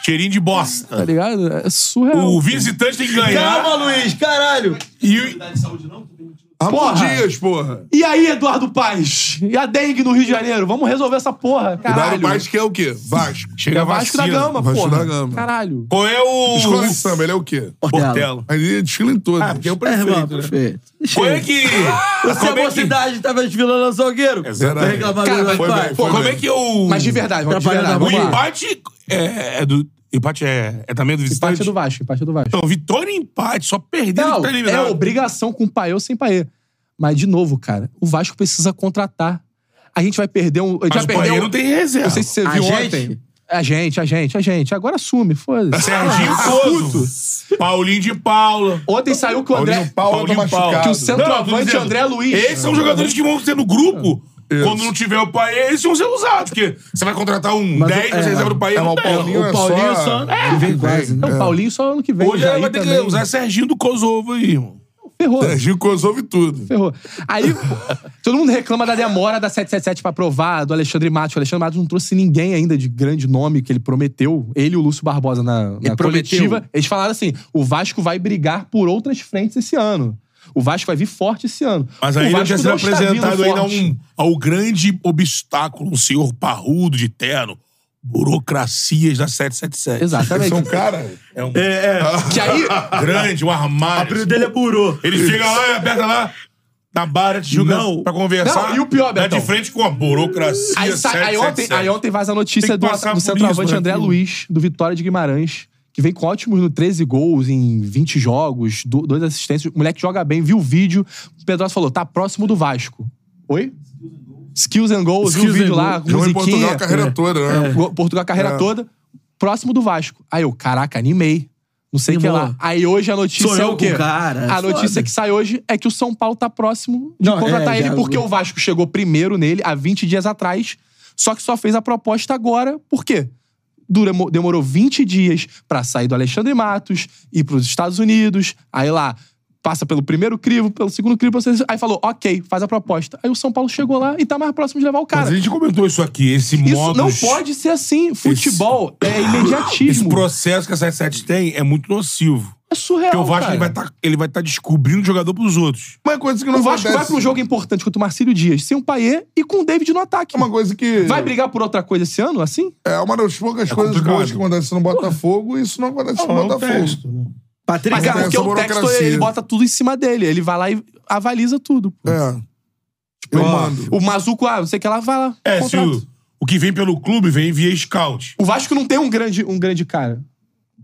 Speaker 2: Cheirinho de bosta.
Speaker 4: Tá ligado? É surreal.
Speaker 2: O visitante tem que ganhar.
Speaker 3: Calma, Luiz, caralho!
Speaker 2: E
Speaker 1: Ramon
Speaker 4: porra.
Speaker 1: Dias, porra.
Speaker 4: E aí, Eduardo Paz? E a dengue no Rio de Janeiro? Vamos resolver essa porra, caralho.
Speaker 1: Cuidado mais que é o quê? Vasco.
Speaker 4: É
Speaker 2: chega
Speaker 4: Vasco da
Speaker 2: vacina.
Speaker 4: Gama,
Speaker 1: Vasco
Speaker 4: porra.
Speaker 1: da Gama.
Speaker 4: Caralho.
Speaker 2: Qual é o.
Speaker 1: Escola de samba, ele é o quê?
Speaker 2: Portela.
Speaker 1: Mas ele desfila em todas.
Speaker 2: Ah, porque é o
Speaker 3: É, irmão,
Speaker 2: prefeito. né?
Speaker 3: perfeito.
Speaker 2: Qual é que.
Speaker 3: Você, a
Speaker 2: como é que-
Speaker 3: mocidade, tava desfilando no Salgueiro?
Speaker 1: Exatamente.
Speaker 3: Vai reclamar
Speaker 4: Cara,
Speaker 3: do
Speaker 4: mas
Speaker 3: Eduardo
Speaker 1: foi
Speaker 3: Paz?
Speaker 1: bem, foi
Speaker 2: Como é que o.
Speaker 4: Mas de verdade, vamos de verdade.
Speaker 2: O
Speaker 4: Vamos lá.
Speaker 2: empate é, é do. Empate é, é também do visitante?
Speaker 4: Empate é do Vasco, empate é do Vasco.
Speaker 2: Então, vitória e empate. Só perder
Speaker 4: Não,
Speaker 2: tá
Speaker 4: é
Speaker 2: eliminado.
Speaker 4: obrigação com Paê ou sem Paê. Mas, de novo, cara, o Vasco precisa contratar. A gente vai perder um. A
Speaker 2: Mas
Speaker 4: gente vai
Speaker 2: o
Speaker 4: perder
Speaker 2: Bahia
Speaker 4: um-
Speaker 2: não tem reserva.
Speaker 4: Não sei se você
Speaker 3: A
Speaker 4: viu
Speaker 3: gente?
Speaker 4: ontem. A gente, a gente, a gente. Agora assume,
Speaker 2: Tá
Speaker 4: foda-se.
Speaker 2: Serginho Couto. Paulinho de Paula.
Speaker 4: Ontem saiu que o André.
Speaker 1: Paulinho Paulo tá
Speaker 2: Paulinho
Speaker 1: machucado.
Speaker 2: Paulo.
Speaker 4: Que o
Speaker 2: Não, tô
Speaker 4: centroavante
Speaker 2: dizendo,
Speaker 4: André Luiz.
Speaker 2: Esses são os jogadores que vão ser no grupo. Quando não tiver o Paê, esses vão ser usados. Porque você vai contratar um
Speaker 3: Mas
Speaker 2: 10,
Speaker 3: o- é,
Speaker 2: você reserva o Paê.
Speaker 1: É, mas
Speaker 2: não
Speaker 1: o
Speaker 2: tem.
Speaker 1: Paulinho é
Speaker 3: O Paulinho
Speaker 1: só...
Speaker 3: só- É, vem quase.
Speaker 4: Não, o Paulinho só ano que vem.
Speaker 2: Hoje
Speaker 4: já
Speaker 2: ele vai
Speaker 4: aí
Speaker 2: ter que
Speaker 4: também.
Speaker 2: usar É. Serginho do Kosovo aí, irmão.
Speaker 4: Ferrou.
Speaker 1: Serginho Kosovo e tudo.
Speaker 4: Ferrou. Aí, todo mundo reclama da demora da 777 pra aprovar, do Alexandre Matos. O Alexandre Matos não trouxe ninguém ainda de grande nome que ele prometeu. Ele e o Lúcio Barbosa na, na
Speaker 3: prometeu.
Speaker 4: coletiva. Eles falaram assim: o Vasco vai brigar por outras frentes esse ano. O Vasco vai vir forte esse ano.
Speaker 2: Mas
Speaker 4: o
Speaker 2: aí ele
Speaker 4: Vasco
Speaker 2: tinha sido
Speaker 4: não está vindo
Speaker 2: apresentado ainda a
Speaker 4: forte.
Speaker 2: um, ao grande obstáculo, um senhor parrudo de terno, burocracias da 777.
Speaker 4: Exatamente.
Speaker 1: São cara.
Speaker 2: É um
Speaker 5: É, é.
Speaker 4: Que aí,
Speaker 2: grande, um
Speaker 5: O
Speaker 2: armário.
Speaker 5: apelido dele é burô.
Speaker 2: Ele chega lá e aperta lá na barra de Tijuca
Speaker 5: Não.
Speaker 2: pra conversar.
Speaker 4: Não, e o pior,
Speaker 2: Tá de
Speaker 4: Betão?
Speaker 2: frente com a burocracia
Speaker 4: aí, sa- aí ontem,
Speaker 2: 777.
Speaker 4: aí ontem vaza a notícia
Speaker 2: Tem que
Speaker 4: do,
Speaker 2: passar
Speaker 4: do
Speaker 2: por
Speaker 4: centroavante
Speaker 2: isso, né,
Speaker 4: André
Speaker 2: filho?
Speaker 4: Luiz, do Vitória de Guimarães, que vem com ótimos no 13 gols em 20 jogos, do- dois assistências. O moleque joga bem, viu o vídeo. O Pedrosa falou: tá próximo do Vasco. Oi? Skills and goals, viu o
Speaker 5: Skills and
Speaker 4: vídeo lá,
Speaker 1: Jogou em
Speaker 4: musiquinha. É.
Speaker 1: Portugal a carreira toda, né?
Speaker 4: Go- Portugal a carreira
Speaker 2: Ah.
Speaker 1: É.
Speaker 4: toda, próximo do Vasco. Aí eu, caraca, animei. Não sei o que
Speaker 5: Animou.
Speaker 4: lá. Aí hoje a notícia
Speaker 5: Sou
Speaker 4: é
Speaker 5: eu
Speaker 4: o quê?
Speaker 5: com o cara,
Speaker 4: a
Speaker 5: foda.
Speaker 4: notícia que sai hoje é que o São Paulo tá próximo de
Speaker 5: Não,
Speaker 4: contratar
Speaker 5: é,
Speaker 4: ele,
Speaker 5: já-
Speaker 4: porque o Vasco chegou primeiro nele há 20 dias atrás, só que só fez a proposta agora. Por quê? Dura, mo- demorou 20 dias pra sair do Alexandre Matos, ir pros Estados Unidos, aí lá passa pelo primeiro crivo, pelo segundo crivo, pelo terceiro- aí falou, ok, faz a proposta. Aí o São Paulo chegou lá e tá mais próximo de levar o cara.
Speaker 2: Mas a gente comentou isso aqui, esse
Speaker 4: Isso
Speaker 2: modo.
Speaker 4: não pode ser assim. Futebol é imediatismo.
Speaker 2: Esse processo que a 77 tem é muito nocivo.
Speaker 4: é surreal.
Speaker 2: Porque o Vasco
Speaker 4: cara.
Speaker 2: ele vai estar ele vai tá descobrindo o jogador pros outros.
Speaker 1: Uma coisa que não
Speaker 4: O Vasco vai
Speaker 1: acontece.
Speaker 4: pra um jogo importante contra o Marcílio Dias, sem o Paier e com o David no ataque.
Speaker 1: É uma coisa que.
Speaker 4: Vai brigar por outra coisa esse ano, assim?
Speaker 1: É uma das poucas
Speaker 2: É
Speaker 1: coisas
Speaker 2: complicado.
Speaker 1: boas que acontece no Botafogo e isso não né? acontece no Botafogo.
Speaker 5: Patrick,
Speaker 4: Mas é
Speaker 1: cara,
Speaker 4: porque
Speaker 1: essa
Speaker 4: o texto
Speaker 1: burocracia.
Speaker 4: ele bota tudo em cima dele. Ele vai lá e avaliza tudo. pô.
Speaker 1: É. Eu mando.
Speaker 4: O Mazuco, ah, não sei o que lá, vai lá.
Speaker 2: É, se
Speaker 4: contrata.
Speaker 2: o, o que vem pelo clube vem via scout.
Speaker 4: O Vasco não tem um grande, um grande cara.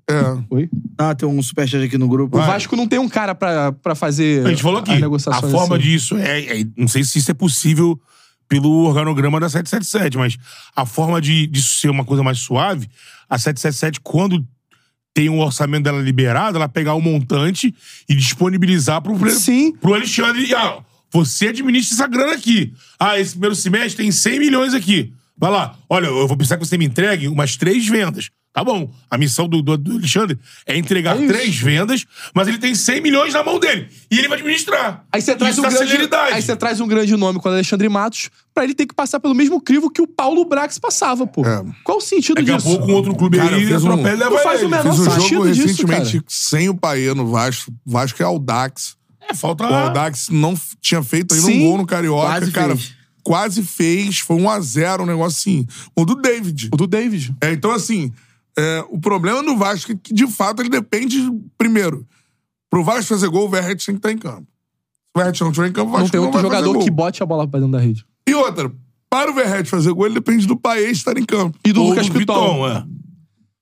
Speaker 1: É.
Speaker 4: Oi?
Speaker 3: Ah, tem um superchat aqui no grupo.
Speaker 4: O Vasco não tem um cara pra, pra fazer
Speaker 2: A gente falou aqui.
Speaker 4: as
Speaker 2: A
Speaker 4: negociações
Speaker 2: forma
Speaker 4: assim.
Speaker 2: disso é, é- Não sei se isso é possível pelo organograma da 777, mas a forma de disso ser uma coisa mais suave, a 777, quando tem um orçamento dela liberado, ela pegar o montante e disponibilizar pro, pre-
Speaker 4: Sim.
Speaker 2: pro Alexandre. E, ah, você administra essa grana aqui. Ah, esse primeiro semestre tem 100 milhões aqui. Vai lá. Olha, eu vou precisar que você me entregue umas três vendas. Tá bom. A missão do, do- do Alexandre é entregar
Speaker 4: É isso.
Speaker 2: três vendas, mas ele tem 100 milhões na mão dele. E ele vai administrar.
Speaker 4: Aí você traz
Speaker 2: Isso
Speaker 4: um
Speaker 2: dá
Speaker 4: grande,
Speaker 2: celeridade.
Speaker 4: aí você traz um grande nome com o Alexandre Matos pra ele ter que passar pelo mesmo crivo que o Paulo Brax passava, pô.
Speaker 1: É.
Speaker 4: Qual o sentido
Speaker 2: Daqui a
Speaker 4: disso?
Speaker 2: pouco um outro clube
Speaker 1: Cara, eu
Speaker 2: aí
Speaker 1: fiz um-
Speaker 2: atropela e leva
Speaker 4: Não faz
Speaker 2: ele.
Speaker 4: o menor
Speaker 1: Fiz um
Speaker 4: Nossa,
Speaker 1: jogo
Speaker 4: sentido disso,
Speaker 1: recentemente
Speaker 4: cara.
Speaker 1: sem o Paê no Vasco. Vasco é Aldax.
Speaker 2: É, falta...
Speaker 1: O Aldax não f- tinha feito ainda
Speaker 4: Sim.
Speaker 1: um gol no Carioca,
Speaker 3: Quase
Speaker 1: cara.
Speaker 3: fez.
Speaker 1: Quase fez. Foi 1x0, um negócio assim. O do David.
Speaker 4: O do David.
Speaker 1: É, então, assim, é, o problema do Vasco é que, de fato, ele depende, primeiro, pro Vasco fazer gol, o Verret tem que estar em campo. Se o
Speaker 2: um
Speaker 1: Verret não estiver em campo, o Vasco
Speaker 4: não tem outro
Speaker 1: vai fazer
Speaker 4: jogador
Speaker 1: gol.
Speaker 4: que bote a bola pra dentro da rede.
Speaker 1: E outra, para o Verret fazer gol, ele depende do Paê estar em campo.
Speaker 4: E do
Speaker 2: Ou
Speaker 4: Lucas
Speaker 2: do
Speaker 4: Piton.
Speaker 2: Piton, é.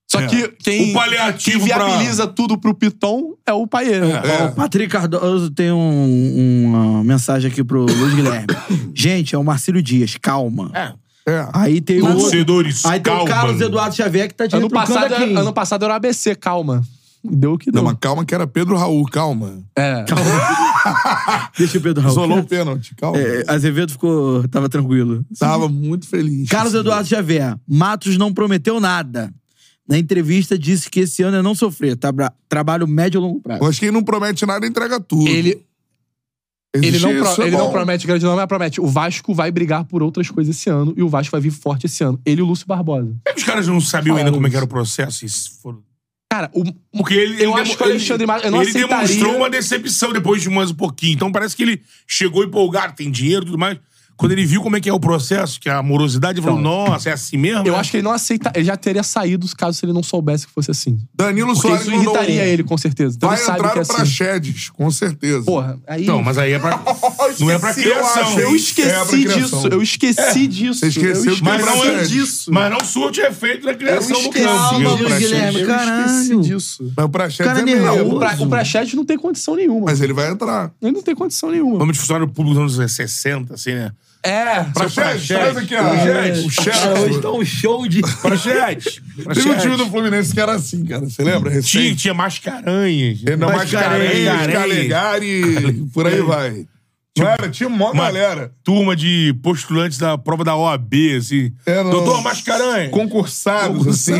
Speaker 4: Só que quem,
Speaker 2: O paliativo
Speaker 4: quem viabiliza tudo pro Piton é o Paier.
Speaker 1: É.
Speaker 3: Patrick Cardoso tem um- uma mensagem aqui pro Luiz Guilherme. Gente, é o Marcílio Dias, calma.
Speaker 1: É.
Speaker 3: Aí tem o.
Speaker 2: Torcedores,
Speaker 3: Aí tem
Speaker 2: calma.
Speaker 3: o Carlos Eduardo Xavier que tá te
Speaker 4: Ano, passado,
Speaker 3: retrucando aqui.
Speaker 4: ano passado era o ABC, calma. E Deu o que deu.
Speaker 1: Não, mas calma que era Pedro Raul, calma.
Speaker 4: É.
Speaker 3: Deixa o Pedro Raul.
Speaker 1: Isolou o pênalti, calma.
Speaker 3: É, Azevedo ficou. tava tranquilo.
Speaker 1: Tava muito feliz.
Speaker 3: Carlos Eduardo Xavier, Matos não prometeu nada. Na entrevista disse que esse ano é não sofrer, tabra- trabalho médio e longo prazo.
Speaker 1: Eu acho que ele não promete nada e entrega tudo.
Speaker 4: Ele, ele,
Speaker 1: Existe
Speaker 4: não, pro-
Speaker 1: isso, é
Speaker 4: ele não
Speaker 1: bom.
Speaker 4: promete grande nome, mas promete. O Vasco vai brigar por outras coisas esse ano e o Vasco vai vir forte esse ano. Ele e o Lúcio Barbosa.
Speaker 2: Por que Os caras não sabiam
Speaker 4: Falaram
Speaker 2: ainda como é
Speaker 4: isso.
Speaker 2: que era o processo. e se foram-
Speaker 4: Cara, o,
Speaker 2: Porque ele,
Speaker 4: Eu
Speaker 2: ele
Speaker 4: acho
Speaker 2: demo-
Speaker 4: que o Alexandre Matos- eu não
Speaker 2: ele
Speaker 4: aceitaria-
Speaker 2: demonstrou uma decepção depois de mais um pouquinho. Então parece que ele chegou empolgado, tem dinheiro e tudo mais. Quando ele viu como é que é o processo, que é a morosidade, ele falou, nossa, é assim mesmo?
Speaker 4: Então, Eu acho que ele não aceita. Ele já teria saído caso se ele não soubesse que fosse assim.
Speaker 1: Danilo
Speaker 4: Porque
Speaker 1: Soares
Speaker 4: isso
Speaker 1: mandou um.
Speaker 4: irritaria ele, com certeza. Então
Speaker 1: Vai
Speaker 4: ele sabe
Speaker 1: entrar
Speaker 4: que é
Speaker 1: pra
Speaker 4: assim.
Speaker 1: Chedes, com certeza.
Speaker 4: Porra, aí.
Speaker 2: Não, mas aí é pra...
Speaker 4: <laughs>
Speaker 2: não é pra
Speaker 1: Esqueci, eu
Speaker 2: criação.
Speaker 1: acho,
Speaker 4: eu esqueci
Speaker 1: É criação.
Speaker 4: disso. Eu esqueci disso.
Speaker 1: você esqueceu
Speaker 4: eu
Speaker 1: de
Speaker 2: É. Mas não,
Speaker 1: Lembra
Speaker 2: é,
Speaker 1: disso.
Speaker 2: mas não surte efeito da criação do campo.
Speaker 3: Calma,
Speaker 2: viu?
Speaker 3: Luiz Guilherme,
Speaker 4: Eu esqueci
Speaker 3: caralho.
Speaker 4: disso.
Speaker 1: Mas o Praxedes
Speaker 3: Cara
Speaker 1: é
Speaker 3: nervoso.
Speaker 1: meia.
Speaker 4: O, pra, o Prachete não tem condição nenhuma.
Speaker 1: Mas ele vai entrar.
Speaker 4: Ele não tem condição nenhuma.
Speaker 2: Nome de funcionário público dos anos 60, assim, né?
Speaker 4: É.
Speaker 1: Praxedes,
Speaker 2: Praxedes.
Speaker 1: traz aqui a...
Speaker 2: Praxedes.
Speaker 1: o chefe.
Speaker 3: Cara, hoje tá um show de.
Speaker 2: Projeto.
Speaker 1: Teve um time do Fluminense que era assim, cara. Você lembra?
Speaker 2: Tinha,
Speaker 1: Recente.
Speaker 2: tinha mascaranhas.
Speaker 1: Renan Mascarenhas,
Speaker 2: Mascarenhas.
Speaker 1: Calegari, por aí vai. Cara, tinha mó
Speaker 2: Uma
Speaker 1: galera.
Speaker 2: Turma de postulantes da prova da OAB, assim.
Speaker 1: É, não.
Speaker 2: Doutor Mascaranhas.
Speaker 1: Concursados, assim.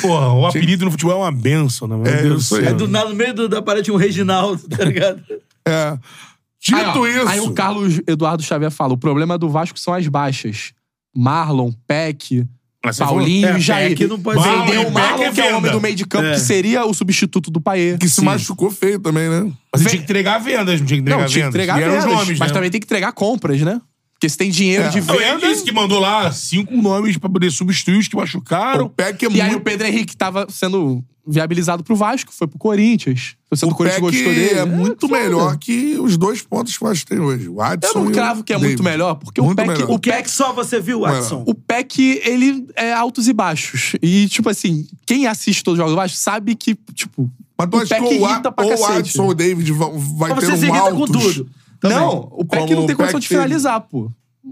Speaker 2: Porra, o apelido no futebol é uma benção, né? Meu
Speaker 1: É,
Speaker 2: Deus
Speaker 1: eu sei.
Speaker 2: céu.
Speaker 3: É do, na- no meio do- da parede tinha um Reginaldo, tá ligado?
Speaker 1: É.
Speaker 4: Aí, ó,
Speaker 1: Dito isso...
Speaker 4: Aí o Carlos Eduardo Xavier fala: o problema do Vasco são as baixas. Marlon, Peck,
Speaker 2: Mas você
Speaker 4: Paulinho
Speaker 2: falou-
Speaker 4: e
Speaker 2: é,
Speaker 4: Jair.
Speaker 2: Beck
Speaker 3: não pode-
Speaker 2: Marlon,
Speaker 4: Vendeu o
Speaker 2: Beck é
Speaker 4: Marlon, que é o homem
Speaker 2: venda.
Speaker 4: do meio de campo, que seria o substituto do Paê.
Speaker 1: Que se machucou feio também, né?
Speaker 2: Mas ele tinha que entregar vendas, não tinha que entregar
Speaker 4: Não, tinha que
Speaker 2: vendas.
Speaker 4: entregar
Speaker 2: E eram os
Speaker 4: vendas,
Speaker 2: nomes,
Speaker 4: mas
Speaker 2: né?
Speaker 4: também tem que entregar compras, né? Porque se tem dinheiro
Speaker 1: É.
Speaker 4: de
Speaker 2: Não, ele
Speaker 4: venda...
Speaker 2: disse que mandou lá cinco nomes pra poder substituir os que
Speaker 1: O
Speaker 2: machucaram.
Speaker 1: Peck é
Speaker 4: E aí o
Speaker 1: muito...
Speaker 4: Pedro Henrique tava sendo viabilizado pro Vasco, foi pro Corinthians. Você do
Speaker 1: O
Speaker 4: Corinthians
Speaker 1: Peck
Speaker 4: gostou dele.
Speaker 1: é muito
Speaker 4: foda.
Speaker 1: melhor que os dois pontos que nós tem hoje. O Adson
Speaker 4: Eu não
Speaker 1: e o
Speaker 4: cravo que é
Speaker 1: David.
Speaker 4: muito melhor, porque
Speaker 1: Muito
Speaker 4: o Peck,
Speaker 1: melhor.
Speaker 4: o
Speaker 1: O
Speaker 3: Que é que
Speaker 4: Peck,
Speaker 3: só você viu, Watson?
Speaker 4: o Peck, ele é altos e baixos. E, tipo assim, quem assiste todos os jogos do Vasco sabe que, tipo.
Speaker 1: Mas tu
Speaker 4: o
Speaker 1: acha que
Speaker 4: Peck
Speaker 1: ou o
Speaker 4: irrita pra
Speaker 1: ou o
Speaker 4: cacete.
Speaker 1: Adson ou o David vão- vai
Speaker 3: Mas
Speaker 1: ter
Speaker 3: você se
Speaker 1: um
Speaker 3: irrita
Speaker 1: alto.
Speaker 3: com tudo.
Speaker 4: Não, o Peck
Speaker 1: Como
Speaker 4: não tem
Speaker 1: o
Speaker 4: condição
Speaker 1: Peck
Speaker 4: de finalizar, pô.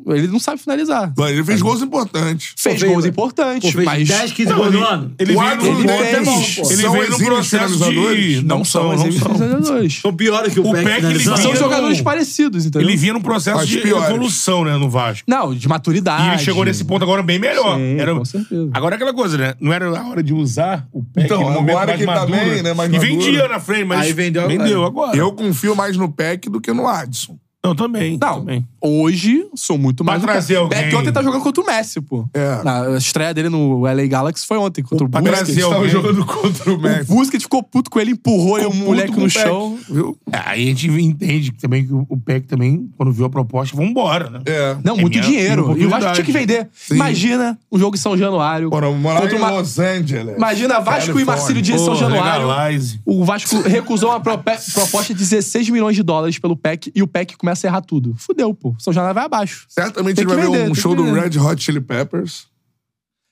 Speaker 4: Ele não sabe finalizar.
Speaker 1: Ele fez gols importantes.
Speaker 4: Fez
Speaker 3: fez,
Speaker 4: gols
Speaker 3: velho.
Speaker 4: importantes,
Speaker 3: Pô, fez
Speaker 4: mas.
Speaker 3: 10, 15
Speaker 2: Não,
Speaker 3: gols
Speaker 2: ele-
Speaker 3: no ano.
Speaker 2: Ele
Speaker 1: O
Speaker 2: veio
Speaker 1: Adson e
Speaker 2: no
Speaker 1: o
Speaker 4: é
Speaker 1: David
Speaker 2: processo-
Speaker 1: são
Speaker 2: ele veio no
Speaker 1: exímios
Speaker 2: processo de...
Speaker 1: finalizadores?
Speaker 4: Não são, não
Speaker 2: exímios
Speaker 4: são. finalizadores.
Speaker 3: São piores que
Speaker 2: O
Speaker 3: o,
Speaker 2: Peck, ele
Speaker 3: finalizando.
Speaker 4: São
Speaker 2: vinha-
Speaker 4: jogadores parecidos, entendeu?
Speaker 2: Ele vinha num processo
Speaker 1: As
Speaker 2: de
Speaker 1: piores. Ah,
Speaker 2: evolução, né, no Vasco.
Speaker 4: Não, de maturidade.
Speaker 2: E ele chegou nesse ponto agora bem melhor.
Speaker 4: Sim,
Speaker 2: Era-
Speaker 4: com certeza.
Speaker 2: Agora é aquela coisa, né? Não era a hora de usar o Peck
Speaker 1: Então,
Speaker 2: no momento
Speaker 1: agora
Speaker 2: mais
Speaker 1: que tá
Speaker 2: maduro.
Speaker 1: bem, né, mais
Speaker 2: e
Speaker 1: maduro.
Speaker 2: vendia na frente, mas
Speaker 3: Aí vendeu agora.
Speaker 2: agora.
Speaker 1: Eu confio mais no Peck do que no Adson.
Speaker 2: Não, também.
Speaker 4: Não,
Speaker 2: também.
Speaker 4: hoje sou muito mais.
Speaker 2: Pra
Speaker 4: do
Speaker 2: trazer
Speaker 4: Peck.
Speaker 2: alguém.
Speaker 4: Peck ontem tá jogando contra o Messi, pô.
Speaker 1: É.
Speaker 4: Na estreia dele no LA Galaxy foi ontem, contra o,
Speaker 2: pra
Speaker 4: Busquets.
Speaker 2: trazer
Speaker 1: Estava
Speaker 2: alguém.
Speaker 1: jogando contra o
Speaker 4: O
Speaker 1: Messi.
Speaker 4: Busquets ficou puto com ele, empurrou ele, o moleque
Speaker 1: Puto com
Speaker 4: no
Speaker 1: o Peck,
Speaker 4: chão.
Speaker 1: Viu?
Speaker 2: É, Aí a gente entende que também que o Peck também, quando viu a proposta, vambora, né?
Speaker 1: É.
Speaker 4: Não,
Speaker 2: É
Speaker 4: muito
Speaker 2: minha-
Speaker 4: dinheiro.
Speaker 2: minha
Speaker 4: E eu acho que tinha que vender. Imagina o jogo em São Januário.
Speaker 1: Bora morar
Speaker 4: contra
Speaker 1: em
Speaker 4: uma-
Speaker 1: Los Angeles.
Speaker 4: Imagina Vasco e
Speaker 1: Califórnia.
Speaker 4: Marcílio Dias em São
Speaker 2: Pô,
Speaker 4: Januário.
Speaker 2: legalize.
Speaker 4: O
Speaker 2: <laughs>
Speaker 4: Vasco recusou uma prope- proposta de 16 milhões de dólares pelo PEC e o PEC começa a errar tudo. Fudeu, pô. São Januário vai abaixo.
Speaker 1: Certamente
Speaker 4: Tem
Speaker 1: ele
Speaker 4: que
Speaker 1: vai
Speaker 4: vender,
Speaker 1: ver
Speaker 4: tem
Speaker 1: um
Speaker 4: que
Speaker 1: show do
Speaker 4: vender.
Speaker 1: Red Hot Chili Peppers.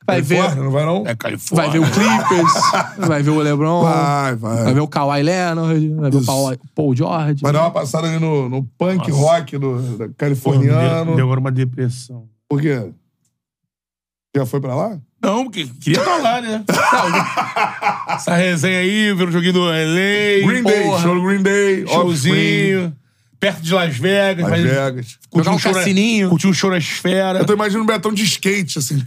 Speaker 4: Vai
Speaker 1: Porra,
Speaker 4: ver,
Speaker 1: não vai não?
Speaker 2: É Califórnia.
Speaker 4: vai ver
Speaker 2: <laughs>
Speaker 4: o Clippers, vai ver o LeBron, vai,
Speaker 1: Vai, vai.
Speaker 2: um
Speaker 3: É.
Speaker 4: ver o Kawhi Leonard, vai ver o Paul, Paul George.
Speaker 1: Vai dar uma passada ali no, no punk
Speaker 2: Nossa.
Speaker 1: rock do, da-
Speaker 2: Pô, me deu,
Speaker 1: californiano.
Speaker 2: me deu agora uma depressão.
Speaker 1: Por quê? Já foi pra lá?
Speaker 2: Não, porque queria estar lá, <laughs> né? Essa resenha aí, ver o joguinho do LA.
Speaker 1: Green Day, show do Green Day, Offspring,
Speaker 2: Showzinho. Perto de Las Vegas.
Speaker 1: Las
Speaker 2: mas-
Speaker 1: Vegas.
Speaker 2: curtiu
Speaker 4: Jogar um
Speaker 2: show na-
Speaker 4: cassininho.
Speaker 2: Curtiu um show na esfera.
Speaker 1: Eu tô imaginando o Betão de skate, assim.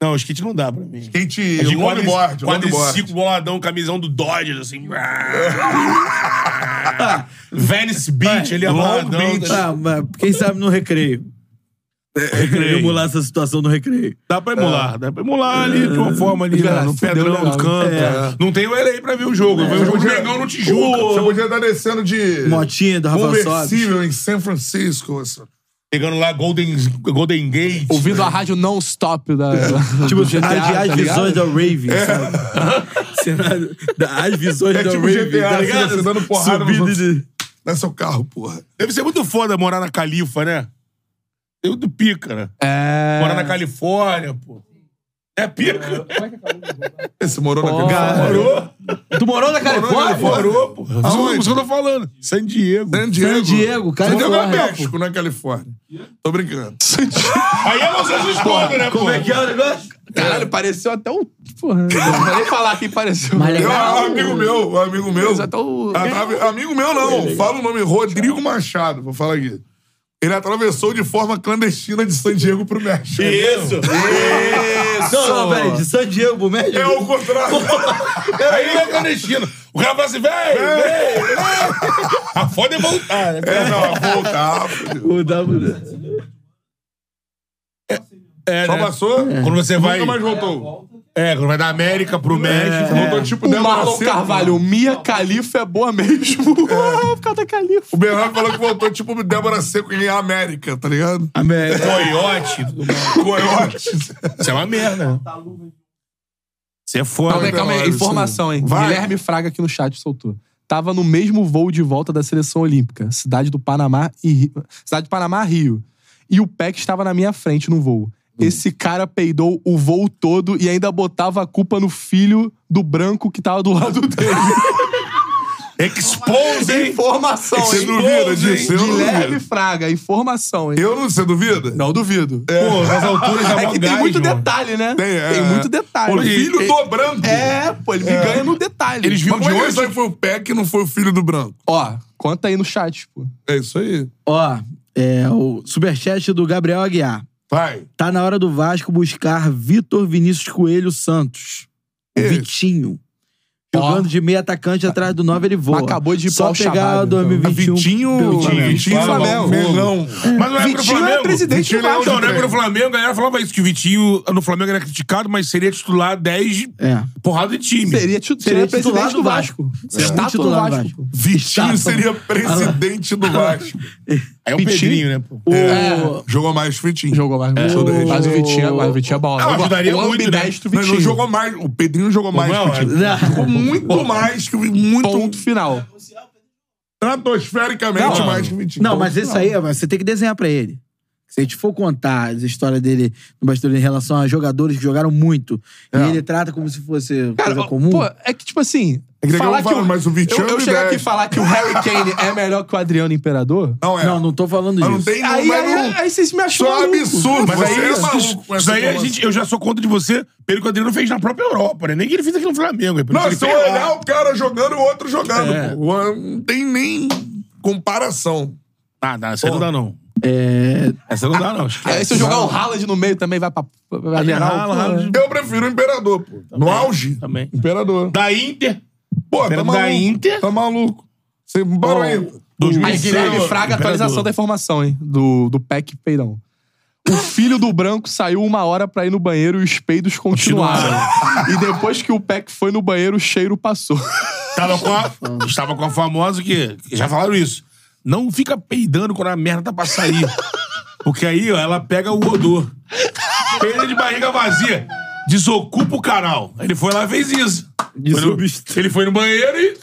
Speaker 2: Não, skate não dá pra mim. É
Speaker 1: Skate
Speaker 2: de
Speaker 1: longboard,
Speaker 2: Quadriciclo,
Speaker 1: longboard.
Speaker 2: boladão, camisão do Dodgers, assim. <laughs> Venice Beach, ele é
Speaker 3: Long
Speaker 2: boladão.
Speaker 3: Beach.
Speaker 2: tá-
Speaker 3: Ah, mas quem sabe no recreio.
Speaker 2: recreio.
Speaker 3: Emular essa situação no recreio.
Speaker 2: Dá pra emular, dá pra emular ali de uma forma ali,
Speaker 4: Verdade,
Speaker 2: né, no
Speaker 4: fudeu
Speaker 2: pedrão,
Speaker 4: legal.
Speaker 2: no canto.
Speaker 3: É.
Speaker 2: Não tem o LA pra ver o jogo. Vê o
Speaker 1: É.
Speaker 2: jogo do Mengão no
Speaker 1: Você
Speaker 2: Tijuca.
Speaker 1: podia estar descendo de
Speaker 3: Motinha do Rafa Sobes.
Speaker 1: conversível em San Francisco. assim.
Speaker 2: Pegando lá Golden, Golden Gate.
Speaker 4: Ouvindo a rádio non-stop da, da-
Speaker 3: é. <laughs> Tipo,
Speaker 4: do GTA, tá
Speaker 3: as, as
Speaker 4: ligado?
Speaker 3: visões da Raven, sabe? Cenário da- As visões
Speaker 1: É
Speaker 3: da
Speaker 1: tipo
Speaker 3: Raven,
Speaker 1: GTA,
Speaker 3: tá
Speaker 1: assim,
Speaker 3: ligado?
Speaker 1: você dando porrada nos
Speaker 3: Subindo
Speaker 1: outros.
Speaker 3: de...
Speaker 1: Não é seu carro, porra.
Speaker 2: Deve ser muito foda morar na Califa, né? Eu do pica, né?
Speaker 4: É...
Speaker 2: Morar na Califórnia, pô. É pica.
Speaker 1: Esse morou na
Speaker 4: Porra.
Speaker 1: Califórnia.
Speaker 2: Morou.
Speaker 3: Tu morou na Califórnia?
Speaker 2: Morou, pô. Isso isso que eu tô falando. San Diego.
Speaker 1: San Diego.
Speaker 3: San Diego,
Speaker 1: San Diego
Speaker 3: Califórnia,
Speaker 1: é México, não é Califórnia. Tô brincando.
Speaker 2: Aí é Los Angeles todo, né, pô?
Speaker 3: Como é que é o negócio?
Speaker 4: Caralho, pareceu até
Speaker 3: um-
Speaker 4: o... Porra, não vou nem falar quem pareceu.
Speaker 5: Mas
Speaker 1: Eu,
Speaker 5: legal.
Speaker 1: um amigo meu, um amigo meu.
Speaker 4: Mas até o-
Speaker 1: Atra- Amigo meu, não. Fala o nome Rodrigo Machado. Vou falar aqui. Ele atravessou de forma clandestina de San Diego pro México.
Speaker 2: Isso.
Speaker 3: Não, não, peraí, de San Diego pro México?
Speaker 1: É o contrário.
Speaker 2: Aí ele é clandestino. O cara fala assim, véi, véi, véi.
Speaker 3: É.
Speaker 2: A foda é voltar, né?
Speaker 1: É, não, voltar. filho.
Speaker 3: Mudar, mudar.
Speaker 2: É,
Speaker 1: Só
Speaker 2: né?
Speaker 1: passou?
Speaker 2: Quando você vai...
Speaker 1: Nunca mais voltou.
Speaker 2: É, quando vai da América pro México.
Speaker 1: Voltou tipo
Speaker 4: O
Speaker 1: Débora
Speaker 4: Marlon
Speaker 1: Seco.
Speaker 4: Carvalho, Mia Califa é boa mesmo.
Speaker 3: É.
Speaker 4: <laughs> Por causa da Califa.
Speaker 1: O Bernardo falou que voltou tipo Débora Seco em América, tá ligado?
Speaker 3: América.
Speaker 2: Coiote. tudo mais.
Speaker 1: Coiote.
Speaker 2: Isso é uma merda. Você é foda.
Speaker 4: Calma aí, calma aí.
Speaker 1: Bernardo,
Speaker 4: Informação, hein?
Speaker 1: Vai.
Speaker 4: Guilherme Fraga aqui no chat soltou. Tava no mesmo voo de volta da seleção olímpica, cidade do Panamá e Ri- cidade do Panamá Rio. E o Peck estava na minha frente no voo. Esse cara peidou o voo todo e ainda botava a culpa no filho do branco que tava do lado dele.
Speaker 2: Expose, hein?
Speaker 4: <laughs> Informação,
Speaker 1: Você
Speaker 4: hein?
Speaker 1: duvida disso? Eu não
Speaker 4: Guilherme
Speaker 1: duvido.
Speaker 4: Fraga, informação, hein?
Speaker 1: Eu não, você duvida?
Speaker 4: Não duvido.
Speaker 2: Pô, nas alturas é
Speaker 4: É
Speaker 2: mó
Speaker 4: que tem
Speaker 2: gás,
Speaker 4: muito
Speaker 2: mano.
Speaker 4: detalhe, né?
Speaker 1: Tem, é.
Speaker 4: muito detalhe.
Speaker 1: O filho do branco.
Speaker 4: É, pô, ele me ganha no detalhe.
Speaker 2: Eles viram
Speaker 1: Mas
Speaker 2: de
Speaker 1: como é que
Speaker 2: hoje.
Speaker 1: ele sabe que foi o pé que não foi o filho do branco?
Speaker 4: Ó, conta aí no chat, pô.
Speaker 1: É isso aí.
Speaker 3: Ó, é, o superchat do Gabriel Aguiar.
Speaker 1: Vai.
Speaker 3: Tá na hora do Vasco buscar Vitor Vinícius Coelho Santos.
Speaker 1: Isso.
Speaker 3: Vitinho.
Speaker 5: Jogando de meio atacante atrás do 9, ele voa.
Speaker 4: Acabou de ir
Speaker 5: Só
Speaker 4: pro
Speaker 5: pegar
Speaker 4: Al-Shabaab, então.
Speaker 5: 2021.
Speaker 1: Vitinho,
Speaker 2: Flamengo.
Speaker 1: Vitinho
Speaker 2: Fala,
Speaker 1: Flamengo.
Speaker 2: Flamengo.
Speaker 1: Mengão.
Speaker 2: Mas não é pro
Speaker 4: Vitinho é
Speaker 2: Flamengo.
Speaker 4: presidente
Speaker 2: Vitinho
Speaker 4: do
Speaker 2: não,
Speaker 4: Vasco,
Speaker 2: não, não é pro Flamengo. A galera falava isso, que o Vitinho no Flamengo era criticado, mas seria titular 10 de
Speaker 5: É.
Speaker 2: porrada de time.
Speaker 4: Seria, tu-
Speaker 5: Seria
Speaker 4: seria
Speaker 5: titular
Speaker 4: presidente
Speaker 5: do
Speaker 4: do Vasco.
Speaker 5: Seria
Speaker 4: Estátua do
Speaker 5: um titular do Ah
Speaker 4: Vasco. pô.
Speaker 1: Vitinho
Speaker 3: Ah.
Speaker 1: seria presidente do Vasco.
Speaker 2: Aí é o
Speaker 4: Vitinho?
Speaker 2: Pedrinho, né? Pô?
Speaker 1: É, jogou mais que o Vitinho.
Speaker 4: Jogou mais.
Speaker 1: É.
Speaker 4: É. Mas o Vitinho, mas o Vitinho é bola.
Speaker 2: Ah, ajudaria
Speaker 4: o
Speaker 2: muito, né?
Speaker 4: ambidestro
Speaker 1: Não,
Speaker 4: Vitinho.
Speaker 1: não jogou mais. O Pedrinho jogou mais
Speaker 2: Não,
Speaker 1: que o Vitinho.
Speaker 5: é.
Speaker 1: Jogou muito mais que o Vitinho.
Speaker 4: Ponto
Speaker 1: Muito
Speaker 4: final.
Speaker 1: estratosfericamente
Speaker 2: Não.
Speaker 1: mais que o Vitinho.
Speaker 5: Não, mas isso aí, você tem que desenhar pra ele. Se a gente for contar as histórias dele no bastidor em relação a jogadores que jogaram muito, e ele trata como se fosse
Speaker 4: É. Cara,
Speaker 5: coisa
Speaker 4: ó,
Speaker 5: comum.
Speaker 4: pô, é que tipo assim...
Speaker 1: É que
Speaker 4: falar
Speaker 1: eu
Speaker 4: que
Speaker 1: falo,
Speaker 4: o,
Speaker 1: mas o Vitinho
Speaker 4: eu,
Speaker 1: é
Speaker 4: eu chegar aqui e
Speaker 1: ambidestro.
Speaker 4: falar que o Harry Kane é melhor que o Adriano Imperador...
Speaker 1: Não, é.
Speaker 5: Não, não tô falando
Speaker 1: Mas
Speaker 5: disso.
Speaker 1: não tem não,
Speaker 4: Aí,
Speaker 1: mas
Speaker 4: aí,
Speaker 1: não-
Speaker 4: aí vocês me
Speaker 1: Isso
Speaker 4: acham
Speaker 1: é um
Speaker 4: maluco.
Speaker 1: absurdo.
Speaker 2: Mas
Speaker 1: você
Speaker 2: aí,
Speaker 1: é
Speaker 2: isso,
Speaker 1: maluco com
Speaker 2: isso
Speaker 1: essa
Speaker 2: aí a
Speaker 1: informação.
Speaker 2: gente, eu já sou contra de você pelo que o Adriano fez na própria Europa, né? Nem que ele fez aqui no Flamengo. É pelo que
Speaker 1: Não,
Speaker 2: ele
Speaker 1: se eu
Speaker 2: fez lá.
Speaker 1: olhar o cara jogando, o outro jogando. pô. Não tem nem comparação.
Speaker 2: Ah, não, essa não dá, não. É... Essa não dá, não.
Speaker 4: Aí ah,
Speaker 1: um
Speaker 4: se eu jogar um né? o Haaland no meio também vai pra... Vai
Speaker 2: Ele é
Speaker 4: geral,
Speaker 2: rala,
Speaker 4: pô.
Speaker 2: rala.
Speaker 1: Eu prefiro o Imperador, pô. No auge.
Speaker 2: Também.
Speaker 1: Imperador.
Speaker 2: Da Inter.
Speaker 1: Pô,
Speaker 2: Pera-
Speaker 1: tá
Speaker 2: da
Speaker 1: maluco.
Speaker 2: Inter?
Speaker 1: Tá maluco. Você parou aí.
Speaker 4: Aí, Guilherme Fraga, atualização da informação, hein? Do, do PEC Peidão. O filho do branco saiu uma hora pra ir no banheiro e os peidos continuaram. e depois que o PEC foi no banheiro, o cheiro passou.
Speaker 5: um
Speaker 2: Estava com a, estava com a famosa que. que Já falaram isso. Não fica peidando quando a merda tá pra sair. Porque aí, ó, ela pega o odor. Peida de barriga vazia. Desocupa o canal. Ele foi lá e fez isso. Foi no- ele foi no banheiro e.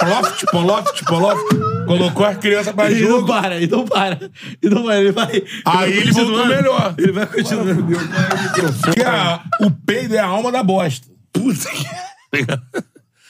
Speaker 2: Poloft, poloft, poloft. Colocou a criança pra
Speaker 5: E não
Speaker 2: jogo.
Speaker 5: para, e não para. E não para, ele vai.
Speaker 2: Aí ele voltou melhor.
Speaker 5: Ele vai continuando.
Speaker 2: Porque a- o peido é a alma da bosta. Puta que.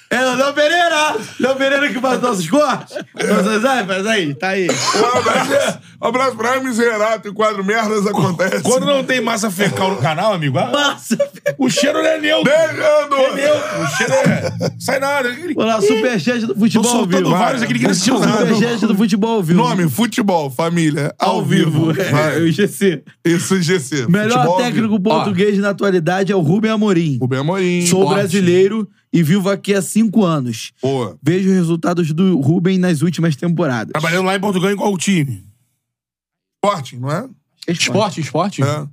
Speaker 5: É o Léo Pereira! Léo Pereira que faz nossos cortes! Vocês aí, faz aí, tá aí.
Speaker 1: Um abraço, é. Um abraço pra Hermes e Renato e quadro Merdas Acontece.
Speaker 2: Quando não tem massa fecal no canal, amigo, ah,
Speaker 5: Passa,
Speaker 2: o cheiro não é neutro.
Speaker 1: Beijando!
Speaker 2: Entendeu? O cheiro é. Sai nada.
Speaker 5: Olá, superchat do
Speaker 2: Tô
Speaker 5: futebol ao
Speaker 2: soltando
Speaker 5: vivo.
Speaker 2: vários aqui, ninguém assistiu nada.
Speaker 5: Superchat do futebol ao vivo.
Speaker 1: Nome, futebol, família, ao, vivo.
Speaker 5: É,
Speaker 1: Vai.
Speaker 3: <laughs>
Speaker 5: eu esqueci.
Speaker 1: Isso, GC.
Speaker 5: Melhor
Speaker 1: Futebol ao
Speaker 5: técnico
Speaker 1: vivo.
Speaker 5: português na atualidade é o Rubem Amorim.
Speaker 1: Rubem Amorim.
Speaker 5: Sou
Speaker 4: Ótimo.
Speaker 5: brasileiro e vivo aqui há cinco anos.
Speaker 1: Boa.
Speaker 5: Vejo os resultados do Rubem nas últimas temporadas.
Speaker 2: Trabalhando lá em Portugal em qual time?
Speaker 1: Forte, não é?
Speaker 4: Esporte, esporte? Se
Speaker 1: É.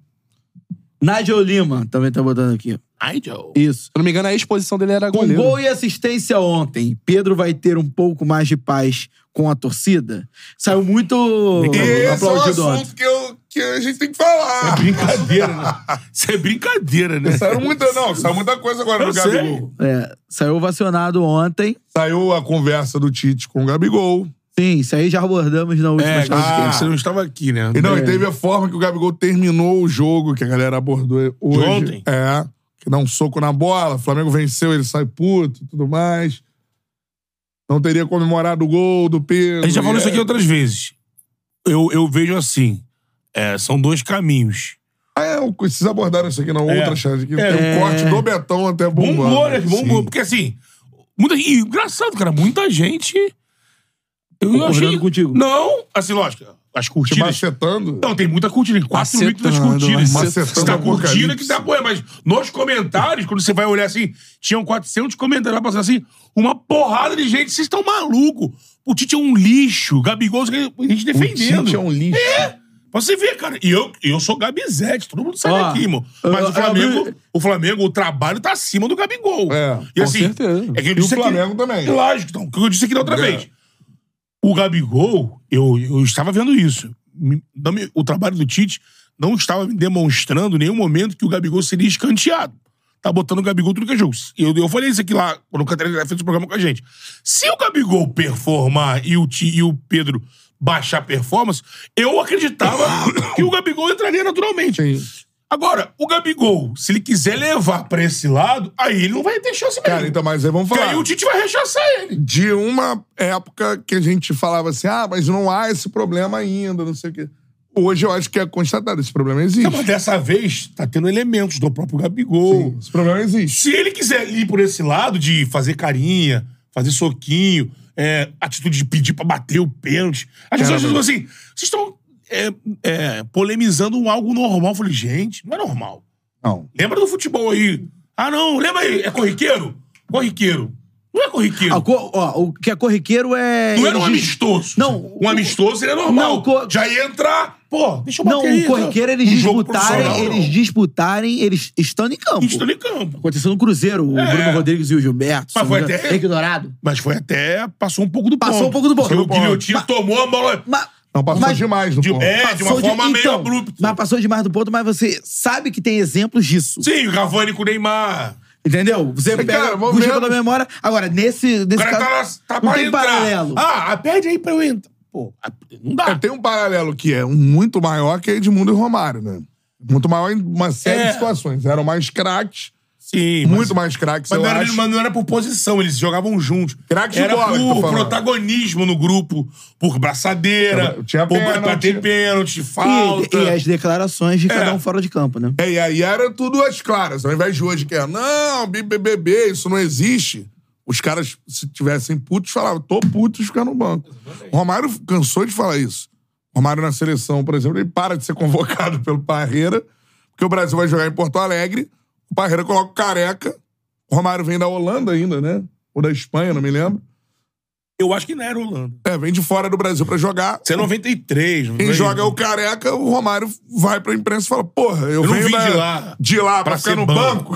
Speaker 5: Nigel Lima também tá botando aqui.
Speaker 2: Ai, Joe.
Speaker 5: Isso.
Speaker 4: eu não me engano, é a exposição dele era
Speaker 5: Com
Speaker 4: goleiro.
Speaker 5: gol e assistência ontem, Pedro vai ter um pouco mais de paz com a torcida? Saiu muito
Speaker 1: E esse é o
Speaker 5: aplaudido ontem.
Speaker 1: assunto que, eu, que a gente tem que falar.
Speaker 2: É Brincadeira, né? Isso é brincadeira, né?
Speaker 1: Saiu muita, não, saiu muita coisa agora
Speaker 2: Eu
Speaker 1: do
Speaker 2: sei.
Speaker 1: Gabigol.
Speaker 5: É, saiu vacionado ontem.
Speaker 1: Saiu a conversa do Tite com o Gabigol.
Speaker 5: Sim, isso aí já abordamos na última
Speaker 2: É,
Speaker 5: história.
Speaker 2: cara, você não estava aqui, né?
Speaker 1: E não,
Speaker 5: É.
Speaker 1: e teve a forma que o Gabigol terminou o jogo, que a galera abordou hoje.
Speaker 2: ontem?
Speaker 1: É. Que dá um soco na bola, o Flamengo venceu, ele sai puto e tudo mais. Não teria comemorado o gol do Pedro.
Speaker 2: A gente já falou
Speaker 1: e
Speaker 2: isso aqui
Speaker 1: é-
Speaker 2: outras vezes. Eu, eu vejo assim: é, são dois caminhos.
Speaker 1: Ah, é, o- vocês abordaram isso aqui na
Speaker 2: É.
Speaker 1: outra chance. Aqui.
Speaker 2: É.
Speaker 1: Tem um corte do Betão até bombando.
Speaker 2: Bombou, né? Bombou.
Speaker 1: Sim.
Speaker 2: Porque assim. Muita, e engraçado, cara, muita gente. Eu
Speaker 5: Concordando
Speaker 2: achei.
Speaker 5: contigo.
Speaker 2: Não, assim, lógico, as
Speaker 1: Te
Speaker 2: curtidas.
Speaker 1: macetando.
Speaker 2: Não, tem muita curtida, tem 4 mil das
Speaker 4: Macetando,
Speaker 2: curtidas.
Speaker 1: macetando
Speaker 2: Você tá curtindo
Speaker 1: apocalipse.
Speaker 2: que tá boa, mas nos comentários, quando você vai olhar assim, tinham 400 comentários, vai passar assim, uma porrada de gente, vocês estão malucos. O Tite é um lixo, Gabigol, a gente defendendo.
Speaker 1: Tite é um lixo.
Speaker 2: Você vê, cara, e eu, eu sou Gabizete, todo mundo sabe
Speaker 5: Ó,
Speaker 2: aqui, irmão.
Speaker 5: eu-
Speaker 2: Mas
Speaker 5: eu-
Speaker 2: o Flamengo,
Speaker 5: eu-
Speaker 2: o Flamengo, o trabalho tá acima do Gabigol.
Speaker 1: É,
Speaker 2: e
Speaker 4: com
Speaker 2: assim,
Speaker 4: certeza.
Speaker 2: É que eu
Speaker 1: E o
Speaker 2: disse aqui-
Speaker 1: Flamengo também.
Speaker 2: Lógico, então, que eu disse aqui da outra
Speaker 1: É.
Speaker 2: vez. O Gabigol, eu, eu estava vendo isso. Me- não me- O trabalho do Tite não estava me demonstrando em nenhum momento que o Gabigol seria escanteado. Tá botando o Gabigol tudo que é jogo. Eu, eu falei isso aqui lá, quando o Catarina fez o programa com a gente. Se o Gabigol performar e o, Ti- e o Pedro baixar a performance, eu acreditava <coughs> que o Gabigol entraria naturalmente. Agora, o Gabigol, se ele quiser levar pra esse lado, aí ele não vai ter chance mesmo.
Speaker 1: Cara, então, mas aí vamos
Speaker 2: Porque
Speaker 1: falar.
Speaker 2: aí o Tite vai rechaçar ele.
Speaker 1: de uma época que a gente falava assim, ah, mas não há esse problema ainda, não sei o quê. Hoje eu acho que é constatado, esse problema
Speaker 2: Não,
Speaker 1: existe.
Speaker 2: mas dessa vez tá tendo elementos do próprio Gabigol.
Speaker 1: Esse problema existe.
Speaker 2: Se ele quiser ir por esse lado de fazer carinha, fazer soquinho, é, atitude de pedir pra bater o pênalti, as pessoas ficam assim, vocês estão é, é, polemizando algo normal. Eu falei, gente, não é normal.
Speaker 1: Não.
Speaker 2: Lembra do futebol aí? Ah, não, lembra aí, é corriqueiro? Corriqueiro. corriqueiro.
Speaker 3: A co- ó, o que é corriqueiro é.
Speaker 2: Não era um
Speaker 3: ele diz-
Speaker 2: amistoso.
Speaker 3: Não,
Speaker 2: Um
Speaker 3: o-
Speaker 2: amistoso seria normal.
Speaker 3: Não, co-
Speaker 2: Já ia entrar. Pô, deixa eu bater
Speaker 3: Não,
Speaker 2: aí,
Speaker 3: o corriqueiro
Speaker 2: tá?
Speaker 3: eles
Speaker 2: Um jogo
Speaker 3: disputarem,
Speaker 2: profissional,
Speaker 3: eles
Speaker 2: não.
Speaker 3: disputarem, eles estando em campo.
Speaker 2: Estou em campo.
Speaker 3: Aconteceu no Cruzeiro, o
Speaker 2: É.
Speaker 3: Bruno Rodrigues e o Gilberto.
Speaker 2: Mas
Speaker 3: se
Speaker 2: foi
Speaker 3: não me engano,
Speaker 2: até-
Speaker 3: Ignorado.
Speaker 2: Mas foi até. Passou um pouco do
Speaker 3: Passou
Speaker 2: ponto.
Speaker 3: um pouco do ponto.
Speaker 2: Foi o
Speaker 3: Passou do ponto.
Speaker 2: guilhotina, tomou a bola.
Speaker 3: Mas,
Speaker 1: Não passou
Speaker 3: mas-
Speaker 1: demais no
Speaker 2: De,
Speaker 1: ponto.
Speaker 2: é, de uma
Speaker 3: passou
Speaker 2: forma meio
Speaker 3: então,
Speaker 2: abrupta.
Speaker 3: Mas passou demais do ponto, mas você sabe que tem exemplos disso.
Speaker 2: Sim, o Cavani com o Neymar.
Speaker 3: Entendeu? Você
Speaker 1: Cara,
Speaker 3: pega,
Speaker 1: vamos
Speaker 3: puxa
Speaker 1: ver.
Speaker 3: pela memória. Agora, nesse,
Speaker 2: O
Speaker 3: nesse
Speaker 2: cara tá, lá,
Speaker 3: caso,
Speaker 2: tá
Speaker 3: não
Speaker 2: pra
Speaker 3: tem
Speaker 2: entrar.
Speaker 3: paralelo.
Speaker 2: Ah, perde aí pra eu entrar. Pô, ah, não dá.
Speaker 1: É, tem um paralelo que é um muito maior que é Edmundo e Romário, né? Muito maior em uma série
Speaker 2: É.
Speaker 1: de situações. Eram mais craques,
Speaker 2: Sim, mas-
Speaker 1: muito mais craques,
Speaker 2: Mas
Speaker 1: eu
Speaker 2: não, era,
Speaker 1: acho.
Speaker 2: mas não era por posição, eles jogavam juntos.
Speaker 1: Craque de
Speaker 2: era
Speaker 1: bola, que eu tô
Speaker 2: por
Speaker 1: falando.
Speaker 2: protagonismo no grupo, por braçadeira,
Speaker 1: Tinha- tinha
Speaker 2: por
Speaker 1: pênalti.
Speaker 2: bater pênalti,
Speaker 3: E,
Speaker 2: falta. É.
Speaker 3: e as declarações de cada um fora de campo, né?
Speaker 1: É, e aí era tudo às claras. Ao invés de hoje que é, não, BBB, isso não existe. Os caras, se tivessem putos, falavam, tô puto de ficar no banco. O Romário cansou de falar isso. O Romário na seleção, por exemplo, ele para de ser <laughs> convocado pelo Parreira, porque o Brasil vai jogar em Porto Alegre, o Parreira coloca o careca, o Romário vem da Holanda ainda, né? Ou da Espanha, não me lembro.
Speaker 2: Eu acho que não era Holanda.
Speaker 1: É, vem de fora do Brasil pra jogar.
Speaker 2: Isso é 93. não
Speaker 1: Quem
Speaker 2: sei.
Speaker 1: joga é o careca, o Romário vai pra imprensa e fala: Porra, eu,
Speaker 2: Eu não
Speaker 1: venho
Speaker 2: vim
Speaker 1: da-
Speaker 2: de lá.
Speaker 1: de lá pra,
Speaker 2: Pra
Speaker 1: ficar
Speaker 2: ser
Speaker 1: no banco.
Speaker 2: banco."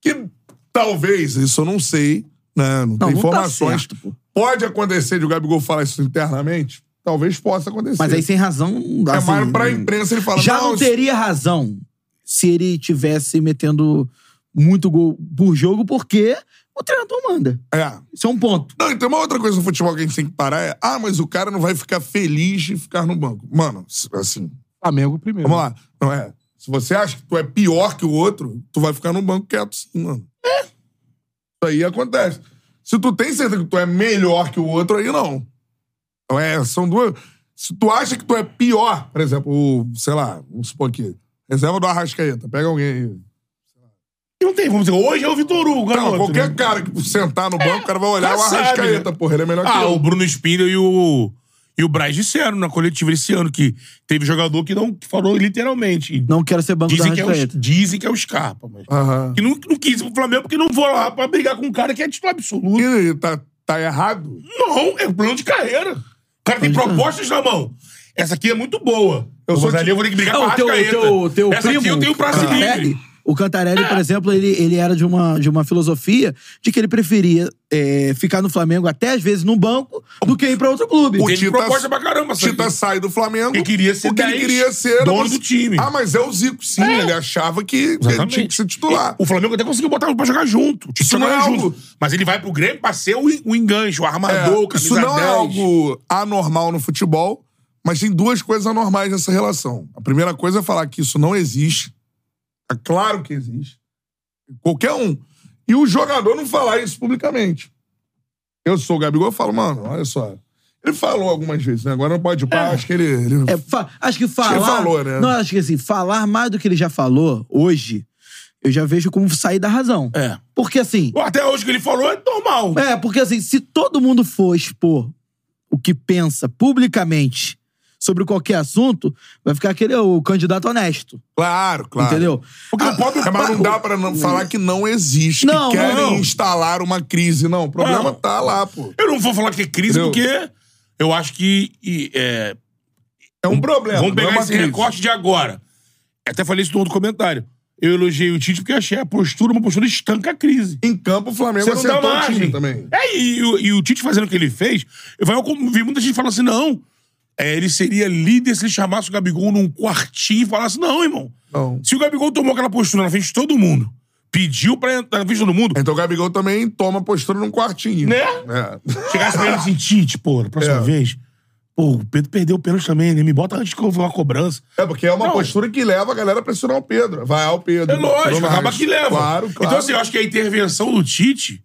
Speaker 1: que talvez, isso eu não sei, né? Não, tem
Speaker 3: não tá
Speaker 1: informações.
Speaker 3: certo, pô.
Speaker 1: Pode acontecer de o Gabigol falar isso internamente? Talvez possa acontecer.
Speaker 3: Mas aí sem razão não dá.
Speaker 1: é
Speaker 3: assim,
Speaker 1: mais pra
Speaker 3: não-
Speaker 1: imprensa ele fala:
Speaker 3: Já
Speaker 1: não,
Speaker 3: não teria razão se ele tivesse metendo muito gol por jogo, porque o treinador manda.
Speaker 1: É.
Speaker 3: Isso é um ponto.
Speaker 1: Não, então uma outra coisa no futebol que a gente tem que parar é: ah, mas o cara não vai ficar feliz de ficar no banco. Mano, assim,
Speaker 4: Flamengo primeiro.
Speaker 1: Vamos lá. Não é. Se você acha que tu é pior que o outro, tu vai ficar no banco quieto sim, mano. É. Isso aí acontece. Se tu tem certeza que tu é melhor que o outro, aí não. Então é, são duas. Se tu acha que tu é pior, por exemplo, o, sei lá, vamos supor aqui. Reserva do Arrascaeta, pega alguém aí.
Speaker 2: Não tem como dizer. Hoje é o Vitor Hugo.
Speaker 1: Não,
Speaker 2: garoto,
Speaker 1: qualquer
Speaker 2: né?
Speaker 1: cara que sentar no banco, o cara vai olhar
Speaker 2: cara
Speaker 1: o
Speaker 2: sabe,
Speaker 1: Arrascaeta,
Speaker 2: né?
Speaker 1: porra, ele é melhor que
Speaker 2: Ah,
Speaker 1: eu.
Speaker 2: o Bruno Spindel e o, e o Braz disseram na coletiva esse ano que teve jogador que não que falou literalmente. E
Speaker 3: Não quero ser banco da
Speaker 2: dizem, que é o,
Speaker 3: Arrascaeta.
Speaker 2: dizem que é o Scarpa, mas.
Speaker 1: Aham.
Speaker 2: Que não, que não quis ir pro Flamengo porque não vou lá pra brigar com um cara que é titular absoluto.
Speaker 1: E tá, tá errado?
Speaker 2: Não, é um plano de carreira. O cara
Speaker 1: é.
Speaker 2: tem propostas na mão. Essa aqui é muito boa. Eu
Speaker 1: sou
Speaker 2: sou ali, eu vou ter que brigar
Speaker 1: Ah,
Speaker 2: com a
Speaker 3: É, o teu, o
Speaker 2: Arrascaeta.
Speaker 3: teu, o teu
Speaker 2: Essa
Speaker 3: primo,
Speaker 2: aqui eu tenho pra se
Speaker 1: é?
Speaker 3: Cantarelli,
Speaker 2: livre.
Speaker 3: o Cantarelli, por exemplo, ele, ele era de uma, de uma filosofia de que ele preferia é, ficar no Flamengo até às vezes no banco do que ir pra outro clube.
Speaker 1: O
Speaker 2: Teve
Speaker 1: Tita- tá
Speaker 2: proposta pra caramba, sabe?
Speaker 1: Tita sai do Flamengo.
Speaker 2: Ele queria ser
Speaker 1: O que ele
Speaker 2: 10,
Speaker 1: queria ser era
Speaker 2: dono
Speaker 1: você-
Speaker 2: do time.
Speaker 1: Ah, mas é o Zico, sim. Ele achava que ele tinha que ser titular.
Speaker 2: O Flamengo até conseguiu botar pra jogar junto.
Speaker 1: Isso não é
Speaker 2: Jogar junto.
Speaker 1: algo-
Speaker 2: Mas ele vai pro Grêmio pra ser o, o enganche, o
Speaker 1: É,
Speaker 2: armador, o camisa
Speaker 1: isso não
Speaker 2: 10.
Speaker 1: é algo anormal no futebol, mas tem duas coisas anormais nessa relação. A primeira coisa é falar que isso não existe. É claro que existe. Qualquer um. E o jogador não falar isso publicamente. Eu sou o Gabigol, eu falo, mano, olha só. Ele falou algumas vezes, né? Agora não pode ir pra, acho que ele... ele-
Speaker 3: É, fa- acho que falar.
Speaker 1: ele falou, né?
Speaker 3: Não, acho que assim, falar mais do que ele já falou hoje, eu já vejo como sair da razão.
Speaker 2: É.
Speaker 3: Porque assim.
Speaker 2: Até hoje que ele falou é normal.
Speaker 3: É, porque assim, se todo mundo for expor o que pensa publicamente sobre qualquer assunto, vai ficar aquele o candidato honesto,
Speaker 1: Claro, claro.
Speaker 3: entendeu? Ah,
Speaker 1: Porque não pode, mas não dá pra não falar que não existe,
Speaker 3: Não,
Speaker 1: que querem
Speaker 3: não.
Speaker 1: instalar uma crise. Não, o problema
Speaker 2: Não.
Speaker 1: tá lá, pô.
Speaker 2: Eu não vou falar que é crise
Speaker 1: Entendeu?
Speaker 2: porque eu acho que e, é,
Speaker 1: É um problema.
Speaker 2: Vamos
Speaker 1: não é
Speaker 2: pegar
Speaker 1: uma
Speaker 2: esse
Speaker 1: crise.
Speaker 2: recorte de agora. Até falei isso no outro comentário. Eu elogiei o Tite porque achei a postura uma postura estanca a crise.
Speaker 1: Em campo, o Flamengo
Speaker 2: Você não dá
Speaker 1: acertou o
Speaker 2: margem.
Speaker 1: time também.
Speaker 2: É, e, o- e o Tite fazendo o que ele fez, eu vai- eu vi muita gente falando assim, não, é, ele seria líder se ele chamasse o Gabigol num quartinho e falasse, não, irmão.
Speaker 1: Não.
Speaker 2: Se o Gabigol tomou aquela postura na frente de todo mundo, pediu pra entrar na frente de todo mundo,
Speaker 1: Então o Gabigol também toma postura num quartinho.
Speaker 2: Né?
Speaker 1: É.
Speaker 2: chegasse pra ele assim, Tite, pô, na próxima
Speaker 1: É.
Speaker 2: vez, pô, o Pedro perdeu o pênalti também, né? Me bota antes que eu vou uma cobrança.
Speaker 1: É, porque é uma
Speaker 2: Não.
Speaker 1: postura que leva a galera a pressionar o Pedro. Vai ao Pedro.
Speaker 2: É lógico,
Speaker 1: Bruno
Speaker 2: acaba
Speaker 1: Alves.
Speaker 2: que leva.
Speaker 1: Claro, claro.
Speaker 2: Então, assim, eu acho que a intervenção do Tite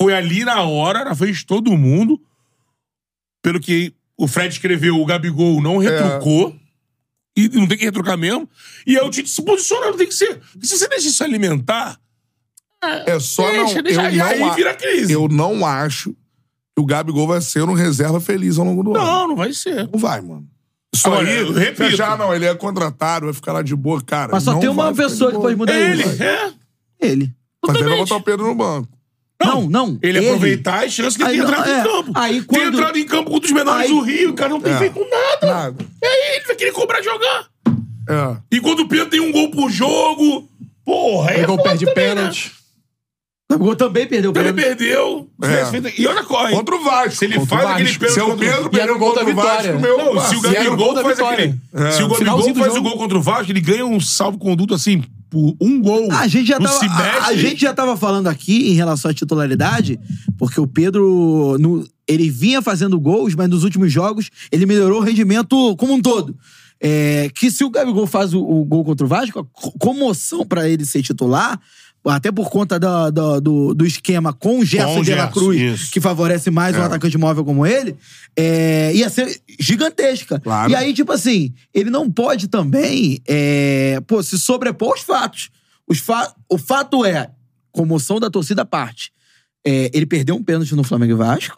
Speaker 2: foi ali na hora, na frente de todo mundo. Pelo que o Fred escreveu, o Gabigol não
Speaker 1: É.
Speaker 2: retrucou. E não tem que retrucar mesmo. E aí o Tite se posicionando, tem que ser. Porque se você deixa isso alimentar,
Speaker 1: É só
Speaker 2: Deixa,
Speaker 1: não.
Speaker 2: deixa,
Speaker 1: eu
Speaker 2: e
Speaker 1: não
Speaker 2: aí
Speaker 1: a-
Speaker 2: vira crise.
Speaker 1: Eu não acho que o Gabigol vai ser um reserva feliz ao longo do ano.
Speaker 2: não, não vai ser.
Speaker 1: Não vai, mano. Isso
Speaker 2: Agora,
Speaker 1: aí,
Speaker 2: eu repito.
Speaker 1: já não, ele é contratado, vai ficar lá de boa, cara.
Speaker 3: Mas só
Speaker 1: não
Speaker 3: tem uma
Speaker 1: vai ficar
Speaker 3: pessoa
Speaker 1: de
Speaker 3: que
Speaker 1: boa.
Speaker 3: pode mudar
Speaker 2: É ele,
Speaker 3: isso.
Speaker 2: é.
Speaker 3: Ele.
Speaker 1: Mas ele vai
Speaker 2: Exatamente.
Speaker 1: botar o Pedro no banco.
Speaker 3: Não, não.
Speaker 2: Ele, aproveitar as chances de ter
Speaker 3: Aí,
Speaker 2: entrado
Speaker 3: é.
Speaker 2: em campo.
Speaker 3: Aí,
Speaker 2: Ter
Speaker 3: quando-
Speaker 2: entrado em campo contra os menores
Speaker 3: Aí-
Speaker 2: do Rio, o cara não tem
Speaker 1: É.
Speaker 2: feito nada.
Speaker 1: Nada.
Speaker 2: E aí ele vai querer cobrar de jogar.
Speaker 1: É.
Speaker 2: E quando o Pedro tem um gol por jogo, porra, aí é
Speaker 4: Pegou o
Speaker 2: foda
Speaker 4: pé de
Speaker 2: também,
Speaker 4: pênalti.
Speaker 3: Gabigol também perdeu o
Speaker 2: Né? Ele
Speaker 3: pênalti.
Speaker 2: perdeu. Se tivesse
Speaker 1: É.
Speaker 2: feito- E olha qual, hein?
Speaker 1: Contra o Vasco.
Speaker 2: Se ele
Speaker 4: Contra o
Speaker 2: faz aquele
Speaker 4: Vasco.
Speaker 2: pênalti
Speaker 1: Se é o
Speaker 2: contra o-
Speaker 1: Pedro
Speaker 4: E era
Speaker 1: perdeu
Speaker 4: o gol
Speaker 1: contra
Speaker 4: da
Speaker 1: o Vasco,
Speaker 4: vitória.
Speaker 1: meu
Speaker 2: Não, se o
Speaker 1: parceiro.
Speaker 4: E era o gol
Speaker 2: Gabigol
Speaker 4: da
Speaker 2: faz aquele.
Speaker 4: vitória.
Speaker 1: É.
Speaker 2: Se o Gabigol
Speaker 4: Finalzinho do
Speaker 2: faz o
Speaker 4: jogo.
Speaker 2: gol contra o Vasco, ele ganha um salvo-conduto assim, por um gol.
Speaker 3: A gente, já
Speaker 2: Não
Speaker 3: tava,
Speaker 2: se
Speaker 3: a, a
Speaker 2: mexe.
Speaker 3: gente já tava falando aqui em relação à titularidade, porque o Pedro, no- ele vinha fazendo gols, mas nos últimos jogos ele melhorou o rendimento como um todo. É, que se o Gabigol faz o, o gol contra o Vasco, a co- comoção pra ele ser titular, até por conta da- da- do, do esquema com o Gerson
Speaker 2: Com o
Speaker 3: de la
Speaker 2: Gerson,
Speaker 3: Cruz,
Speaker 2: isso.
Speaker 3: que favorece mais um atacante móvel como ele, é, ia ser gigantesca.
Speaker 1: Claro.
Speaker 3: E aí, tipo assim, ele não pode também é, pô, se sobrepor aos fatos. Os fa- o fato é, comoção da torcida à parte, é, ele perdeu um pênalti no Flamengo e Vasco,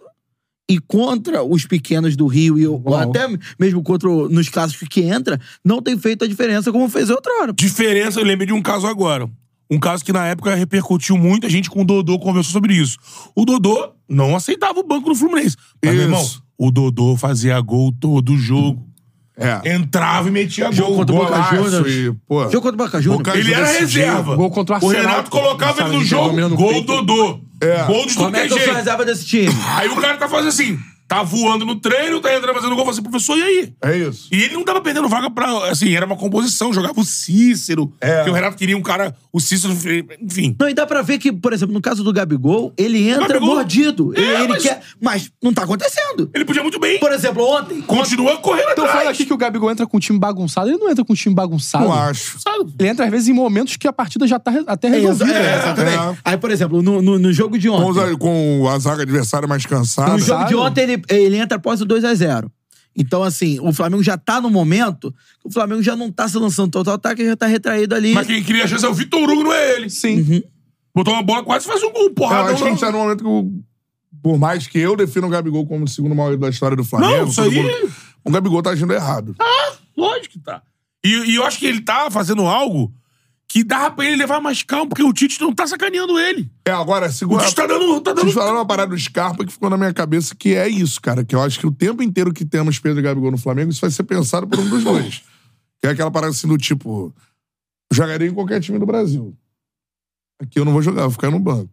Speaker 3: e contra os pequenos do Rio, e o- ou até mesmo contra o- nos clássicos que entra, não tem feito a diferença como fez outrora.
Speaker 2: Diferença, eu lembrei de um caso agora. Um caso que na época repercutiu muito, a gente com o Dodô conversou sobre isso. O Dodô não aceitava o banco do Fluminense. Mas, meu
Speaker 1: Isso.
Speaker 2: irmão, o Dodô fazia gol todo jogo.
Speaker 1: É.
Speaker 2: Entrava e metia gol.
Speaker 3: Jogo contra o Boca
Speaker 2: Golaço.
Speaker 3: Juniors.
Speaker 1: E, pô,
Speaker 3: Jogo contra o Boca Juniors.
Speaker 1: Boca
Speaker 2: Ele era
Speaker 1: Juniors
Speaker 2: reserva.
Speaker 4: Gol contra o
Speaker 2: O
Speaker 4: Arsenal.
Speaker 2: Renato colocava ele no
Speaker 4: Sabe,
Speaker 2: jogo.
Speaker 4: domina no
Speaker 2: Gol
Speaker 4: peito.
Speaker 2: Dodô.
Speaker 1: É.
Speaker 2: Gol de
Speaker 3: Como é
Speaker 2: qualquer
Speaker 3: que eu
Speaker 2: jeito.
Speaker 3: fazava desse time?
Speaker 2: Aí o cara tá fazendo assim, tá voando no treino, tá entrando fazendo gol, fala assim, professor, e aí?
Speaker 1: É isso.
Speaker 2: E ele não tava perdendo vaga pra. Assim, era uma composição, jogava o Cícero.
Speaker 1: É.
Speaker 2: Porque o Renato queria um cara. O Cícero, enfim.
Speaker 3: Não, e dá pra ver que, por exemplo, no caso do Gabigol, ele entra
Speaker 2: Gabigol-
Speaker 3: mordido.
Speaker 2: É,
Speaker 3: ele ele
Speaker 2: mas-
Speaker 3: quer. Mas não tá acontecendo.
Speaker 2: Ele podia muito bem.
Speaker 3: Por exemplo, ontem.
Speaker 2: Continua correndo
Speaker 4: Então fala
Speaker 2: atrás.
Speaker 4: aqui que o Gabigol entra com um time bagunçado. Ele não entra com um time bagunçado.
Speaker 1: Não acho.
Speaker 4: Ele entra, às vezes, em momentos que a partida já tá re- até resolvida.
Speaker 3: É, exatamente.
Speaker 1: É.
Speaker 3: Aí, por exemplo, no, no, no jogo de
Speaker 1: Com,
Speaker 3: ontem.
Speaker 1: os- com a zaga adversária mais cansada.
Speaker 3: No jogo de
Speaker 4: Sabe?
Speaker 3: ontem, ele, ele entra após o 2x0. Então, assim, o Flamengo já tá no momento que o Flamengo já não tá se lançando total ataque, já tá retraído ali.
Speaker 2: Mas quem cria a chance é o Vitor Hugo, não é ele.
Speaker 4: Sim.
Speaker 2: Botou uma bola, quase faz um gol,
Speaker 1: Eu
Speaker 2: porrada.
Speaker 1: acho que a gente tá num momento que, o- por mais que eu defina o Gabigol como o segundo maior ídolo da história do Flamengo,
Speaker 2: Não, isso
Speaker 1: todo
Speaker 2: aí-
Speaker 1: mundo- o Gabigol tá agindo errado.
Speaker 2: Lógico que tá. E, e eu acho que ele tá fazendo algo que dá pra ele levar mais calmo, porque o Tite não tá sacaneando ele.
Speaker 1: É, agora,
Speaker 2: O
Speaker 1: segura.
Speaker 2: Tite tá dando. Tá
Speaker 1: Vocês
Speaker 2: dando...
Speaker 1: falaram uma parada do Scarpa que ficou na minha cabeça, que é isso, cara. Que eu acho que o tempo inteiro que temos Pedro e Gabigol no Flamengo, isso vai ser pensado por um dos dois. Que é aquela parada assim do tipo: jogaria em qualquer time do Brasil. Aqui eu não vou jogar, vou ficar no banco.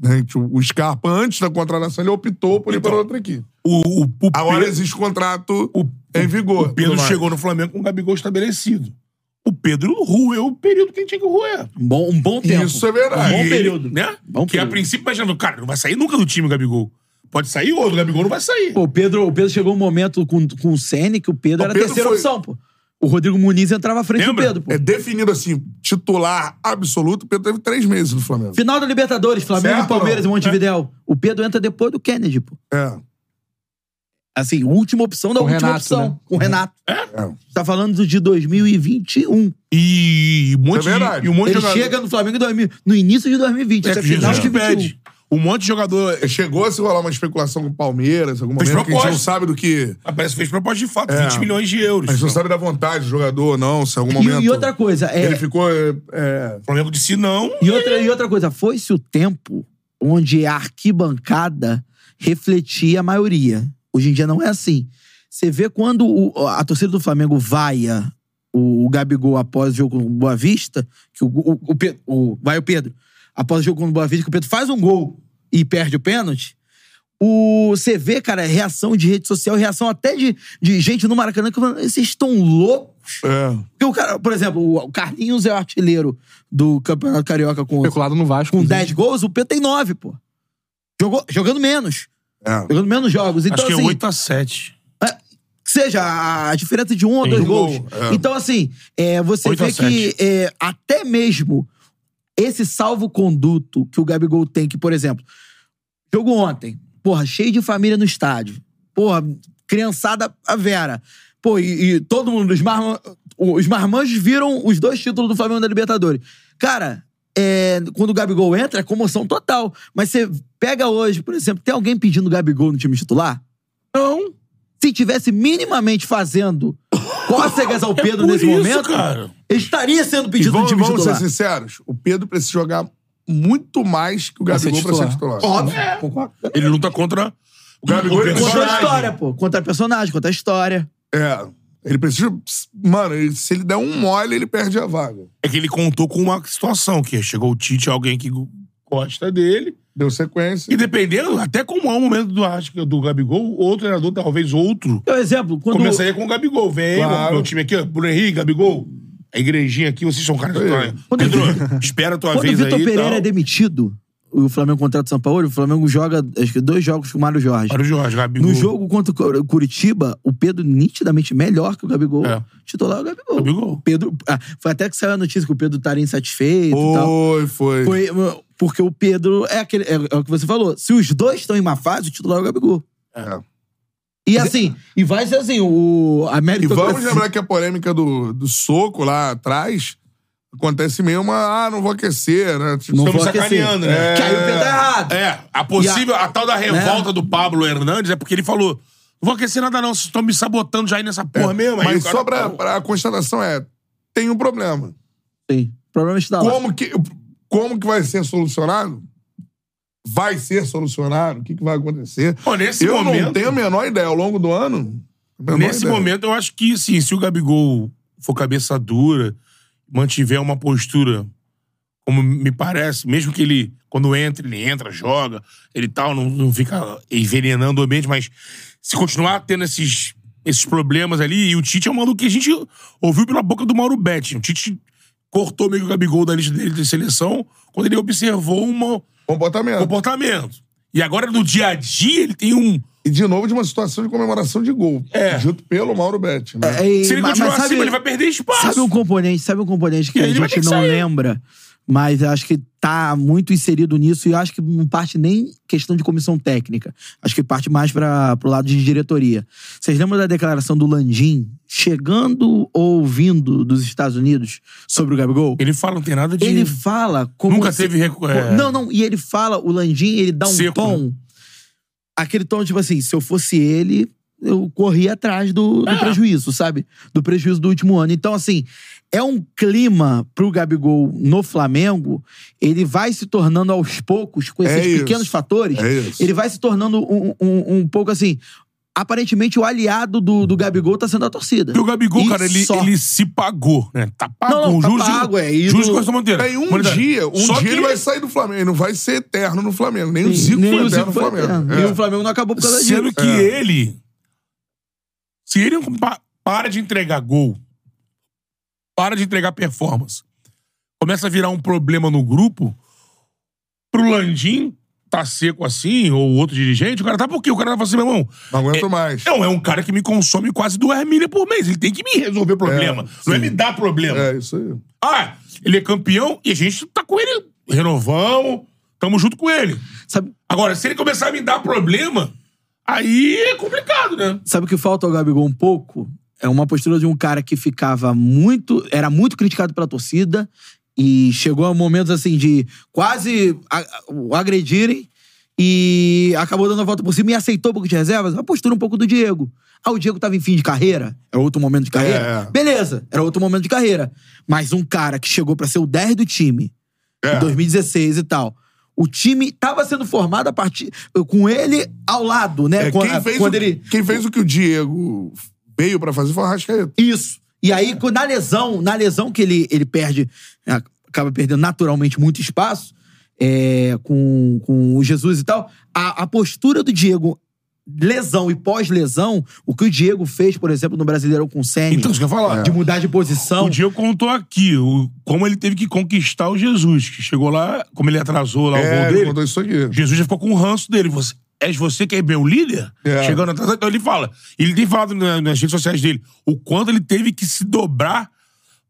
Speaker 1: Né? Tipo, O Scarpa, antes da contratação, ele optou por ir para outra aqui.
Speaker 2: O, o, o
Speaker 1: Agora é
Speaker 2: Pedro-
Speaker 1: existe contrato
Speaker 2: Então, o-
Speaker 1: em vigor.
Speaker 2: O Pedro
Speaker 1: Tudo mais.
Speaker 2: chegou no Flamengo com o Gabigol estabelecido. O Pedro roeu o é. período que ele tinha que roer.
Speaker 3: Um bom, um bom tempo.
Speaker 1: Isso é verdade.
Speaker 3: Um bom
Speaker 2: E
Speaker 3: período.
Speaker 2: Ele, né?
Speaker 3: Bom
Speaker 2: que a
Speaker 3: período.
Speaker 2: princípio imaginava, cara, não vai sair nunca do time o Gabigol. Pode sair outro, o Gabigol não vai sair.
Speaker 3: Pô, o Pedro, o Pedro chegou um momento com, com o Sene que o Pedro
Speaker 1: O
Speaker 3: era
Speaker 1: Pedro
Speaker 3: a terceira
Speaker 1: foi-
Speaker 3: opção, pô. O Rodrigo Muniz entrava à frente
Speaker 2: Lembra?
Speaker 3: do Pedro, pô.
Speaker 1: É definido assim, titular absoluto, o Pedro teve três meses no Flamengo.
Speaker 3: Final da Libertadores, Flamengo,
Speaker 1: Certo,
Speaker 3: Palmeiras e
Speaker 1: não?
Speaker 3: Montevidéu. O Pedro entra depois do Kennedy, pô.
Speaker 1: É.
Speaker 3: Assim, última opção da
Speaker 4: Com o
Speaker 3: última
Speaker 4: Renato,
Speaker 3: opção.
Speaker 4: né?
Speaker 3: Com o Renato.
Speaker 1: É.
Speaker 3: Tá falando de 2021.
Speaker 2: E, um monte
Speaker 1: É verdade.
Speaker 2: de, e um monte
Speaker 3: Ele
Speaker 2: de jogador.
Speaker 3: chega no né? Flamengo em 2000, no início de 2020.
Speaker 2: é,
Speaker 3: até
Speaker 2: que
Speaker 3: final
Speaker 2: Jesus
Speaker 3: de
Speaker 2: que
Speaker 3: 2021.
Speaker 2: pede. Um monte de jogador.
Speaker 1: Chegou a se rolar uma especulação com o Palmeiras, em algum
Speaker 2: Fez
Speaker 1: momento, que a gente não
Speaker 2: proposta.
Speaker 1: sabe do que.
Speaker 2: ah, Parece que fez proposta de fato,
Speaker 1: É.
Speaker 2: 20 milhões de euros.
Speaker 1: A gente não
Speaker 2: Então,
Speaker 1: sabe da vontade do jogador ou não, se em algum
Speaker 4: Um
Speaker 3: E- um.
Speaker 1: momento.
Speaker 3: E, outra coisa, é,
Speaker 1: Ele ficou. é, é,
Speaker 2: O Flamengo disse não.
Speaker 3: e, outra, e outra coisa, foi-se o tempo onde a arquibancada refletia a maioria. Hoje em dia não é assim. Você vê quando o- a torcida do Flamengo vaia o, o Gabigol após o jogo com o Boa Vista, que o, o, o Pe- o- vai o Pedro, após o jogo com o Boa Vista, que o Pedro faz um gol e perde o pênalti, o, você vê, cara, reação de rede social, reação até de, de gente no Maracanã que falando, vocês estão loucos?
Speaker 1: é.
Speaker 3: Porque o cara, por exemplo, o- o Carlinhos é o artilheiro do Campeonato Carioca com,
Speaker 4: Especulado no Vasco. né?
Speaker 3: com
Speaker 4: inclusive.
Speaker 3: 10 gols, o Pedro tem 9, pô. Jogou, jogando menos.
Speaker 1: É.
Speaker 3: Jogando menos jogos. Então,
Speaker 2: acho que é
Speaker 3: assim,
Speaker 2: 8x7.
Speaker 3: É, que seja a- a diferença de um ou
Speaker 2: Sim.
Speaker 3: dois
Speaker 2: Um
Speaker 3: gols.
Speaker 1: gol, é.
Speaker 3: Então, assim, é, você
Speaker 2: Oito a
Speaker 3: vê que é, até mesmo esse salvo-conduto que o Gabigol tem, que, por exemplo, jogo ontem, porra, cheio de família no estádio, porra, criançada a Vera, pô, e, e todo mundo, os, marma- os marmanjos viram os dois títulos do Flamengo da Libertadores. Cara. é, quando o Gabigol entra, é comoção total. Mas você pega hoje, por exemplo, tem alguém pedindo Gabigol no time titular? Não. Se tivesse minimamente fazendo cócegas <laughs> ao Pedro
Speaker 2: Por
Speaker 3: nesse
Speaker 2: isso,
Speaker 3: momento,
Speaker 2: cara.
Speaker 3: ele estaria sendo
Speaker 1: E
Speaker 3: pedido no
Speaker 1: vamos,
Speaker 3: time
Speaker 1: vamos ser
Speaker 3: titular.
Speaker 1: sinceros: o Pedro precisa jogar muito mais que o
Speaker 4: ser
Speaker 1: Gabigol pra ser
Speaker 4: titular.
Speaker 1: titular.
Speaker 3: Óbvio.
Speaker 2: Ele luta contra
Speaker 1: O Gabigol ele
Speaker 3: Conta a
Speaker 1: precisa-
Speaker 3: história, pô. Conta a personagem, conta a história.
Speaker 1: É. Ele precisa. Mano, ele- se ele der um mole, ele perde a vaga.
Speaker 2: É que ele contou com uma situação, que chegou o Tite, alguém que gosta dele.
Speaker 1: Deu sequência.
Speaker 2: E dependendo, até como é o momento do, acho que do Gabigol, outro treinador, talvez outro,
Speaker 3: Por É um exemplo, quando.
Speaker 2: começaria com o Gabigol. Vem,
Speaker 1: Claro.
Speaker 2: vamos pro meu time aqui, ó, Bruno Henrique, Gabigol. A igrejinha aqui, vocês são um caras de história. Pedro, espera a tua
Speaker 3: Quando o
Speaker 2: vez aí.
Speaker 3: Vitor
Speaker 2: e
Speaker 3: Pereira
Speaker 2: tal.
Speaker 3: é demitido, o Flamengo contrata o São Paulo, o Flamengo joga acho que dois jogos com o Mário Jorge.
Speaker 2: Para o Jorge, Gabigol.
Speaker 3: No jogo contra o Cur- Curitiba, o Pedro nitidamente melhor que o Gabigol.
Speaker 2: É.
Speaker 3: Titular é o Gabigol.
Speaker 2: Gabigol.
Speaker 3: O Pedro, ah, foi até que saiu a notícia que o Pedro estaria insatisfeito e tal.
Speaker 1: Foi, foi.
Speaker 3: Foi, uh, porque o Pedro é, aquele, é, é o que você falou. Se os dois estão em má fase, o titular é o Gabigol.
Speaker 1: É.
Speaker 3: E assim, e vai ser assim, o a
Speaker 1: E vamos
Speaker 3: meritocracia-
Speaker 1: lembrar que a polêmica do, do soco lá atrás acontece meio uma. Ah, não vou aquecer, né? Tipo,
Speaker 3: Não
Speaker 1: estamos
Speaker 3: vou aquecer.
Speaker 2: sacaneando, né?
Speaker 3: Que aí o Pedro tá errado. Né?
Speaker 2: É, a possível, a, tal da revolta do Pablo Hernandes é porque ele falou: não vou aquecer nada, não, vocês estão me sabotando já aí
Speaker 3: É
Speaker 2: nessa porra mesmo. Aí
Speaker 1: Mas
Speaker 2: tá
Speaker 1: só
Speaker 2: o cara-
Speaker 1: pra, pra- a constatação é: tem um problema.
Speaker 3: Sim. O problema está lá.
Speaker 1: Como que, como que vai ser solucionado? Vai ser solucionado? O que, que vai acontecer?
Speaker 2: Pô, nesse
Speaker 1: eu
Speaker 2: momento-
Speaker 1: não tenho a menor ideia. Ao longo do ano. a
Speaker 3: É
Speaker 1: menor
Speaker 2: Nesse
Speaker 1: ideia.
Speaker 2: momento, eu acho que, sim, se o Gabigol for cabeça dura, mantiver uma postura, como me parece, mesmo que ele, quando entra, ele entra, joga, ele tal, não, não fica envenenando o ambiente, mas se continuar tendo esses, esses problemas ali, e o Tite é um maluco que a gente ouviu pela boca do Mauro Betti. O Tite cortou meio que o Gabigol da lista dele de seleção quando ele observou um
Speaker 1: Comportamento.
Speaker 2: comportamento. E agora, no dia a dia, ele tem um.
Speaker 1: E de novo de uma situação de comemoração de gol.
Speaker 2: É.
Speaker 1: Junto pelo Mauro Betti, né?
Speaker 3: É, e-
Speaker 2: Se ele
Speaker 3: mas-
Speaker 2: continuar
Speaker 3: mas sabe-
Speaker 2: acima, ele vai perder espaço.
Speaker 3: Sabe um componente, sabe um componente que
Speaker 2: E
Speaker 3: a
Speaker 2: aí ele vai
Speaker 3: gente
Speaker 2: ter que
Speaker 3: não
Speaker 2: sair.
Speaker 3: lembra, mas acho que tá muito inserido nisso e acho que não parte nem questão de comissão técnica. Acho que parte mais para pro lado de diretoria. Vocês lembram da declaração do Landim chegando ou vindo dos Estados Unidos sobre o Gabigol?
Speaker 2: Ele fala, não tem nada de.
Speaker 3: Ele fala como
Speaker 2: Nunca
Speaker 3: se-
Speaker 2: teve recu- é.
Speaker 3: Não, não, e ele fala, o Landim, ele dá um
Speaker 2: Seco,
Speaker 3: tom aquele tom tipo assim, se eu fosse ele, eu corria atrás do, do prejuízo, sabe? Do prejuízo do último ano. Então, assim, é um clima pro Gabigol no Flamengo, ele vai se tornando aos poucos, com esses
Speaker 1: É isso.
Speaker 3: pequenos fatores,
Speaker 1: É isso.
Speaker 3: ele vai se tornando um, um, um pouco assim. Aparentemente, o aliado do, do Gabigol tá sendo a torcida.
Speaker 2: E o Gabigol,
Speaker 3: E
Speaker 2: cara, ele,
Speaker 3: só.
Speaker 2: ele se pagou, né? Tá pago.
Speaker 3: Não, não, tá
Speaker 2: juros
Speaker 3: pago, é,
Speaker 2: de,
Speaker 3: ídolo-
Speaker 2: juros de Costa Monteiro.
Speaker 1: Aí um
Speaker 2: Humanidade.
Speaker 1: dia, um
Speaker 2: Só
Speaker 1: dia
Speaker 2: que
Speaker 1: ele vai sair do Flamengo. Ele não vai ser eterno no Flamengo. Nem o Zico
Speaker 3: Nem
Speaker 1: foi
Speaker 3: o
Speaker 1: eterno
Speaker 3: Zico
Speaker 1: no
Speaker 3: foi
Speaker 1: Flamengo.
Speaker 3: eterno.
Speaker 1: É.
Speaker 3: E o Flamengo não acabou por causa disso. É.
Speaker 2: Sendo que ele. Se ele não pa- para de entregar gol, para de entregar performance, começa a virar um problema no grupo, pro Landim tá seco assim, ou outro dirigente, o cara tá por quê? O cara tá falando assim, meu irmão,
Speaker 1: Não aguento mais.
Speaker 2: Não, é um cara que me consome quase duas milhas por mês. Ele tem que me resolver problema.
Speaker 1: É,
Speaker 2: não é me dar problema.
Speaker 1: É, isso aí.
Speaker 2: Ah, ele é campeão e a gente tá com ele. Renovamos, tamo junto com ele.
Speaker 3: Sabe,
Speaker 2: Agora, se ele começar a me dar problema, aí é complicado, né?
Speaker 3: Sabe o que falta ao Gabigol um pouco? É uma postura de um cara que ficava muito. Era muito criticado pela torcida e chegou a momentos assim de quase a- o agredirem e acabou dando a volta por cima e aceitou um pouco de reservas. A postura um pouco do Diego. Ah, o Diego tava em fim de carreira. Era outro momento de carreira.
Speaker 1: É.
Speaker 3: Beleza, era outro momento de carreira. Mas um cara que chegou pra ser o 10 do time
Speaker 1: É.
Speaker 3: em 2016 e tal. O time tava sendo formado a partir com ele ao lado, né?
Speaker 1: É,
Speaker 3: Com a-
Speaker 1: quem, fez
Speaker 3: quando
Speaker 1: o,
Speaker 3: ele
Speaker 1: quem fez o que o Diego veio pra fazer foi o Arrascaeta.
Speaker 3: isso. E aí,
Speaker 2: É.
Speaker 3: co- na lesão, na lesão que ele, ele perde, a- acaba perdendo naturalmente muito espaço é, com, com o Jesus e tal, a, a postura do Diego, lesão e pós-lesão, o que o Diego fez, por exemplo, no Brasileirão com o Senna,
Speaker 2: Então, isso que eu ia falar.
Speaker 3: de mudar de posição.
Speaker 2: O Diego contou aqui o- como ele teve que conquistar o Jesus, que chegou lá, como ele atrasou lá Tá o
Speaker 1: É,
Speaker 2: voo
Speaker 1: ele
Speaker 2: dele.
Speaker 1: contou isso aqui.
Speaker 2: Jesus já ficou com o ranço dele. Você, és você que é meu líder?
Speaker 1: É.
Speaker 2: Chegando atrás. Então ele fala. Ele tem falado na- nas redes sociais dele o quanto ele teve que se dobrar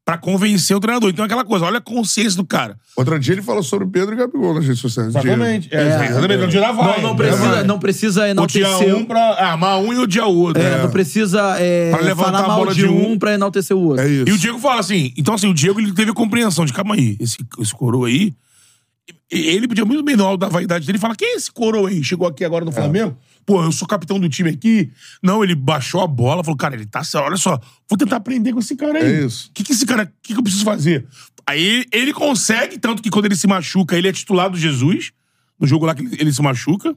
Speaker 2: pra convencer o treinador. Então é aquela coisa, olha a consciência do cara.
Speaker 1: Outro dia ele falou sobre o Pedro e Gabigol nas redes sociais.
Speaker 2: É, exatamente. No dia da
Speaker 3: Não, não precisa, não precisa
Speaker 2: é O dia
Speaker 3: enaltecer.
Speaker 2: um pra ah, amar um e odiar o outro.
Speaker 3: é, Não precisa é,
Speaker 2: Pra levantar
Speaker 3: falar
Speaker 2: a
Speaker 3: mal
Speaker 2: bola
Speaker 3: de
Speaker 2: de
Speaker 3: um,
Speaker 2: um.
Speaker 3: pra enaltecer o outro.
Speaker 1: É isso.
Speaker 2: E o Diego fala assim, então assim, o Diego ele teve a compreensão de, calma aí, esse, esse coroa aí, e- ele podia muito bem na hora da vaidade dele falar, quem é esse coroa aí? Chegou aqui agora no
Speaker 1: É.
Speaker 2: Flamengo? Pô, eu sou capitão do time aqui. Não, ele baixou a bola, falou, cara, ele tá, olha só, vou tentar aprender com esse cara aí.
Speaker 1: É isso.
Speaker 2: O que, que esse cara, o que, que eu preciso fazer? Aí ele consegue, tanto que quando ele se machuca, ele é titular do Jesus. No jogo lá que ele ele se machuca.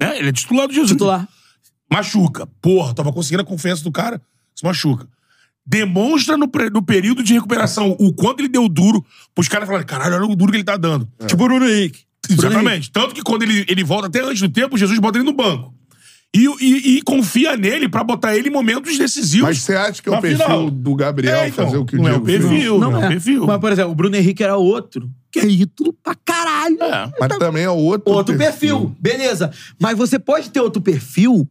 Speaker 2: Né? Ele é titular do Jesus.
Speaker 3: Titular.
Speaker 2: Machuca. Porra, tava conseguindo a confiança do cara, se machuca. Demonstra no, pre- no período de recuperação o quanto ele deu duro pros caras falarem, caralho, olha o duro que ele tá dando.
Speaker 1: É.
Speaker 5: Tipo o Bruno Henrique.
Speaker 2: Exatamente. Tanto que quando ele, ele volta até antes do tempo, Jesus bota ele no banco. E, e- e confia nele pra botar ele em momentos decisivos.
Speaker 1: Mas você acha que é
Speaker 2: Na
Speaker 1: o perfil
Speaker 2: final.
Speaker 1: do Gabriel
Speaker 2: É, então,
Speaker 1: fazer o que o
Speaker 2: não é o
Speaker 1: Diego fez?
Speaker 2: perfil. Não,
Speaker 3: Não,
Speaker 2: é
Speaker 3: é.
Speaker 2: o perfil.
Speaker 3: Mas, por exemplo, o Bruno Henrique era outro, que é ídolo pra caralho.
Speaker 2: É.
Speaker 1: Mas também é outro,
Speaker 3: Outro perfil. beleza. Mas você pode ter outro perfil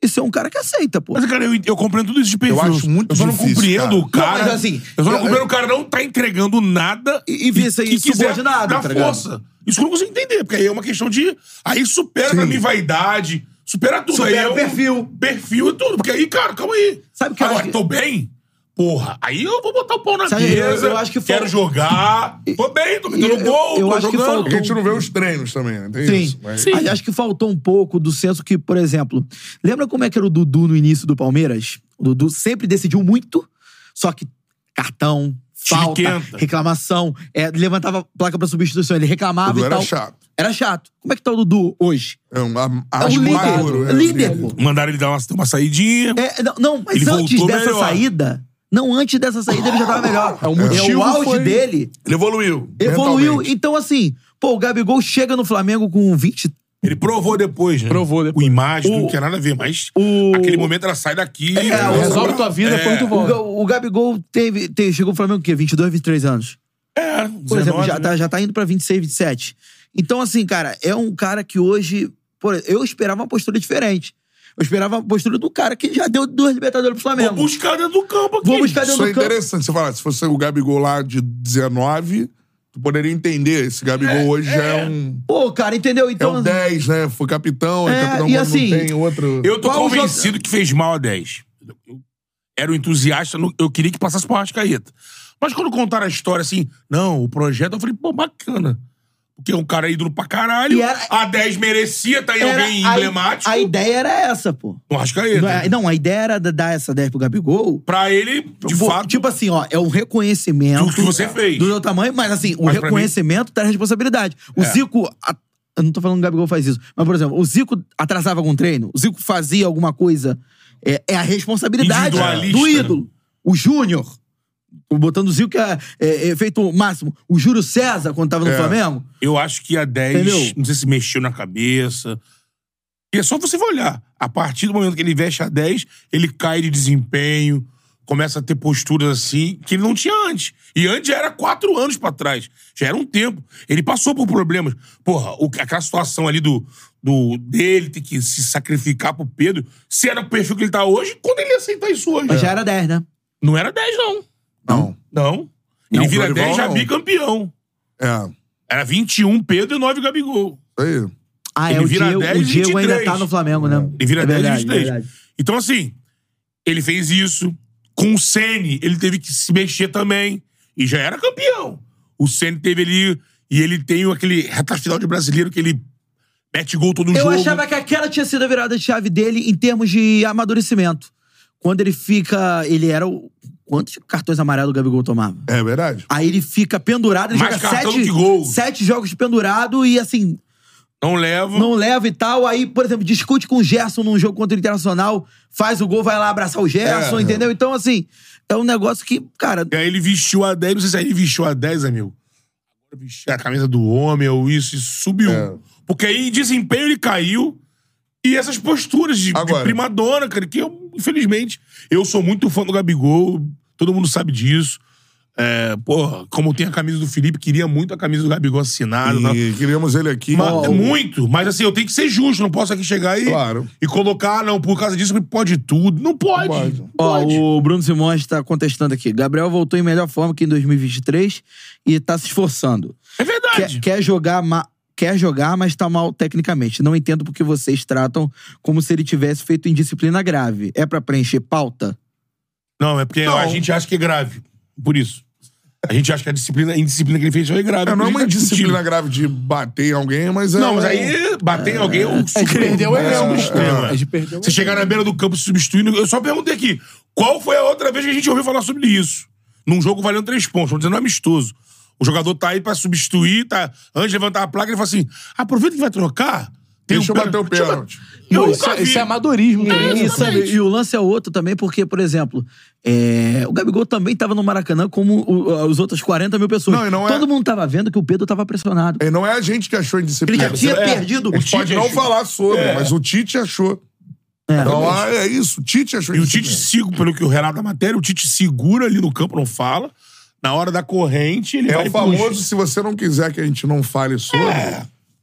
Speaker 3: e ser um cara que aceita, pô.
Speaker 2: Mas, cara, eu, eu compreendo tudo isso de perfil.
Speaker 1: Eu acho muito
Speaker 2: Eu só não
Speaker 1: difícil,
Speaker 2: compreendo
Speaker 1: cara.
Speaker 2: o cara.
Speaker 3: Não, mas assim,
Speaker 2: eu só não compreendo o cara não tá entregando nada
Speaker 3: E- e vê isso aí
Speaker 2: que quiser
Speaker 3: subordinado,
Speaker 2: dar
Speaker 3: tá ligado?
Speaker 2: força. Isso que eu não consigo entender, porque aí é uma questão de. Aí supera pra mim vaidade, supera tudo. aí é
Speaker 3: Supera o perfil.
Speaker 2: Perfil e tudo. Porque aí, cara, calma aí.
Speaker 3: Sabe o que eu
Speaker 2: Agora,
Speaker 3: acho que-
Speaker 2: tô bem? Porra, aí eu vou botar o pau na
Speaker 3: Sabe, eu-
Speaker 2: mesa.
Speaker 3: eu acho que foi-
Speaker 2: Quero jogar. Tô bem, tô metendo
Speaker 3: eu-
Speaker 2: gol,
Speaker 3: eu
Speaker 2: tô
Speaker 3: acho que
Speaker 2: jogando.
Speaker 1: A gente não vê os treinos também, né? Tem isso. Mas...
Speaker 3: Mas acho que faltou um pouco do senso que, por exemplo, lembra como é que era o Dudu no início do Palmeiras? O Dudu sempre decidiu muito, só que cartão, falta,
Speaker 2: Chiquenta.
Speaker 3: reclamação, é, levantava placa pra substituição, ele reclamava
Speaker 1: Dudu
Speaker 3: e
Speaker 1: era
Speaker 3: tal.
Speaker 1: chato.
Speaker 3: Era chato. Como é que tá o Dudu hoje?
Speaker 1: É um, a,
Speaker 3: É um
Speaker 1: acho
Speaker 3: líder,
Speaker 1: maduro, é,
Speaker 3: líder,
Speaker 1: assim,
Speaker 3: pô.
Speaker 2: Mandaram ele dar uma, uma saidinha.
Speaker 3: É, não, não, mas
Speaker 2: Ele
Speaker 3: antes
Speaker 2: voltou
Speaker 3: dessa
Speaker 2: melhor.
Speaker 3: saída, não, antes dessa saída ele já tava melhor.
Speaker 4: É, o motivo
Speaker 3: o auge
Speaker 4: foi-
Speaker 3: dele
Speaker 2: Ele evoluiu.
Speaker 3: evoluiu.
Speaker 1: mentalmente.
Speaker 3: Então, assim, pô, o Gabigol chega no Flamengo com 20.
Speaker 2: Ele provou depois, né?
Speaker 4: Provou
Speaker 2: O
Speaker 4: depois.
Speaker 2: imagem,
Speaker 3: O-
Speaker 2: não tinha nada a ver, mas
Speaker 3: o- É,
Speaker 2: aquele momento ela sai daqui. e
Speaker 3: o-
Speaker 2: volta
Speaker 4: Resolve
Speaker 2: pra-
Speaker 4: tua vida,
Speaker 2: é,
Speaker 4: depois tu
Speaker 3: O,
Speaker 4: volta.
Speaker 3: Ga- o Gabigol teve, teve- chegou no Flamengo o quê? 22, 23 anos.
Speaker 2: É,
Speaker 3: Por
Speaker 2: 19,
Speaker 3: exemplo, já,
Speaker 2: né?
Speaker 3: tá, já tá indo pra 26, 27. Então, assim, cara, é um cara que hoje. pô, eu esperava uma postura diferente. Eu esperava a postura do cara que já deu duas Libertadores pro
Speaker 2: Vou
Speaker 3: Flamengo.
Speaker 2: buscar dentro do campo aqui.
Speaker 3: Vou buscar
Speaker 1: Isso
Speaker 3: dentro
Speaker 1: é
Speaker 3: do campo.
Speaker 1: interessante. Você falar, se fosse o Gabigol lá de 19, tu poderia entender. Esse Gabigol hoje já é um...
Speaker 3: Pô, cara, entendeu?
Speaker 1: É
Speaker 3: Então.
Speaker 1: um 10, né? Foi capitão, é,
Speaker 3: É,
Speaker 1: capitão
Speaker 3: e
Speaker 1: quando
Speaker 3: assim,
Speaker 1: não tem outro...
Speaker 2: Eu tô
Speaker 3: Qual o
Speaker 2: convencido que fez mal a 10. Eu era um entusiasta, no- eu queria que passasse por Arrascaeta. Mas quando contaram a história assim, não, o projeto, eu falei, pô, bacana. Porque é um cara ídolo pra caralho.
Speaker 3: E era-
Speaker 2: A 10 merecia, tá aí
Speaker 3: era-
Speaker 2: alguém
Speaker 3: a-
Speaker 2: emblemático.
Speaker 3: A, ideia era essa, pô.
Speaker 2: no Arrascaeta.
Speaker 3: Não, é- não, a ideia era da- dar essa 10 pro Gabigol.
Speaker 2: Pra ele, de
Speaker 3: Pô,
Speaker 2: fato,
Speaker 3: Tipo assim, ó, é um reconhecimento.
Speaker 2: Do que você fez.
Speaker 3: Do seu tamanho, mas assim, o
Speaker 2: Mas pra É.
Speaker 3: reconhecimento traz responsabilidade. O Zico. a- eu não tô falando que o Gabigol faz isso, mas, por exemplo, o Zico atrasava algum treino, o Zico fazia alguma coisa. É, é a responsabilidade
Speaker 2: Individualista,
Speaker 3: do
Speaker 2: né?
Speaker 3: ídolo. O Júnior. Botando o Zico que é, é, é feito máximo. O Júlio César, quando tava no
Speaker 1: É.
Speaker 3: Flamengo.
Speaker 2: Eu acho que a 10,
Speaker 3: Entendeu?
Speaker 2: não sei se mexeu na cabeça. E é só você olhar. A partir do momento que ele veste a 10, ele cai de desempenho, começa a ter posturas assim que ele não tinha antes. E antes já era quatro anos pra trás. Já era um tempo. Ele passou por problemas. Porra, o- aquela situação ali do, do dele ter que se sacrificar pro Pedro, se era o perfil que ele tá hoje, quando ele ia aceitar isso hoje?
Speaker 3: Mas já era 10, né?
Speaker 2: Não era 10, não.
Speaker 1: Não.
Speaker 2: Não.
Speaker 1: Não,
Speaker 2: Ele vira
Speaker 1: Dorival
Speaker 2: 10 já
Speaker 1: não.
Speaker 2: bicampeão.
Speaker 1: É, isso
Speaker 2: Era 21 Pedro e 9 Gabigol.
Speaker 1: aí.
Speaker 3: Ah,
Speaker 2: Ele
Speaker 3: é, o
Speaker 2: vira
Speaker 3: Diego,
Speaker 2: 10,
Speaker 3: o Diego ainda
Speaker 2: 23.
Speaker 3: tá no Flamengo, né?
Speaker 2: Ele vira
Speaker 3: é
Speaker 2: 10
Speaker 3: verdade,
Speaker 2: 23.
Speaker 3: verdade.
Speaker 2: Então, assim, ele fez isso. Com o Sene, ele teve que se mexer também. E já era campeão. O Sene teve ali. E ele tem aquele reta final de brasileiro que ele mete gol todo
Speaker 3: Eu
Speaker 2: jogo.
Speaker 3: achava que aquela tinha sido a virada de chave dele em termos de amadurecimento. Quando ele fica. Ele era o. Quantos cartões amarelos o Gabigol tomava?
Speaker 1: É verdade.
Speaker 3: Aí ele fica pendurado, ele
Speaker 2: Mais
Speaker 3: joga
Speaker 2: cartão
Speaker 3: sete,
Speaker 2: que gol.
Speaker 3: sete jogos de pendurado e assim,
Speaker 2: Não leva.
Speaker 3: não leva e tal. Aí, por exemplo, discute com o Gerson num jogo contra o Internacional, faz o gol, vai lá abraçar o Gerson,
Speaker 1: É.
Speaker 3: entendeu? Então, assim, é um negócio que, cara,
Speaker 2: E aí ele vestiu a 10. Não sei se aí ele vestiu a 10, amigo. Agora vestiu a camisa do homem ou isso e subiu.
Speaker 1: É.
Speaker 2: Porque aí em desempenho ele caiu. E essas posturas de, de
Speaker 1: Agora.
Speaker 2: primadona, cara, que eu, infelizmente, eu sou muito fã do Gabigol, todo mundo sabe disso. É, porra, como tem a camisa do Felipe, queria muito a camisa do Gabigol assinada. e tal.
Speaker 1: E queríamos ele aqui.
Speaker 2: Mas- muito, mas assim, eu tenho que ser justo, não posso aqui chegar e,
Speaker 1: Claro.
Speaker 2: e colocar, "Ah, não, por causa disso, pode tudo. Não pode.
Speaker 1: Não pode.
Speaker 2: Não
Speaker 3: Ó,
Speaker 2: pode.
Speaker 3: o Bruno Simões tá contestando aqui. Gabriel voltou em melhor forma que em 2023 e tá se esforçando.
Speaker 2: É verdade.
Speaker 3: Quer, quer jogar, ma- quer jogar, mas tá mal tecnicamente. Não entendo porque vocês tratam como se ele tivesse feito indisciplina grave. É pra preencher pauta?
Speaker 2: Não, é porque
Speaker 1: Não.
Speaker 2: a gente acha que é grave. Por isso. A gente acha que a disciplina, a indisciplina que ele fez foi grave.
Speaker 1: É, não é uma
Speaker 2: Por isso que tá
Speaker 1: disciplina grave de bater em alguém, mas é.
Speaker 2: discutindo. Não, mas
Speaker 1: um-
Speaker 2: aí bater em alguém é um
Speaker 4: perdeu
Speaker 2: é
Speaker 4: o
Speaker 2: um extremo.
Speaker 4: É de perder o
Speaker 2: Você chegar na beira do campo substituindo. Eu só perguntei aqui: qual foi a outra vez que a gente ouviu falar sobre isso? num jogo valendo três pontos, vamos dizer, não é amistoso. O jogador tá aí pra substituir, tá. Antes de levantar a placa, ele fala assim: aproveita que vai trocar. Tem um
Speaker 1: Deixa eu bater o
Speaker 2: Deixa eu
Speaker 1: pênalti.
Speaker 2: Eu
Speaker 4: Não,
Speaker 2: nunca
Speaker 4: isso, é-
Speaker 2: vi.
Speaker 4: isso é amadorismo. também, né?
Speaker 3: E, sabe, e o lance é outro também, porque, por exemplo, é, o Gabigol também tava no Maracanã como o- os outros 40 mil pessoas.
Speaker 1: Não, e não é-
Speaker 3: Todo mundo tava vendo que o Pedro tava pressionado.
Speaker 1: E não é a gente que achou indisciplina.
Speaker 3: Ele já tinha
Speaker 1: É,
Speaker 3: perdido.
Speaker 1: A gente
Speaker 2: O
Speaker 1: pode
Speaker 2: Tite
Speaker 1: não
Speaker 2: achou.
Speaker 1: falar sobre,
Speaker 2: É.
Speaker 1: mas o Tite achou. Então, ah, é isso, o Tite achou
Speaker 2: E o Tite
Speaker 1: indisciplina.
Speaker 2: sigo, pelo que o Renato da matéria, o Tite segura ali no campo, não fala. Na hora da corrente, ele vai
Speaker 1: É
Speaker 2: e
Speaker 1: o famoso,
Speaker 2: puxa.
Speaker 1: se você não quiser que a gente não fale sobre,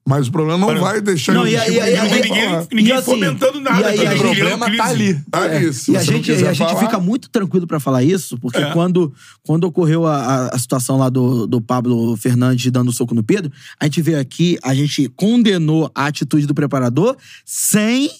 Speaker 1: mas o problema não
Speaker 2: Olha,
Speaker 1: vai deixar
Speaker 3: não,
Speaker 1: a gente
Speaker 3: e aí- e aí-
Speaker 1: falar.
Speaker 3: e aí-
Speaker 2: Ninguém,
Speaker 3: e
Speaker 2: ninguém
Speaker 3: assim,
Speaker 2: fomentando nada.
Speaker 3: e aí-
Speaker 2: tá
Speaker 3: e aí-
Speaker 2: criando
Speaker 3: o
Speaker 4: problema
Speaker 2: crise.
Speaker 4: tá ali.
Speaker 1: Tá ali, se
Speaker 3: E a
Speaker 1: você não
Speaker 3: gente,
Speaker 1: quiser
Speaker 3: e a gente
Speaker 1: falar- É.
Speaker 3: fica muito tranquilo pra falar isso, porque quando, quando ocorreu a, a- a situação lá do, do Pablo Fernandes dando soco no Pedro, a gente veio aqui, a gente condenou a atitude do preparador sem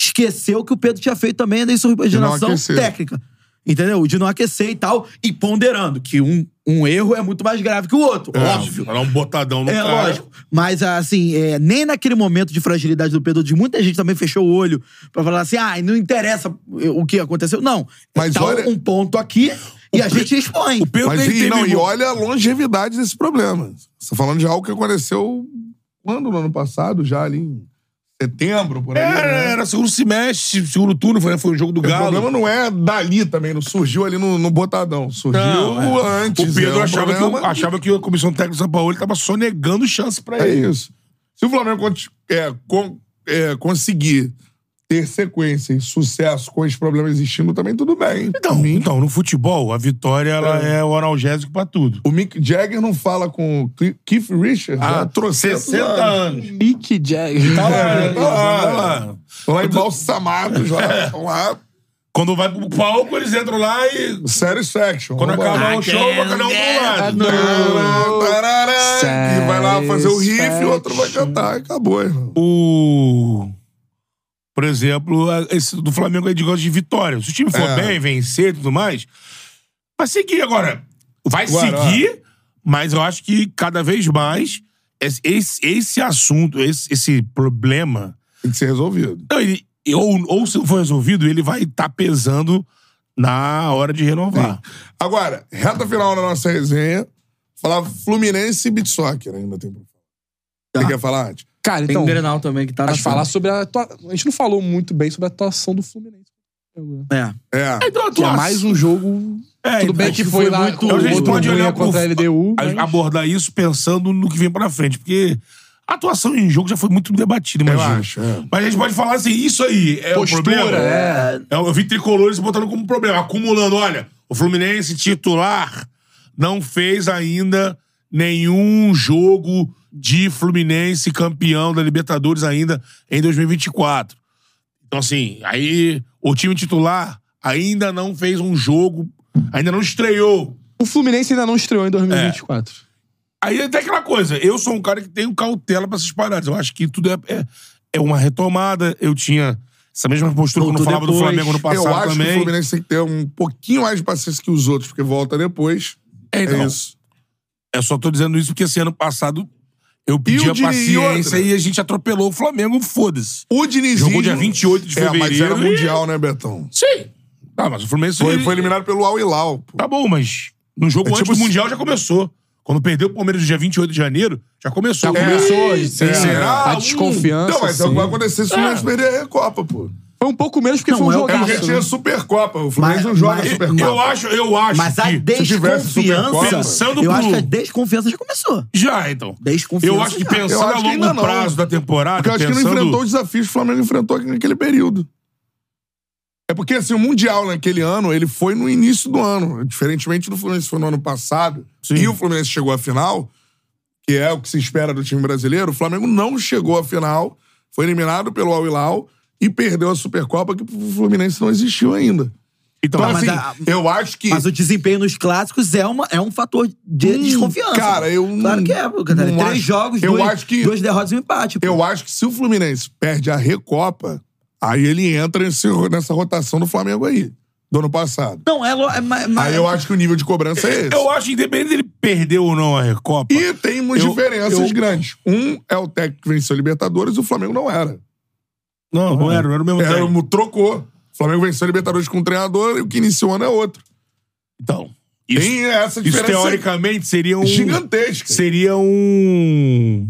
Speaker 3: esquecer o que o Pedro tinha feito também da insubordinação
Speaker 1: aquecer.
Speaker 3: técnica. Entendeu? De não aquecer e tal, e ponderando que um, um erro é muito mais grave que o outro.
Speaker 2: É,
Speaker 3: Óbvio.
Speaker 2: Vai dar um botadão no
Speaker 3: É,
Speaker 2: cara.
Speaker 3: lógico. Mas, assim, é, nem naquele momento de fragilidade do Pedro, de muita gente também fechou o olho pra falar assim, ah, não interessa o que aconteceu. Não.
Speaker 1: Mas
Speaker 3: tá
Speaker 1: olha-
Speaker 3: um ponto aqui e a gente expõe.
Speaker 2: O Pedro
Speaker 1: Mas e,
Speaker 2: ele teve
Speaker 1: não, e
Speaker 2: um-
Speaker 1: olha a longevidade desse problema. Você tá falando de algo que aconteceu quando? No ano passado, já ali em setembro, por aí.
Speaker 2: Era,
Speaker 1: né?
Speaker 2: É, era segundo semestre, segundo turno, foi, foi o jogo do
Speaker 1: O
Speaker 2: Galo.
Speaker 1: problema não é dali também, não surgiu ali no, no Botadão. Surgiu
Speaker 2: Não, é.
Speaker 1: antes.
Speaker 2: O Pedro
Speaker 1: é um
Speaker 2: achava, que, o-
Speaker 1: problema-
Speaker 2: achava que a comissão técnica do São Paulo estava sonegando chance pra
Speaker 1: É
Speaker 2: ele.
Speaker 1: isso. Se o Flamengo conti- é, con- é, conseguir ter sequência e sucesso com esse problema existindo também, tudo bem.
Speaker 2: Então, então, no futebol, a vitória ela é, o analgésico pra tudo.
Speaker 1: O Mick Jagger não fala com o Cl- Keith Richards
Speaker 2: Ah,
Speaker 1: né? há trocentos Ah, anos.
Speaker 2: Né? anos.
Speaker 4: Mick Jagger.
Speaker 2: Tá lá,
Speaker 1: É,
Speaker 2: tá
Speaker 1: tá
Speaker 2: lá,
Speaker 1: lá.
Speaker 2: tá lá.
Speaker 1: Estão lá embalsamados, lá.
Speaker 2: É.
Speaker 1: Estão lá,
Speaker 2: Quando vai pro palco, eles entram lá e.
Speaker 1: satisfaction.
Speaker 2: Quando
Speaker 1: vambora.
Speaker 2: acabar o show, vai cada um pro lado.
Speaker 1: Ah, Tarará, tarará, E vai lá fazer o riff e o outro vai cantar. Acabou, irmão.
Speaker 2: o. Por exemplo, a- esse do Flamengo é de gosto de vitória. Se o time for
Speaker 1: É.
Speaker 2: bem, vencer e tudo mais, vai seguir. Agora, vai
Speaker 1: Agora,
Speaker 2: seguir, mas eu acho que cada vez mais es- esse, esse assunto, esse, esse problema,
Speaker 1: Tem que ser resolvido.
Speaker 2: não, ele- ou, ou se não for resolvido, ele vai estar pesando na hora de renovar.
Speaker 1: Agora, reta final da nossa resenha, falar Fluminense e Beat Soccer ainda tem pra falar. Você quer falar antes?
Speaker 4: Cara,
Speaker 3: Tem
Speaker 4: então.
Speaker 3: o Grenal também que tá na
Speaker 4: Mas falar
Speaker 3: frente.
Speaker 4: sobre a. atua- A gente não falou muito bem sobre a atuação do Fluminense.
Speaker 3: É.
Speaker 1: É.
Speaker 2: Então,
Speaker 4: Que é
Speaker 2: atuação-
Speaker 4: mais um jogo.
Speaker 2: É,
Speaker 4: Tudo
Speaker 2: então,
Speaker 4: bem
Speaker 2: acho
Speaker 4: que foi
Speaker 2: foi
Speaker 4: lá.
Speaker 2: muito-
Speaker 4: com
Speaker 2: a gente
Speaker 4: outro
Speaker 2: pode
Speaker 4: ruim
Speaker 2: olhar pro-
Speaker 4: contra a LDU.
Speaker 2: a-
Speaker 4: mas-
Speaker 2: abordar isso pensando no que vem pra frente, porque a atuação em jogo já foi muito debatida,
Speaker 1: Eu
Speaker 2: imagino.
Speaker 1: acho, é.
Speaker 2: Mas a gente pode falar assim, isso aí é
Speaker 4: Postura,
Speaker 2: o problema.
Speaker 4: é.
Speaker 2: É, Eu vi tricolores botando como problema, acumulando, olha, o Fluminense titular não fez ainda nenhum jogo de Fluminense campeão da Libertadores ainda em 2024. Então, assim, aí o time titular ainda não fez um jogo, ainda não estreou.
Speaker 4: O Fluminense ainda não estreou em 2024.
Speaker 2: Aí é até aquela coisa, eu sou um cara que tenho cautela pra essas paradas. Eu acho que tudo é, é, é uma retomada. Eu tinha essa mesma postura quando eu
Speaker 3: Voltou
Speaker 2: falava do
Speaker 3: depois.
Speaker 2: Flamengo no passado
Speaker 1: Eu acho que o
Speaker 2: também.
Speaker 1: Fluminense tem que ter um pouquinho mais de paciência que os outros, porque volta depois.
Speaker 2: é, então,
Speaker 1: é isso.
Speaker 2: Eu só tô dizendo isso porque esse ano passado eu pedi
Speaker 1: o
Speaker 2: a
Speaker 1: de- e
Speaker 2: paciência
Speaker 1: outra?
Speaker 2: e, a gente atropelou o Flamengo, foda-se.
Speaker 1: O Dinizinho...
Speaker 2: Jogou dia 28 de
Speaker 1: É, mas era
Speaker 2: fevereiro e-
Speaker 1: mundial, né, Betão?
Speaker 2: Sim. Tá, mas o Fluminense
Speaker 1: Foi, foi eliminado pelo Al Hilal, pô.
Speaker 2: Tá bom, mas no jogo
Speaker 1: É
Speaker 2: antes
Speaker 1: tipo
Speaker 2: do
Speaker 1: se-
Speaker 2: Mundial já começou. Quando perdeu o Palmeiras no dia 28 de janeiro, já começou. né?
Speaker 4: Já
Speaker 2: É.
Speaker 4: começou,
Speaker 2: Ih,
Speaker 4: sim.
Speaker 2: será?
Speaker 4: A Tá desconfiança.
Speaker 1: Não, mas é o
Speaker 4: sim.
Speaker 1: que vai acontecer se o Fluminense perder a Recopa, pô.
Speaker 4: Foi um pouco menos porque
Speaker 3: Não,
Speaker 4: foi um
Speaker 3: é
Speaker 1: É
Speaker 3: o
Speaker 1: porque
Speaker 4: jogaço.
Speaker 1: tinha
Speaker 4: né?
Speaker 1: Supercopa. O Fluminense
Speaker 3: Mas-
Speaker 1: não joga
Speaker 3: mas-
Speaker 1: Supercopa.
Speaker 2: Eu acho, eu acho
Speaker 3: Mas a
Speaker 2: que...
Speaker 1: tivesse Supercopa-
Speaker 3: desconfiança.
Speaker 2: Pensando
Speaker 3: Eu
Speaker 2: pro-
Speaker 3: acho que a desconfiança já começou.
Speaker 2: Já, então.
Speaker 3: Desconfiança.
Speaker 2: Eu acho que
Speaker 3: já.
Speaker 1: Eu
Speaker 2: pensando
Speaker 1: acho
Speaker 2: a
Speaker 1: que
Speaker 2: longo
Speaker 1: ainda não.
Speaker 2: prazo da
Speaker 3: Ah,
Speaker 2: temporada,
Speaker 1: Porque eu acho que não
Speaker 2: pensando-
Speaker 1: enfrentou os desafios que o Flamengo enfrentou aqui naquele período. É porque, assim, o Mundial naquele ano, ele foi no início do ano. Diferentemente do Fluminense que foi no ano passado, e o Fluminense chegou à final, que é o que se espera do time brasileiro, o Flamengo não chegou à final, foi eliminado pelo Al Hilal e perdeu a Supercopa, que o Fluminense não existiu ainda. Então,
Speaker 3: Tá, mas
Speaker 1: assim,
Speaker 3: a-
Speaker 1: eu acho que...
Speaker 3: Mas o desempenho nos clássicos é, uma, é um fator de
Speaker 1: Hum,
Speaker 3: desconfiança.
Speaker 1: cara, eu não-
Speaker 3: Claro que é, pô, Catarina.
Speaker 1: não
Speaker 3: Três
Speaker 1: acho.
Speaker 3: jogos,
Speaker 1: Eu
Speaker 3: dois,
Speaker 1: acho que-
Speaker 3: duas derrotas e um empate. pô.
Speaker 1: Eu acho que se o Fluminense perde a Recopa, aí ele entra nesse- nessa rotação do Flamengo aí, do ano passado.
Speaker 3: Não, é, lo- é ma- ma-
Speaker 1: Aí eu acho que o nível de cobrança é esse.
Speaker 2: Eu acho que independente dele perder ou não a Recopa...
Speaker 1: E tem umas
Speaker 2: Eu-
Speaker 1: diferenças
Speaker 2: eu-
Speaker 1: grandes. Um é o técnico que venceu a Libertadores e o Flamengo não era.
Speaker 2: Não, não era, não era o mesmo
Speaker 1: era
Speaker 2: técnico.
Speaker 1: um- trocou. O Flamengo venceu a Libertadores com um treinador e o que iniciou o ano é outro.
Speaker 2: Então, Isso,
Speaker 1: é Tem essa
Speaker 2: isso
Speaker 1: diferença
Speaker 2: teoricamente seria um.
Speaker 1: gigantesca.
Speaker 2: Seria um.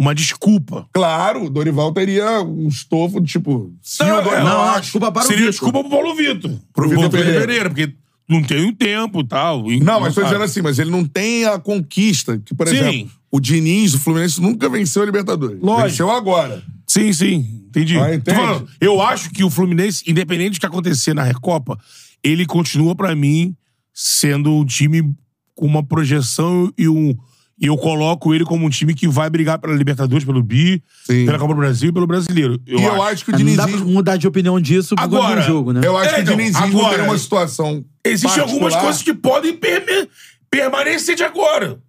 Speaker 2: Uma desculpa.
Speaker 1: Claro, o Dorival teria um estofo de tipo. Sim,
Speaker 2: Não, é,
Speaker 1: o Dorival.
Speaker 2: não,
Speaker 1: acho.
Speaker 3: Desculpa para o
Speaker 2: seria
Speaker 3: Vitor.
Speaker 2: desculpa pro Paulo Vitor. Pro
Speaker 1: Vitor
Speaker 2: Vitor Pereira.
Speaker 1: Pereira.
Speaker 2: porque não tem o tempo e tal. e-
Speaker 1: Não, mas tô
Speaker 2: sabe.
Speaker 1: dizendo assim, mas ele não tem a conquista. Que, por
Speaker 2: Sim.
Speaker 1: exemplo, o Diniz, o Fluminense, nunca venceu a Libertadores.
Speaker 2: Lógico.
Speaker 1: Venceu agora.
Speaker 2: Sim, sim. Entendi.
Speaker 1: Ah, entende?
Speaker 2: Tô falando, eu acho que o Fluminense, independente do que acontecer na Recopa, ele continua, pra mim, sendo um time com uma projeção e um. E eu coloco ele como um time que vai brigar pela Libertadores, pelo Bi,
Speaker 1: Sim.
Speaker 2: pela Copa do Brasil e pelo brasileiro. Eu
Speaker 1: e
Speaker 2: acho.
Speaker 1: eu acho que o
Speaker 3: Ah, Não dá pra
Speaker 1: Dinizismo.
Speaker 3: mudar de opinião disso por conta de
Speaker 2: Agora,
Speaker 3: um jogo, né?
Speaker 1: Eu acho
Speaker 2: É,
Speaker 1: que o
Speaker 2: então,
Speaker 1: Dinizismo
Speaker 2: agora-
Speaker 1: tem uma situação.
Speaker 2: Existem algumas
Speaker 1: particular.
Speaker 2: coisas que podem perme- permanecer de agora.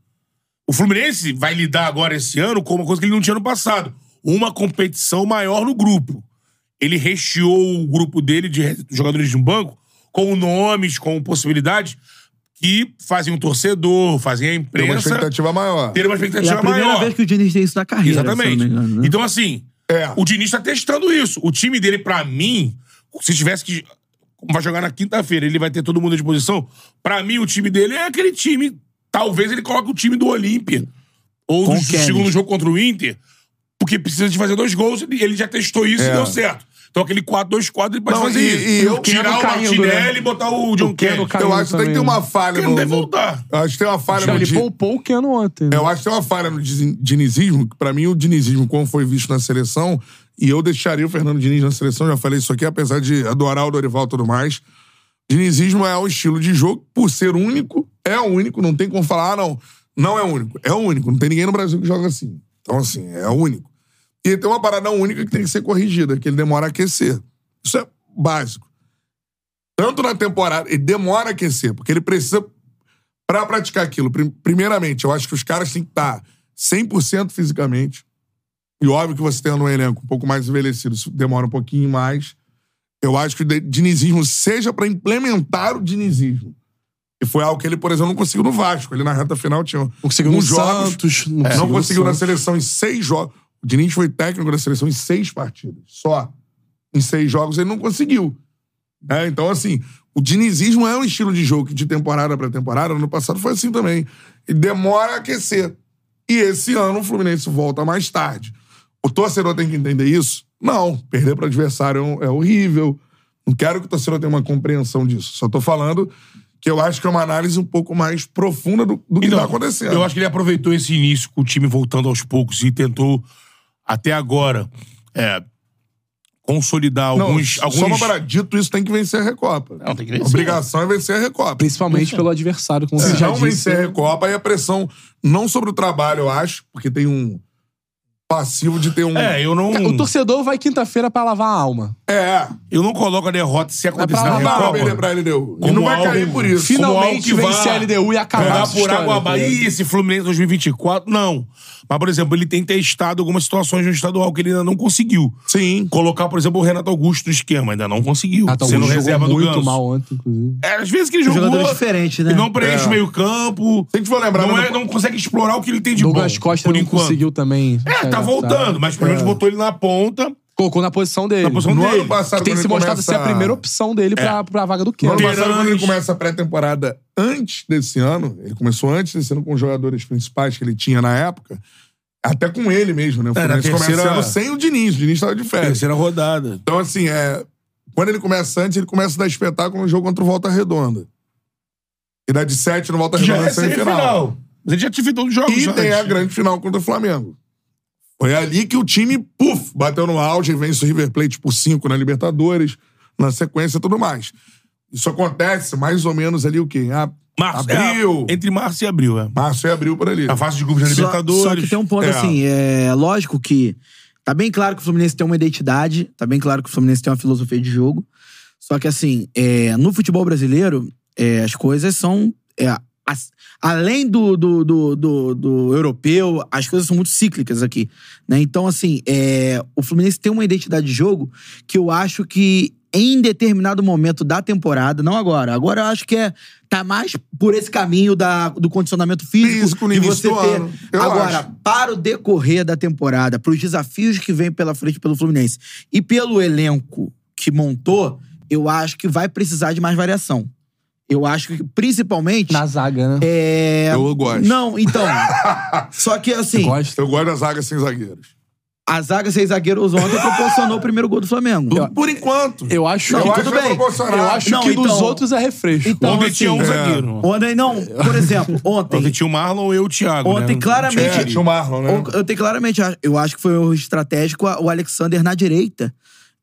Speaker 2: O Fluminense vai lidar agora esse ano com uma coisa que ele não tinha no passado. Uma competição maior no grupo. Ele recheou o grupo dele de re- jogadores de um banco com nomes, com possibilidades que fazem o torcedor, fazem a
Speaker 1: Tem uma
Speaker 2: imprensa
Speaker 1: expectativa maior.
Speaker 2: ter uma
Speaker 3: É
Speaker 2: expectativa
Speaker 3: a primeira
Speaker 2: maior.
Speaker 3: vez que o Diniz tem isso na carreira. se eu não me
Speaker 2: Exatamente.
Speaker 3: engano, né?
Speaker 2: Então, assim,
Speaker 1: É.
Speaker 2: o Diniz tá testando isso. O time dele, pra mim, se tivesse que. como Vai jogar na quinta-feira, ele vai ter todo mundo à disposição. Pra mim, o time dele é aquele time. Talvez ele coloque o time do Olímpia. Ou
Speaker 3: Com
Speaker 2: do
Speaker 3: o Kennedy.
Speaker 2: segundo jogo contra o Inter. Porque precisa de fazer dois gols. ele- Ele já testou isso e
Speaker 1: É.
Speaker 2: deu certo. Então aquele 4-2-4 ele pode
Speaker 1: Não,
Speaker 2: fazer
Speaker 1: e-
Speaker 2: isso.
Speaker 1: e eu-
Speaker 2: Tirar o
Speaker 4: Keno caindo,
Speaker 2: Martinelli
Speaker 4: né?
Speaker 2: e botar o John Kennedy.
Speaker 4: Keno
Speaker 2: Porque
Speaker 4: caindo.
Speaker 1: Eu acho que tem que ter uma falha
Speaker 2: ele não
Speaker 1: no.
Speaker 2: deve
Speaker 1: no-
Speaker 2: voltar.
Speaker 1: Eu acho que tem uma falha
Speaker 4: Não,
Speaker 1: no.
Speaker 4: ele
Speaker 2: Tipo,
Speaker 1: Di-
Speaker 4: poupou o Keno ontem.
Speaker 2: é,
Speaker 4: né?
Speaker 1: Eu acho que tem uma falha no dizi- dinizismo, que pra mim o dinizismo, como foi visto na seleção, e eu deixaria o Fernando Diniz na seleção, já falei isso aqui, apesar de adorar o Dorival e tudo mais. Dinizismo é um estilo de jogo, por ser único, é único, não tem como falar, ah, não, não é único. É único, não tem ninguém no Brasil que joga assim. Então, assim, é único. E tem uma parada única que tem que ser corrigida, que ele demora a aquecer. Isso é básico. Tanto na temporada, ele demora a aquecer, porque ele precisa Pra praticar aquilo, prim- primeiramente, eu acho que os caras têm que tá estar 100% fisicamente. E óbvio que você tendo um elenco um pouco mais envelhecido, isso demora um pouquinho mais. Eu acho que o de- dinizismo seja pra implementar o dinizismo. E foi algo que ele, por exemplo, não conseguiu no Vasco. Ele na reta final tinha
Speaker 4: conseguiu
Speaker 1: uns
Speaker 4: no
Speaker 1: jogos.
Speaker 4: Santos, não
Speaker 1: não
Speaker 2: é,
Speaker 4: conseguiu no
Speaker 1: conseguiu na
Speaker 4: Santos.
Speaker 1: seleção em seis jogos. O Diniz foi técnico da seleção em seis partidas. Só. Em seis jogos ele não conseguiu. né? Então, assim, o dinizismo é um estilo de jogo que de temporada pra temporada, ano passado foi assim também. E demora a aquecer. E esse ano o Fluminense volta mais tarde. O torcedor tem que entender isso? Não. Perder para adversário é um- é horrível. Não quero que o torcedor tenha uma compreensão disso. Só tô falando que eu acho que é uma análise um pouco mais profunda do, do que
Speaker 2: Então,
Speaker 1: tá acontecendo.
Speaker 2: Eu acho que ele aproveitou esse início com o time voltando aos poucos e tentou, até agora, é, consolidar
Speaker 1: Não,
Speaker 2: alguns. alguns...
Speaker 1: Só uma parada, dito isso, tem que vencer a Recopa.
Speaker 2: Não, tem que vencer.
Speaker 1: A obrigação é vencer a Recopa.
Speaker 4: Principalmente pelo adversário,
Speaker 2: É,
Speaker 4: como
Speaker 1: Se
Speaker 4: você já
Speaker 1: não
Speaker 4: disse. né?
Speaker 1: vencer a Recopa, aí a pressão, não sobre o trabalho, eu acho, porque tem um passivo de ter um.
Speaker 2: É, eu não,
Speaker 4: O torcedor vai quinta-feira pra lavar a alma.
Speaker 1: É,
Speaker 2: eu não coloco a derrota se acontecer
Speaker 4: pra
Speaker 2: na
Speaker 1: não dá É pra
Speaker 2: Recopa.
Speaker 1: perder é pra LDU. E
Speaker 2: Como
Speaker 1: não vai
Speaker 2: algo-
Speaker 1: cair por isso.
Speaker 2: Final- algo
Speaker 4: Finalmente
Speaker 2: que
Speaker 4: vencer
Speaker 2: vá
Speaker 4: a LDU e acabar
Speaker 2: Andar
Speaker 4: essa
Speaker 2: por
Speaker 4: história,
Speaker 2: água
Speaker 4: tá
Speaker 2: abaixo.
Speaker 4: ligado?
Speaker 2: Ih, esse Fluminense 2024, não. Mas, por exemplo, ele tem testado algumas situações no estadual que ele ainda não conseguiu.
Speaker 1: Sim.
Speaker 2: Colocar, por exemplo, o Renato Augusto no esquema, ainda não conseguiu.
Speaker 4: Ah, tá, o
Speaker 2: sendo
Speaker 4: Augusto
Speaker 2: reserva
Speaker 4: jogou
Speaker 2: do
Speaker 4: muito
Speaker 2: Ganso.
Speaker 4: mal Um ontem, inclusive.
Speaker 2: É, às vezes que ele jogou.
Speaker 3: Jogadores diferentes, né?
Speaker 2: E não preenche
Speaker 1: É.
Speaker 2: o meio-campo.
Speaker 1: Se a gente for lembrar,
Speaker 2: Não,
Speaker 1: mas
Speaker 2: é, não consegue explorar o que ele tem de
Speaker 4: Douglas
Speaker 2: bom.
Speaker 4: Costa
Speaker 2: por
Speaker 4: não
Speaker 2: enquanto.
Speaker 4: conseguiu É. também. se
Speaker 2: É, tá
Speaker 4: adaptar.
Speaker 2: voltando, mas pelo menos botou ele na ponta.
Speaker 4: Colocou na posição dele.
Speaker 2: Na posição
Speaker 1: No
Speaker 2: dele.
Speaker 1: ano passado,
Speaker 4: que tem
Speaker 1: quando
Speaker 4: se
Speaker 1: ele
Speaker 4: mostrado
Speaker 1: começa-
Speaker 4: ser a primeira opção dele
Speaker 2: É.
Speaker 4: pra, pra vaga do
Speaker 1: No
Speaker 4: Keno.
Speaker 1: ano passado, quando ele
Speaker 2: Terãs.
Speaker 1: começa a pré-temporada antes desse ano, ele começou antes desse ano com os jogadores principais que ele tinha na época, até com ele mesmo, né? O
Speaker 2: É, na
Speaker 1: Fluminense
Speaker 2: terceira-
Speaker 1: começa sem o Diniz, o Diniz tava de férias.
Speaker 2: Terceira rodada.
Speaker 1: Então, assim, é, quando ele começa antes, ele começa a dar espetáculo no jogo contra o Volta Redonda. E dá de 7 no Volta
Speaker 2: Já
Speaker 1: Redonda na
Speaker 2: é
Speaker 1: semifinal.
Speaker 2: semifinal. Mas ele já teve todos os jogos.
Speaker 1: E tem a
Speaker 2: antes.
Speaker 1: grande final contra o Flamengo. Foi ali que o time, puf, bateu no auge e vence o River Plate por 5 na Libertadores, na sequência e tudo mais. Isso acontece mais ou menos ali o quê? Ah,
Speaker 2: Março,
Speaker 1: abril.
Speaker 2: é, entre março e abril, é.
Speaker 1: março e abril por ali.
Speaker 2: A fase de grupos da
Speaker 3: Só-
Speaker 2: Libertadores.
Speaker 3: Só, que tem um ponto
Speaker 2: É.
Speaker 3: assim, é lógico que tá bem claro que o Fluminense tem uma identidade, tá bem claro que o Fluminense tem uma filosofia de jogo. Só que assim, é, no futebol brasileiro, é, as coisas são é, as- além do, do, do, do- do europeu, as coisas são muito cíclicas aqui, né? Então assim, é, o Fluminense tem uma identidade de jogo que eu acho que em determinado momento da temporada, não agora, agora eu acho que é tá mais por esse caminho da, do condicionamento físico,
Speaker 1: Físico no
Speaker 3: de
Speaker 1: início
Speaker 3: você
Speaker 1: do
Speaker 3: ter
Speaker 1: ano. Eu
Speaker 3: agora
Speaker 1: acho.
Speaker 3: para o decorrer da temporada, para os desafios que vem pela frente pelo Fluminense e pelo elenco que montou, eu acho que vai precisar de mais variação. Eu acho que, principalmente.
Speaker 4: Na zaga, né?
Speaker 3: É...
Speaker 1: Eu gosto. <laughs>
Speaker 3: Não, então. só que assim.
Speaker 4: Gosta.
Speaker 1: Eu gosto da zaga sem zagueiros.
Speaker 3: A zaga sem zagueiros ontem proporcionou o primeiro gol do Flamengo.
Speaker 1: Por enquanto.
Speaker 4: Eu acho
Speaker 1: Eu
Speaker 4: que,
Speaker 1: acho
Speaker 3: tudo
Speaker 1: que é
Speaker 3: bem.
Speaker 1: proporcional.
Speaker 4: eu acho
Speaker 3: Não,
Speaker 4: que dos
Speaker 3: então-
Speaker 4: outros é refresco.
Speaker 3: Então,
Speaker 2: Ontem
Speaker 3: assim,
Speaker 2: tinha um
Speaker 3: é.
Speaker 2: zagueiro.
Speaker 3: Ontem, não, por exemplo,
Speaker 2: Ontem
Speaker 3: ontem.
Speaker 2: Então, tinha o Marlon e eu o Thiago.
Speaker 3: Ontem,
Speaker 2: né?
Speaker 3: claramente,
Speaker 1: É, tinha o Marlon, né?
Speaker 3: Eu tenho claramente, eu acho que foi um erro estratégico a- o Alexander na direita.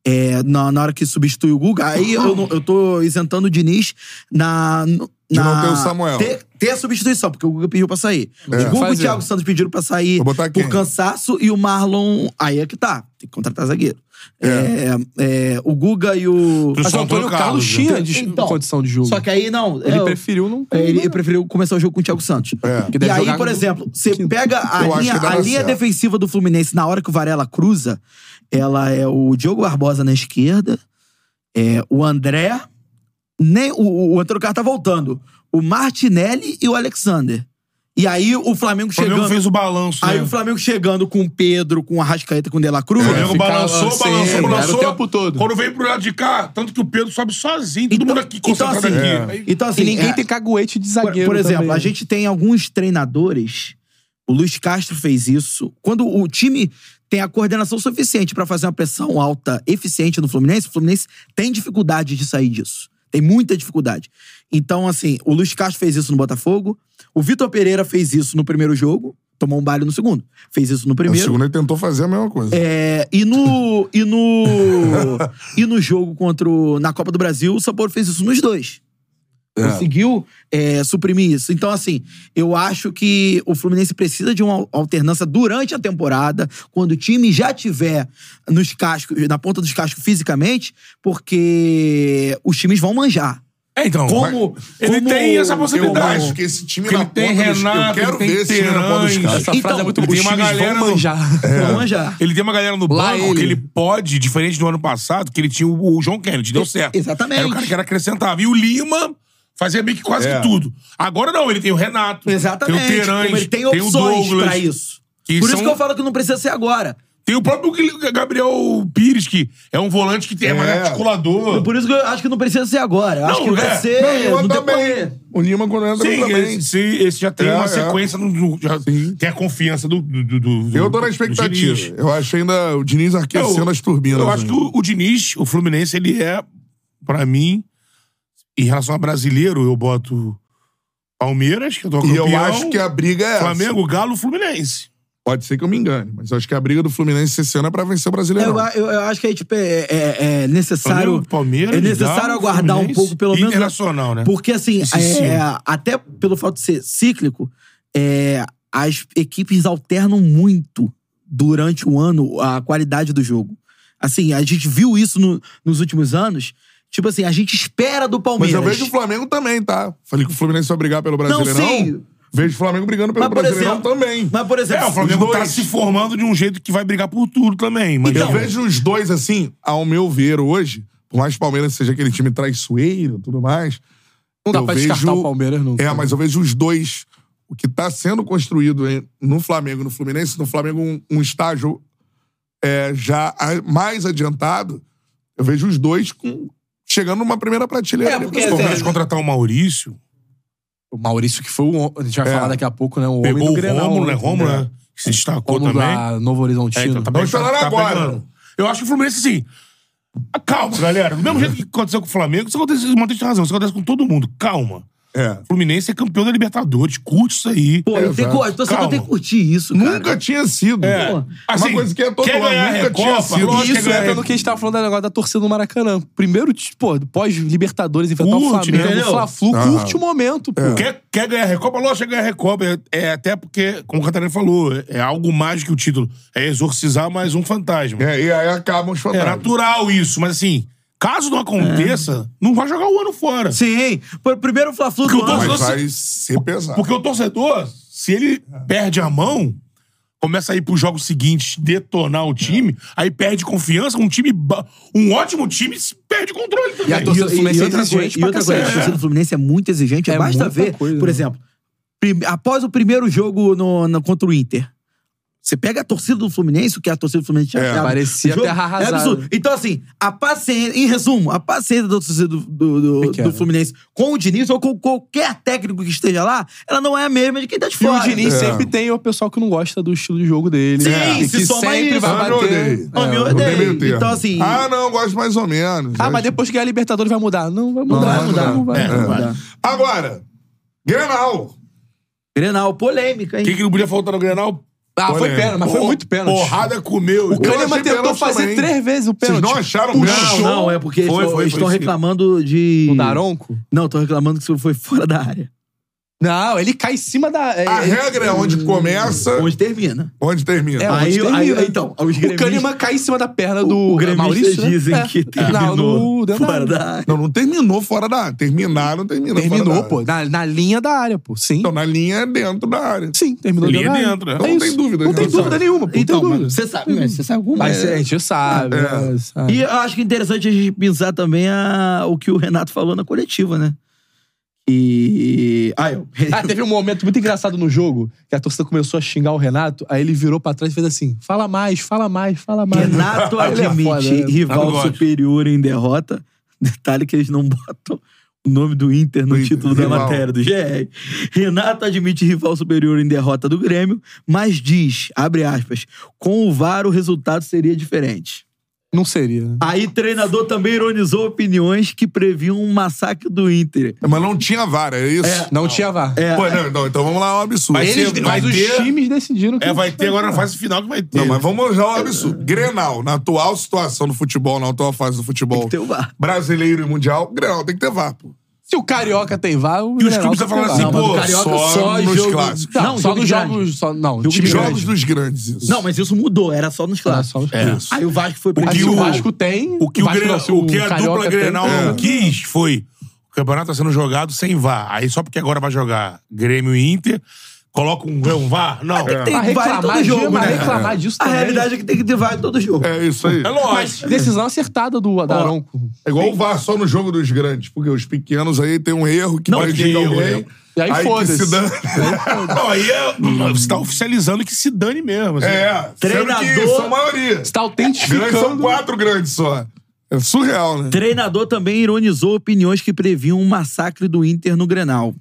Speaker 3: É, na, na hora que substitui o Guga. Aí eu, não- eu tô isentando o Diniz na. n-
Speaker 1: De não
Speaker 3: na-
Speaker 1: ter o Samuel.
Speaker 3: Ter, ter a substituição, porque o Guga pediu pra sair.
Speaker 1: É.
Speaker 3: O Guga e o
Speaker 4: Fazer.
Speaker 3: Thiago Santos pediram pra sair
Speaker 1: Vou botar quem?
Speaker 3: por cansaço e o Marlon. Aí é que tá. Tem que contratar zagueiro. É, é, o Guga e o.
Speaker 2: Trouxe
Speaker 4: Mas o
Speaker 2: Só
Speaker 4: Antônio
Speaker 2: Antônio
Speaker 4: Carlos,
Speaker 2: Carlos, é.
Speaker 4: tinha
Speaker 3: né?
Speaker 4: de-
Speaker 3: Então,
Speaker 4: condição de jogo.
Speaker 3: Só que aí não.
Speaker 4: ele
Speaker 3: eu-
Speaker 4: preferiu não.
Speaker 3: Ele, ele preferiu começar o jogo com o Thiago Santos.
Speaker 1: É.
Speaker 4: Que
Speaker 3: E
Speaker 4: deve
Speaker 3: aí,
Speaker 4: jogar
Speaker 3: por
Speaker 4: no-
Speaker 3: exemplo, você pega
Speaker 1: Eu
Speaker 3: a
Speaker 1: acho
Speaker 3: linha,
Speaker 1: que dá
Speaker 3: a
Speaker 1: certo.
Speaker 3: linha defensiva do Fluminense na hora que o Varela cruza, ela é o Diogo Barbosa na esquerda, é o André, nem o, o, o Antônio Carlos tá voltando, o Martinelli e o Alexander. E aí o Flamengo
Speaker 2: O Flamengo
Speaker 3: chegando,
Speaker 2: fez o balanço.
Speaker 3: aí
Speaker 2: né?
Speaker 3: o Flamengo chegando com o Pedro, com a Rascaeta, com o De La Cruz.
Speaker 2: O Flamengo
Speaker 4: ficar
Speaker 2: balançou,
Speaker 4: sem-
Speaker 2: balançou,
Speaker 4: era o
Speaker 2: balançou.
Speaker 4: tempo todo.
Speaker 2: Quando veio pro lado de cá, tanto que o Pedro sobe sozinho, todo mundo aqui concentrado
Speaker 3: assim,
Speaker 2: aqui. Aí-
Speaker 3: Então assim,
Speaker 4: e ninguém
Speaker 3: é-
Speaker 4: tem caguete de
Speaker 3: Por,
Speaker 4: zagueiro.
Speaker 3: por exemplo,
Speaker 4: também. né?
Speaker 3: a gente tem alguns treinadores. O Luiz Castro fez isso. Quando o time tem a coordenação suficiente pra fazer uma pressão alta eficiente no Fluminense, o Fluminense tem dificuldade de sair disso. Tem muita dificuldade. Então, assim, o Luiz Castro fez isso no Botafogo. O Vitor Pereira fez isso no primeiro jogo. Tomou um baile no segundo. Fez isso no
Speaker 1: No
Speaker 3: primeiro.
Speaker 1: segundo ele tentou fazer a mesma coisa.
Speaker 3: É, e no.
Speaker 2: <laughs>
Speaker 3: E no. e no jogo contra o, na Copa do Brasil, o Sapporo fez isso nos dois. Conseguiu é, suprimir isso. Então, assim, eu acho que o Fluminense precisa de uma al- alternância durante a temporada, quando o time já tiver nos cascos, na ponta dos cascos fisicamente, porque os times vão manjar.
Speaker 2: É, então.
Speaker 3: Como.
Speaker 2: Ele
Speaker 3: como-
Speaker 2: tem essa
Speaker 1: Eu
Speaker 2: possibilidade.
Speaker 1: acho que esse time
Speaker 2: Porque
Speaker 1: na
Speaker 2: ele tem
Speaker 1: ponta dos... Eu
Speaker 2: Renato,
Speaker 1: quero
Speaker 2: ele tem
Speaker 1: ver esse time na ponta dos
Speaker 2: Terãs.
Speaker 1: caras.
Speaker 4: Essa frase
Speaker 3: Então,
Speaker 4: é muito
Speaker 3: tem
Speaker 4: boa. Os
Speaker 2: uma
Speaker 4: times
Speaker 2: galera
Speaker 4: vão
Speaker 2: no-
Speaker 4: manjar.
Speaker 3: Vão manjar.
Speaker 2: Ele É. tem uma galera no
Speaker 4: Lá
Speaker 2: banco
Speaker 4: ele.
Speaker 2: que ele pode, diferente do ano passado, que ele tinha o o João Kennedy, deu certo.
Speaker 3: Exatamente.
Speaker 2: Era o cara que era acrescentava. E o Lima fazia meio que quase
Speaker 1: É.
Speaker 2: que tudo. Agora não, ele tem o Renato,
Speaker 3: Exatamente.
Speaker 2: tem o Terãs,
Speaker 3: Como ele tem
Speaker 2: o
Speaker 3: opções
Speaker 2: Douglas,
Speaker 3: pra isso.
Speaker 2: que
Speaker 3: Por isso
Speaker 2: são-
Speaker 3: que eu falo que não precisa ser agora.
Speaker 2: tem o próprio Gui- Gabriel Pires, que é um volante que tem, é, mais
Speaker 1: É.
Speaker 2: articulador.
Speaker 3: Por isso que eu acho que não precisa ser agora. Eu acho que
Speaker 2: Não,
Speaker 3: vai
Speaker 2: é.
Speaker 3: ser
Speaker 1: Não, e o
Speaker 3: no
Speaker 1: outro
Speaker 3: decorrer.
Speaker 1: também. O Lima quando entra
Speaker 2: Sim,
Speaker 1: também.
Speaker 2: esse, esse já tem
Speaker 1: É,
Speaker 2: uma
Speaker 1: é.
Speaker 2: sequência, no- no- já
Speaker 1: Sim.
Speaker 2: tem a confiança do, do, do- do-
Speaker 1: Eu tô na
Speaker 2: do Diniz.
Speaker 1: expectativa. Eu acho ainda o Diniz aquecendo
Speaker 2: Eu-
Speaker 1: as turbinas.
Speaker 2: Eu acho
Speaker 1: né?
Speaker 2: que o, o Diniz, o Fluminense, ele é, pra mim, em relação a brasileiro, eu boto Palmeiras, que eu tô
Speaker 1: E
Speaker 2: campeão,
Speaker 1: eu acho que a briga é essa.
Speaker 2: Flamengo, Galo, Fluminense.
Speaker 1: Pode ser que eu me engane, mas eu acho que a briga do Fluminense esse ano é pra vencer o Brasileirão.
Speaker 3: Eu, eu- eu acho que é, tipo, é, é- é necessário.
Speaker 2: Flamengo, Palmeiras,
Speaker 3: é necessário
Speaker 2: Galo,
Speaker 3: aguardar um
Speaker 2: Fluminense
Speaker 3: pouco, pelo
Speaker 2: e
Speaker 3: menos.
Speaker 2: Internacional, né?
Speaker 3: Porque, assim,
Speaker 2: Sim,
Speaker 3: é,
Speaker 2: sim.
Speaker 3: até pelo fato de ser cíclico, é, as equipes alternam muito durante o ano a qualidade do jogo. Assim, a gente viu isso no- nos últimos anos. Tipo assim, a gente espera do
Speaker 1: Mas
Speaker 3: Palmeiras.
Speaker 1: eu vejo o Flamengo também, tá? Falei que o Fluminense vai brigar pelo
Speaker 3: Não,
Speaker 1: Brasileirão.
Speaker 3: sim.
Speaker 1: Vejo o Flamengo brigando pelo
Speaker 3: Mas, por
Speaker 1: Brasileirão
Speaker 3: exemplo-
Speaker 1: também.
Speaker 3: Mas, por
Speaker 2: É,
Speaker 3: exemplo,
Speaker 2: o Flamengo
Speaker 1: os
Speaker 2: tá
Speaker 1: dois.
Speaker 2: se formando de um jeito que vai brigar por tudo também. Mas
Speaker 3: então.
Speaker 1: Eu vejo os dois assim, ao meu ver hoje, por mais que o Palmeiras seja aquele time traiçoeiro e tudo mais.
Speaker 4: Não dá
Speaker 1: eu
Speaker 4: pra
Speaker 1: vejo...
Speaker 4: descartar o Palmeiras nunca.
Speaker 1: É, mas eu vejo os dois. O que tá sendo construído em- no Flamengo e no Fluminense, no Flamengo um, um estágio é, já a- mais adiantado, eu vejo os dois com- chegando numa primeira prateleira. ali
Speaker 2: se
Speaker 1: pra
Speaker 2: o Palmeiras
Speaker 1: conversar.
Speaker 2: contratar o Maurício,
Speaker 4: O Maurício, que foi o. A gente vai
Speaker 1: É.
Speaker 4: falar daqui a pouco, né? O homem
Speaker 2: pegou
Speaker 4: do
Speaker 2: o
Speaker 4: Grenal,
Speaker 2: Rômulo, né?
Speaker 4: ontem,
Speaker 2: Rômulo, né? Que se destacou
Speaker 4: Rômulo
Speaker 2: também.
Speaker 4: da Novo
Speaker 2: É,
Speaker 4: Horizontino.
Speaker 2: então tá bem,
Speaker 1: Vamos falar
Speaker 2: tá
Speaker 1: agora.
Speaker 2: pegando. Eu acho que o Fluminense, assim. Calma, galera. Do mesmo jeito que aconteceu com o Flamengo, isso acontece, o Matheus tem razão, isso acontece com todo mundo. Calma.
Speaker 1: É.
Speaker 2: O Fluminense é campeão da Libertadores, curte isso aí.
Speaker 3: pô, eu tenho,
Speaker 1: Exato.
Speaker 3: que- eu tô sabendo que eu tenho que curtir isso, cara.
Speaker 1: É, Nunca tinha sido.
Speaker 2: É.
Speaker 1: Uma
Speaker 2: Assim,
Speaker 1: coisa que é todo
Speaker 2: quer
Speaker 1: ano,
Speaker 2: ganhar
Speaker 1: nunca
Speaker 2: a
Speaker 1: tinha
Speaker 2: Recopa?
Speaker 1: sido.
Speaker 2: Lógico que
Speaker 4: Isso
Speaker 2: ganha.
Speaker 4: entra no que a gente tava falando do negócio da torcida do Maracanã. Primeiro, tipo, pô, pós-Libertadores enfrentar o
Speaker 2: Curte, né?
Speaker 4: Flamengo,
Speaker 2: Entendeu?
Speaker 4: o Fla-Flu,
Speaker 1: Ah.
Speaker 4: curte o momento, pô.
Speaker 2: Quer, quer ganhar a Recopa? Lógico que ganhar a Recopa. É, é até porque, como o Catarina falou, é, é algo mais que o título. É exorcizar mais um fantasma. É,
Speaker 1: É, e aí acabam os fantasmas.
Speaker 2: natural isso, É, mas assim, caso não aconteça, não vai jogar o ano fora.
Speaker 3: Sim, foi o primeiro Fla-Flu
Speaker 2: Porque
Speaker 3: do
Speaker 2: eu tô
Speaker 3: ano.
Speaker 1: Mas
Speaker 2: Nossa.
Speaker 1: vai ser pesado.
Speaker 2: Porque o torcedor, se ele perde a mão, começa a ir pros jogos seguintes detonar o time, aí perde confiança, um time. ba- Um ótimo time se perde controle também.
Speaker 4: E a torcida do Fluminense
Speaker 3: e
Speaker 4: é
Speaker 3: outra coisa,
Speaker 4: exigente
Speaker 3: e
Speaker 4: pra
Speaker 3: outra coisa, a
Speaker 4: cacete.
Speaker 3: torcida do Fluminense é muito exigente.
Speaker 4: É
Speaker 3: basta
Speaker 4: muita
Speaker 3: ver,
Speaker 4: coisa,
Speaker 3: por
Speaker 4: né?
Speaker 3: exemplo, prim- após o primeiro jogo no, no- contra o Inter, Você pega a torcida do Fluminense, o que a torcida do Fluminense tinha
Speaker 1: É,
Speaker 3: dado no
Speaker 4: parecia
Speaker 3: jogo,
Speaker 4: terra arrasada.
Speaker 3: É absurdo. Então, assim, a paciência, em resumo, a paciência da torcida do, do, do-
Speaker 4: Pequena.
Speaker 3: do Fluminense com o Diniz ou com qualquer técnico que esteja lá, ela não é a mesma de quem tá de
Speaker 4: E o
Speaker 3: fora.
Speaker 4: Diniz
Speaker 1: É.
Speaker 4: sempre tem o pessoal que não gosta do estilo de jogo dele.
Speaker 3: Sim,
Speaker 4: né? E
Speaker 3: se
Speaker 4: que
Speaker 3: soma
Speaker 4: sempre
Speaker 3: isso.
Speaker 4: vai
Speaker 1: Ah, eu
Speaker 4: bater.
Speaker 1: odeio.
Speaker 3: Ah, meu,
Speaker 4: é,
Speaker 1: Não tem
Speaker 3: odeio.
Speaker 1: meio termo.
Speaker 3: Então, assim.
Speaker 1: Ah, não, gosto mais ou menos.
Speaker 4: Ah, mas depois que ganhar a Libertadores vai mudar. Não, vai mudar.
Speaker 3: vai mudar.
Speaker 4: Não vai.
Speaker 3: É, não vai.
Speaker 1: Agora, Grenal.
Speaker 3: Grenal, polêmica,
Speaker 2: O
Speaker 3: hein?
Speaker 2: que, que não podia faltar no Grenal?
Speaker 4: Ah, foi
Speaker 1: Olha,
Speaker 4: pena, mas foi
Speaker 2: Por-
Speaker 4: muito pênalti.
Speaker 2: Porrada comeu.
Speaker 4: O Kahneman
Speaker 1: achei
Speaker 4: tentou
Speaker 1: pênalti
Speaker 4: fazer
Speaker 1: também.
Speaker 4: três vezes o
Speaker 1: Vocês
Speaker 4: pênalti.
Speaker 1: não acharam
Speaker 3: Não,
Speaker 1: Grenal?
Speaker 3: não, é porque
Speaker 2: Foi,
Speaker 3: eles,
Speaker 2: foi,
Speaker 3: eles
Speaker 2: foi
Speaker 3: estão
Speaker 2: sim.
Speaker 3: reclamando de.
Speaker 4: O Daronco?
Speaker 3: Não, tô reclamando que isso foi fora da área.
Speaker 4: Não, ele cai em cima da. é,
Speaker 1: A
Speaker 2: Ah,
Speaker 4: ele-
Speaker 1: regra é onde começa,
Speaker 3: Onde termina.
Speaker 1: onde termina.
Speaker 4: É,
Speaker 3: Aí-
Speaker 4: onde termina.
Speaker 3: aí- então, os
Speaker 4: o
Speaker 3: gremistas-
Speaker 4: Kahneman cai em cima da perna do
Speaker 3: o gremista
Speaker 4: Maurício, né?
Speaker 3: dizem
Speaker 4: É.
Speaker 3: que
Speaker 4: Não,
Speaker 3: terminou
Speaker 4: no, dentro da
Speaker 3: fora
Speaker 4: área.
Speaker 3: da área.
Speaker 1: Não, não terminou fora da área. Terminaram, terminou.
Speaker 4: Terminou,
Speaker 1: fora da área.
Speaker 4: pô. Na, na linha da área, pô. Sim.
Speaker 1: Então, na linha é dentro da área.
Speaker 4: Sim, terminou
Speaker 2: Linha
Speaker 4: dentro da área.
Speaker 2: dentro, né?
Speaker 4: É
Speaker 1: Não tem
Speaker 4: isso.
Speaker 1: dúvida,
Speaker 4: Não tem
Speaker 1: então,
Speaker 4: dúvida
Speaker 1: sabe?
Speaker 4: nenhuma, pô. Não tem
Speaker 3: Então,
Speaker 4: dúvida.
Speaker 3: mas você sabe, mas você sabe como
Speaker 4: né? Mas
Speaker 3: é.
Speaker 4: a gente sabe. né? Sabe.
Speaker 3: E eu acho que é interessante a gente pensar também a, o que o Renato falou na coletiva, né? E. Ah, eu.
Speaker 4: Ah, teve um momento muito engraçado no jogo que a torcida começou a xingar o Renato, aí ele virou pra trás e fez assim: fala mais, fala mais, fala mais.
Speaker 3: Renato
Speaker 4: Ele é foda,
Speaker 3: admite
Speaker 4: né?
Speaker 2: Eu
Speaker 3: rival
Speaker 2: gosto.
Speaker 3: superior em derrota. <laughs> Detalhe que eles não botam o nome do Inter no
Speaker 1: Do Inter,
Speaker 3: título da
Speaker 1: rival.
Speaker 3: matéria do GR. Renato admite rival superior em derrota do Grêmio, mas diz, abre aspas, com o VAR o resultado seria diferente.
Speaker 4: Não seria. né?
Speaker 3: Aí treinador também ironizou opiniões que previam um massacre do Inter.
Speaker 1: Mas não tinha vara, é isso?
Speaker 4: Não, tinha VAR.
Speaker 3: É,
Speaker 1: Pô, não, então, então vamos lá, é um absurdo.
Speaker 2: Mas
Speaker 4: Eles-
Speaker 2: Vai
Speaker 4: mas os
Speaker 2: ter-
Speaker 4: times decidiram que.
Speaker 2: É, vai ter agora na fase final que vai ter.
Speaker 1: Não, mas vamos já ao absurdo. Grenal, na atual situação do futebol, na atual fase do futebol
Speaker 3: <laughs> tem um o VAR.
Speaker 1: brasileiro e mundial, Grenal tem que ter VAR, pô.
Speaker 4: Se o Carioca tem VAR, o
Speaker 2: E os
Speaker 4: Grenal
Speaker 2: clubes
Speaker 4: tem
Speaker 2: estão falando
Speaker 4: VAR.
Speaker 2: assim,
Speaker 4: Não, mas
Speaker 2: pô,
Speaker 4: o Carioca-
Speaker 1: só, um
Speaker 4: só
Speaker 1: nos
Speaker 4: jogo-
Speaker 1: clássicos.
Speaker 4: Não,
Speaker 3: Não,
Speaker 4: só
Speaker 3: jogo
Speaker 4: nos
Speaker 3: grande.
Speaker 4: jogos. Só, não,
Speaker 3: Jogo
Speaker 4: time
Speaker 3: grande.
Speaker 1: Jogos
Speaker 4: grande.
Speaker 1: dos grandes, isso.
Speaker 3: Não, mas isso mudou, era só nos
Speaker 4: Ah,
Speaker 3: clássicos.
Speaker 4: só nos
Speaker 2: É.
Speaker 4: clássicos.
Speaker 3: Aí o Vasco foi
Speaker 4: Mas
Speaker 2: que
Speaker 4: o
Speaker 2: o-
Speaker 4: Vasco tem.
Speaker 2: O que, o
Speaker 4: Vasco
Speaker 2: Gre-
Speaker 4: não, se
Speaker 2: o que a
Speaker 4: Carioca
Speaker 2: dupla
Speaker 4: tem-
Speaker 2: Grenal
Speaker 4: É.
Speaker 2: não quis foi o campeonato tá sendo jogado sem VAR. Aí só porque agora vai jogar Grêmio e Inter, coloca um, um VAR? Não.
Speaker 1: É,
Speaker 3: tem
Speaker 4: Mas
Speaker 3: que
Speaker 4: reclamar,
Speaker 3: vai todo jogo,
Speaker 4: mas
Speaker 3: né?
Speaker 4: reclamar disso
Speaker 3: A
Speaker 4: também.
Speaker 3: realidade é que tem que ter VAR em todo jogo.
Speaker 1: É isso aí.
Speaker 2: É
Speaker 4: Mas
Speaker 2: lógico.
Speaker 4: decisão acertada do Daronco.
Speaker 1: É igual o VAR só no jogo dos grandes, porque os pequenos aí tem um erro que
Speaker 2: Não,
Speaker 1: pode
Speaker 2: que
Speaker 1: chegar
Speaker 2: erro,
Speaker 1: alguém.
Speaker 2: né?
Speaker 4: E aí
Speaker 1: que
Speaker 4: foda-se.
Speaker 1: se dane.
Speaker 2: Não, aí é- você tá oficializando que se dane mesmo. assim.
Speaker 1: É, sendo que
Speaker 3: Treinador-
Speaker 1: são a maioria.
Speaker 4: Está
Speaker 1: Grandes são
Speaker 4: autentificando.
Speaker 1: quatro grandes só. É surreal, né?
Speaker 3: Treinador também ironizou opiniões que previam um massacre do Inter no Grenal.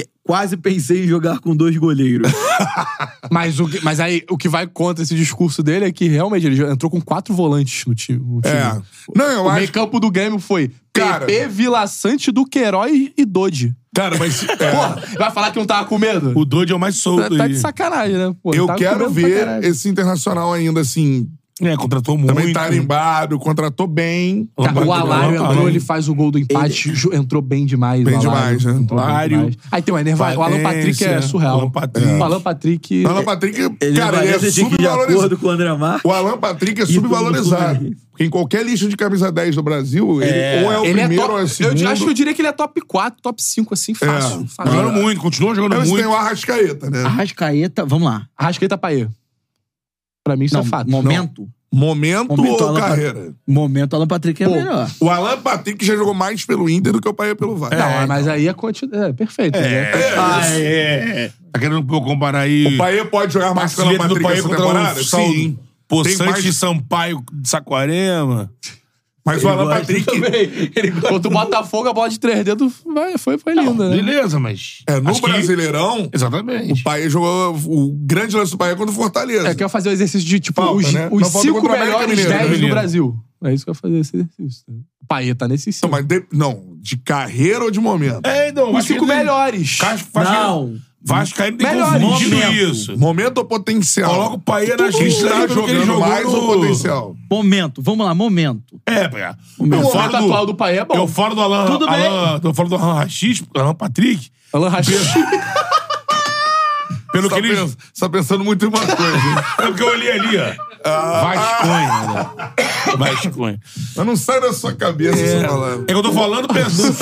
Speaker 3: É, Quase pensei em jogar com dois <laughs> goleiros.
Speaker 4: Mas, o, que- mas aí o que vai contra esse discurso dele é que realmente ele já entrou com quatro volantes no time. no time.
Speaker 1: É. Não, eu
Speaker 4: O
Speaker 1: acho.
Speaker 4: meio-campo do Grêmio foi
Speaker 1: Cara.
Speaker 4: PP, Vila Sante, Duqueiroz e Dodi.
Speaker 1: Cara, <laughs> mas. é,
Speaker 4: Porra, vai falar que não tava com medo?
Speaker 2: O Dodge é o mais
Speaker 4: Tá,
Speaker 2: solto
Speaker 4: tá
Speaker 2: aí.
Speaker 4: de sacanagem, né? Pô,
Speaker 1: eu
Speaker 4: tava com
Speaker 1: quero
Speaker 4: medo pra
Speaker 1: ver
Speaker 4: caralho.
Speaker 1: esse internacional ainda, assim.
Speaker 2: É, contratou muito. Tá,
Speaker 1: Também tarimbado, contratou bem.
Speaker 4: Cara, Tá, o Alário
Speaker 2: Alan.
Speaker 4: entrou, ele faz o gol do empate, ju- entrou bem demais.
Speaker 1: Bem
Speaker 4: o Alário.
Speaker 1: demais, né?
Speaker 4: Entrou bem
Speaker 2: Alário,
Speaker 4: demais. Aí tem o Enerva, o Alan Patrick é
Speaker 2: Valência,
Speaker 4: surreal. É.
Speaker 2: Alan Patrick.
Speaker 4: O Alan Patrick.
Speaker 1: O Alan Patrick,
Speaker 3: Ele
Speaker 1: cara, ele é
Speaker 3: parece que, de
Speaker 1: subvalorizado.
Speaker 3: acordo com o André Mar,
Speaker 1: O Alan Patrick é
Speaker 3: todo
Speaker 1: subvalorizado.
Speaker 3: mundo.
Speaker 1: Porque em qualquer lista de camisa 10 do Brasil, ele ou é o
Speaker 4: Ele é
Speaker 1: primeiro ou é o
Speaker 4: top.
Speaker 1: segundo.
Speaker 4: Eu acho que eu diria que ele é top 4, top 5, assim, fácil.
Speaker 1: É.
Speaker 4: fácil.
Speaker 2: Tá Jogando muito, continua jogando
Speaker 1: Mas tem
Speaker 2: muito.
Speaker 1: o Arrascaeta, né?
Speaker 3: Arrascaeta, vamos lá.
Speaker 4: Arrascaeta Paê. Pra mim isso é fato.
Speaker 3: momento.
Speaker 1: um Momento,
Speaker 3: Momento
Speaker 1: ou
Speaker 3: Alan
Speaker 1: carreira?
Speaker 3: Momento, Alan Patrick é melhor.
Speaker 1: O Alan Patrick já jogou mais pelo Inter do que o Paia pelo Vasco.
Speaker 4: Não, mas aí é quantidade. É, perfeito. né?
Speaker 2: É, ah, é. Tá querendo pô, comparar aí.
Speaker 1: O Paia pode jogar mais pela
Speaker 2: Marcelito do
Speaker 1: Patrick
Speaker 2: Paê
Speaker 1: essa
Speaker 2: contra
Speaker 1: temporada?
Speaker 2: o
Speaker 1: Sim.
Speaker 2: Sim. Poçante
Speaker 1: Tem mais-
Speaker 2: de Sampaio de Saquarema.
Speaker 1: Mas o Alan Patrick...
Speaker 4: Contra o Botafogo, a bola de três dedos vai- foi, foi linda, né?
Speaker 2: Beleza, mas.
Speaker 1: É, no
Speaker 2: acho que-
Speaker 1: Brasileirão, o
Speaker 2: Exatamente.
Speaker 1: Paia jogou... O grande lance do Paia contra o Fortaleza.
Speaker 4: É, eu quero fazer o exercício de, tipo,
Speaker 1: Falta,
Speaker 4: os,
Speaker 1: né?
Speaker 4: os
Speaker 1: Não, falta
Speaker 4: cinco
Speaker 1: contra o América
Speaker 4: melhores
Speaker 1: Mineiro,
Speaker 4: 10 do
Speaker 2: Mineiro.
Speaker 4: Brasil. É isso que eu vou fazer esse exercício. O Paê tá nesse
Speaker 1: Não,
Speaker 4: cinco.
Speaker 1: mas de... não, de carreira ou de momento?
Speaker 2: É, não,
Speaker 4: Os cinco melhores.
Speaker 2: Vasco, Vasco,
Speaker 3: Não.
Speaker 2: Vasco ainda tem
Speaker 4: Melhores.
Speaker 2: confundido
Speaker 3: Momento.
Speaker 2: isso.
Speaker 1: Momento ou potencial?
Speaker 2: Coloca o Paê na
Speaker 1: Quem
Speaker 2: lista
Speaker 1: está
Speaker 2: aí pelo que ele
Speaker 1: tá jogando
Speaker 2: jogou
Speaker 1: mais
Speaker 2: no-
Speaker 1: ou potencial?
Speaker 3: Momento, vamos lá, momento.
Speaker 2: É, pega.
Speaker 4: O
Speaker 2: Eu
Speaker 4: fato
Speaker 2: falo
Speaker 4: atual
Speaker 2: do,
Speaker 4: do Paê é bom.
Speaker 2: eu falo do Alan.
Speaker 3: Tudo bem.
Speaker 2: Alan- eu falo do Alan Rachis, Alan Patrick.
Speaker 4: Alan Rachid.
Speaker 2: Pelo
Speaker 1: Você
Speaker 2: que
Speaker 1: tá,
Speaker 2: ele.
Speaker 1: pens- você tá pensando Ah. muito em uma coisa. hein?
Speaker 2: É porque eu olhei ali, ó. Vasconha, né? Vasconha.
Speaker 1: Mas não sai da sua cabeça essa palavra.
Speaker 2: É que eu tô falando pensando.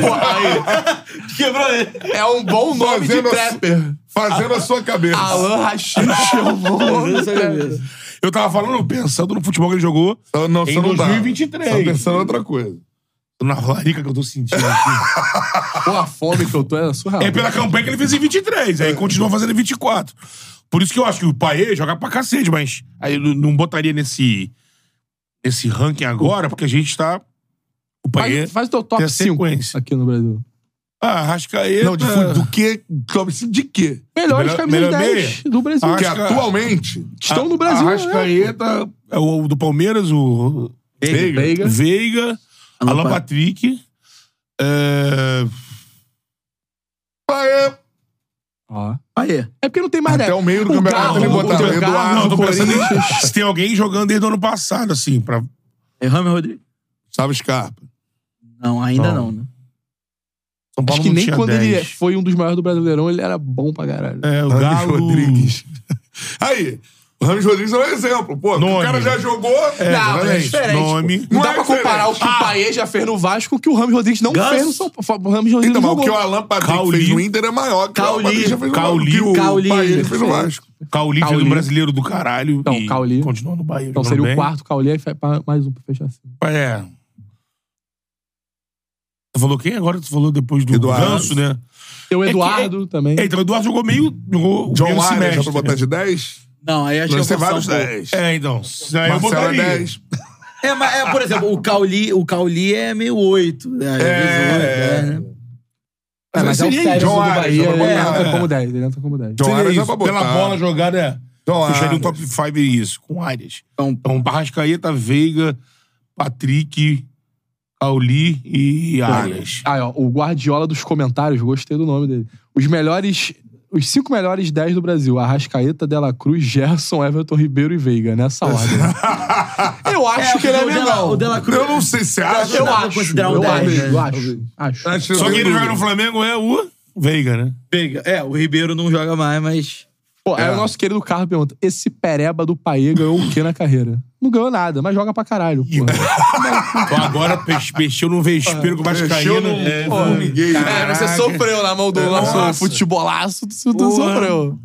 Speaker 2: Pô, aí. <laughs> Quebrou ele.
Speaker 4: É um bom nome de
Speaker 1: Fazendo a su-
Speaker 4: trapper.
Speaker 1: Fazendo a sua cabeça.
Speaker 4: Alan Rachid é um bom nome de trapper.
Speaker 2: Eu tava falando, pensando no futebol que ele jogou
Speaker 1: Então, não,
Speaker 2: em
Speaker 1: você não tá.
Speaker 2: 2023.
Speaker 1: Você tá pensando em outra coisa.
Speaker 2: na larica que eu tô sentindo aqui.
Speaker 4: Pô, a fome que eu tô é surreal.
Speaker 2: é pela campanha que ele fez em 23, aí continua fazendo em 24. Por isso que eu acho que o Paê joga pra cacete, mas aí eu não botaria nesse, nesse ranking agora, porque a gente tá. O Paê.
Speaker 4: Faz, faz o teu top
Speaker 2: é, tem a
Speaker 4: 5
Speaker 2: sequência.
Speaker 4: aqui no Brasil.
Speaker 2: Ah, Rascaeta.
Speaker 1: Não, de fu- do que? Top cinco de quê?
Speaker 4: Melhores
Speaker 2: Melhor-
Speaker 4: camisas
Speaker 2: melhor
Speaker 4: 10 do Brasil.
Speaker 2: Acho
Speaker 1: Porque
Speaker 2: que-
Speaker 1: atualmente.
Speaker 4: Estão
Speaker 2: a-
Speaker 4: no Brasil. né?
Speaker 2: Arrascaeta, é o, o do Palmeiras, o.
Speaker 4: Veiga.
Speaker 2: Veiga. Veiga
Speaker 3: Alan
Speaker 2: Alan
Speaker 3: Pa-
Speaker 2: Patrick. É,
Speaker 1: Paê,
Speaker 4: Ó.
Speaker 3: Aí.
Speaker 4: É porque não tem mais
Speaker 1: Até
Speaker 4: dez.
Speaker 1: o meio do
Speaker 4: O
Speaker 1: campeonato
Speaker 4: Garro,
Speaker 1: ele
Speaker 4: o
Speaker 1: botava
Speaker 4: Garro,
Speaker 1: Eduardo,
Speaker 4: não,
Speaker 2: tô pensando
Speaker 1: Corinthians.
Speaker 2: em- se tem alguém jogando desde o ano passado, assim, pra.
Speaker 3: É Rami Rodrigues?
Speaker 1: Gustavo Scarpa.
Speaker 3: Não, ainda
Speaker 2: Não.
Speaker 3: não, né?
Speaker 2: São Paulo
Speaker 4: Acho que
Speaker 2: não
Speaker 4: nem
Speaker 2: tinha
Speaker 4: quando
Speaker 2: 10.
Speaker 4: ele foi um dos maiores do Brasileirão, ele era bom pra caralho.
Speaker 2: É, o
Speaker 1: Ramos
Speaker 2: Galo.
Speaker 1: Rodrigues. <laughs> Aí, o Ramos Rodrigues é um exemplo. Pô,
Speaker 2: Nome.
Speaker 1: o cara já jogou. É,
Speaker 2: exatamente. Nome.
Speaker 4: Não,
Speaker 1: Não
Speaker 4: dá
Speaker 1: é
Speaker 4: pra comparar o
Speaker 1: diferente.
Speaker 4: que o Paê já fez no Vasco com o que o Ramos Rodrigues não
Speaker 3: Ganso.
Speaker 4: fez no São Paulo. O Ramos Rodrigues
Speaker 1: Então, mas o
Speaker 4: não
Speaker 1: que o
Speaker 4: jogou.
Speaker 1: Alan Patrick
Speaker 2: Cauli.
Speaker 1: fez no Inter é maior que o Alan
Speaker 3: Cauli.
Speaker 1: Patrick já fez no
Speaker 2: Cauli.
Speaker 1: que o
Speaker 3: Cauli.
Speaker 1: Paê fez no Vasco.
Speaker 2: Cauli fez
Speaker 4: Cauli.
Speaker 2: um brasileiro do caralho.
Speaker 4: Então,
Speaker 2: e
Speaker 4: Cauli.
Speaker 2: Continua no Bahia.
Speaker 4: Então
Speaker 2: jogando
Speaker 4: seria o
Speaker 2: bem.
Speaker 4: quarto, Caulê, aí fe- pa- mais um pra fechar assim.
Speaker 2: É. Você falou quem agora? Você falou depois do
Speaker 1: Eduardo.
Speaker 2: Ganso, né?
Speaker 4: Tem o
Speaker 2: É que-
Speaker 4: Eduardo também.
Speaker 2: É, então o Eduardo jogou meio. Jogou o
Speaker 1: John
Speaker 2: primeiro
Speaker 1: Arias, já
Speaker 2: semestre,
Speaker 1: pra botar
Speaker 2: né?
Speaker 1: de 10?
Speaker 3: Não, aí acho que
Speaker 1: Não,
Speaker 3: eu
Speaker 1: tem
Speaker 3: vou
Speaker 1: vários
Speaker 3: passar um
Speaker 1: 10.
Speaker 2: É, então. Aí eu
Speaker 1: Marcelo é
Speaker 2: botaria.
Speaker 1: 10.
Speaker 3: pouco. É, mas, é, por exemplo, o Cauli, o Cauli é meio 8. Né? Às vezes oito,
Speaker 1: É.
Speaker 3: né?
Speaker 4: É, mas é o
Speaker 1: Seria
Speaker 4: Sérgio
Speaker 1: John
Speaker 4: do
Speaker 1: Arias,
Speaker 4: Bahia,
Speaker 1: dá pra
Speaker 4: ele
Speaker 1: botar,
Speaker 4: entra
Speaker 1: é.
Speaker 4: como 10, ele entra como 10.
Speaker 1: John
Speaker 2: Seria
Speaker 1: Arias dá
Speaker 2: isso.
Speaker 1: pra botar.
Speaker 2: Pela bola jogada, é.
Speaker 1: John
Speaker 2: Fecharia um
Speaker 1: Arias.
Speaker 2: top 5 isso, com áreas.
Speaker 3: Então,
Speaker 2: Então, Barrascaeta, Veiga, Patrick, Cauli e Arias. <laughs>
Speaker 4: Ah, ó, o Guardiola dos comentários, gostei do nome dele. Os melhores. Os cinco melhores 10 do Brasil: Arrascaeta, Dela Cruz, Gerson, Everton Ribeiro e Veiga, nessa ordem. <laughs> eu acho é que ele é
Speaker 3: o Dela-
Speaker 4: legal.
Speaker 3: o Dela Cruz.
Speaker 1: Eu não sei se acha.
Speaker 3: Eu
Speaker 4: Eu
Speaker 3: dá pra
Speaker 4: acho.
Speaker 3: considerar um
Speaker 4: eu
Speaker 3: 10,
Speaker 4: acho,
Speaker 3: né?
Speaker 4: eu acho, acho.
Speaker 1: Acho
Speaker 2: Só quem
Speaker 1: sem
Speaker 2: ele joga no
Speaker 1: dúvida.
Speaker 2: Flamengo é o Veiga, né?
Speaker 3: Veiga. É, o Ribeiro não joga mais, mas.
Speaker 4: Pô, aí o nosso querido Carlos pergunta: esse pereba do Paê ganhou o que na carreira? Não ganhou nada, mas joga pra caralho. Porra.
Speaker 2: Então agora pes- mexeu no vespeiro com o
Speaker 1: Mexeu
Speaker 2: Vascaíno.
Speaker 1: no
Speaker 2: É,
Speaker 1: formigueiro.
Speaker 4: É, você
Speaker 2: Caraca.
Speaker 4: sofreu na mão do nosso futebolaço, tu, tu sofreu.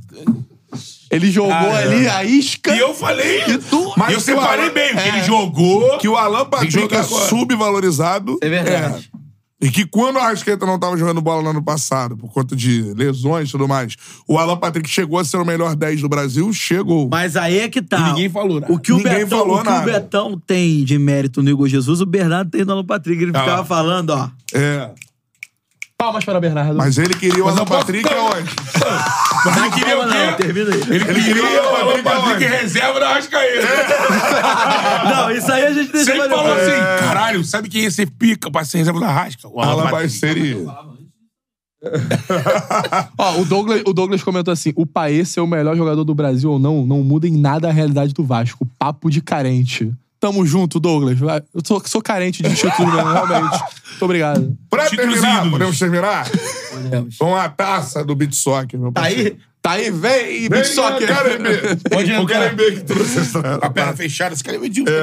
Speaker 4: Ele jogou ali a isca.
Speaker 2: E eu falei.
Speaker 4: e tu-
Speaker 2: Mas eu separei
Speaker 1: Alan-
Speaker 2: bem, porque
Speaker 4: É.
Speaker 2: ele jogou.
Speaker 1: Que o Alan Patrick
Speaker 2: jogar
Speaker 1: é
Speaker 2: agora.
Speaker 1: subvalorizado. É.
Speaker 3: É verdade.
Speaker 1: E que quando o Arrascaeta não estava jogando bola no ano passado, por conta de lesões e tudo mais, o Alan Patrick chegou a ser o melhor 10 do Brasil, chegou.
Speaker 3: Mas aí é que tá.
Speaker 2: E ninguém falou nada.
Speaker 3: O que o,
Speaker 1: Ninguém
Speaker 3: Betão,
Speaker 1: falou
Speaker 3: o que
Speaker 1: nada.
Speaker 3: o Betão tem de mérito no Igor Jesus, o Bernardo tem no Alan Patrick. Ele ficava
Speaker 2: Ah.
Speaker 3: falando, ó.
Speaker 1: É.
Speaker 4: Palmas para Bernardo.
Speaker 1: Mas ele queria o
Speaker 2: Mas
Speaker 1: Alan
Speaker 2: eu posso-
Speaker 1: Patrick aonde?
Speaker 2: Mas ele queria
Speaker 3: Não,
Speaker 2: o
Speaker 3: não,
Speaker 2: quê?
Speaker 3: termina aí.
Speaker 2: Ele queria o Alan Patrick
Speaker 1: aonde?
Speaker 2: é reserva da Vascaíno.
Speaker 3: Não, isso aí a gente deixa
Speaker 2: Sempre
Speaker 3: pra
Speaker 2: falou
Speaker 3: depois.
Speaker 2: assim: caralho, sabe quem ia ser pica pra ser reserva da Rasca? O
Speaker 1: Alan
Speaker 2: Alan
Speaker 1: vai
Speaker 2: Patrick.
Speaker 1: ser.
Speaker 4: Ó, o Douglas, o Douglas comentou assim: o Paê ser o melhor jogador do Brasil ou não, não muda em nada a realidade do Vasco. Papo de carente. Tamo junto, Douglas. Vai. Eu sou, sou carente de título, mesmo, realmente. Muito obrigado.
Speaker 1: Pra
Speaker 2: Títulos
Speaker 1: terminar,
Speaker 2: ídolos.
Speaker 1: podemos terminar? Com a taça do beat soccer, meu
Speaker 3: Tá aí?
Speaker 4: Tá aí, vem,
Speaker 1: Vem, é
Speaker 4: Big Soccer.
Speaker 2: Pode
Speaker 1: Pode o
Speaker 2: entrar.
Speaker 1: Carembe é que trouxe essa.
Speaker 2: Com a perna fechada, esse cara é medíocre.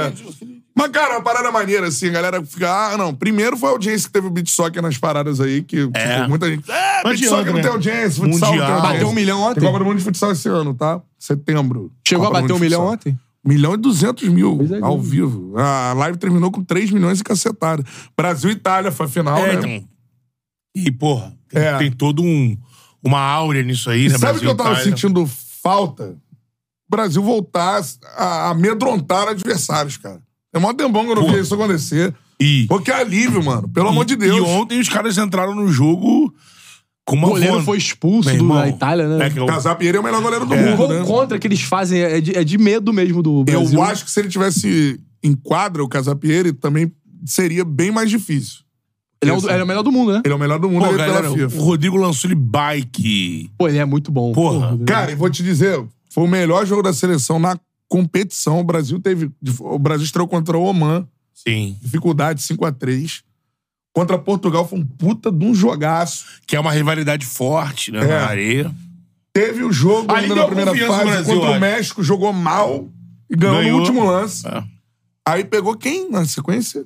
Speaker 1: Mas, cara, uma parada maneira, assim, a galera fica. Ah, não. Primeiro foi a audiência que teve o beat soccer nas paradas aí, que
Speaker 2: É.
Speaker 1: tipo, muita gente. É,
Speaker 2: Mas
Speaker 1: beat
Speaker 2: de
Speaker 1: soccer
Speaker 2: ano,
Speaker 1: não
Speaker 2: né?
Speaker 1: tem audiência, futsal não tem
Speaker 2: Mundial.
Speaker 1: audiência.
Speaker 4: Bateu um milhão ontem?
Speaker 1: Tem Copa do Mundo de Futsal esse ano, tá? Setembro.
Speaker 4: Chegou
Speaker 1: Copa
Speaker 4: a
Speaker 1: do
Speaker 4: bater
Speaker 1: Mundo
Speaker 4: um
Speaker 1: de
Speaker 4: milhão
Speaker 1: Futsal.
Speaker 4: ontem?
Speaker 1: Milhão e duzentos mil
Speaker 4: Coisa
Speaker 1: ao
Speaker 4: linda.
Speaker 1: vivo. A live terminou com 3 milhões e cacetada. Brasil e Itália foi a final,
Speaker 2: É,
Speaker 1: né?
Speaker 2: então. E, porra, tem,
Speaker 1: É.
Speaker 2: tem todo um. Uma áurea nisso aí, né?
Speaker 1: Sabe o que eu tava
Speaker 2: Brasil e Itália.
Speaker 1: sentindo falta? O Brasil voltar a amedrontar adversários, cara. É mó tempão que eu não
Speaker 2: Pô.
Speaker 1: vi isso acontecer.
Speaker 2: E,
Speaker 1: Pô, que alívio, mano. Pelo amor de Deus.
Speaker 2: e ontem os caras entraram no jogo com
Speaker 4: O
Speaker 2: uma
Speaker 4: goleiro
Speaker 2: von-
Speaker 4: foi expulso
Speaker 2: Meu
Speaker 4: do,
Speaker 2: irmão,
Speaker 4: da Itália, né?
Speaker 2: É que eu-
Speaker 1: Casar Pinheiro é o melhor goleiro do
Speaker 4: O gol
Speaker 1: mundo, né?
Speaker 4: contra que eles fazem é de, é de medo mesmo do
Speaker 1: Eu
Speaker 4: Brasil. né?
Speaker 1: acho que se ele tivesse em quadra o Casapieiro, também seria bem mais difícil.
Speaker 4: ele, é o, ele é o melhor do mundo, né?
Speaker 1: Ele é o melhor do mundo
Speaker 2: Pô,
Speaker 1: eleito
Speaker 2: galera,
Speaker 1: pela
Speaker 2: o
Speaker 1: FIFA.
Speaker 2: Rodrigo lançou ele bike.
Speaker 4: Pô, ele é muito bom.
Speaker 2: Porra,
Speaker 1: Cara, e vou te dizer, foi o melhor jogo da seleção na competição. O Brasil teve. O Brasil estreou contra o Oman,
Speaker 2: Sim.
Speaker 1: dificuldade 5 a 3 Contra Portugal foi um puta de um jogaço.
Speaker 2: Que é uma rivalidade forte, né?
Speaker 1: É.
Speaker 2: Na areia.
Speaker 1: Teve o jogo
Speaker 2: Ali
Speaker 1: ainda
Speaker 2: deu
Speaker 1: na primeira
Speaker 2: confiança
Speaker 1: fase
Speaker 2: no Brasil,
Speaker 1: contra
Speaker 2: acho.
Speaker 1: o México, jogou mal e ganhou,
Speaker 2: Ganhou.
Speaker 1: no último lance.
Speaker 2: É.
Speaker 1: Aí pegou quem na sequência?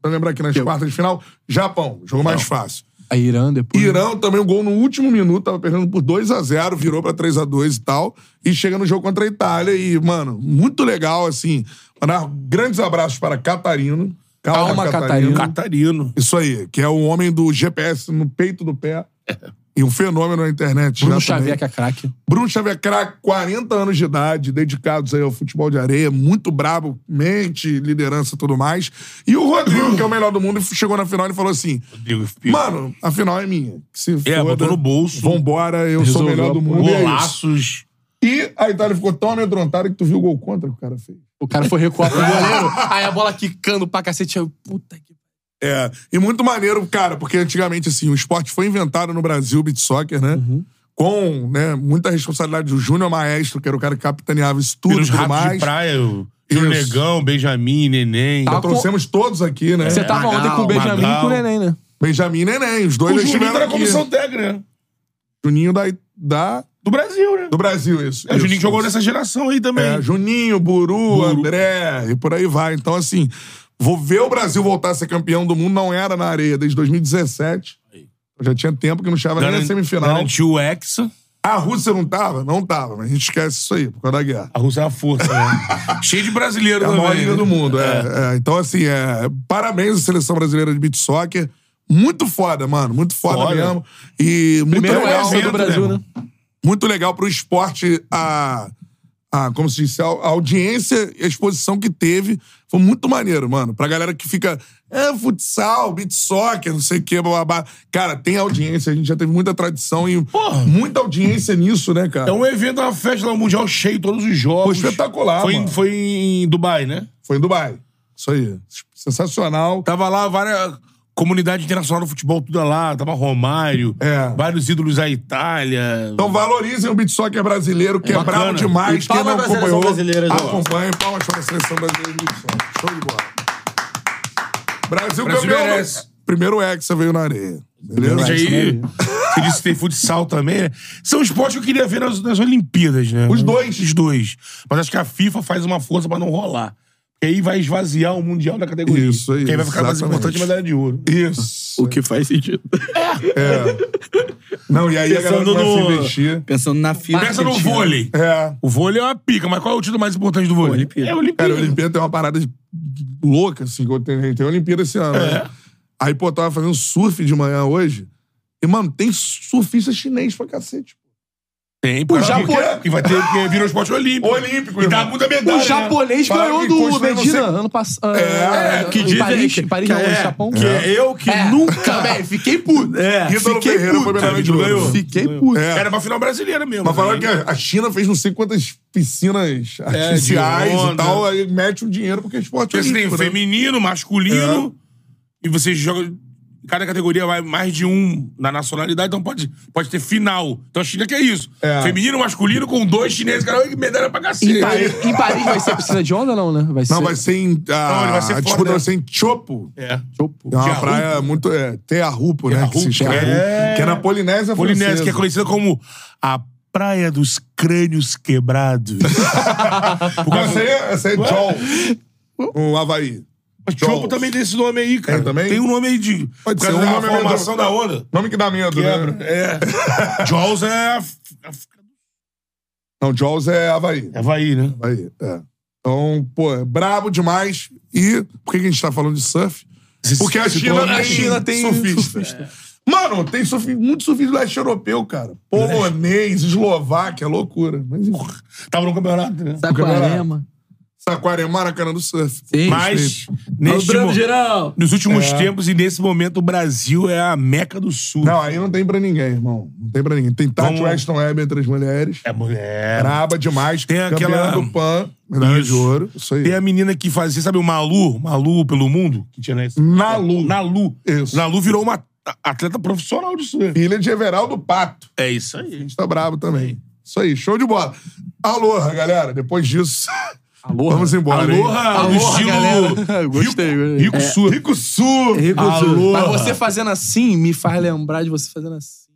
Speaker 1: Pra lembrar aqui nas quartas de final, Japão, jogo mais fácil.
Speaker 4: A Irã depois.
Speaker 1: Irã também um gol no último minuto, tava perdendo por 2 a 0 virou pra 3 a 2 e tal. E chega no jogo contra a Itália e, mano, muito legal, assim. Mandar grandes abraços para Catarino.
Speaker 4: Calma, Catarino.
Speaker 2: Catarino.
Speaker 1: Isso aí, que é o homem do GPS no peito do pé. E um fenômeno na internet.
Speaker 4: Bruno
Speaker 1: já também.
Speaker 4: Xavier, que é craque.
Speaker 1: Bruno Xavier Crack, 40 anos de idade, dedicados aí ao futebol de areia, muito brabo, mente, liderança e tudo mais. E o Rodrigo, que é o melhor do mundo, chegou na final e falou assim:
Speaker 2: Rodrigo Espírito.
Speaker 1: Mano, a final é minha. Que se
Speaker 2: É,
Speaker 1: foda,
Speaker 2: botou no bolso.
Speaker 1: Vambora, eu sou o
Speaker 4: Resolveu
Speaker 1: melhor do
Speaker 4: a
Speaker 1: mundo. e é isso.
Speaker 2: Golaços.
Speaker 1: E a Itália ficou tão amedrontada que tu viu o gol contra que o cara fez.
Speaker 4: O cara foi recuar pro goleiro, aí a bola quicando pra cacete. Eu, puta que.
Speaker 1: É, e muito maneiro, cara, porque antigamente, assim, o esporte foi inventado no Brasil, o beat soccer, né?
Speaker 2: Uhum.
Speaker 1: Com né, muita responsabilidade do Júnior Maestro, que era o cara que capitaneava isso tudo, e
Speaker 2: Pelos
Speaker 1: tudo
Speaker 2: ratos de
Speaker 1: mais.
Speaker 2: praia. o
Speaker 1: Isso.
Speaker 2: Júnior Negão, Benjamin, Neném.
Speaker 4: Tá.
Speaker 1: Trouxemos todos aqui, né?
Speaker 4: Você tava ontem com o Benjamin e com o Neném, né?
Speaker 1: Benjamin e Neném, os dois
Speaker 2: tá O Juninho
Speaker 1: estiveram
Speaker 2: tá na
Speaker 1: aqui.
Speaker 2: comissão técnica, né?
Speaker 1: Juninho da, da-
Speaker 2: Do Brasil, né?
Speaker 1: do Brasil, isso.
Speaker 2: É, o
Speaker 1: isso,
Speaker 2: Juninho jogou
Speaker 1: isso.
Speaker 2: nessa geração aí também.
Speaker 1: É, Juninho, Buru, André, e por aí vai. Então, assim, vou ver o Brasil voltar a ser campeão do mundo não era na areia desde 2017. Eu já tinha tempo que não chegava nem na
Speaker 2: Garan-
Speaker 1: semifinal.
Speaker 2: Garantiu o Hexa.
Speaker 1: A Rússia não tava? Não tava, mas a gente esquece isso aí, por causa da guerra.
Speaker 2: A Rússia é uma
Speaker 1: <laughs>
Speaker 2: força, né? Cheio de brasileiro
Speaker 1: É a
Speaker 2: também.
Speaker 1: maior liga
Speaker 2: né?
Speaker 1: do mundo. é, é. Então, assim, é, parabéns à seleção brasileira de beat soccer. Muito foda, mano. Muito foda,
Speaker 2: Foda.
Speaker 1: mesmo. E muito
Speaker 4: Primeiro
Speaker 1: legal.
Speaker 4: Hexa do Brasil, né?
Speaker 1: muito legal pro esporte a, a como se disse, a, a audiência e a exposição que teve. Foi muito maneiro, mano. Pra galera que fica, é, futsal, beat soccer, não sei o que, babá. Cara, tem audiência, a gente já teve muita tradição e
Speaker 2: Porra.
Speaker 1: muita audiência nisso, né, cara?
Speaker 2: É um evento, uma festa lá, um mundial cheio, todos os
Speaker 1: Foi
Speaker 2: jogos.
Speaker 1: espetacular,
Speaker 2: Foi, em-
Speaker 1: mano.
Speaker 2: foi em Dubai, né?
Speaker 1: Foi em Dubai. Isso aí. Sensacional.
Speaker 5: Tá
Speaker 2: Tava lá várias... Comunidade internacional do futebol, tudo lá. Tava Romário,
Speaker 1: É.
Speaker 2: vários ídolos da Itália.
Speaker 1: Então valorizem o beat soccer brasileiro, que é,
Speaker 2: Bacana.
Speaker 1: brabo demais.
Speaker 5: E
Speaker 1: Quem não
Speaker 5: palmas pra seleção
Speaker 1: acompanhou,
Speaker 5: brasileira, João.
Speaker 1: acompanhe. Palmas para a seleção brasileira de beat soccer. Show de bola. Brasil,
Speaker 2: Brasil
Speaker 1: campeão.
Speaker 2: merece.
Speaker 1: Primeiro Hexa veio na areia. Beleza?
Speaker 2: Gente, aí,
Speaker 1: né?
Speaker 2: você disse que tem futsal também, né? São esportes que eu queria ver nas, nas Olimpíadas, né?
Speaker 1: Os dois.
Speaker 2: Os dois. Mas acho que a FIFA faz uma força pra não rolar. Porque aí vai esvaziar o Mundial da categoria.
Speaker 1: Isso, é
Speaker 2: Quem vai ficar mais
Speaker 1: exatamente.
Speaker 2: importante é a medalha de ouro.
Speaker 1: Isso.
Speaker 5: O que faz sentido.
Speaker 1: Não, e aí a
Speaker 5: Pensando
Speaker 1: galera começa
Speaker 5: no-
Speaker 1: a investir.
Speaker 5: Pensando na fila.
Speaker 2: Pensa no vôlei.
Speaker 1: É.
Speaker 2: O vôlei é uma pica, mas qual é o título mais importante do vôlei?
Speaker 5: Olimpíada.
Speaker 2: É a Olimpíada.
Speaker 1: Cara, a Olimpíada tem uma parada de- louca, assim, que eu tenho- tem a Olimpíada esse ano.
Speaker 5: É.
Speaker 1: né? Aí, pô, eu tava fazendo surf de manhã hoje. E, mano, tem surfista chinês pra cacete.
Speaker 2: Tem, pô.
Speaker 1: Japão-
Speaker 2: E vai ter que virar um esporte olímpico.
Speaker 1: Olímpico,
Speaker 2: E dá
Speaker 1: irmão.
Speaker 2: muita medalha.
Speaker 4: O
Speaker 2: né?
Speaker 4: japonês
Speaker 1: Falaram
Speaker 4: ganhou
Speaker 1: que
Speaker 4: do
Speaker 1: construíram, não
Speaker 4: Medina
Speaker 1: sei-
Speaker 4: ano passado.
Speaker 1: É,
Speaker 2: que dizem
Speaker 4: Paris,
Speaker 5: que-
Speaker 4: em Paris
Speaker 5: que
Speaker 4: não, no
Speaker 5: é.
Speaker 4: Japão.
Speaker 2: Que é eu que
Speaker 4: É.
Speaker 2: nunca...
Speaker 4: Também, fiquei puto.
Speaker 5: É.
Speaker 1: Ítalo
Speaker 2: Fiquei
Speaker 1: Ferreira foi
Speaker 2: puto.
Speaker 1: medalha de ouro.
Speaker 2: Ganhou.
Speaker 4: Fiquei puto.
Speaker 1: É.
Speaker 2: Era pra final brasileira mesmo.
Speaker 1: Mas falaram que
Speaker 2: né?
Speaker 1: é a China fez não sei quantas piscinas artificiais
Speaker 2: de
Speaker 1: e
Speaker 2: É, onda.
Speaker 1: tal, aí mete um dinheiro porque é esporte
Speaker 2: Porque você tem
Speaker 1: olímpico, né?
Speaker 2: feminino, masculino, e você joga. Cada categoria vai mais de um na nacionalidade, então pode, pode ter final. Então a China que é isso.
Speaker 1: É.
Speaker 2: Feminino, masculino, com dois chineses, cara, olha que medalha pra cacete.
Speaker 4: Em Paris, em Paris vai ser piscina de onda, não, né? Vai ser.
Speaker 1: Não, vai ser em... A,
Speaker 2: Não, ele vai ser
Speaker 1: a
Speaker 2: fora,
Speaker 1: disputa
Speaker 2: né?
Speaker 1: vai ser em Chopo.
Speaker 2: É.
Speaker 4: Chopo.
Speaker 1: É uma
Speaker 2: Teahupo.
Speaker 1: praia muito... É, Teahupo, né? Que, se
Speaker 2: Teahupo,
Speaker 1: escreve.
Speaker 2: é.
Speaker 1: que é na Polinésia
Speaker 2: Polinésia,
Speaker 1: Francesa.
Speaker 2: que é conhecida como a Praia dos Crânios <laughs> Quebrados. Por
Speaker 1: Não, Essa
Speaker 2: causa-
Speaker 1: aí, é- essa aí é Joel. No Havaí.
Speaker 2: Mas Chopo
Speaker 1: Jaws.
Speaker 2: também tem esse nome aí, cara.
Speaker 1: Tem também?
Speaker 2: um nome aí de.
Speaker 1: Pode
Speaker 2: por
Speaker 1: ser
Speaker 2: causa
Speaker 1: um
Speaker 2: da
Speaker 1: nome meio
Speaker 2: formação
Speaker 1: do-
Speaker 2: da onda.
Speaker 1: Nome que dá medo,
Speaker 2: Quebra.
Speaker 1: né?
Speaker 2: É. Jaws é. a- a-
Speaker 1: Não, Jaws é Havaí.
Speaker 2: É Havaí, né?
Speaker 1: Havaí, é. Então, pô, é brabo demais. E por que que a gente tá falando de surf? Porque a China,
Speaker 2: torna-
Speaker 1: tem,
Speaker 2: a China tem
Speaker 1: surfista. Mano, tem surf, muito surfista do leste europeu, cara. Polonês, eslovaque, é loucura. Mas, enfim.
Speaker 2: Tava no campeonato, né?
Speaker 3: Saquarema.
Speaker 1: Saquarema, é Maracanã do surf.
Speaker 3: Sim.
Speaker 2: Mas,
Speaker 3: Alô,
Speaker 2: neste
Speaker 3: Bravo
Speaker 2: mo-
Speaker 3: geral.
Speaker 2: nos últimos
Speaker 1: É.
Speaker 2: tempos e nesse momento, o Brasil é a meca do sul.
Speaker 1: Não, aí não tem pra ninguém, irmão. Não tem pra ninguém. Tem Tati
Speaker 2: Vamos-
Speaker 1: Weston Webb entre as mulheres.
Speaker 2: É mulher.
Speaker 1: Braba demais.
Speaker 2: Tem
Speaker 1: Campeã
Speaker 2: aquela-
Speaker 1: do PAN, medalha de
Speaker 2: Isso.
Speaker 1: ouro. Isso aí.
Speaker 2: Tem a menina que fazia, sabe o Malu? Malu pelo mundo? Que tinha nesse...
Speaker 1: Nalu.
Speaker 2: Nalu.
Speaker 1: Isso.
Speaker 2: Nalu virou uma atleta profissional né? de surf.
Speaker 1: Filha de Everaldo Pato.
Speaker 2: É isso aí.
Speaker 1: Está brabo também. Isso aí, show de bola. Aloha, galera. Depois disso,
Speaker 4: <laughs> Aloha.
Speaker 1: vamos embora. hein?
Speaker 2: Aloha, no
Speaker 4: Aloha, galera.
Speaker 2: estilo...
Speaker 4: Gostei,
Speaker 2: Rico,
Speaker 4: gostei. É,
Speaker 2: Rico Sur.
Speaker 1: Rico Sul.
Speaker 3: Rico Sul.
Speaker 2: Aloha. Tá
Speaker 4: Mas você fazendo assim me faz lembrar de você fazendo assim.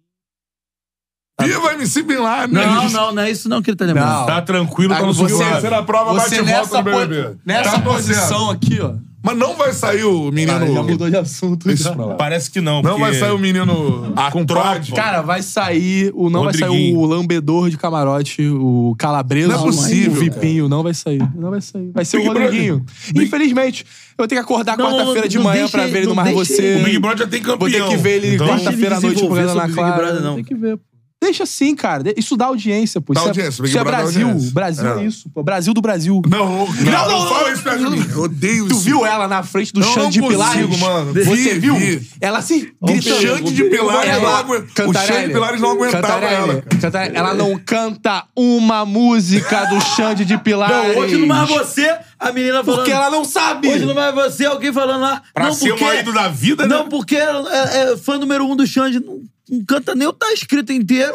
Speaker 1: Viva MC Bin Laden. né?
Speaker 3: Não, não, não é isso não que ele tá lembrando.
Speaker 2: Tá tranquilo, tá
Speaker 4: Aí
Speaker 2: no
Speaker 4: você-
Speaker 2: seu lado.
Speaker 1: Terceira prova, bate e volta do
Speaker 4: po-
Speaker 1: BBB.
Speaker 4: nessa
Speaker 1: Tá torcendo.
Speaker 4: posição aqui, ó.
Speaker 1: Mas não vai sair o menino.
Speaker 4: já mudou de assunto.
Speaker 1: Deixa
Speaker 4: já.
Speaker 1: pra lá.
Speaker 2: Parece que
Speaker 1: Não
Speaker 2: não. porque
Speaker 1: vai sair o menino
Speaker 2: A
Speaker 1: com
Speaker 2: tropa.
Speaker 1: Prod.
Speaker 4: Cara, vai sair. O, não vai sair
Speaker 2: Rodriguinho.
Speaker 4: o lambedor de camarote, o calabreso.
Speaker 1: Não é possível,
Speaker 4: O vipinho. Não vai sair. Não vai sair. Vai ser
Speaker 1: Big
Speaker 4: o
Speaker 1: Brother.
Speaker 4: Rodriguinho. Infelizmente, eu vou ter que acordar
Speaker 3: Não,
Speaker 4: quarta-feira de
Speaker 3: não
Speaker 4: manhã
Speaker 3: deixa
Speaker 4: pra
Speaker 3: ele-
Speaker 4: ver ele no
Speaker 3: não
Speaker 4: Mar
Speaker 3: deixa
Speaker 4: Você.
Speaker 3: ele-
Speaker 2: O Big Brother já tem campeão.
Speaker 1: é
Speaker 4: Vou ter que ver ele
Speaker 2: Então,
Speaker 4: quarta-feira à noite
Speaker 3: desenvolver
Speaker 4: jogando na
Speaker 3: sobre o Big
Speaker 4: Clara.
Speaker 3: Brother, não.
Speaker 4: Tem que ver. pô. Deixa assim, cara. De- Isso dá audiência, pô.
Speaker 1: Dá
Speaker 4: Isso é-
Speaker 1: audiência, Big
Speaker 4: Isso é
Speaker 1: Brother dá
Speaker 4: Brasil.
Speaker 1: audiência.
Speaker 4: Brasil é
Speaker 1: É.
Speaker 4: isso, pô. Brasil do Brasil.
Speaker 1: Não, não, não,
Speaker 4: não, não,
Speaker 1: fala
Speaker 4: não.
Speaker 1: isso perto de mim. Eu odeio tipo
Speaker 4: Tu
Speaker 1: isso.
Speaker 4: viu ela na frente do
Speaker 1: Não,
Speaker 4: Xande
Speaker 1: não
Speaker 4: de Pilares?
Speaker 1: consigo, mano.
Speaker 4: Você
Speaker 1: Vi,
Speaker 4: viu?
Speaker 1: vi.
Speaker 4: Ela assim,
Speaker 1: O
Speaker 4: gritando.
Speaker 1: Xande de Pilares
Speaker 4: Ela-
Speaker 1: não agu- o
Speaker 4: Cantarelli.
Speaker 1: Xande de Pilares não aguentava
Speaker 4: Cantarelli.
Speaker 1: ela, cara.
Speaker 4: Cantarelli. Ela não canta uma música do Xande de Pilares.
Speaker 3: Não, hoje não mais você, a menina falando.
Speaker 4: Porque ela não sabe.
Speaker 3: Hoje não mais você, alguém falando lá.
Speaker 2: Pra
Speaker 3: não,
Speaker 2: ser
Speaker 3: porque,
Speaker 2: o marido da vida,
Speaker 3: Não,
Speaker 2: né?
Speaker 3: porque é, é fã número um do Xande. Não, não canta nem o tá
Speaker 2: <laughs>
Speaker 3: escrito inteiro.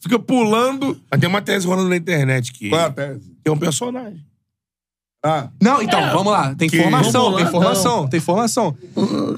Speaker 1: Fica pulando.
Speaker 2: Mas tem uma tese rolando na internet que
Speaker 1: Qual é a tese?
Speaker 2: é um personagem.
Speaker 1: Ah,
Speaker 4: Não, então, vamos lá. então. Tem
Speaker 2: Que-
Speaker 4: informação,
Speaker 3: Vamos lá,
Speaker 4: tem informação, tem informação.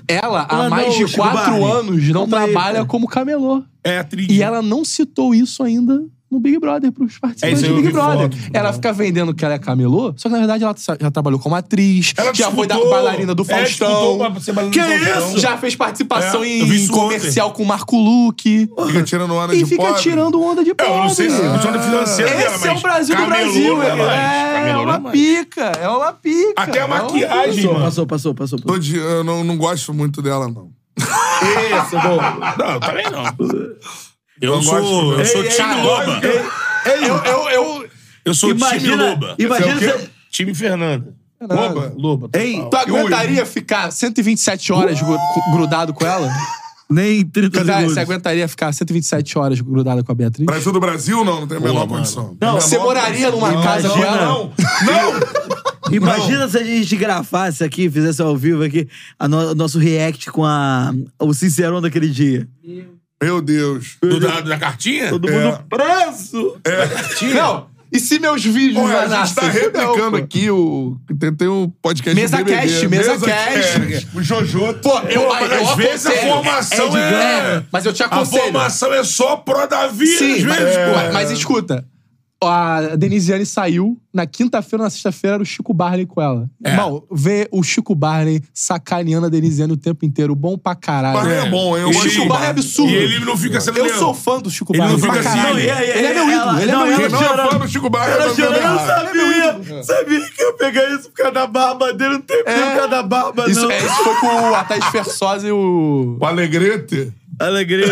Speaker 4: Ela, há
Speaker 3: Ah,
Speaker 4: mais
Speaker 3: não,
Speaker 4: de
Speaker 3: Chico
Speaker 4: quatro
Speaker 3: Barney.
Speaker 4: anos, não
Speaker 3: Calma aí,
Speaker 4: trabalha
Speaker 3: cara.
Speaker 4: como camelô.
Speaker 2: É atriz.
Speaker 4: E ela não citou isso ainda no Big Brother, pros
Speaker 2: É
Speaker 4: participantes
Speaker 2: isso, eu
Speaker 4: do Big
Speaker 2: vi
Speaker 4: Brother.
Speaker 2: foto.
Speaker 4: ela fica vendendo que ela é camelô, só que na verdade ela sa- já trabalhou como atriz,
Speaker 2: Ela
Speaker 4: já foi da
Speaker 2: disputou-
Speaker 4: bailarina do
Speaker 2: é, disputou
Speaker 4: Faustão.
Speaker 2: pra ser bailarina
Speaker 4: que
Speaker 2: do Faustão.
Speaker 4: isso? Já fez participação
Speaker 2: É, eu vi
Speaker 4: em
Speaker 2: isso
Speaker 4: comercial com o Marco Luque.
Speaker 1: fica tirando onda
Speaker 4: E
Speaker 1: de
Speaker 4: fica
Speaker 1: pobre.
Speaker 4: tirando onda de pobre.
Speaker 2: Eu não sei se é questão financeira dela,
Speaker 4: Esse é o
Speaker 2: mas né,
Speaker 4: Brasil do
Speaker 2: camelô
Speaker 4: Brasil.
Speaker 2: não
Speaker 4: É,
Speaker 2: mais.
Speaker 4: é
Speaker 2: Camelô não
Speaker 4: uma
Speaker 2: mais.
Speaker 4: pica, é uma pica.
Speaker 2: Até a
Speaker 4: é uma
Speaker 2: maquiagem,
Speaker 3: Passou,
Speaker 2: mano.
Speaker 3: passou, passou, passou.
Speaker 1: Tô de- eu não, não gosto muito dela, não.
Speaker 3: Isso, bom.
Speaker 2: Não, também não. Eu,
Speaker 1: Não
Speaker 2: sou,
Speaker 1: gosto,
Speaker 2: eu sou
Speaker 3: Ei,
Speaker 2: time
Speaker 3: ei,
Speaker 2: Loba.
Speaker 4: Eu, eu, eu...
Speaker 2: Eu sou time
Speaker 3: Imagina,
Speaker 2: Loba.
Speaker 3: imagina
Speaker 2: Você é o
Speaker 3: se-
Speaker 2: quê? Time Fernanda.
Speaker 1: Oba.
Speaker 2: Loba. tá
Speaker 3: Ei,
Speaker 2: bom.
Speaker 4: Tu aguentaria ficar 127 horas gru- grudado com ela?
Speaker 3: Nem 30
Speaker 4: Cara,
Speaker 3: segundos.
Speaker 4: você aguentaria ficar 127 horas grudada com a Beatriz?
Speaker 1: Brasil do Brasil, não, não tem a menor
Speaker 2: Pô, mano.
Speaker 1: condição.
Speaker 3: Não,
Speaker 1: Menor
Speaker 4: Você moraria numa casa com ela?
Speaker 1: Não, não!
Speaker 3: Imagina se a gente gravasse aqui, fizesse ao vivo aqui, a no- o nosso react com a, o Sincerão daquele dia.
Speaker 1: Meu Deus.
Speaker 2: Do, da, da cartinha? É,
Speaker 3: Todo
Speaker 4: É.
Speaker 3: mundo preso!
Speaker 4: Não. E se meus vídeos
Speaker 1: Olha, a gente
Speaker 4: vazarem?
Speaker 1: tá replicando
Speaker 4: Não, pô.
Speaker 1: aqui o. Tem, tem um podcast
Speaker 4: Mesa
Speaker 1: do BBB.
Speaker 4: Cast, Mesa Cast.
Speaker 1: é, o Jojo.
Speaker 3: tá
Speaker 4: Pô, eu,
Speaker 2: Pô, mas
Speaker 4: eu
Speaker 2: às vezes a
Speaker 4: aconselho.
Speaker 2: formação
Speaker 4: de
Speaker 2: é-
Speaker 4: grana, Mas eu te
Speaker 2: A
Speaker 4: aconselho.
Speaker 2: formação é só pro Davi, às
Speaker 4: Sim, mas,
Speaker 2: vezes, pô.
Speaker 4: mas- mas escuta. A Denisiane saiu, na quinta-feira, na sexta-feira, era o Chico Barney com ela. Irmão, ver o Chico Barney sacaneando a Denisiane o tempo inteiro, bom pra caralho.
Speaker 1: Barney é bom, eu
Speaker 4: O
Speaker 1: gosto
Speaker 4: Chico
Speaker 1: do
Speaker 4: Barney é
Speaker 1: Barney.
Speaker 4: absurdo.
Speaker 2: E ele não fica sendo
Speaker 4: Eu
Speaker 2: leão.
Speaker 4: sou fã do Chico
Speaker 2: Ele
Speaker 4: Barney.
Speaker 2: não
Speaker 4: pra
Speaker 2: fica assim,
Speaker 4: caralho.
Speaker 2: não, e aí,
Speaker 4: Ele é meu
Speaker 3: ela-
Speaker 4: ídolo, ele é
Speaker 3: não,
Speaker 4: meu
Speaker 3: ela
Speaker 1: Quem
Speaker 4: ídolo.
Speaker 1: não é fã do Chico Barra tá
Speaker 3: Eu
Speaker 1: fazendo errado.
Speaker 2: É.
Speaker 3: sabia! Sabia que eu ia pegar
Speaker 1: é
Speaker 3: isso por causa da barba dele, não tem por causa da barba,
Speaker 4: Isso,
Speaker 3: não.
Speaker 4: é, isso foi com o Atais Fersosa e o.
Speaker 1: O Alegrete.
Speaker 3: Alegria,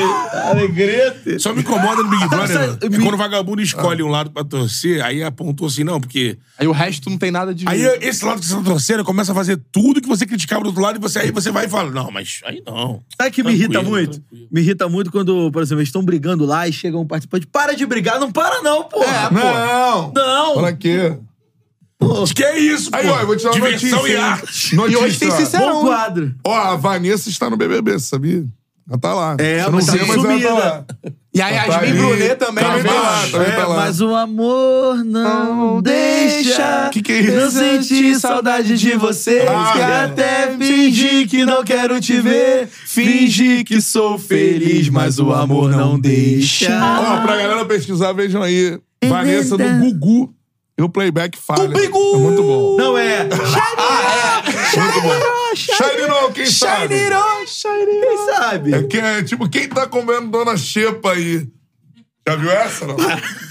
Speaker 3: alegrete.
Speaker 2: Só me incomoda no Big <laughs> Brother.
Speaker 3: Sabe,
Speaker 2: é
Speaker 3: me-
Speaker 2: Quando o vagabundo escolhe um lado pra torcer, aí apontou assim, não, porque.
Speaker 4: Aí o resto não tem nada de.
Speaker 2: Aí esse lado que você tá torcendo começa a fazer tudo que você criticava do outro lado, e você, aí você vai e fala, não, mas aí não.
Speaker 3: Sabe que me irrita
Speaker 2: Tranquilo,
Speaker 3: muito?
Speaker 2: tranquilo.
Speaker 3: Me irrita muito quando, por exemplo, eles estão brigando lá e chega um participante. Para de brigar, não para, não,
Speaker 4: É,
Speaker 3: pô!
Speaker 2: É,
Speaker 1: Não!
Speaker 3: Não!
Speaker 1: Pra quê?
Speaker 2: Acho que é isso,
Speaker 1: Aí,
Speaker 2: pô.
Speaker 1: ó, eu vou te dar uma
Speaker 2: Diversão
Speaker 1: notícia.
Speaker 2: e
Speaker 1: hein?
Speaker 2: arte.
Speaker 1: Notícia.
Speaker 4: E hoje tem sincero.
Speaker 3: Bom quadro.
Speaker 1: Ó, a Vanessa está no BBB, você sabia? Ela tá lá.
Speaker 3: É,
Speaker 1: Você
Speaker 3: mas tá sumida.
Speaker 1: lá.
Speaker 4: E aí É, a Yasmin
Speaker 1: Tá aí.
Speaker 4: Brunet também.
Speaker 1: Também tá
Speaker 4: né?
Speaker 1: lá, também tá
Speaker 3: É,
Speaker 1: lá.
Speaker 3: mas o amor não,
Speaker 4: Não
Speaker 3: deixa
Speaker 4: deixa
Speaker 1: Que que é isso?
Speaker 3: eu sentir saudade de você.
Speaker 1: Ah,
Speaker 3: que
Speaker 1: é.
Speaker 3: até fingi que não quero te ver. Fingi que sou feliz, mas o amor não deixa.
Speaker 1: Ó, pra galera pesquisar, vejam aí.
Speaker 4: É
Speaker 1: Vanessa do Gugu. E o playback falha.
Speaker 4: Do Gugu!
Speaker 1: É muito bom. Ah, é.
Speaker 3: Não é.
Speaker 1: muito bom. Shine não, quem sabe?
Speaker 4: Shiniron, Shiniron.
Speaker 3: Quem sabe?
Speaker 1: É que é tipo, quem tá comendo Dona Xepa aí? Já viu essa, não?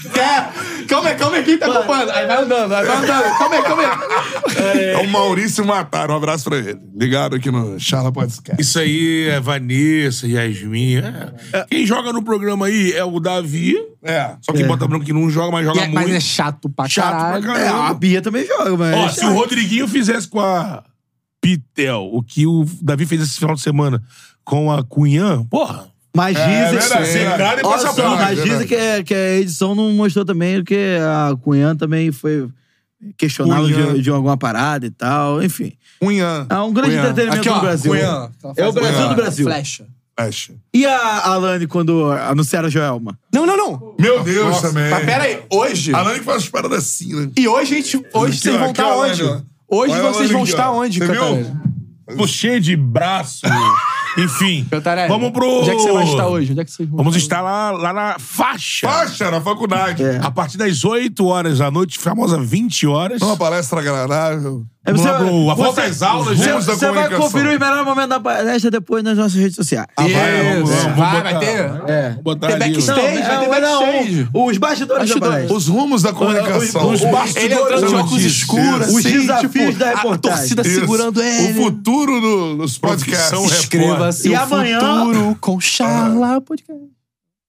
Speaker 4: É, calma aí, calma aí, quem tá acompanhando? Aí vai andando, aí vai andando. Calma aí, calma aí.
Speaker 1: É o Maurício Matar. Um abraço pra ele. Ligado aqui no Charla Podcast.
Speaker 2: <laughs> Isso aí é Vanessa, Yasmin. é. Quem joga no programa aí é o Davi.
Speaker 1: É.
Speaker 2: Só que bota branco que não joga, mas joga
Speaker 4: E é-
Speaker 2: muito.
Speaker 4: mas é chato pra
Speaker 2: Chato pra
Speaker 4: caralho. É,
Speaker 2: caralho.
Speaker 3: É, a Bia também joga, mas.
Speaker 2: Ó, se o Rodriguinho fizesse com a Pitel o que o Davi fez esse final de semana com a Cunhã, porra.
Speaker 3: Mas dizem.
Speaker 1: verdade, é verdade.
Speaker 3: Olha
Speaker 1: Passa
Speaker 3: só,
Speaker 1: pra lá,
Speaker 3: mas
Speaker 1: é
Speaker 3: dizem
Speaker 1: verdade.
Speaker 3: que, é- que a edição não mostrou também o que a Cunha também foi questionada
Speaker 1: Cunhã.
Speaker 3: de, de alguma parada e tal, enfim.
Speaker 1: Cunha.
Speaker 3: É um grande
Speaker 1: Cunhã.
Speaker 3: entretenimento
Speaker 4: Aqui,
Speaker 3: do
Speaker 4: ó,
Speaker 3: Brasil.
Speaker 4: Cunhã.
Speaker 3: É o Brasil
Speaker 1: Cunhã.
Speaker 3: do Brasil.
Speaker 4: Flecha.
Speaker 1: Fecha.
Speaker 3: E a Alane quando anunciaram a Joelma?
Speaker 4: Não, não, não.
Speaker 1: Meu Deus também.
Speaker 4: Mas pera aí, hoje...
Speaker 1: Alane que faz as paradas assim, né?
Speaker 4: E hoje a gente... Hoje
Speaker 1: Aqui,
Speaker 4: vocês
Speaker 1: ó,
Speaker 4: vão
Speaker 1: aqui,
Speaker 4: estar
Speaker 1: ó,
Speaker 4: onde?
Speaker 1: Alane, ó.
Speaker 4: Hoje
Speaker 1: Olha a
Speaker 4: vocês
Speaker 1: Alane
Speaker 4: vão
Speaker 1: aqui,
Speaker 4: estar
Speaker 1: ó.
Speaker 4: onde,
Speaker 1: Você viu?
Speaker 4: Cantarelli? <laughs>
Speaker 2: Tô cheio de braço. Enfim.
Speaker 4: Cantarelli,
Speaker 2: Vamos pro.
Speaker 4: Onde é que você vai estar hoje? Onde é que vocês vão
Speaker 2: Vamos estar lá, lá na faixa.
Speaker 1: Faixa na faculdade.
Speaker 3: É.
Speaker 2: A partir das 8 horas da noite, famosa 20 horas.
Speaker 1: Uma palestra agradável.
Speaker 3: É, você-
Speaker 2: Vamos lá pro- a
Speaker 3: você-
Speaker 2: volta às aulas,
Speaker 3: Você,
Speaker 2: rumos da
Speaker 3: você vai
Speaker 1: comunicação.
Speaker 3: conferir o melhor momento da palestra depois nas nossas redes sociais.
Speaker 2: Ah, vai, vamos, vamos,
Speaker 4: Isso.
Speaker 2: vamos
Speaker 4: Vai,
Speaker 2: botar-
Speaker 4: vai ter?
Speaker 3: É.
Speaker 2: Vamos botar
Speaker 4: Tem
Speaker 2: ali, ó.
Speaker 4: backstage? Stage, vai ter backstage.
Speaker 3: um- Os bastidores, da
Speaker 4: Bastidores.
Speaker 3: palestra.
Speaker 1: Os rumos da comunicação.
Speaker 2: Os
Speaker 4: Ele
Speaker 2: bastidores
Speaker 4: entrando de
Speaker 2: da
Speaker 4: óculos
Speaker 2: notícia.
Speaker 4: escuros,
Speaker 3: Os
Speaker 4: assim,
Speaker 3: desafios
Speaker 4: tipo,
Speaker 3: da
Speaker 4: A
Speaker 3: reportagem.
Speaker 4: torcida
Speaker 1: Isso.
Speaker 4: segurando ele.
Speaker 1: O futuro do- dos podcasts.
Speaker 2: Profissão repórter.
Speaker 4: Escreva-se
Speaker 3: E
Speaker 4: o
Speaker 3: amanhã-
Speaker 4: futuro com Charla Podcast.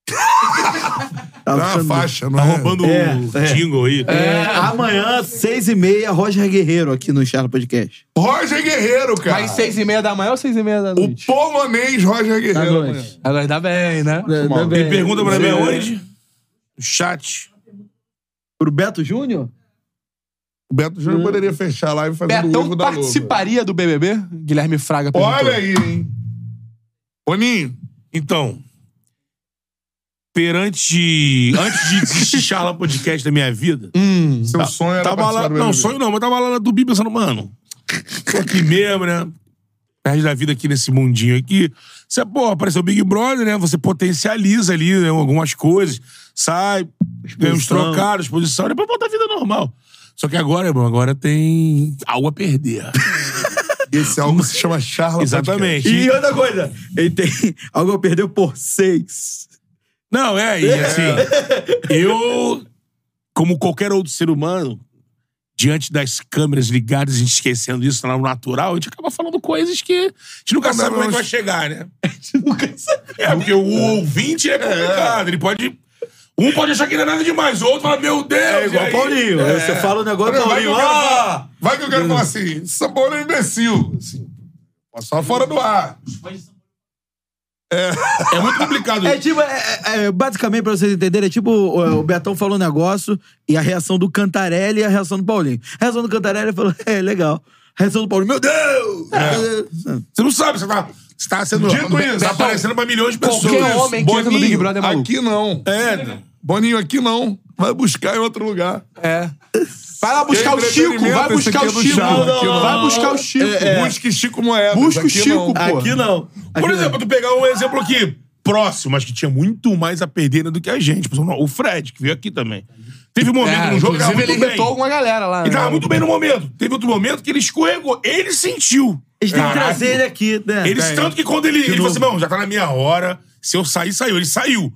Speaker 3: Tá
Speaker 1: Tá na
Speaker 3: ficando-
Speaker 1: faixa, não
Speaker 2: Tá
Speaker 1: é?
Speaker 2: roubando o
Speaker 3: É, é.
Speaker 2: jingle aí.
Speaker 3: É, amanhã, seis e meia, Roger Guerreiro aqui no Charla Podcast.
Speaker 1: Roger Guerreiro, cara.
Speaker 4: Mas seis e meia da manhã ou seis e meia da
Speaker 1: O
Speaker 4: noite?
Speaker 1: polonês Roger Guerreiro. né? amanhã.
Speaker 4: Agora dá Tá bem, né?
Speaker 2: Ele pergunta
Speaker 3: É.
Speaker 2: pra mim onde? No chat.
Speaker 3: Pro Beto Júnior?
Speaker 1: O Beto Júnior poderia fechar a live fazendo o
Speaker 4: Betão
Speaker 1: erro da Lua.
Speaker 4: participaria do BBB? Guilherme Fraga perguntou.
Speaker 1: Olha aí, hein? Boninho,
Speaker 2: Então, perante. Antes de desistir de Charla Podcast da minha vida,
Speaker 1: seu sonho era
Speaker 2: tava
Speaker 1: participar
Speaker 2: lá.
Speaker 1: do
Speaker 2: Não,
Speaker 1: BBB.
Speaker 2: sonho não, mas tava lá na Tubi pensando, mano, tô aqui mesmo, né? O resto da vida aqui nesse mundinho aqui. Você, pô, apareceu o Big Brother, né? Você potencializa ali né, algumas coisas, sai, ganha uns trocados, exposição, depois volta à vida normal. Só que agora, irmão, agora tem algo a perder.
Speaker 1: E <laughs> Esse álbum se chama Charla
Speaker 2: Exatamente.
Speaker 3: E outra coisa, ele tem. <laughs> Algo perdeu por seis.
Speaker 2: Não, é, e assim, eu, como qualquer outro ser humano, diante das câmeras ligadas, a gente esquecendo isso no natural, a gente acaba falando coisas que a gente nunca sabe como é que vai chegar, né? A gente nunca sabe. É, porque o ouvinte é complicado, ele pode... Um pode achar que não é nada demais, o outro fala, meu Deus!
Speaker 3: É igual
Speaker 2: e aí?
Speaker 3: Paulinho. Você fala um negócio,
Speaker 1: Não, vai que
Speaker 3: Paulinho.
Speaker 1: eu quero
Speaker 3: Ah!
Speaker 1: falar, vai que
Speaker 2: Hum.
Speaker 1: eu quero falar assim, Sambora é um imbecil. Assim,
Speaker 2: "Tá
Speaker 1: só fora do ar.
Speaker 2: É muito complicado.
Speaker 3: É tipo, é- é- é, basicamente, pra vocês entenderem, é tipo o, o Betão falou um negócio e a reação do Cantarelli e a reação do Paulinho. A reação do Cantarelli falou, é, legal. A reação do Paulinho, meu Deus!
Speaker 1: É.
Speaker 2: Você não sabe, você tá, você tá sendo...
Speaker 1: Dito
Speaker 2: tá
Speaker 1: isso,
Speaker 2: aparecendo pra milhões de pessoas.
Speaker 4: Qualquer homem que entra no Big Brother é maluco.
Speaker 1: Aqui não.
Speaker 2: É,
Speaker 1: Boninho, aqui não. Vai buscar em outro lugar.
Speaker 4: É. Vai lá buscar o Chico, vai
Speaker 1: Entretenimento, esse
Speaker 4: buscar o
Speaker 1: aqui é do
Speaker 4: Chico.
Speaker 1: Charla, aqui não.
Speaker 4: Vai
Speaker 2: É,
Speaker 4: buscar o Chico.
Speaker 1: Busque Chico Moedas.
Speaker 4: Busca o
Speaker 1: aqui
Speaker 4: Chico,
Speaker 1: não.
Speaker 4: pô.
Speaker 3: Aqui não.
Speaker 2: Por exemplo, tu pegar um exemplo aqui próximo, mas que tinha muito mais a perder né, do que a gente. Por exemplo, O Fred, que veio aqui também. Teve um momento
Speaker 4: É,
Speaker 2: no jogo que tava
Speaker 4: inclusive,
Speaker 2: muito
Speaker 4: ele
Speaker 2: bem. Então,
Speaker 4: irritou uma galera lá.
Speaker 2: Ele tava
Speaker 4: né?
Speaker 2: muito bem no momento. Teve outro momento que ele escorregou. Ele sentiu.
Speaker 3: A gente tem que
Speaker 2: Caraca.
Speaker 3: trazer ele aqui, né?
Speaker 2: Ele, tanto que quando ele, ele falou assim, não, já tá na minha hora. Se eu sair, saiu. Ele saiu.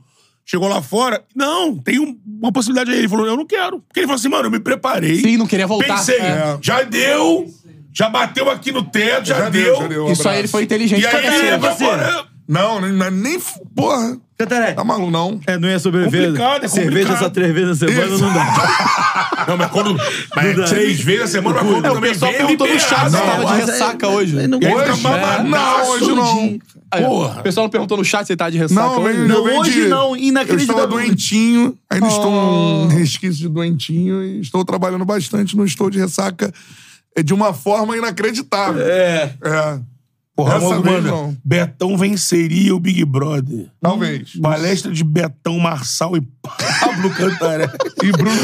Speaker 2: Chegou lá fora. Não, tem um- uma possibilidade aí. Ele falou, eu não quero. Porque ele falou assim, mano, eu me preparei.
Speaker 4: Sim, não queria voltar.
Speaker 2: Pensei,
Speaker 4: É.
Speaker 2: já deu, já bateu aqui no teto, já,
Speaker 1: Já
Speaker 2: deu.
Speaker 1: deu, já deu. um
Speaker 4: Isso aí ele foi inteligente
Speaker 2: E
Speaker 4: pra
Speaker 2: aí
Speaker 4: cacete.
Speaker 2: ele vai embora.
Speaker 1: Não, nem, nem. Porra.
Speaker 3: Cantarelli.
Speaker 1: Tá maluco, não.
Speaker 3: É, não ia sobreviver.
Speaker 2: Complicado, é
Speaker 3: Cerveja
Speaker 2: complicado.
Speaker 3: só três vezes na semana não dá.
Speaker 2: Não, mas quando. Mas
Speaker 3: dá.
Speaker 2: três vezes a semana, mas quando
Speaker 4: É, o
Speaker 2: também
Speaker 4: pessoal
Speaker 2: vem,
Speaker 4: perguntou no
Speaker 2: libera.
Speaker 4: chat se
Speaker 2: Não,
Speaker 4: tava de
Speaker 3: mas aí-
Speaker 4: ressaca hoje. é
Speaker 3: aí não-
Speaker 2: e aí fica
Speaker 1: Hoje,
Speaker 2: babado.
Speaker 1: né? Não, hoje não.
Speaker 4: Aí,
Speaker 2: Porra.
Speaker 4: É, O pessoal não perguntou no chat se ele tá de ressaca
Speaker 1: Não,
Speaker 4: hoje.
Speaker 1: eu
Speaker 3: Não,
Speaker 1: venho
Speaker 3: hoje
Speaker 1: de-
Speaker 3: não,
Speaker 1: Eu estava
Speaker 3: inacreditável.
Speaker 1: doentinho, ainda estou um resquício de doentinho e estou trabalhando bastante, não estou de ressaca é, de uma forma inacreditável.
Speaker 2: né?
Speaker 1: É.
Speaker 2: Porra,
Speaker 1: Dessa
Speaker 2: mano,
Speaker 1: vez
Speaker 2: mano,
Speaker 1: não.
Speaker 2: Betão venceria o Big Brother.
Speaker 1: Talvez.
Speaker 2: Palestra de Betão, Marçal e Pablo Cantarelli.
Speaker 1: E Bruno.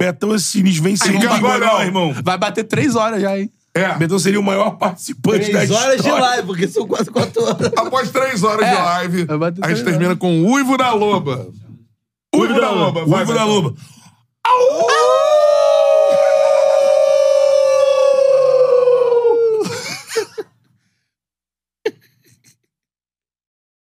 Speaker 2: Betão é sinistro, venceria o
Speaker 1: Fica
Speaker 2: Big
Speaker 1: agora,
Speaker 2: Brother,
Speaker 1: não.
Speaker 2: irmão.
Speaker 4: Vai bater três horas já, hein?
Speaker 1: é.
Speaker 2: Betão seria o maior participante da
Speaker 3: Três
Speaker 2: história.
Speaker 3: horas de live, porque são quase quatro horas.
Speaker 1: Após três horas
Speaker 4: É.
Speaker 1: de live,
Speaker 4: Eu bato
Speaker 1: a
Speaker 4: três
Speaker 1: gente termina com o Uivo da Loba. Uivo da Loba. vai,
Speaker 2: Uivo da
Speaker 1: Betão.
Speaker 2: Loba. Au!